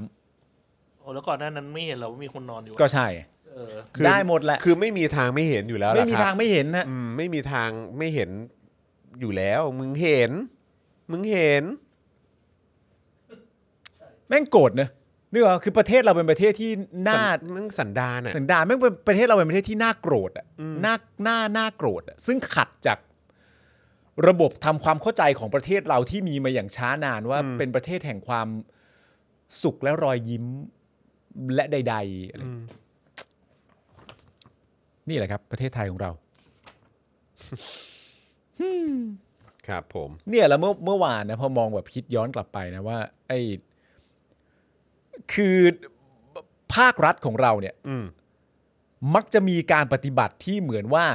Speaker 2: ำ
Speaker 5: โอ้แล้วก่อนหน้านั้นไม่เห็นเหราว่ามีคนนอนอยู่อะ
Speaker 2: ก็ใช่
Speaker 5: เออ
Speaker 1: คือ
Speaker 2: ได้หมดแหละ
Speaker 1: คือไม่มีทางไม่เห็นอยู่แล้วล่ะ
Speaker 2: ไม่มี
Speaker 1: ครับ
Speaker 2: ทางไม่เห็นนะ
Speaker 1: อืมไม่มีทางไม่เห็นอยู่แล้ว มึงเห็น มึงเห็น
Speaker 2: แม่งโกรธนะนึกว่าคือประเทศเราเป็นประเทศที่น่า
Speaker 1: สันมึงสันดานอ่ะ
Speaker 2: สันดานแม่งเป็นประเทศเราเป็นประเทศที่น่าโกรธอ่ะน่าน่าน่าโกรธอ่ะซึ่งขัดจากระบบทำความเข้าใจของประเทศเราที่มีมาอย่างช้านานว่าเป็นประเทศแห่งความสุขและรอยยิ้มและใดๆอะไรนี่แหละครับ ประเทศไทยของเรา
Speaker 1: ครับผม
Speaker 2: เนี่ยแล้วเมื่อเมื่อวานนะพอมองแบบคิดย้อนกลับไปนะว่า ไอ้คือภาครัฐของเราเนี่ย
Speaker 1: อืม
Speaker 2: มักจะมีการปฏิบัติที่เหมือนว่า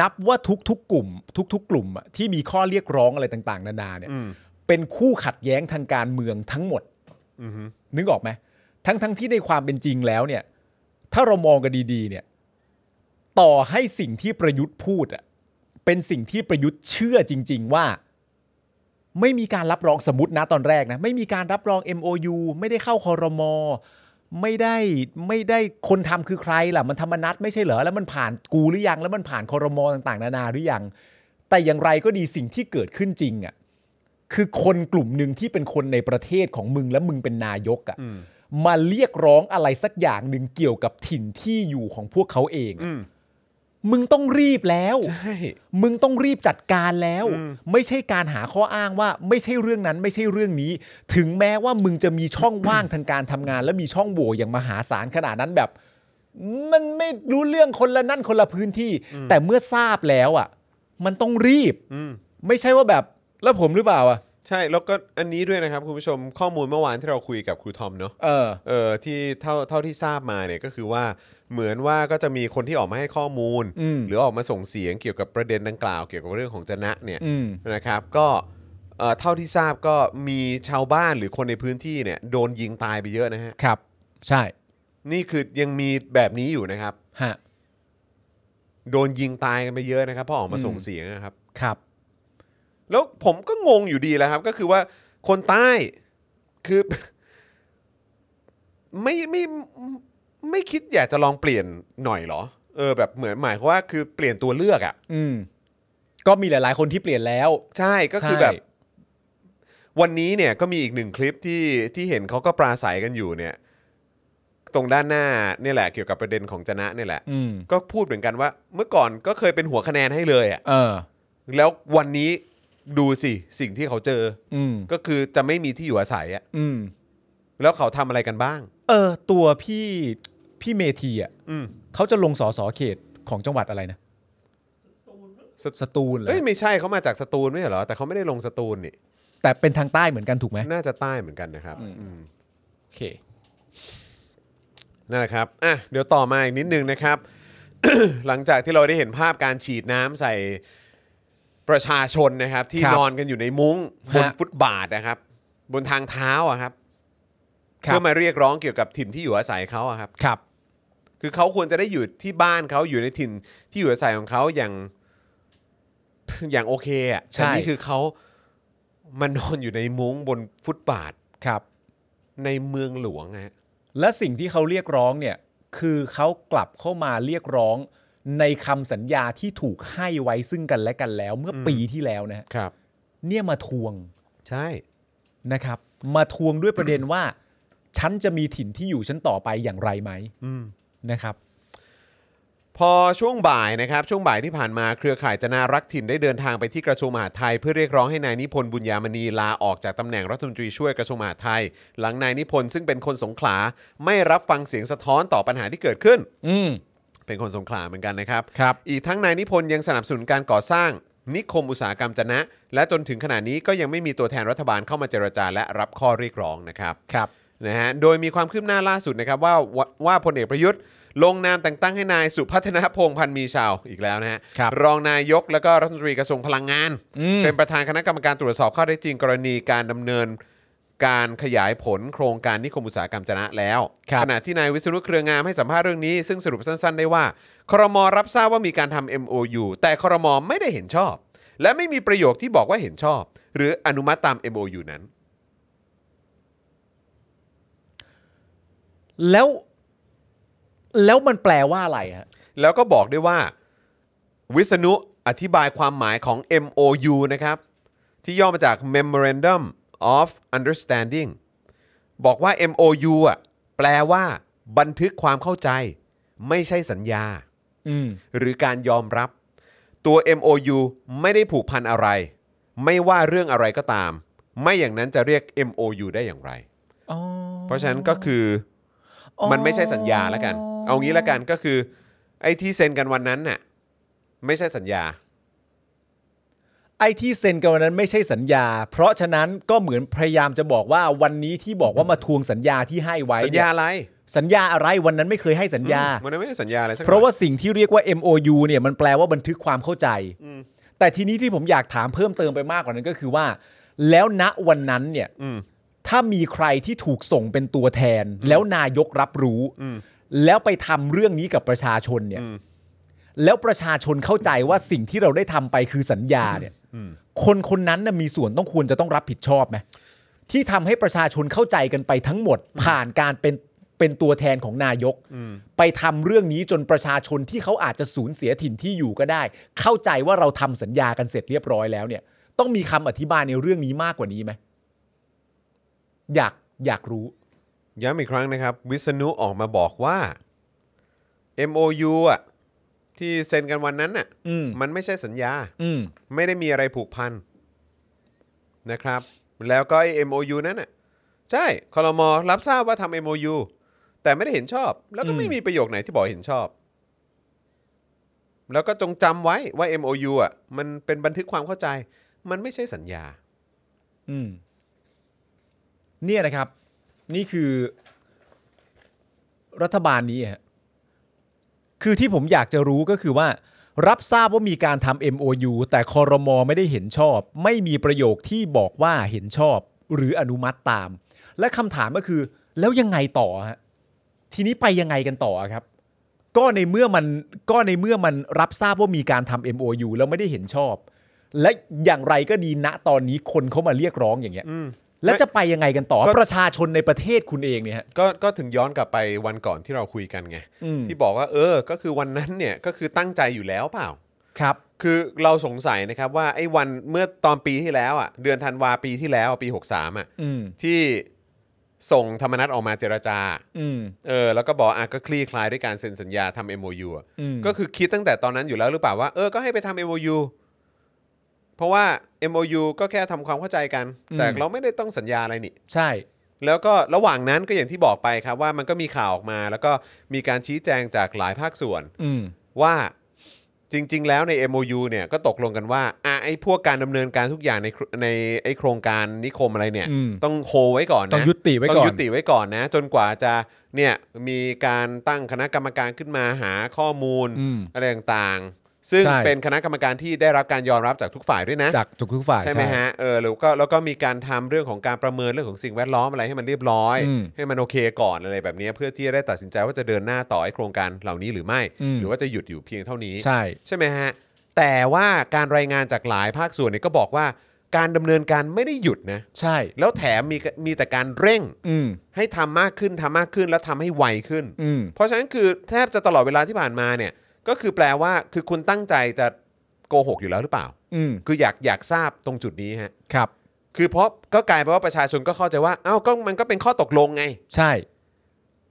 Speaker 2: นับว่าทุกๆกกลุ่ม ทุกๆกกลุ่มอะที่มีข้อเรียกร้องอะไรต่าง ๆ นานาเนี่ย
Speaker 1: อืม
Speaker 2: เป็นคู่ขัดแย้งทางการเมืองทั้งหมด
Speaker 1: อืมฮึ
Speaker 2: นึกออกไหมทั้งทั้งๆที่ในความเป็นจริงแล้วเนี่ย ถ้าเรามองกันดีๆ เนี่ย ต่อให้สิ่งที่ประยุทธ์พูดอะเป็นสิ่งที่ประยุทธ์เชื่อจริง ๆ ว่า ไม่มีการรับรองสมมตินะตอนแรกนะ ไม่มีการรับรอง MOU ไม่ได้เข้าคอรมอไม่ได้ไม่ได้คนทำคือใครล่ะ มันธรรมนัตไม่ใช่เหรอ แล้วมันผ่านกูหรือยัง แล้วมันผ่านคอรมอต่างๆ นานาหรือยัง แต่อย่างไรก็ดีสิ่งที่เกิดขึ้นจริงอะ่ะคือคนกลุ่มหนึ่งที่เป็นคนในประเทศของมึงและมึงเป็นนายกอ่ะมาเรียกร้องอะไรสักอย่างหนึ่งเกี่ยวกับถิ่นที่อยู่ของพวกเขาเองอะ
Speaker 1: อืม
Speaker 2: มึงต้องรีบแล้ว
Speaker 1: ใช่
Speaker 2: มึงต้องรีบจัดการแล้ว
Speaker 1: อืม
Speaker 2: ไม่ใช่การหาข้ออ้างว่าไม่ใช่เรื่องนั้นไม่ใช่เรื่องนี้ ถึงแม้ว่ามึงจะมีช่องว่าง ทางการทำงาน และมีช่องโหว่อย่างมหาศาลขนาดนั้นแบบ มันไม่รู้เรื่องคนละนั่นคนละพื้นที่ แต่เมื่อทราบแล้วอ่ะ มันต้องรีบ
Speaker 1: อืม
Speaker 2: ไม่ใช่ว่าแบบแล้วผมหรือเปล่าอ่ะ
Speaker 1: ใช่ แล้วก็อันนี้ด้วยนะครับ คุณผู้ชม ข้อมูลเมื่อวานที่เราคุยกับครูทอมเนาะ
Speaker 2: เออ
Speaker 1: เออที่เท่าเท่าที่ทราบมาเนี่ยก็คือว่าเหมือนว่าก็จะมีคนที่ออกมาให้ข้อมูล
Speaker 2: อืม
Speaker 1: หรือออกมาส่งเสียงเกี่ยวกับประเด็นดังกล่าวเกี่ยวกับเรื่องของจนะเนี่ย
Speaker 2: อืม
Speaker 1: นะครับ ก็เอ่อเท่าที่ทราบก็มีชาวบ้านหรือคนในพื้นที่เนี่ยโดนยิงตายไปเยอะนะฮะ
Speaker 2: ครับ ใช่
Speaker 1: นี่คือยังมีแบบนี้อยู่นะครับ
Speaker 2: ฮะ
Speaker 1: โดนยิงตายกันไปเยอะนะครับเพราะออกมา
Speaker 2: อืม
Speaker 1: ส่งเสียงนะครับ
Speaker 2: ครับ
Speaker 1: แล้วผมก็งงอยู่ดีแหล้วครับ ก็คือว่าคนใต้คือ [laughs] ไม่ไม่ไม่คิดอยากจะลองเปลี่ยนหน่อยเหรอ เออ แบบเหมือนหมายความว่าคือเปลี่ยนตัวเลือกอะ่ะ
Speaker 2: อืม ก็มีหลาย ๆ คนที่เปลี่ยนแล้ว
Speaker 1: ใช่ก็คือ
Speaker 2: ใช่
Speaker 1: แบบ วันนี้เนี่ยก็มีอีกหนึ่งคลิปที่ที่เห็นเขาก็ปราศัยกันอยู่เนี่ย ตรงด้านหน้าเนี่ยแหละเกี่ยวกับประเด็นของจนะเนี่ยแหละ
Speaker 2: อืม
Speaker 1: ก็พูดเหมือนกันว่า เมื่อก่อนก็เคยเป็นหัวคะแนนให้เลยอะ่ะ
Speaker 2: เออ
Speaker 1: แล้ววันนี้ดูสิสิ่งที่เขาเจอ
Speaker 2: อืม
Speaker 1: ก็คือจะไม่มีที่อยู่อาศัยอ่ะ
Speaker 2: อืม
Speaker 1: แล้วเขาทำอะไรกันบ้าง
Speaker 2: เออ ตัวพี่พี่เมทีอ่ะ
Speaker 1: อืม
Speaker 2: เขาจะลงสอสอเขตของจังหวัดอะไรนะ
Speaker 1: ส
Speaker 2: สตูลเหรอ
Speaker 1: เอ้ยไม่ใช่เขามาจากสตูลไม่ใช่เหรอ แต่เขาไม่ได้ลงสตูลนี่
Speaker 2: แต่เป็นทางใต้เหมือนกันถูกไหม
Speaker 1: น่าจะใต้เหมือนกันนะครับอืม
Speaker 2: โอเค
Speaker 1: นั่นแหละครับ อ่ะ เดี๋ยวต่อมาอีกนิดนึงนะครับ [coughs] หลังจากที่เราได้เห็นภาพการฉีดน้ำใส่ประชาชนนะครับ ที่
Speaker 2: ครับ
Speaker 1: นอนกันอยู่ในมุ้งบน
Speaker 2: ฮะ
Speaker 1: ฟุตบาทนะครับ บนทางเท้าอะครับ
Speaker 2: ครั
Speaker 1: เพื่
Speaker 2: บ
Speaker 1: อมาเรียกร้องเกี่ยวกับถิ่นที่อยู่อาศัยเขาอะครับ
Speaker 2: ครับ
Speaker 1: คือเขาควรจะได้อยู่ที่บ้านเขาอยู่ในถิ่นที่อยู่อาศัยของเขาอย่าง [coughs] อย่างโอเคอ่ะ
Speaker 2: ใช่
Speaker 1: แต่นี่คือเขามานอนอยู่ในมุ้งบนฟุตบาท
Speaker 2: ครับ
Speaker 1: ในเมืองหลวงฮะ
Speaker 2: และสิ่งที่เขาเรียกร้องเนี่ย คือเขากลับเข้ามาเรียกร้องในคำสัญญาที่ถูกให้ไว้ซึ่งกันและกันแล้ว เมื่อปีที่แล้วนะฮะ
Speaker 1: ครับ
Speaker 2: เนี่ยมาทวง
Speaker 1: ใช่
Speaker 2: นะครับ มาทวงด้วยประเด็นว่า ฉันจะมีถิ่นที่อยู่ฉันต่อไปอย่างไรไหม
Speaker 1: อืม
Speaker 2: นะครับ
Speaker 1: พอช่วงบ่ายนะครับ ช่วงบ่ายที่ผ่านมาเครือข่ายจนารักถิ่นได้เดินทางไปที่กระทรวงมหาดไทย เพื่อเรียกร้องให้นายนิพนธ์บุญญามณีลาออกจากตำแหน่งรัฐมนตรีช่วยกระทรวงมหาดไทย หลังนายนิพนธ์ซึ่งเป็นคนสงขลาไม่รับฟังเสียงสะท้อนต่อปัญหาที่เกิดขึ้น
Speaker 2: อืม
Speaker 1: เป็นคนสงขลาเหมือนกันนะครับ
Speaker 2: ครับ
Speaker 1: อีกทั้งนายนิพนธ์ยังสนับสนุนการก่อสร้างนิคมอุตสาหกรรมจะนะ และจนถึงขณะนี้ก็ยังไม่มีตัวแทนรัฐบาลเข้ามาเจรจาและรับข้อเรียกร้องนะครับ
Speaker 2: ครับ
Speaker 1: นะฮะ โดยมีความคืบหน้าล่าสุดนะครับว่าว่าว่าพลเอกประยุทธ์ ลงนามแต่งตั้งให้นายสุพัฒนพงษ์พันธ์มีชาวอีกแล้วนะฮะ
Speaker 2: ครับ
Speaker 1: องนายกแล้วก็รัฐมนตรีกระทรวงพลังงาน
Speaker 2: อืม
Speaker 1: เป็นประธานคณะกรรมการตรวจสอบข้อเท็จจริงกรณีการดำเนินการขยายผลโครงการนิคมอุตสาหกรรมจนะแล้ว
Speaker 2: ครับ
Speaker 1: ขณะที่นายวิษณุเครืองามให้สัมภาษณ์เรื่องนี้ ซึ่งสรุปสั้นๆ ได้ว่าครมรับทราบว่ามีการทำ MOU แต่ครมไม่ได้เห็นชอบ และไม่มีประโยคที่บอกว่าเห็นชอบ หรืออนุมัติตาม MOU นั้น
Speaker 2: แล้ว แล้วมันแปลว่าอะไรฮะ
Speaker 1: แล้วก็บอกด้วยว่า วิษณุอธิบายความหมายของ MOU นะครับ ที่ย่อมาจาก Memorandum of Understanding บอกว่า MOU อ่ะแปลว่า บันทึกความเข้าใจ ไม่ใช่สัญญา
Speaker 2: อืม
Speaker 1: หรือการยอมรับ ตัว MOU ไม่ได้ผูกพันอะไร ไม่ว่าเรื่องอะไรก็ตาม ไม่อย่างนั้นจะเรียก MOU ได้อย่างไร
Speaker 2: อ๋อ
Speaker 1: เพราะฉะนั้นก็คืออ
Speaker 2: อ
Speaker 1: มันไม่ใช่สัญญาแล้วกัน เอางี้แล้วกันก็คือ ไอ้ที่เซ็นกันวันนั้นน่ะไม่ใช่สัญญา
Speaker 2: ไอ้ที่เซ็นกันวันนั้นไม่ใช่สัญญา เพราะฉะนั้นก็เหมือนพยายามจะบอกว่าวันนี้ที่บอกว่ามาทวงสัญญาที่ให้ไว้
Speaker 1: สัญ
Speaker 2: เนี่
Speaker 1: ญาย อะไร
Speaker 2: สัญญาอะไรวันนั้นไม่เคยให้สัญญา
Speaker 1: อืมมันไม่ได้สัญญาอะไรสัก
Speaker 2: เพราะว่าสิ่งที่เรียกว่า MOU เนี่ยมันแปลว่าบันทึกความเข้าใจ แต่ทีนี้ที่ผมอยากถามเพิ่มเติมไปมากกว่านั้นก็คือว่า แล้วณวันนั้นเนี่ย
Speaker 1: อืม
Speaker 2: ถ้ามีใครที่ถูกส่งเป็นตัวแทน แล้วนายกรับรู้ แล้วไปทำเรื่องนี้กับประชาชนเนี่ย
Speaker 1: อืม
Speaker 2: แล้วประชาชนเข้าใจว่าสิ่งที่เราได้ทำไปคือสัญญาเนี่ยคนคนนั้นน่ะมีส่วนต้องควรจะต้องรับผิดชอบไหมที่ทำให้ประชาชนเข้าใจกันไปทั้งหมด ผ่านการเป็นเป็นตัวแทนของนายก ไปทำเรื่องนี้จนประชาชนที่เขาอาจจะสูญเสียถิ่นที่อยู่ก็ได้ เข้าใจว่าเราทำสัญญากันเสร็จเรียบร้อยแล้วเนี่ย ต้องมีคำอธิบายในเรื่องนี้มากกว่านี้ไหม อยากอยากรู้
Speaker 1: ย้ำอีกครั้งนะครับ วิษณุออกมาบอกว่า MOU อ่ะที่เซ็นกันวันนั้นน่ะ
Speaker 2: อืม
Speaker 1: มันไม่ใช่สัญญา
Speaker 2: อืม
Speaker 1: ไม่ได้มีอะไรผูกพันนะครับ แล้วก็ไอ้ MOU นั้นน่ะใช่คอรมอรับทราบว่าทำ MOU แต่ไม่ได้เห็นชอบ แล้วก็ไม่
Speaker 2: อืม
Speaker 1: มีประโยคไหนที่บอกเห็นชอบ แล้วก็จงจำไว้ว่า MOU อ่ะมันเป็นบันทึกความเข้าใจ มันไม่ใช่สัญญา
Speaker 2: อืม เนี่ยนะครับ นี่คือ รัฐบาลนี้ฮะคือที่ผมอยากจะรู้ก็คือว่า รับทราบว่ามีการทำ MOU แต่คอรมอไม่ได้เห็นชอบ ไม่มีประโยคที่บอกว่าเห็นชอบ หรืออนุมัติตาม และคำถามก็คือ แล้วยังไงต่อฮะทีนี้ไปยังไงกันต่อครับ ก็ในเมื่อมันก็ในเมื่อมันรับทราบว่ามีการทำ MOU แล้วไม่ได้เห็นชอบ และอย่างไรก็ดีณตอนนี้คนเขามาเรียกร้องอย่างเงี้ย
Speaker 1: อืม
Speaker 2: แล้วจะไปยังไงกันต่อ
Speaker 1: ก็
Speaker 2: ประชาชนในประเทศคุณเองเนี่ยฮะ
Speaker 1: ก็ก็ถึงย้อนกลับไปวันก่อนที่เราคุยกันไง
Speaker 2: อืม
Speaker 1: ที่บอกว่า เออ ก็คือวันนั้นเนี่ยก็คือตั้งใจอยู่แล้วเปล่า
Speaker 2: ครับ
Speaker 1: คือเราสงสัยนะครับว่าไอ้วันเมื่อตอนปีที่แล้วอ่ะเดือนธันวาปีที่แล้วปี 63อ่ะ
Speaker 2: อืม
Speaker 1: ที่ส่งธรรมนัตออกมาเจรจา
Speaker 2: อืม
Speaker 1: เออ แล้วก็บอกอ่ะก็คลี่คลายด้วยการเซ็นสัญญาทำ MOU อ่ะ
Speaker 2: อืม
Speaker 1: ก็คือคิดตั้งแต่ตอนนั้นอยู่แล้วหรือเปล่าว่า เออ ก็ให้ไปทำ MOU เพราะว่า MOU ก็แค่ทำความเข้าใจกัน
Speaker 2: อืม
Speaker 1: แต่เราไม่ได้ต้องสัญญาอะไรนี่
Speaker 2: ใช่
Speaker 1: แล้วก็ระหว่างนั้นก็อย่างที่บอกไปครับว่ามันก็มีข่าวออกมา แล้วก็มีการชี้แจงจากหลายภาคส่วน
Speaker 2: อืม
Speaker 1: ว่าจริง ๆ แล้วใน MOU เนี่ยก็ตกลงกันว่าอ่ะไอ้พวกการดำเนินการทุกอย่างในครในไอ้โครงการนิคมอะไรเนี่ย
Speaker 2: อืม
Speaker 1: ต้องโฮไว้ก่อนนะ
Speaker 2: ต้องยุติไว้
Speaker 1: ต้อ
Speaker 2: ก่อง น
Speaker 1: ยุติไว้ก่อนนะ จนกว่าจะเนี่ยมีการตั้งคณะกรรมการขึ้นมาหาข้อมูล
Speaker 2: อืม
Speaker 1: อะไรต่างๆ ซึ่ง
Speaker 2: ใช่
Speaker 1: เป็นคณะกรรมการที่ได้รับการยอมรับจากทุกฝ่ายด้วยนะ
Speaker 2: จากทุกๆฝ่าย
Speaker 1: ไหมฮะเออแล้วก็แล้วก็มีการทำเรื่องของการประเมินเรื่องของสิ่งแวดล้อมอะไรให้มันเรียบร้อย
Speaker 2: อืม
Speaker 1: ให้มันโอเคก่อนอะไรแบบนี้เพื่อที่จะได้ตัดสินใจว่าจะเดินหน้าต่อไอ้โครงการเหล่านี้หรือไม่
Speaker 2: อืม
Speaker 1: หรือว่าจะหยุดอยู่เพียงเท่านี้
Speaker 2: ใช่
Speaker 1: ใช่ไหมฮะ แต่ว่าการรายงานจากหลายภาคส่วนเนี่ยก็บอกว่าการดำเนินการไม่ได้หยุดนะ
Speaker 2: ใช่
Speaker 1: แล้วแถมมีมีแต่การเร่ง
Speaker 2: อืม
Speaker 1: ให้ทำมากขึ้นทำมากขึ้นแล้วทำให้ไวขึ้น
Speaker 2: อืม
Speaker 1: เพราะฉะนั้นคือแทบจะตลอดเวลาที่ผ่านมาเนี่ย ก็คือแปลว่าคือคุณตั้งใจจะโกหกอยู่แล้วหรือเปล่า
Speaker 2: อืม
Speaker 1: คืออยากอยากทราบตรงจุดนี้ฮะ
Speaker 2: ครับ
Speaker 1: คือเพราะก็กลายเป็นว่าประชาชนก็เข้าใจว่าอ้าวก็มันก็เป็นข้อตกลงไง
Speaker 2: ใช่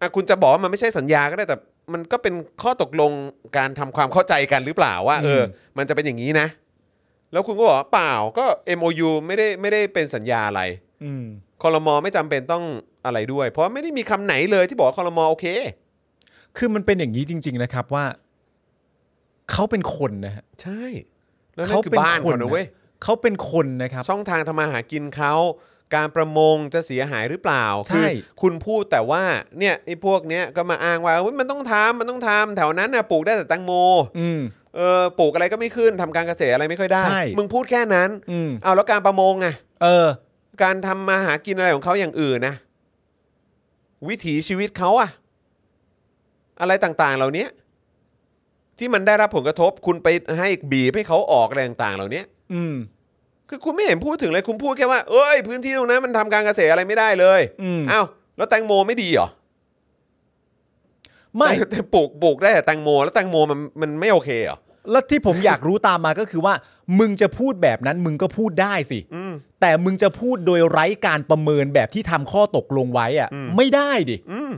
Speaker 1: อ่ะคุณจะบอกว่ามันไม่ใช่สัญญาก็ได้แต่มันก็เป็นข้อตกลงการทำความเข้าใจกันหรือเปล่าว่า เออ
Speaker 2: อืม
Speaker 1: มันจะเป็นอย่างนี้นะ แล้วคุณก็บอกว่าเปล่าก็ MOU ไม่ได้ไม่ได้เป็นสัญญาอะไร
Speaker 2: อืม
Speaker 1: คอรมอไม่จำเป็นต้องอะไรด้วย เพราะไม่ได้มีคำไหนเลยที่บอกว่าคอรมอโอเค
Speaker 2: คือมันเป็นอย่างนี้จริง ๆ นะครับว่า เขาเป็นคนนะฮะ
Speaker 1: ใช่แล้วนั่
Speaker 2: เขา
Speaker 1: นคือ
Speaker 2: เป็น
Speaker 1: บ้าน
Speaker 2: คน
Speaker 1: เขานะ
Speaker 2: นะ
Speaker 1: เว้ย
Speaker 2: เขาเป็นคนนะครับ
Speaker 1: ช่องทางทำมาหากินเขาการประมงจะเสียหายหรือเปล่า
Speaker 2: ใช่
Speaker 1: คืคุณพูดแต่ว่าเนี่ยไอ้พวกเนี้ยก็มาอ้างว่าอุ๊ยมันต้องทำมันต้องทำแถวนั้นน่ะปลูกได้แต่แตังโม
Speaker 2: อืม
Speaker 1: เออปลูกอะไรก็ไม่ขึ้นทำการเกษตรอะไรไม่ค่อยได้
Speaker 2: ใช่
Speaker 1: มึงพูดแค่นั้น
Speaker 2: อืม
Speaker 1: เอาแล้วการประมงอะ
Speaker 2: เออ
Speaker 1: การทำมาหากินอะไรของเขาอย่างอื่นนะ วิถีชีวิตเขาอะอะไรต่างๆ เหล่านี้ที่มันได้รับผลกระทบ คุณไปให้บีบให้เขาออกอะไรต่างๆ เหล่านี้
Speaker 2: อืม
Speaker 1: คือคุณไม่เห็นพูดถึงเลยคุณพูดแค่ว่าเอ้ยพื้นที่ตรงนั้นมันทำการเกษตรอะไรไม่ได้เลย
Speaker 2: อืม
Speaker 1: อ้าวแล้วแตงโมไม่ดีเหรอ
Speaker 2: ไม่
Speaker 1: แต่ปลูกปลูกได้แต่แตงโม แล้วแตงโมมันมันไม่โอเคเหรอ
Speaker 2: แล้วที่ผมอยากรู้ตามมาก็คือว่า มึงจะพูดแบบนั้นมึงก็พูดได้สิ
Speaker 1: อืม
Speaker 2: แต่มึงจะพูดโดยไร้การประเมินแบบที่ทำข้อตกลงไว้อะ
Speaker 1: อืม
Speaker 2: ไม่ได้ดิ
Speaker 1: อืม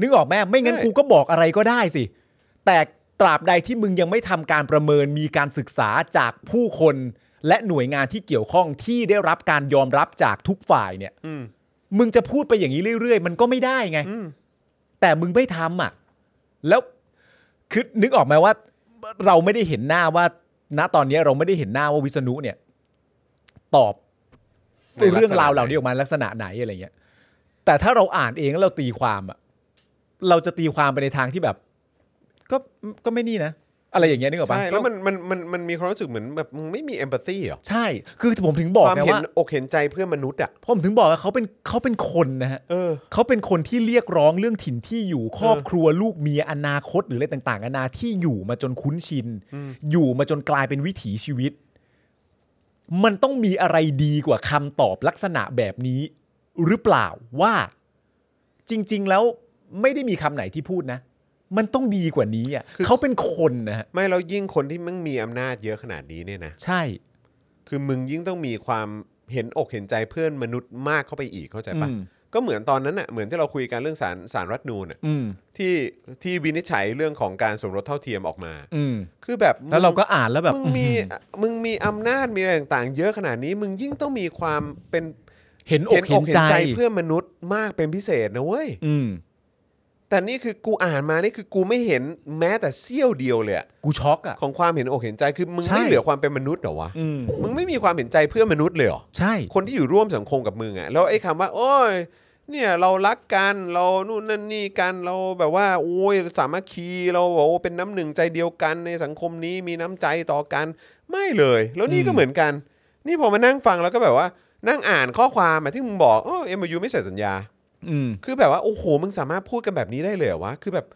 Speaker 2: นึกออกไหมไม่งั้น
Speaker 1: ใช่
Speaker 2: กูก็บอกอะไรก็ได้สิ แต่ตราบใดที่มึงยังไม่ทำการประเมินมีการศึกษาจากผู้คน และหน่วยงานที่เกี่ยวข้องที่ได้รับการยอมรับจากทุกฝ่ายเนี่ย
Speaker 1: อืม
Speaker 2: มึงจะพูดไปอย่างนี้เรื่อยๆ มันก็ไม่ได้ไง
Speaker 1: อืม
Speaker 2: แต่มึงไม่ทำอ่ะ แล้วคือนึกออกไหมว่า เราไม่ได้เห็นหน้าว่า ณตอนนี้เราไม่ได้เห็นหน้าว่าวิษณุเนี่ย ตอบ
Speaker 1: ในลักษณะ
Speaker 2: เรื่องราวเหล่านี้ออกมาลักษณะไหนอะไรเงี้ย แต่ถ้าเราอ่านเองแล้วเราตีความอ่ะ เราจะตีความไปในทางที่แบบ ก็ก็ไม่นี่นะ อะไรอย่างเงี้ยนึกออกปะ
Speaker 1: ใช่แล้วมันมันมันมันมีความรู้สึกเหมือนแบบมึงไม่มีเอมพัตตีเหรอ
Speaker 2: ใช่ คือผมถึงบอก
Speaker 1: ความ
Speaker 2: ไง
Speaker 1: เห็น
Speaker 2: ว่า
Speaker 1: อกเห็นใจเพื่อนมนุษย์อะ
Speaker 2: ผมถึงบอกว่าเขาเป็นเขาเป็นคนนะฮะ
Speaker 1: เออ
Speaker 2: เขาเป็นคนที่เรียกร้องเรื่องถิ่นที่อยู่ครอบครัวลูกเมียอนาคตหรืออะไรต่างๆนานาที่อยู่มาจนคุ้นชิน อยู่มาจนกลายเป็นวิถีชีวิต มันต้องมีอะไรดีกว่าคำตอบลักษณะแบบนี้ หรือเปล่าว่าจริง ๆ แล้วไม่ได้มีคำไหนที่พูดนะ มันต้องดีกว่านี้อ่ะ
Speaker 1: คือ
Speaker 2: เขาเป็นคนนะฮะ
Speaker 1: ไม่แล้วยิ่งคนที่มึงมีอำนาจเยอะขนาดนี้เนี่ยนะ
Speaker 2: ใช่
Speaker 1: คือมึงยิ่งต้องมีความเห็นอกเห็นใจเพื่อนมนุษย์มากเข้าไปอีกเข้าใจปะ
Speaker 2: อืม
Speaker 1: ก็เหมือนตอนนั้นน่ะเหมือนที่เราคุยกันเรื่องสารสารรัฐธรรมนูนน่ะ
Speaker 2: อืม
Speaker 1: ที่ที่วินิจฉัยเรื่องของการสมรสเท่าเทียมออกมา
Speaker 2: อืม
Speaker 1: คือแบบ
Speaker 2: แล้วเราก็อ่านแล้วแบบ
Speaker 1: มึงมีมึงมีอำนาจมีอะไรต่างๆ เยอะขนาดนี้ มึงยิ่งต้องมีความเป็น
Speaker 2: เห็นอกเห็นใจ
Speaker 1: เพื่อนมนุษย์มากเป็นพิเศษนะเว้ย
Speaker 2: อืม
Speaker 1: แต่นี่คือกูอ่านมานี่คือกูไม่เห็นแม้แต่เสี้ยวเดียวเลยอะ
Speaker 2: กูช็อกอ่ะ
Speaker 1: ของความเห็นอกเห็นใจคือมึง
Speaker 2: ใช่
Speaker 1: ไม่เหลือความเป็นมนุษย์เหรอวะ
Speaker 2: อืม
Speaker 1: มึงไม่มีความเห็นใจเพื่อนมนุษย์เลยเหรอ
Speaker 2: ใช่
Speaker 1: คนที่อยู่ร่วมสังคมกับมึงอะแล้วไอ้คำว่า โอ้ย เนี่ยเรารักกันเรานู่นนั่นนี่กันเราแบบว่า โอ้ยสามัคคีเราบอกว่าเป็นน้ำหนึ่งใจเดียวกันในสังคมนี้มีน้ำใจต่อกันไม่เลย แล้วนี่
Speaker 2: อืม
Speaker 1: ก็เหมือนกัน นี่พอมานั่งฟังแล้วก็แบบว่านั่งอ่านข้อความอะที่มึงบอกเออเอ็มยูไม่ใส่สัญญา
Speaker 2: อืม
Speaker 1: คือแบบว่าโอ้โหมึงสามารถพูดกันแบบนี้ได้เลยเหรอวะคือแบบ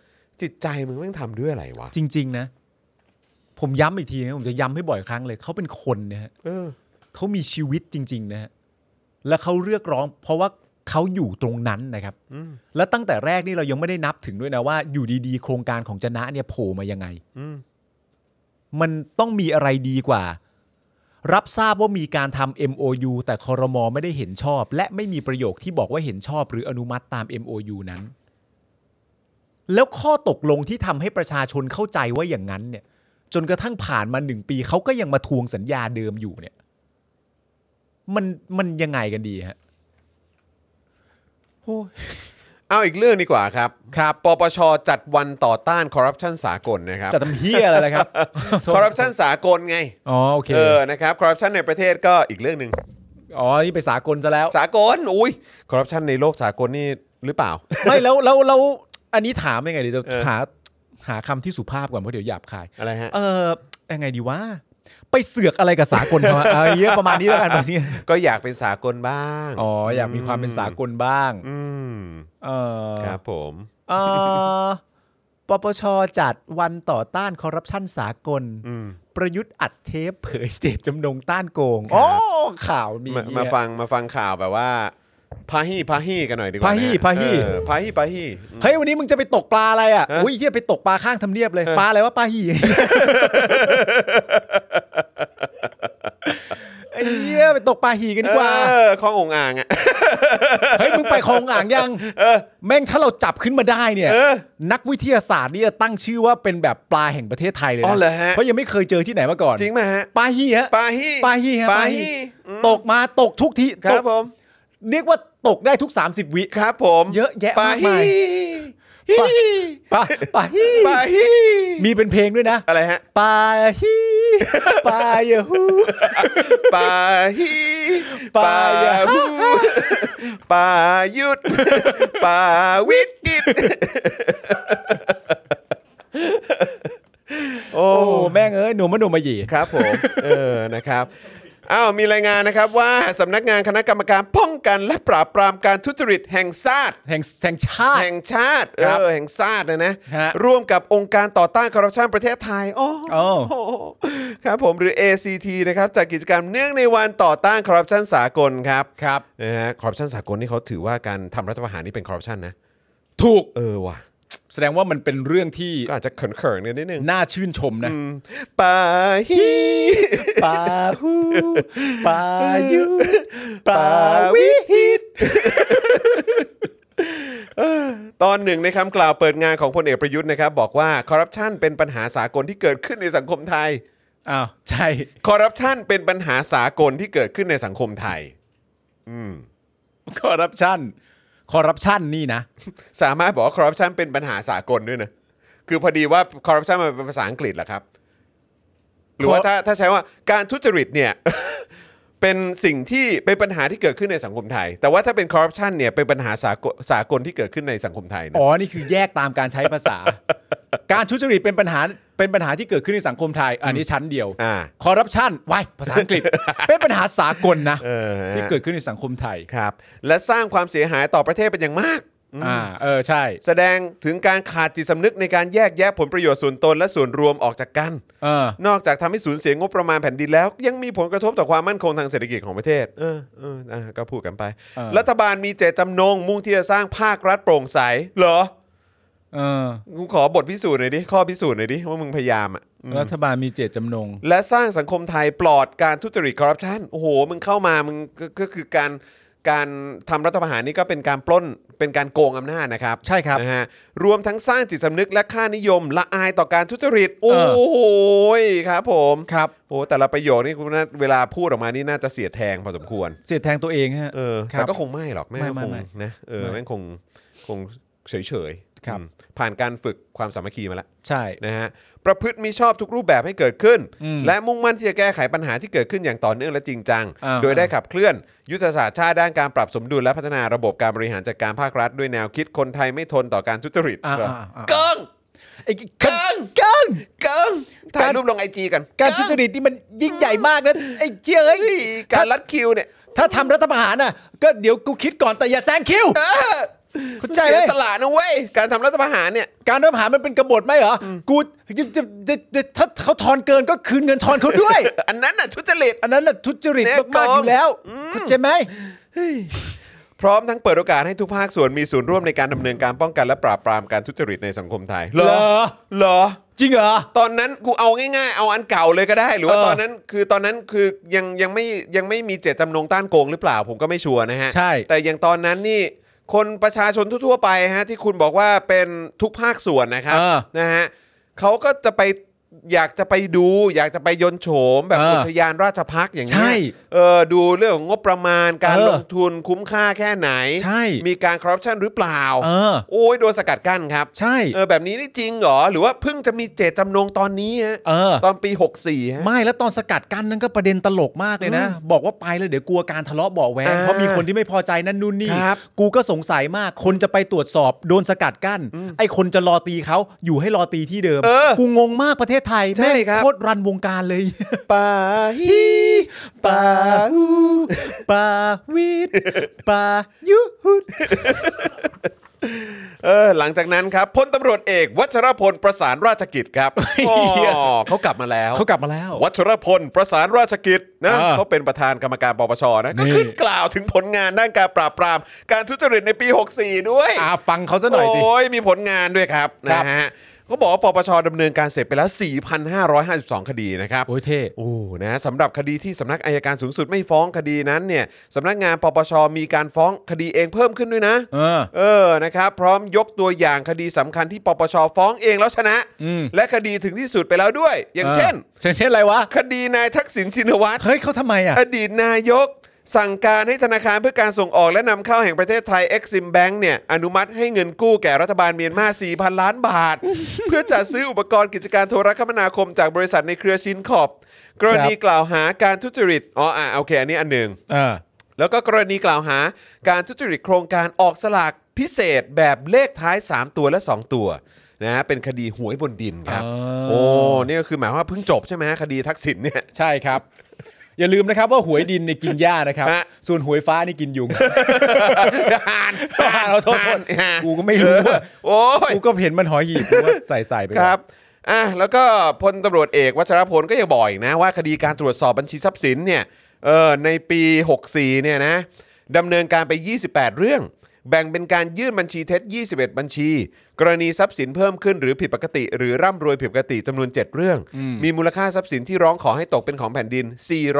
Speaker 1: จิตใจมึงแม่งทำด้วยอะไรวะ
Speaker 2: จริง ๆ นะ ผมย้ำอีกทีนะผมจะย้ำให้บ่อยครั้งเลย เขาเป็นคนนะฮะ
Speaker 1: เออ
Speaker 2: เขามีชีวิตจริง ๆ นะฮะและเขาเรียกร้อง เพราะว่าเขาอยู่ตรงนั้นนะครับ
Speaker 1: อืม
Speaker 2: และตั้งแต่แรกนี่เรายังไม่ได้นับถึงด้วยนะว่า อยู่ดีๆ โครงการของจนะเนี่ยโผล่มายังไง
Speaker 1: อืม
Speaker 2: มันต้องมีอะไรดีกว่า รับทราบว่ามีการทำ MOU แต่คอรมอไม่ได้เห็นชอบ และไม่มีประโยคที่บอกว่าเห็นชอบ หรืออนุมัติตาม MOU นั้น แล้วข้อตกลงที่ทำให้ประชาชนเข้าใจว่าอย่างนั้นเนี่ย จนกระทั่งผ่านมาหนึ่งปีเขาก็ยังมาทวงสัญญาเดิมอยู่เนี่ย มันมันยังไงกันดีฮะโอ้ย
Speaker 1: เอาอีกเรื่องดีกว่าครับ
Speaker 2: ครับ
Speaker 1: ปปชจัดวันต่อต้านคอร์รัปชันสากลนะครับ
Speaker 2: จะทำเฮียอะไรล่ะ
Speaker 1: [laughs]
Speaker 2: ครับ
Speaker 1: คอร์รัปชันสากลไง
Speaker 2: อ๋อโอเค
Speaker 1: เออ นะครับ คอร์รัปชันในประเทศก็อีกเรื่องหนึ่ง
Speaker 2: อ๋อนี่ไปสากลซะแล้ว
Speaker 1: สากล อุ้ย คอร์รัปชันในโลกสากลนี่หรือเปล่า
Speaker 2: ไม่แล้วแล้วแล้วอันนี้ถามยังไงดีจะ
Speaker 1: เออ
Speaker 2: หาหาคำที่สุภาพก่อนเพราะเดี๋ยวหยาบคาย
Speaker 1: อะไรฮะ
Speaker 2: เออยังไงดีวะไปเสือกอะไรกับสากลเขาอะ เอาเยอะประมาณ
Speaker 1: [laughs]
Speaker 2: นี้แล้วกันแบบนี้
Speaker 1: ก็อยากเป็นสากลบ้าง
Speaker 2: อ๋ออยากมีความเป็นสากลบ้าง
Speaker 1: อืม
Speaker 2: เออ
Speaker 1: ครับผม
Speaker 2: เออปปชจัดวันต่อต้านคอร์รัปชันสากล
Speaker 1: อืม
Speaker 2: ประยุทธ์อัดเทปเผยเจตจำนงต้านโกง
Speaker 1: ครับ
Speaker 2: อ๋อข่าวมี
Speaker 1: มา
Speaker 2: เนี่ย
Speaker 1: มาฟัง มาฟังข่าวแบบว่าพาฮีพาฮีกันหน่อยดีกว่า
Speaker 2: พาฮี
Speaker 1: นะฮะ
Speaker 2: พาฮี
Speaker 1: เออพาฮีพาฮีอืม
Speaker 2: เฮ้ยวันนี้มึงจะไปตกปลาอะไรอ่ะ
Speaker 1: ฮะ
Speaker 2: อุ้ยเฮียไปตกปลาข้างทำเนียบเลยปลาอะไรวะปลาหี่
Speaker 1: [laughs]
Speaker 2: ไอ้เฮียไปตกปลาหี่กันดีกว่า
Speaker 1: เออขององอ่างอ่ะ
Speaker 2: เฮ้ยมึงไปคลองอ่างยังแม่งถ้าเราจับขึ้นมาได้เนี่ย
Speaker 1: เออ
Speaker 2: นักวิทยาศาสตร์นี่จะตั้งชื่อว่าเป็นแบบปลาแห่งประเทศไทยเลย
Speaker 1: อ๋อเหรอฮะ
Speaker 2: นะเพราะยังไม่เคยเจอที่ไหนมาก่อน
Speaker 1: จริงไหมฮะ
Speaker 2: ปลาหี่ฮะ
Speaker 1: ปาฮี
Speaker 2: ปลาหี่ฮะ
Speaker 1: ปาฮีอืม
Speaker 2: ตกมาตกทุกที
Speaker 1: ครั
Speaker 2: ต
Speaker 1: บ
Speaker 2: ก
Speaker 1: ผม
Speaker 2: เรียกว่าตกได้ทุก 30 วิ
Speaker 1: ครับผม
Speaker 2: เยอะ
Speaker 1: ปาม
Speaker 2: แยะาก
Speaker 1: ฮี
Speaker 2: มาย
Speaker 1: ฮี
Speaker 2: ปาปาฮี
Speaker 1: ไปฮี
Speaker 2: มีเป็นเพลงด้วยนะ
Speaker 1: อะไรฮะ
Speaker 2: ปาฮีปาเยาฮู
Speaker 1: ไปฮี
Speaker 2: ไปอย่า
Speaker 1: ฮูป่ายุดป่าวิดดิดโอ้
Speaker 2: โอ้แม่งเอ้ยหนุ่มมาหนุ่มมาหยี
Speaker 1: ครับผม เออ นะครับ อ้าว มีรายงานนะครับว่าสำนักงานคณะกรรมการป้องกันและปราบปรามการทุจริตแห่งชาติ
Speaker 2: แห่งแห่งชาติ
Speaker 1: แห่งชาติ เอ
Speaker 2: ครับ
Speaker 1: อ แห่งชาตินะนะ
Speaker 2: ฮะ
Speaker 1: ร่วมกับองค์การต่อต้านคอร์รัปชันประเทศไทย โอ้
Speaker 2: โอ้
Speaker 1: โหครับผมหรือ ACT นะครับจัดกิจกรรมเนื่องในวันต่อต้านคอร์รัปชันสากลครับ
Speaker 2: ครับ
Speaker 1: นะฮะคอร์รัปชันสากลนี่เขาถือว่าการทำรัฐประหารนี่เป็นคอร์รัปชันนะ
Speaker 2: ถูก
Speaker 1: เออว่ะ
Speaker 2: แสดงว่ามันเป็นเรื่องที่
Speaker 1: ก็อาจจะเขินๆกันนิดนึง
Speaker 2: น่าชื่นชมนะ
Speaker 1: ปาฮี
Speaker 2: ปาฮูปายูปา
Speaker 1: ปา
Speaker 2: วิ
Speaker 1: วิฮิตตอนหนึ่งในคำกล่าวเปิดงานของพลเอกประยุทธ์นะครับ บอกว่าคอร์รัปชันเป็นปัญหาสากลที่เกิดขึ้นในสังคมไทย
Speaker 2: อ้าวใช่
Speaker 1: คอร์รัปชันเป็นปัญหาสากลที่เกิดขึ้นในสังคมไทย
Speaker 2: คอร์รัปชันคอร์รัปชันนี่นะ
Speaker 1: สามารถบอกว่าคอร์รัปชันเป็นปัญหาสากลด้วยนะคือพอดีว่าคอร์รัปชันมันเป็นภาษาอังกฤษเหรอครับ หรือว่าถ้าถ้าใช้ว่าการทุจริตเนี่ย [laughs] เป็นสิ่งที่เป็นปัญหาที่เกิดขึ้นในสังคมไทย แต่ว่าถ้าเป็นคอร์รัปชันเนี่ยเป็นปัญหาสากลสากลที่เกิดขึ้นในสังคมไทยนะ
Speaker 2: อ๋อ นี่คือแยกตามการใช้ภาษา การทุจริตเป็นปัญหา เป็นปัญหาที่เกิดขึ้นในสังคมไทย อันนี้ชั้นเดียว
Speaker 1: อ่า
Speaker 2: คอร์รัปชันไว้ภาษาอังกฤษ เป็นปัญหาสากลนะ [laughs]
Speaker 1: เออนะฮะ
Speaker 2: ที่เกิดขึ้นในสังคมไทย
Speaker 1: ครับและสร้างความเสียหายต่อประเทศเป็นอย่างมาก
Speaker 2: อ่า เออ ใช่
Speaker 1: แสดงถึงการขาดจิตสำนึกในการแยกแยะผลประโยชน์ส่วนตนและส่วนรวมออกจากกัน
Speaker 2: เออ
Speaker 1: นอกจากทำให้สูญเสียงบประมาณแผ่นดินแล้ว ยังมีผลกระทบต่อความมั่นคงทางเศรษฐกิจของประเทศ เออเอออ่ะก็พูดกันไป
Speaker 2: เออ
Speaker 1: รัฐบาลมีเจตจำนงมุ่งที่จะสร้างภาครัฐโปร่งใส เหรอ
Speaker 2: เออ
Speaker 1: กูขอบทพิสูจน์หน่อยดิข้อพิสูจน์หน่อยดิว่ามึงพยายามอ่ะอืม
Speaker 2: รัฐบาลมีเจตจำนง
Speaker 1: และสร้างสังคมไทยปลอดการทุจริตคอร์รัปชันโอ้โหมึงเข้ามามึงก็ก็คือการการทำรัฐประหารนี่ก็เป็นการปล้นเป็นการโกงอำนาจนะครับ
Speaker 2: ใช่ครับ
Speaker 1: นะฮะรวมทั้งสร้างจิตสำนึกและค่านิยม ละอายต่อการทุจริต โอ้โหยครับผม
Speaker 2: ครับ
Speaker 1: โอ้แต่ละประโยคนี่คุณน่าเวลาพูดออกมานี่น่าจะเสียดแทงพอสมควร
Speaker 2: เสียดแทงตัวเองฮะ
Speaker 1: เออ
Speaker 2: ครับ
Speaker 1: แต่ก็คงไม่หรอกแม่ง
Speaker 2: ไม่
Speaker 1: ก็
Speaker 2: ไม่
Speaker 1: คง
Speaker 2: ไม่
Speaker 1: นะเออ
Speaker 2: ไม่
Speaker 1: แม่งคงคงเฉยๆ
Speaker 2: ครับ
Speaker 1: อืมผ่านการฝึกความสามัคคีมาแล้ว
Speaker 2: ใช่
Speaker 1: นะฮะประพฤติมิชอบทุกรูปแบบให้เกิดขึ้น
Speaker 2: อืม
Speaker 1: และมุ่งมั่นที่จะแก้ไขปัญหาที่เกิดขึ้นอย่างต่อเนื่องและจริงจัง
Speaker 2: อ่า
Speaker 1: โดยได้ขับเคลื่อน ยุทธศาสตร์ชาติด้านการปรับสมดุลและพัฒนาระบบการบริหารจัดการภาครัฐด้วยแนวคิดคนไทยไม่ทนต่อการทุจริต
Speaker 2: อ่า
Speaker 1: เหรอ
Speaker 2: อ่าอ่า
Speaker 1: เกิง
Speaker 2: ไอ้
Speaker 1: เกิง
Speaker 2: เกิง
Speaker 1: เกิงถ่ายรูปลงไอจีกัน
Speaker 2: การทุจริตนี่มันยิ่งใหญ่มากนะ ไอ้เจ้ยเอ้ย
Speaker 1: เฮ้ยการรัดคิวเนี่ย
Speaker 2: ถ้าทำรัฐประหารน่ะ ก็เดี๋ยวกูคิดก่อนแต่อย่าแซงคิว
Speaker 1: เออ
Speaker 2: เข้าใจไหม
Speaker 1: เสียสละนะเว้ย การทำรัฐประหารเนี่ย
Speaker 2: การรัฐประหารมันเป็นกบฏไหมเหรอ กูจะจะจะจะถ้าเขาทอนเกินก็คืนเงินทอนเขาด้วย
Speaker 1: อันนั้นน่ะทุจริต
Speaker 2: อันนั้นน่ะทุจริต
Speaker 1: แน่
Speaker 2: มาก
Speaker 1: ก
Speaker 2: ๆ
Speaker 1: อง
Speaker 2: อยู่แล้วเข้าใจไหม
Speaker 1: พร้อมทั้งเปิดโอกาสให้ทุกภาคส่วนมีส่วนร่วมในการดำเนินการป้องกันและปราบปรามการทุจริตในสังคมไทย
Speaker 2: เหรอ
Speaker 1: เหรอ
Speaker 2: จริงเหรอ
Speaker 1: ตอนนั้นกูเอาง่ายๆ เอาอันเก่าเลยก็ได้ หรือว่า
Speaker 2: เออ
Speaker 1: ตอนนั้นคือตอนนั้นคือยังยังไม่ยังไม่มีเจตจำนงต้านโกงหรือเปล่าผมก็ไม่ชัวร์นะฮะ
Speaker 2: ใช่
Speaker 1: แต่อย่างตอนนั้นนี่คนประชาชนทั่วๆไปฮะที่คุณบอกว่าเป็นทุกภาคส่วนนะครับ
Speaker 2: เออ
Speaker 1: นะฮะเขาก็จะไปอยากจะไปดู อยากจะไปยนต์โฉมแบบ
Speaker 2: เออ
Speaker 1: อุทยานราชพักษ์อย่าง
Speaker 2: ใช่
Speaker 1: เงี้ยเออดูเรื่องของงบประมาณการ
Speaker 2: เออ
Speaker 1: ลงทุนคุ้มค่าแค่ไหน
Speaker 2: ใช่
Speaker 1: มีการคอร์รัปชันหรือเปล่า
Speaker 2: เออ
Speaker 1: โอ้ยโดนสกัดกั้นครับ
Speaker 2: ใช่
Speaker 1: เออแบบนี้นี่จริงเหรอ หรือว่าเพิ่งจะมีเจตจำนงตอนนี้ฮะ
Speaker 2: เออ
Speaker 1: ตอนปี 64ฮะ
Speaker 2: ไม่แล้วตอนสกัดกั้นนั่นก็ประเด็นตลกมากเลยนะ บอกว่าไปแล้วเดี๋ยวกลัวการทะเลาะเบาะแวง
Speaker 1: อ่า
Speaker 2: เพราะมีคนที่ไม่พอใจนั่นนู่นนี่
Speaker 1: ครับ
Speaker 2: กูก็สงสัยมาก คนจะไปตรวจสอบโดนสกัดกั้น ไอ้คนจะรอตีเขาอยู่ให้รอตีที่เดิม
Speaker 1: เออ
Speaker 2: กูงงมากประเทศไทย
Speaker 1: ใช่
Speaker 2: แม่ง
Speaker 1: ครับ
Speaker 2: โคตรรันวงการเลย
Speaker 1: ปาฮีปาฮู
Speaker 2: ปาวิดปายุหุด
Speaker 1: เออหลังจากนั้นครับพลตำรวจเอกวัชรพลประสานราชกิจครับอ๋อเขากลับมาแล้ว
Speaker 2: เขากลับมาแล้ว
Speaker 1: วัชรพลประสานราชกิจนะ
Speaker 2: อ่า
Speaker 1: เขาเป็นประธานกรรมการปปชนะ
Speaker 2: นี่
Speaker 1: ก็ขึ้นกล่าวถึงผลงานด้านการปราบปราม การทุจริตในปี 64 ด้วย
Speaker 2: อาฟังเขาซะหน่อยสิ
Speaker 1: โอ้ยมีผลงานด้วยครับ
Speaker 2: ครั
Speaker 1: นะ
Speaker 2: บ
Speaker 1: ฮะก็บอกว่าปปชดำเนินการเสร็จไปแล้ว 4,552 คดีนะครับ
Speaker 2: โอ้ยเท่
Speaker 1: โอ้นะสำหรับคดีที่สำนักอายการสูงสุดไม่ฟ้องคดีนั้นเนี่ยสำนักงานปปชมีการฟ้องคดีเองเพิ่มขึ้นด้วยนะ
Speaker 2: เออ
Speaker 1: เออนะครับ พร้อมยกตัวอย่างคดีสำคัญที่ปปชฟ้องเองแล้วชนะ
Speaker 2: อืม
Speaker 1: และคดีถึงที่สุดไปแล้วด้วย อย่างเช่น
Speaker 2: เช่นเช่นอะไรวะ
Speaker 1: คดีนายทักษิณชินวัตร [laughs]
Speaker 2: เฮ้ยเขาทำไมอ่ะ
Speaker 1: อดีตนายก สั่งการให้ธนาคารเพื่อการส่งออกและนำเข้าแห่งประเทศไทย Exim Bank เนี่ยอนุมัติให้เงินกู้แก่รัฐบาลเมียนมา 4,000 ล้านบาท [laughs] เพื่อจัดซื้ออุปกรณ์กิจการโทรคมนาคมจากบริษัทในเครือชินขอบ กรณีกล่าวหาการทุจริตอ๋ออ่ะโอเค อันนี้อันหนึ่ง
Speaker 2: อ่า
Speaker 1: แล้วก็กรณีกล่าวหาการทุจริตโครงการออกสลากพิเศษแบบเลขท้าย 3 ตัวและ 2 ตัวนะฮะเป็นคดีหวยบนดินครับ
Speaker 2: อ๋อ
Speaker 1: โอ้เนี่ยคือหมายความว่าเพิ่งจบใช่ไหมฮะคดีทักษิณเนี่ย
Speaker 2: ใช่ครับ อย่าลืมนะครับว่าหวยดินเนี่ยกินหญ้านะครับ
Speaker 1: ฮะ
Speaker 2: ส่วนหวยฟ้านี่กิน
Speaker 1: [laughs]
Speaker 2: ยุง
Speaker 1: อ่าน
Speaker 2: เราโทษโทษ
Speaker 1: อ่าน
Speaker 2: กูก็ไม่รู้ว่า
Speaker 1: โอ้ย
Speaker 2: [laughs] กูก็เห็นมันหอยหีบกูก็ใส่ใส่ไปก่อน
Speaker 1: ครับ อ่ะ แล้วก็พลตำรวจเอกวัชรพลก็ยังบอกอีกนะว่าคดีการตรวจสอบบัญชีทรัพย์สินเนี่ย เออในปี 64 เนี่ยนะดำเนินการไป 28 เรื่อง แบ่งเป็นการยื่นบัญชีเท็จ 21 บัญชี กรณีทรัพย์สินเพิ่มขึ้นหรือผิดปกติ หรือร่ำรวยผิดปกติจำนวน 7 เรื่อง มีมูลค่าทรัพย์สินที่ร้องขอให้ตกเป็นของแผ่นดิน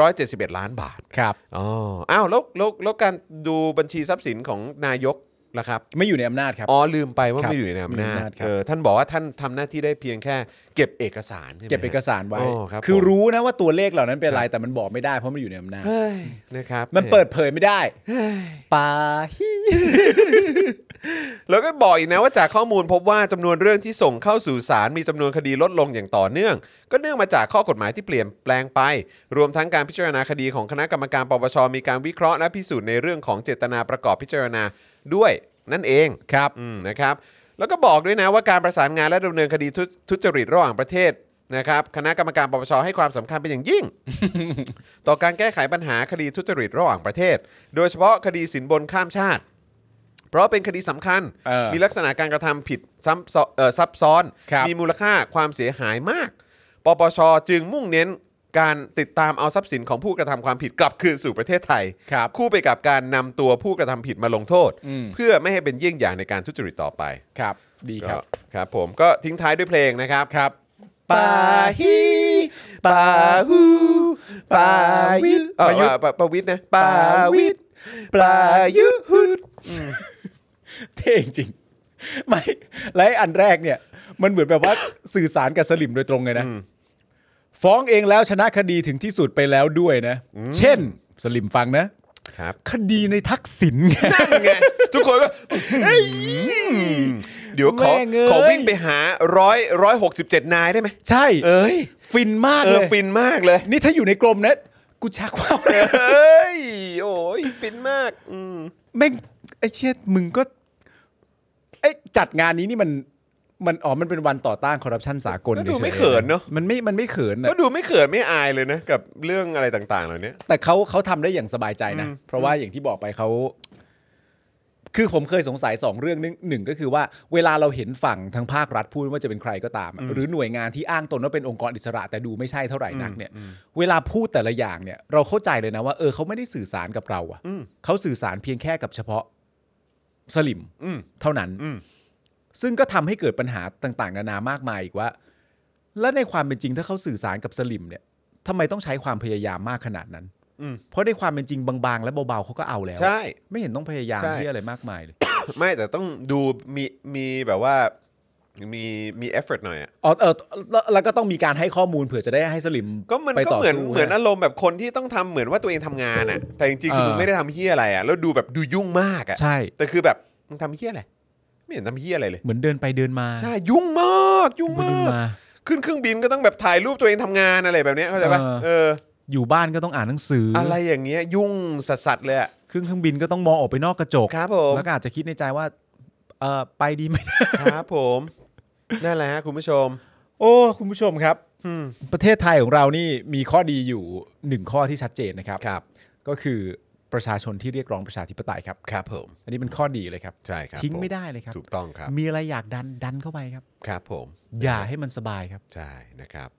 Speaker 1: 471 ล้านบาท
Speaker 2: ครับ
Speaker 1: อ๋อ อ้าวแล้วแล้วแล้วการดูบัญชีทรัพย์สินของนายกล่ะครับ
Speaker 2: ไม่อยู่ในอำนาจครับ
Speaker 1: อ๋อ ลืมไปว่า
Speaker 2: ครับ
Speaker 1: ไม่อยู่ในอำนา
Speaker 2: ไม่อยู่ในอำ
Speaker 1: จ
Speaker 2: นาจครับ
Speaker 1: เออท่านบอกว่าท่านทำหน้าที่ได้เพียงแค่เก็บเอกสารใช่ไหม
Speaker 2: เก็บเอกสารไว้
Speaker 1: โอ้ครับ
Speaker 2: คือ
Speaker 1: ผม
Speaker 2: รู้นะว่าตัวเลขเหล่านั้นเป็นอะไรแต่มันบอกไม่ได้เพราะมันอยู่ในอำนาจ
Speaker 1: เฮ้ยนะครับ
Speaker 2: มันเปิดเผยไม่ได้ปาฮี
Speaker 1: แล้วก็บอกอีกนะว่าจากข้อมูลพบว่าจำนวนเรื่องที่ส่งเข้าสู่ศาลมีจำนวนคดีลดลงอย่างต่อเนื่อง ก็เนื่องมาจากข้อกฎหมายที่เปลี่ยนแปลงไป รวมทั้งการพิจารณาคดีของคณะกรรมการปปชมีการวิเคราะห์และพิสูจน์ในเรื่องของเจตนาประกอบพิจารณาด้วยนั่นเอง
Speaker 2: ครับ
Speaker 1: อืมนะครับแล้วก็บอกด้วยนะว่าการประสานงานและดำเนินคดีทุทุจริตระหว่างประเทศนะครับคณะกรรมการปปชให้ความสำคัญเป็นอย่าง
Speaker 2: [laughs]
Speaker 1: ยิ่ง ต่อการแก้ไขปัญหาคดีทุจริตระหว่างประเทศ โดยเฉพาะคดีสินบนข้ามชาติ เพราะเป็นคดีสำคัญ
Speaker 2: เออ
Speaker 1: มีลักษณะการกระทำผิดซ้ำซ้อนเอ่อซับซ้อน
Speaker 2: ครับ
Speaker 1: มีมูลค่าความเสียหายมาก ปปชจึงมุ่งเน้นการติดตามเอาทรัพย์สินของผู้กระทำความผิดกลับคืนสู่ประเทศไทย
Speaker 2: ครับ
Speaker 1: คู่ไปกับการนำตัวผู้กระทำผิดมาลงโทษ
Speaker 2: อืม
Speaker 1: เพื่อไม่ให้เป็นเยี่ยงอย่างในการทุจริตต่อไป
Speaker 2: ครับ ดีครับ
Speaker 1: ก็ครับผมก็ทิ้งท้ายด้วยเพลงนะครับ
Speaker 2: ครับ
Speaker 1: ปาฮีปาฮูปาวิทย์เออเออปาปาวิทย์นะปาวิทย์ปายุทธ์
Speaker 2: เท่จริง ไม่และไอ้อันแรกเนี่ย มันเหมือนแบบว่า สื่อสารกับสลิมโดยตรงเลยนะ ฟ้องเองแล้วชนะคดีถึงที่สุดไปแล้วด้วยนะ เช่น สลิมฟังนะ
Speaker 1: ครับ
Speaker 2: คดีในทักษิณไง
Speaker 1: นั่นไงทุกคนก็เอ้ยเดี๋ยวขอ
Speaker 2: แม่งเอ้ย
Speaker 1: ขอวิ่งไปหาร้อยร้อยหกสิบเจ็ดนายได้ไหม
Speaker 2: ใช่
Speaker 1: เอ้ย
Speaker 2: ฟินมาก
Speaker 1: เอ
Speaker 2: เล
Speaker 1: อย ฟินมากเลย
Speaker 2: นี่ถ้าอยู่ในกรมนะ กูชักว่าวเลย
Speaker 1: เอ้ยโอ้ยฟินมากอืม
Speaker 2: แม่งไอ้เชี่ยมึงก็ไอ้จัดงานนี้นี่มันมันอ๋อมันเป็นวันต่อต้านคอร์รัปชันสากล
Speaker 1: ก็ดู
Speaker 2: ฉยๆ
Speaker 1: ไม่เขินเนาะ
Speaker 2: มันไม่มันไม่เขินนะ
Speaker 1: ก็ดูไม่เขินไม่อายเลยนะกับเรื่องอะไรต่างๆเหล่านี้
Speaker 2: แต่เขาเขาทำได้อย่างสบายใจนะ เพราะว่าอย่างที่บอกไปเขา คือผมเคยสงสัยสองเรื่องนึงหนึ่งก็คือว่าเวลาเราเห็นฝั่งทางภาครัฐพูดว่าจะเป็นใครก็ตามอะหรือหน่วยงานที่อ้างตนว่าเป็นองค์กรอิสระ แต่ดูไม่ใช่เท่าไหร่นักเนี่ย เวลาพูดแต่ละอย่างเนี่ย เราเข้าใจเลยนะว่าเออเขาไม่ได้สื่อสารกับเราอะ
Speaker 1: อืม
Speaker 2: เขาสื่อสารเพียงแค่กับเฉพาะสลิม
Speaker 1: อืม
Speaker 2: เท่านั้น
Speaker 1: อืม
Speaker 2: ซึ่งก็ทำให้เกิดปัญหาต่าง ๆ นานามากมายอีกว่า และในความเป็นจริงถ้าเขาสื่อสารกับสลิมเนี่ยทำไมต้องใช้ความพยายามมากขนาดนั้น
Speaker 1: อืม
Speaker 2: เพราะในความเป็นจริงบางๆ และเบา ๆเขาก็เอาแล้ว
Speaker 1: ใช่
Speaker 2: ไม่เห็นต้องพยายาม
Speaker 1: ใช่
Speaker 2: เที่อะไรมากมายเลย
Speaker 1: ไม่แต่ต้องดูมีมีแบบว่ามีมีเอฟเฟกหน่อยอะ
Speaker 2: อ๋อเออแล้วแล้วก็ต้องมีการให้ข้อมูลเผื่อจะได้ให้สลิม
Speaker 1: ก็มัน
Speaker 2: ไป
Speaker 1: ก็
Speaker 2: ต่
Speaker 1: เหมือน
Speaker 2: สู้
Speaker 1: เหมือน
Speaker 2: นะ
Speaker 1: อารมณ์แบบคนที่ต้องทำเหมือนว่าตัวเองทำงานอะแต่จริงๆคือ
Speaker 2: เออ
Speaker 1: มึงไม่ได้ทำเฮียอะไรอะแล้วดูแบบดูยุ่งมากอะ
Speaker 2: ใช่
Speaker 1: แต่คือแบบมึงทำเฮียอะไรไม่เห็นทำเฮียอะไรเลย
Speaker 2: เหมือนเดินไปเดินมา
Speaker 1: ใช่ยุ่งมากยุ่ง
Speaker 2: เดินไป
Speaker 1: มา
Speaker 2: เดิน
Speaker 1: ก
Speaker 2: มา
Speaker 1: ขึ้นเครื่องบินก็ต้องแบบถ่ายรูปตัวเองทำงานอะไรแบบเนี้ยเข้าใจปะ
Speaker 2: เออ
Speaker 1: เออ
Speaker 2: อยู่บ้านก็ต้องอ่านหนังสืออ
Speaker 1: อะไรอย่างเงี้ยยุ่งสัสๆเลยอะ
Speaker 2: เครื่องเครื่องบินก็ต้องมองออกไปนอกกระจก
Speaker 1: ครับผม
Speaker 2: แล้วก็อาจจะคิดในใจว่าเออไปดีไหม
Speaker 1: ครับผม นั่นแหละฮะคุณผู้ชม
Speaker 2: โอ้คุณผู้ชมครับ
Speaker 1: อืม
Speaker 2: ประเทศไทยของเรานี่มีข้อดีอยู่หนึ่งข้อที่ชัดเจนนะครับ
Speaker 1: ครับ
Speaker 2: ก็คือประชาชนที่เรียกร้องประชาธิปไตยครับ
Speaker 1: ครับผม
Speaker 2: อันนี้เป็นข้อดีเลยครับ
Speaker 1: ใช่ครับ
Speaker 2: ทิ้งไม่
Speaker 1: ผ
Speaker 2: ได้เลยครับ
Speaker 1: ถูกต้องครับ
Speaker 2: มีอะไรอยากดันดันเข้าไปครับ
Speaker 1: ครับผม
Speaker 2: อย่าให้มันสบายครับ
Speaker 1: ใช่นะครับ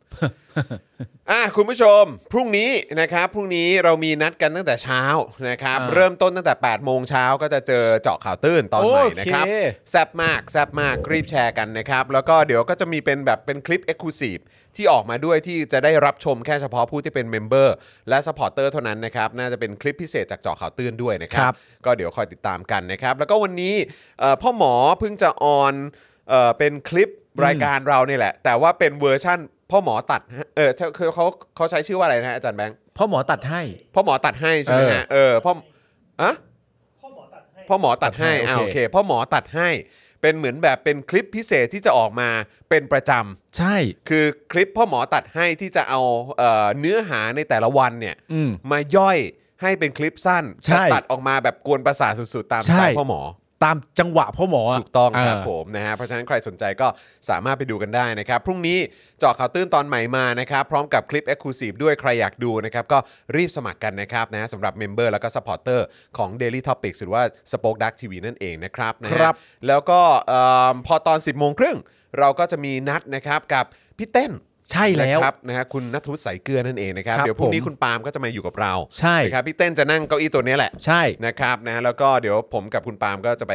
Speaker 1: [laughs] อ่ะคุณผู้ชม พรุ่งนี้นะครับ พรุ่งนี้เรามีนัดกันตั้งแต่เช้านะครับ
Speaker 2: อ่า
Speaker 1: เริ่มต้นตั้งแต่ 8 โมงเช้าก็จะเจอเจาะข่าวตื้นตอนใหม่นะครับ
Speaker 2: โอเค
Speaker 1: แซบมากแซบมากรีบแชร์กันนะครับ แล้วก็เดี๋ยวก็จะมีเป็นแบบเป็นคลิป e x c l u s i v e ที่ออกมาด้วยที่จะได้รับชมแค่เฉพาะผู้ที่เป็นเมมเบอร์และสปอร์เตอร์เท่านั้นนะครับ น่าจะเป็นคลิปพิเศษจากเจาะข่าวตื้นด้วยนะครั
Speaker 2: ครับ บ
Speaker 1: ก็เดี๋ยวคอยติดตามกันนะครับ แล้วก็วันนี้เอ่อพ่อหมอเพิ่งจะออนเอ่อเป็นคลิปรายการเราเนี่ยแหละ แต่ว่าเป็นเวอร์ชั่นพ่อหมอตัดฮะเออเขาเขาเขาใช้ชื่อว่าอะไรนะฮะอาจารย์แบงค์
Speaker 2: พ่อหมอตัดให้
Speaker 1: พ่อหมอตัดให้ใช่ไหมฮะเออพ่ออะ
Speaker 5: พ่อหมอตัดให้
Speaker 1: พ่อหมอตัดให้
Speaker 2: ตัดให้
Speaker 1: อ่า
Speaker 2: โอเค
Speaker 1: โอเคพ่อหมอตัดให้ เป็นเหมือนแบบเป็นคลิปพิเศษที่จะออกมาเป็นประจำ
Speaker 2: ใช่
Speaker 1: คือคลิปพ่อหมอตัดให้ที่จะเอาเอ่อเนื้อหาในแต่ละวันเนี่ย
Speaker 2: อืม
Speaker 1: มาย่อยให้เป็นคลิปสั้น
Speaker 2: ใช่
Speaker 1: แต่ตัดออกมาแบบกวนประสาทสุดๆ ตามส
Speaker 2: ใช่
Speaker 1: ไตล์พ่อหมอ
Speaker 2: ตามจังหวะพ่อหมออะ
Speaker 1: ถูกต้องครับ
Speaker 2: เ
Speaker 1: ผมนะฮะเพราะฉะนั้นใครสนใจก็สามารถไปดูกันได้นะครับ พรุ่งนี้เจาะข่าวตื้นตอนใหม่มานะครับ พร้อมกับคลิป e x c l u s i v e ด้วยใครอยากดูนะครับ ก็รีบสมัครกันนะครับนะสำหรับเมมเบอร์แล้วก็สปอร์เตอร์ของ Daily Topics หรือว่า Spoke Dark TV นั่นเองนะครับนะฮะ
Speaker 2: ครับ
Speaker 1: แล้วก็เอิ่มพอตอน 10โมงครึ่งเราก็จะมีนัดนะครับกับพี่เต้น
Speaker 2: ใช่แล้ว
Speaker 1: นะครับนะฮะคุณนัทวุฒิสายเกลือนั่นเองนะครับ
Speaker 2: ครับ
Speaker 1: เดี๋ยวพรุ่งนี้
Speaker 2: ผม
Speaker 1: คุณปาล์มก็จะมาอยู่กับเรา
Speaker 2: ใช่
Speaker 1: นะครับพี่เต้นจะนั่งเก้าอี้ตัวนี้แหละ
Speaker 2: ใช่
Speaker 1: นะครับนะฮะแล้วก็เดี๋ยวผมกับคุณปาล์มก็จะไป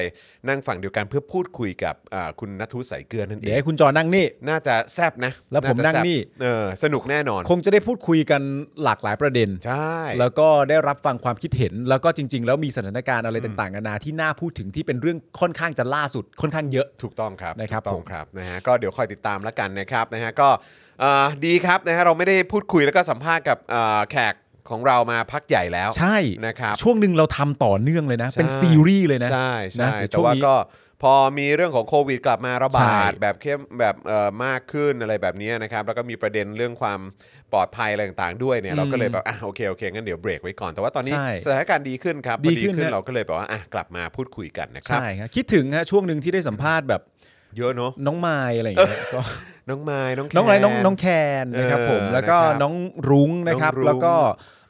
Speaker 1: นั่งฝั่งเดียวกันเพื่อพูดคุยกับอ่าคุณนัทวุฒิสายเกลือนั่นเอ
Speaker 2: เดี๋ยว
Speaker 1: ง
Speaker 2: ให้คุณจอนั่งนี่
Speaker 1: น่าจะแซบนะ
Speaker 2: แล้วผ
Speaker 1: า
Speaker 2: ม
Speaker 1: จะ
Speaker 2: นั่
Speaker 1: ซ่บ
Speaker 2: งนี่
Speaker 1: เออสนุกแน่นอน
Speaker 2: คงจะได้พูดคุยกันหลากหลายประเด็น
Speaker 1: ใช่
Speaker 2: แล้วก็ได้รับฟังความคิดเห็น แล้วก็จริง ๆ แล้วมีสถานการณ์อะไรต่างๆนานาที่น่าพูดถึงที่เป็นเรื่องค่อนข้างจะล่าสุดค่อนข้างเยอะ
Speaker 1: ถูกต้องครับ
Speaker 2: นะครับ
Speaker 1: ถูกต้อ
Speaker 2: ผ
Speaker 1: ง
Speaker 2: ม
Speaker 1: ครับนะฮะก็เดี๋ยวคอยติดตามแล้วกันนะครับนะฮะก็เอ่อดีครับนะฮะเราไม่ได้พูดคุยแล้วก็สัมภาษณ์กับเอ่อแขกของเรามาพักใหญ่แล้ว
Speaker 2: ใช่
Speaker 1: นะครับ
Speaker 2: ช่วงหนึ่งเราทำต่อเนื่องเลยนะ
Speaker 1: ใช่
Speaker 2: เป็นซีรีส์เลยนะ
Speaker 1: ใช่
Speaker 2: นะ
Speaker 1: ใช่
Speaker 2: เดี๋ย
Speaker 1: แต่
Speaker 2: ช่ง
Speaker 1: ว่า
Speaker 2: นี้
Speaker 1: ก็พอมีเรื่องของโควิดกลับมาระบาด
Speaker 2: ใช่
Speaker 1: แบบเข้มแบบเอ่อมากขึ้นอะไรแบบนี้นะครับ แล้วก็มีประเด็นเรื่องความปลอดภัยอะไรต่างๆด้วยเนี่ยเราก็เลยแบบอ่ะโอเคโอเคงั้นเดี๋ยวเบรกไว้ก่อน แต่ว่าตอนนี้
Speaker 2: ใช่
Speaker 1: สถานการณ์ดีขึ้นครับพอ
Speaker 2: ดีขึ้นนะ
Speaker 1: เราก็เลยแบบว่าอ่ะกลับมาพูดคุยกันนะครับ
Speaker 2: ใช่ครับคิดถึงฮะช่วงหนึ่งที่ได้สัมภาษณ์แบบ
Speaker 1: เยอะเนาะ
Speaker 2: น้องไมล์อะไรอย่างเงี้ยก็
Speaker 1: น้องไม้น้องแค
Speaker 2: น้องอะไรน้องน้องแคนนะครับ
Speaker 1: เออ
Speaker 2: ผมแล้วก็
Speaker 1: นะครับ
Speaker 2: น้องรุ้งนะครับ
Speaker 1: น้องรุ้ง
Speaker 2: แล้วก็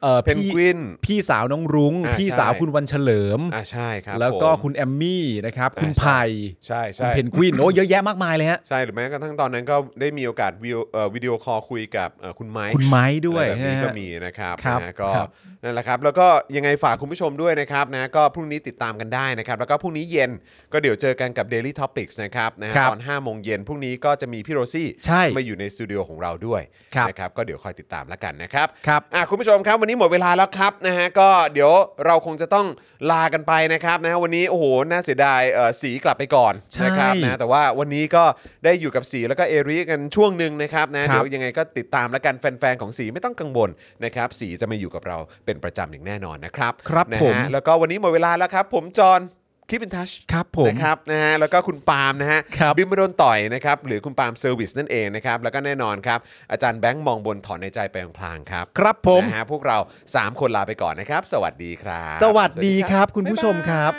Speaker 2: เอ่อ
Speaker 1: เพน
Speaker 2: พี่
Speaker 1: กวิน
Speaker 2: พี่สาวน้องรุ้ง
Speaker 1: อ่า
Speaker 2: พี่
Speaker 1: ใช่
Speaker 2: สาวคุณวันเฉลิม
Speaker 1: อ่ะใช่ครับ
Speaker 2: แล้วก็
Speaker 1: ผม
Speaker 2: คุณแอมมี่นะครับคุณ
Speaker 1: อ่าใช่
Speaker 2: ไผ่
Speaker 1: ใช่
Speaker 2: คุณ
Speaker 1: ใช่
Speaker 2: เพนกวินโอ้เยอะแยะมากมายเลย
Speaker 1: [laughs]
Speaker 2: ฮะ
Speaker 1: ใช่หรือแม้กระทั่งตอนนั้นก็ได้มีโอกาสวิวเอ่อวิดีโอคอลคุยกับเอ่อคุณไมค์
Speaker 2: คุณไม้ด้วย
Speaker 1: อะไรแบบนี้
Speaker 2: ฮะ
Speaker 1: ก็มีนะครับ
Speaker 2: ครับ
Speaker 1: นะก็
Speaker 2: ครับ
Speaker 1: นั่นแหละครับ แล้วก็ยังไงฝากคุณผู้ชมด้วยนะครับนะก็พรุ่งนี้ติดตามกันได้นะครับ แล้วก็พรุ่งนี้เย็นก็เดี๋ยวเจอกันกับ Daily Topics นะครับนะฮะ
Speaker 2: ครับ
Speaker 1: ตอน5โมงเย็นพรุ่งนี้ก็จะมีพี่โรซี่
Speaker 2: ใช่
Speaker 1: มาอยู่ในสตูดิโอของเราด้วย
Speaker 2: ครับ
Speaker 1: นะครับก็เดี๋ยวคอยติดตามแล้วกันนะครับ
Speaker 2: ครับ
Speaker 1: อ่ะคุณผู้ชมครับวันนี้หมดเวลาแล้วครับนะฮะก็เดี๋ยวเราคงจะต้องลากันไปนะครับนะฮะวันนี้โอ้โหน่าเสียดายเอ่อสีกลับไปก่อน
Speaker 2: ใช่
Speaker 1: นะครับนะแต่ว่าวันนี้ก็ได้อยู่กับสีแล้วก็เอริกันช่วงหนึ่งนะครับนะครับ เดี๋ยวยังไงก็ติดตามแล้วกันแฟนๆของสีไม่ต้องกังวลนะครับสีจะมาอยู่กับเราเป็นประจำอย่างแน่นอนนะครับ
Speaker 2: ครับ
Speaker 1: นะ
Speaker 2: ผม
Speaker 1: ฮะแล้วก็วันนี้หมดเวลาแล้วครับ ผมจอห์นคีบินทัช
Speaker 2: ครับผม
Speaker 1: นะครับนะฮะแล้วก็คุณปาล์มนะฮะ
Speaker 2: ครับ
Speaker 1: มมาโดนต่อยนะครับหรือคุณปาล์มเซอร์วิสนั่นเองนะครับแล้วก็แน่นอนครับ อาจารย์แบงค์มองบนถอนในใจไปพลางๆครับ
Speaker 2: ครับผม
Speaker 1: นะฮะพวกเรา 3 คนลาไปก่อนนะครับ สวัสดีครับ
Speaker 2: สวัสดีครับคุณผู้ชมครับ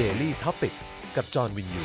Speaker 1: Daily Topics กับจอห์นวินยู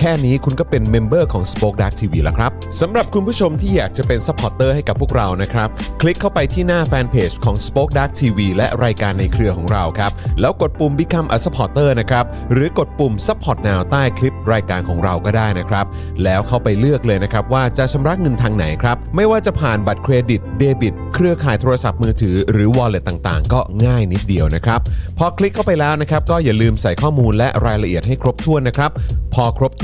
Speaker 1: แค่นี้คุณก็เป็นเมมเบอร์ของ Spoke Dark TV แล้วครับ สำหรับคุณผู้ชมที่อยากจะเป็น s u p p อร์เตอร์ให้กับพวกเรานะครับ คลิกเข้าไปที่หน้าแฟนเพจของ Spoke Dark TV และรายการในเครือของเราครับ แล้วกดปุ่ม Become a supporter นะครับ หรือกดปุ่ม support now ใต้คลิปรายการของเราก็ได้นะครับ แล้วเข้าไปเลือกเลยนะครับ ว่าจะชำระเงินทางไหนครับ ไม่ว่าจะผ่านบัตรเครดิตเดบิต เครือข่ายโทรศัพท์มือถือหรือ wallet ต่างๆ ก็ง่ายนิดเดียวนะครับ พอคลิกเข้าไปแล้วนะครับ ก็อย่าลืมใส่ข้อมูลและรายละเอียดให้ครบถ้วนนะครับ พอครบถ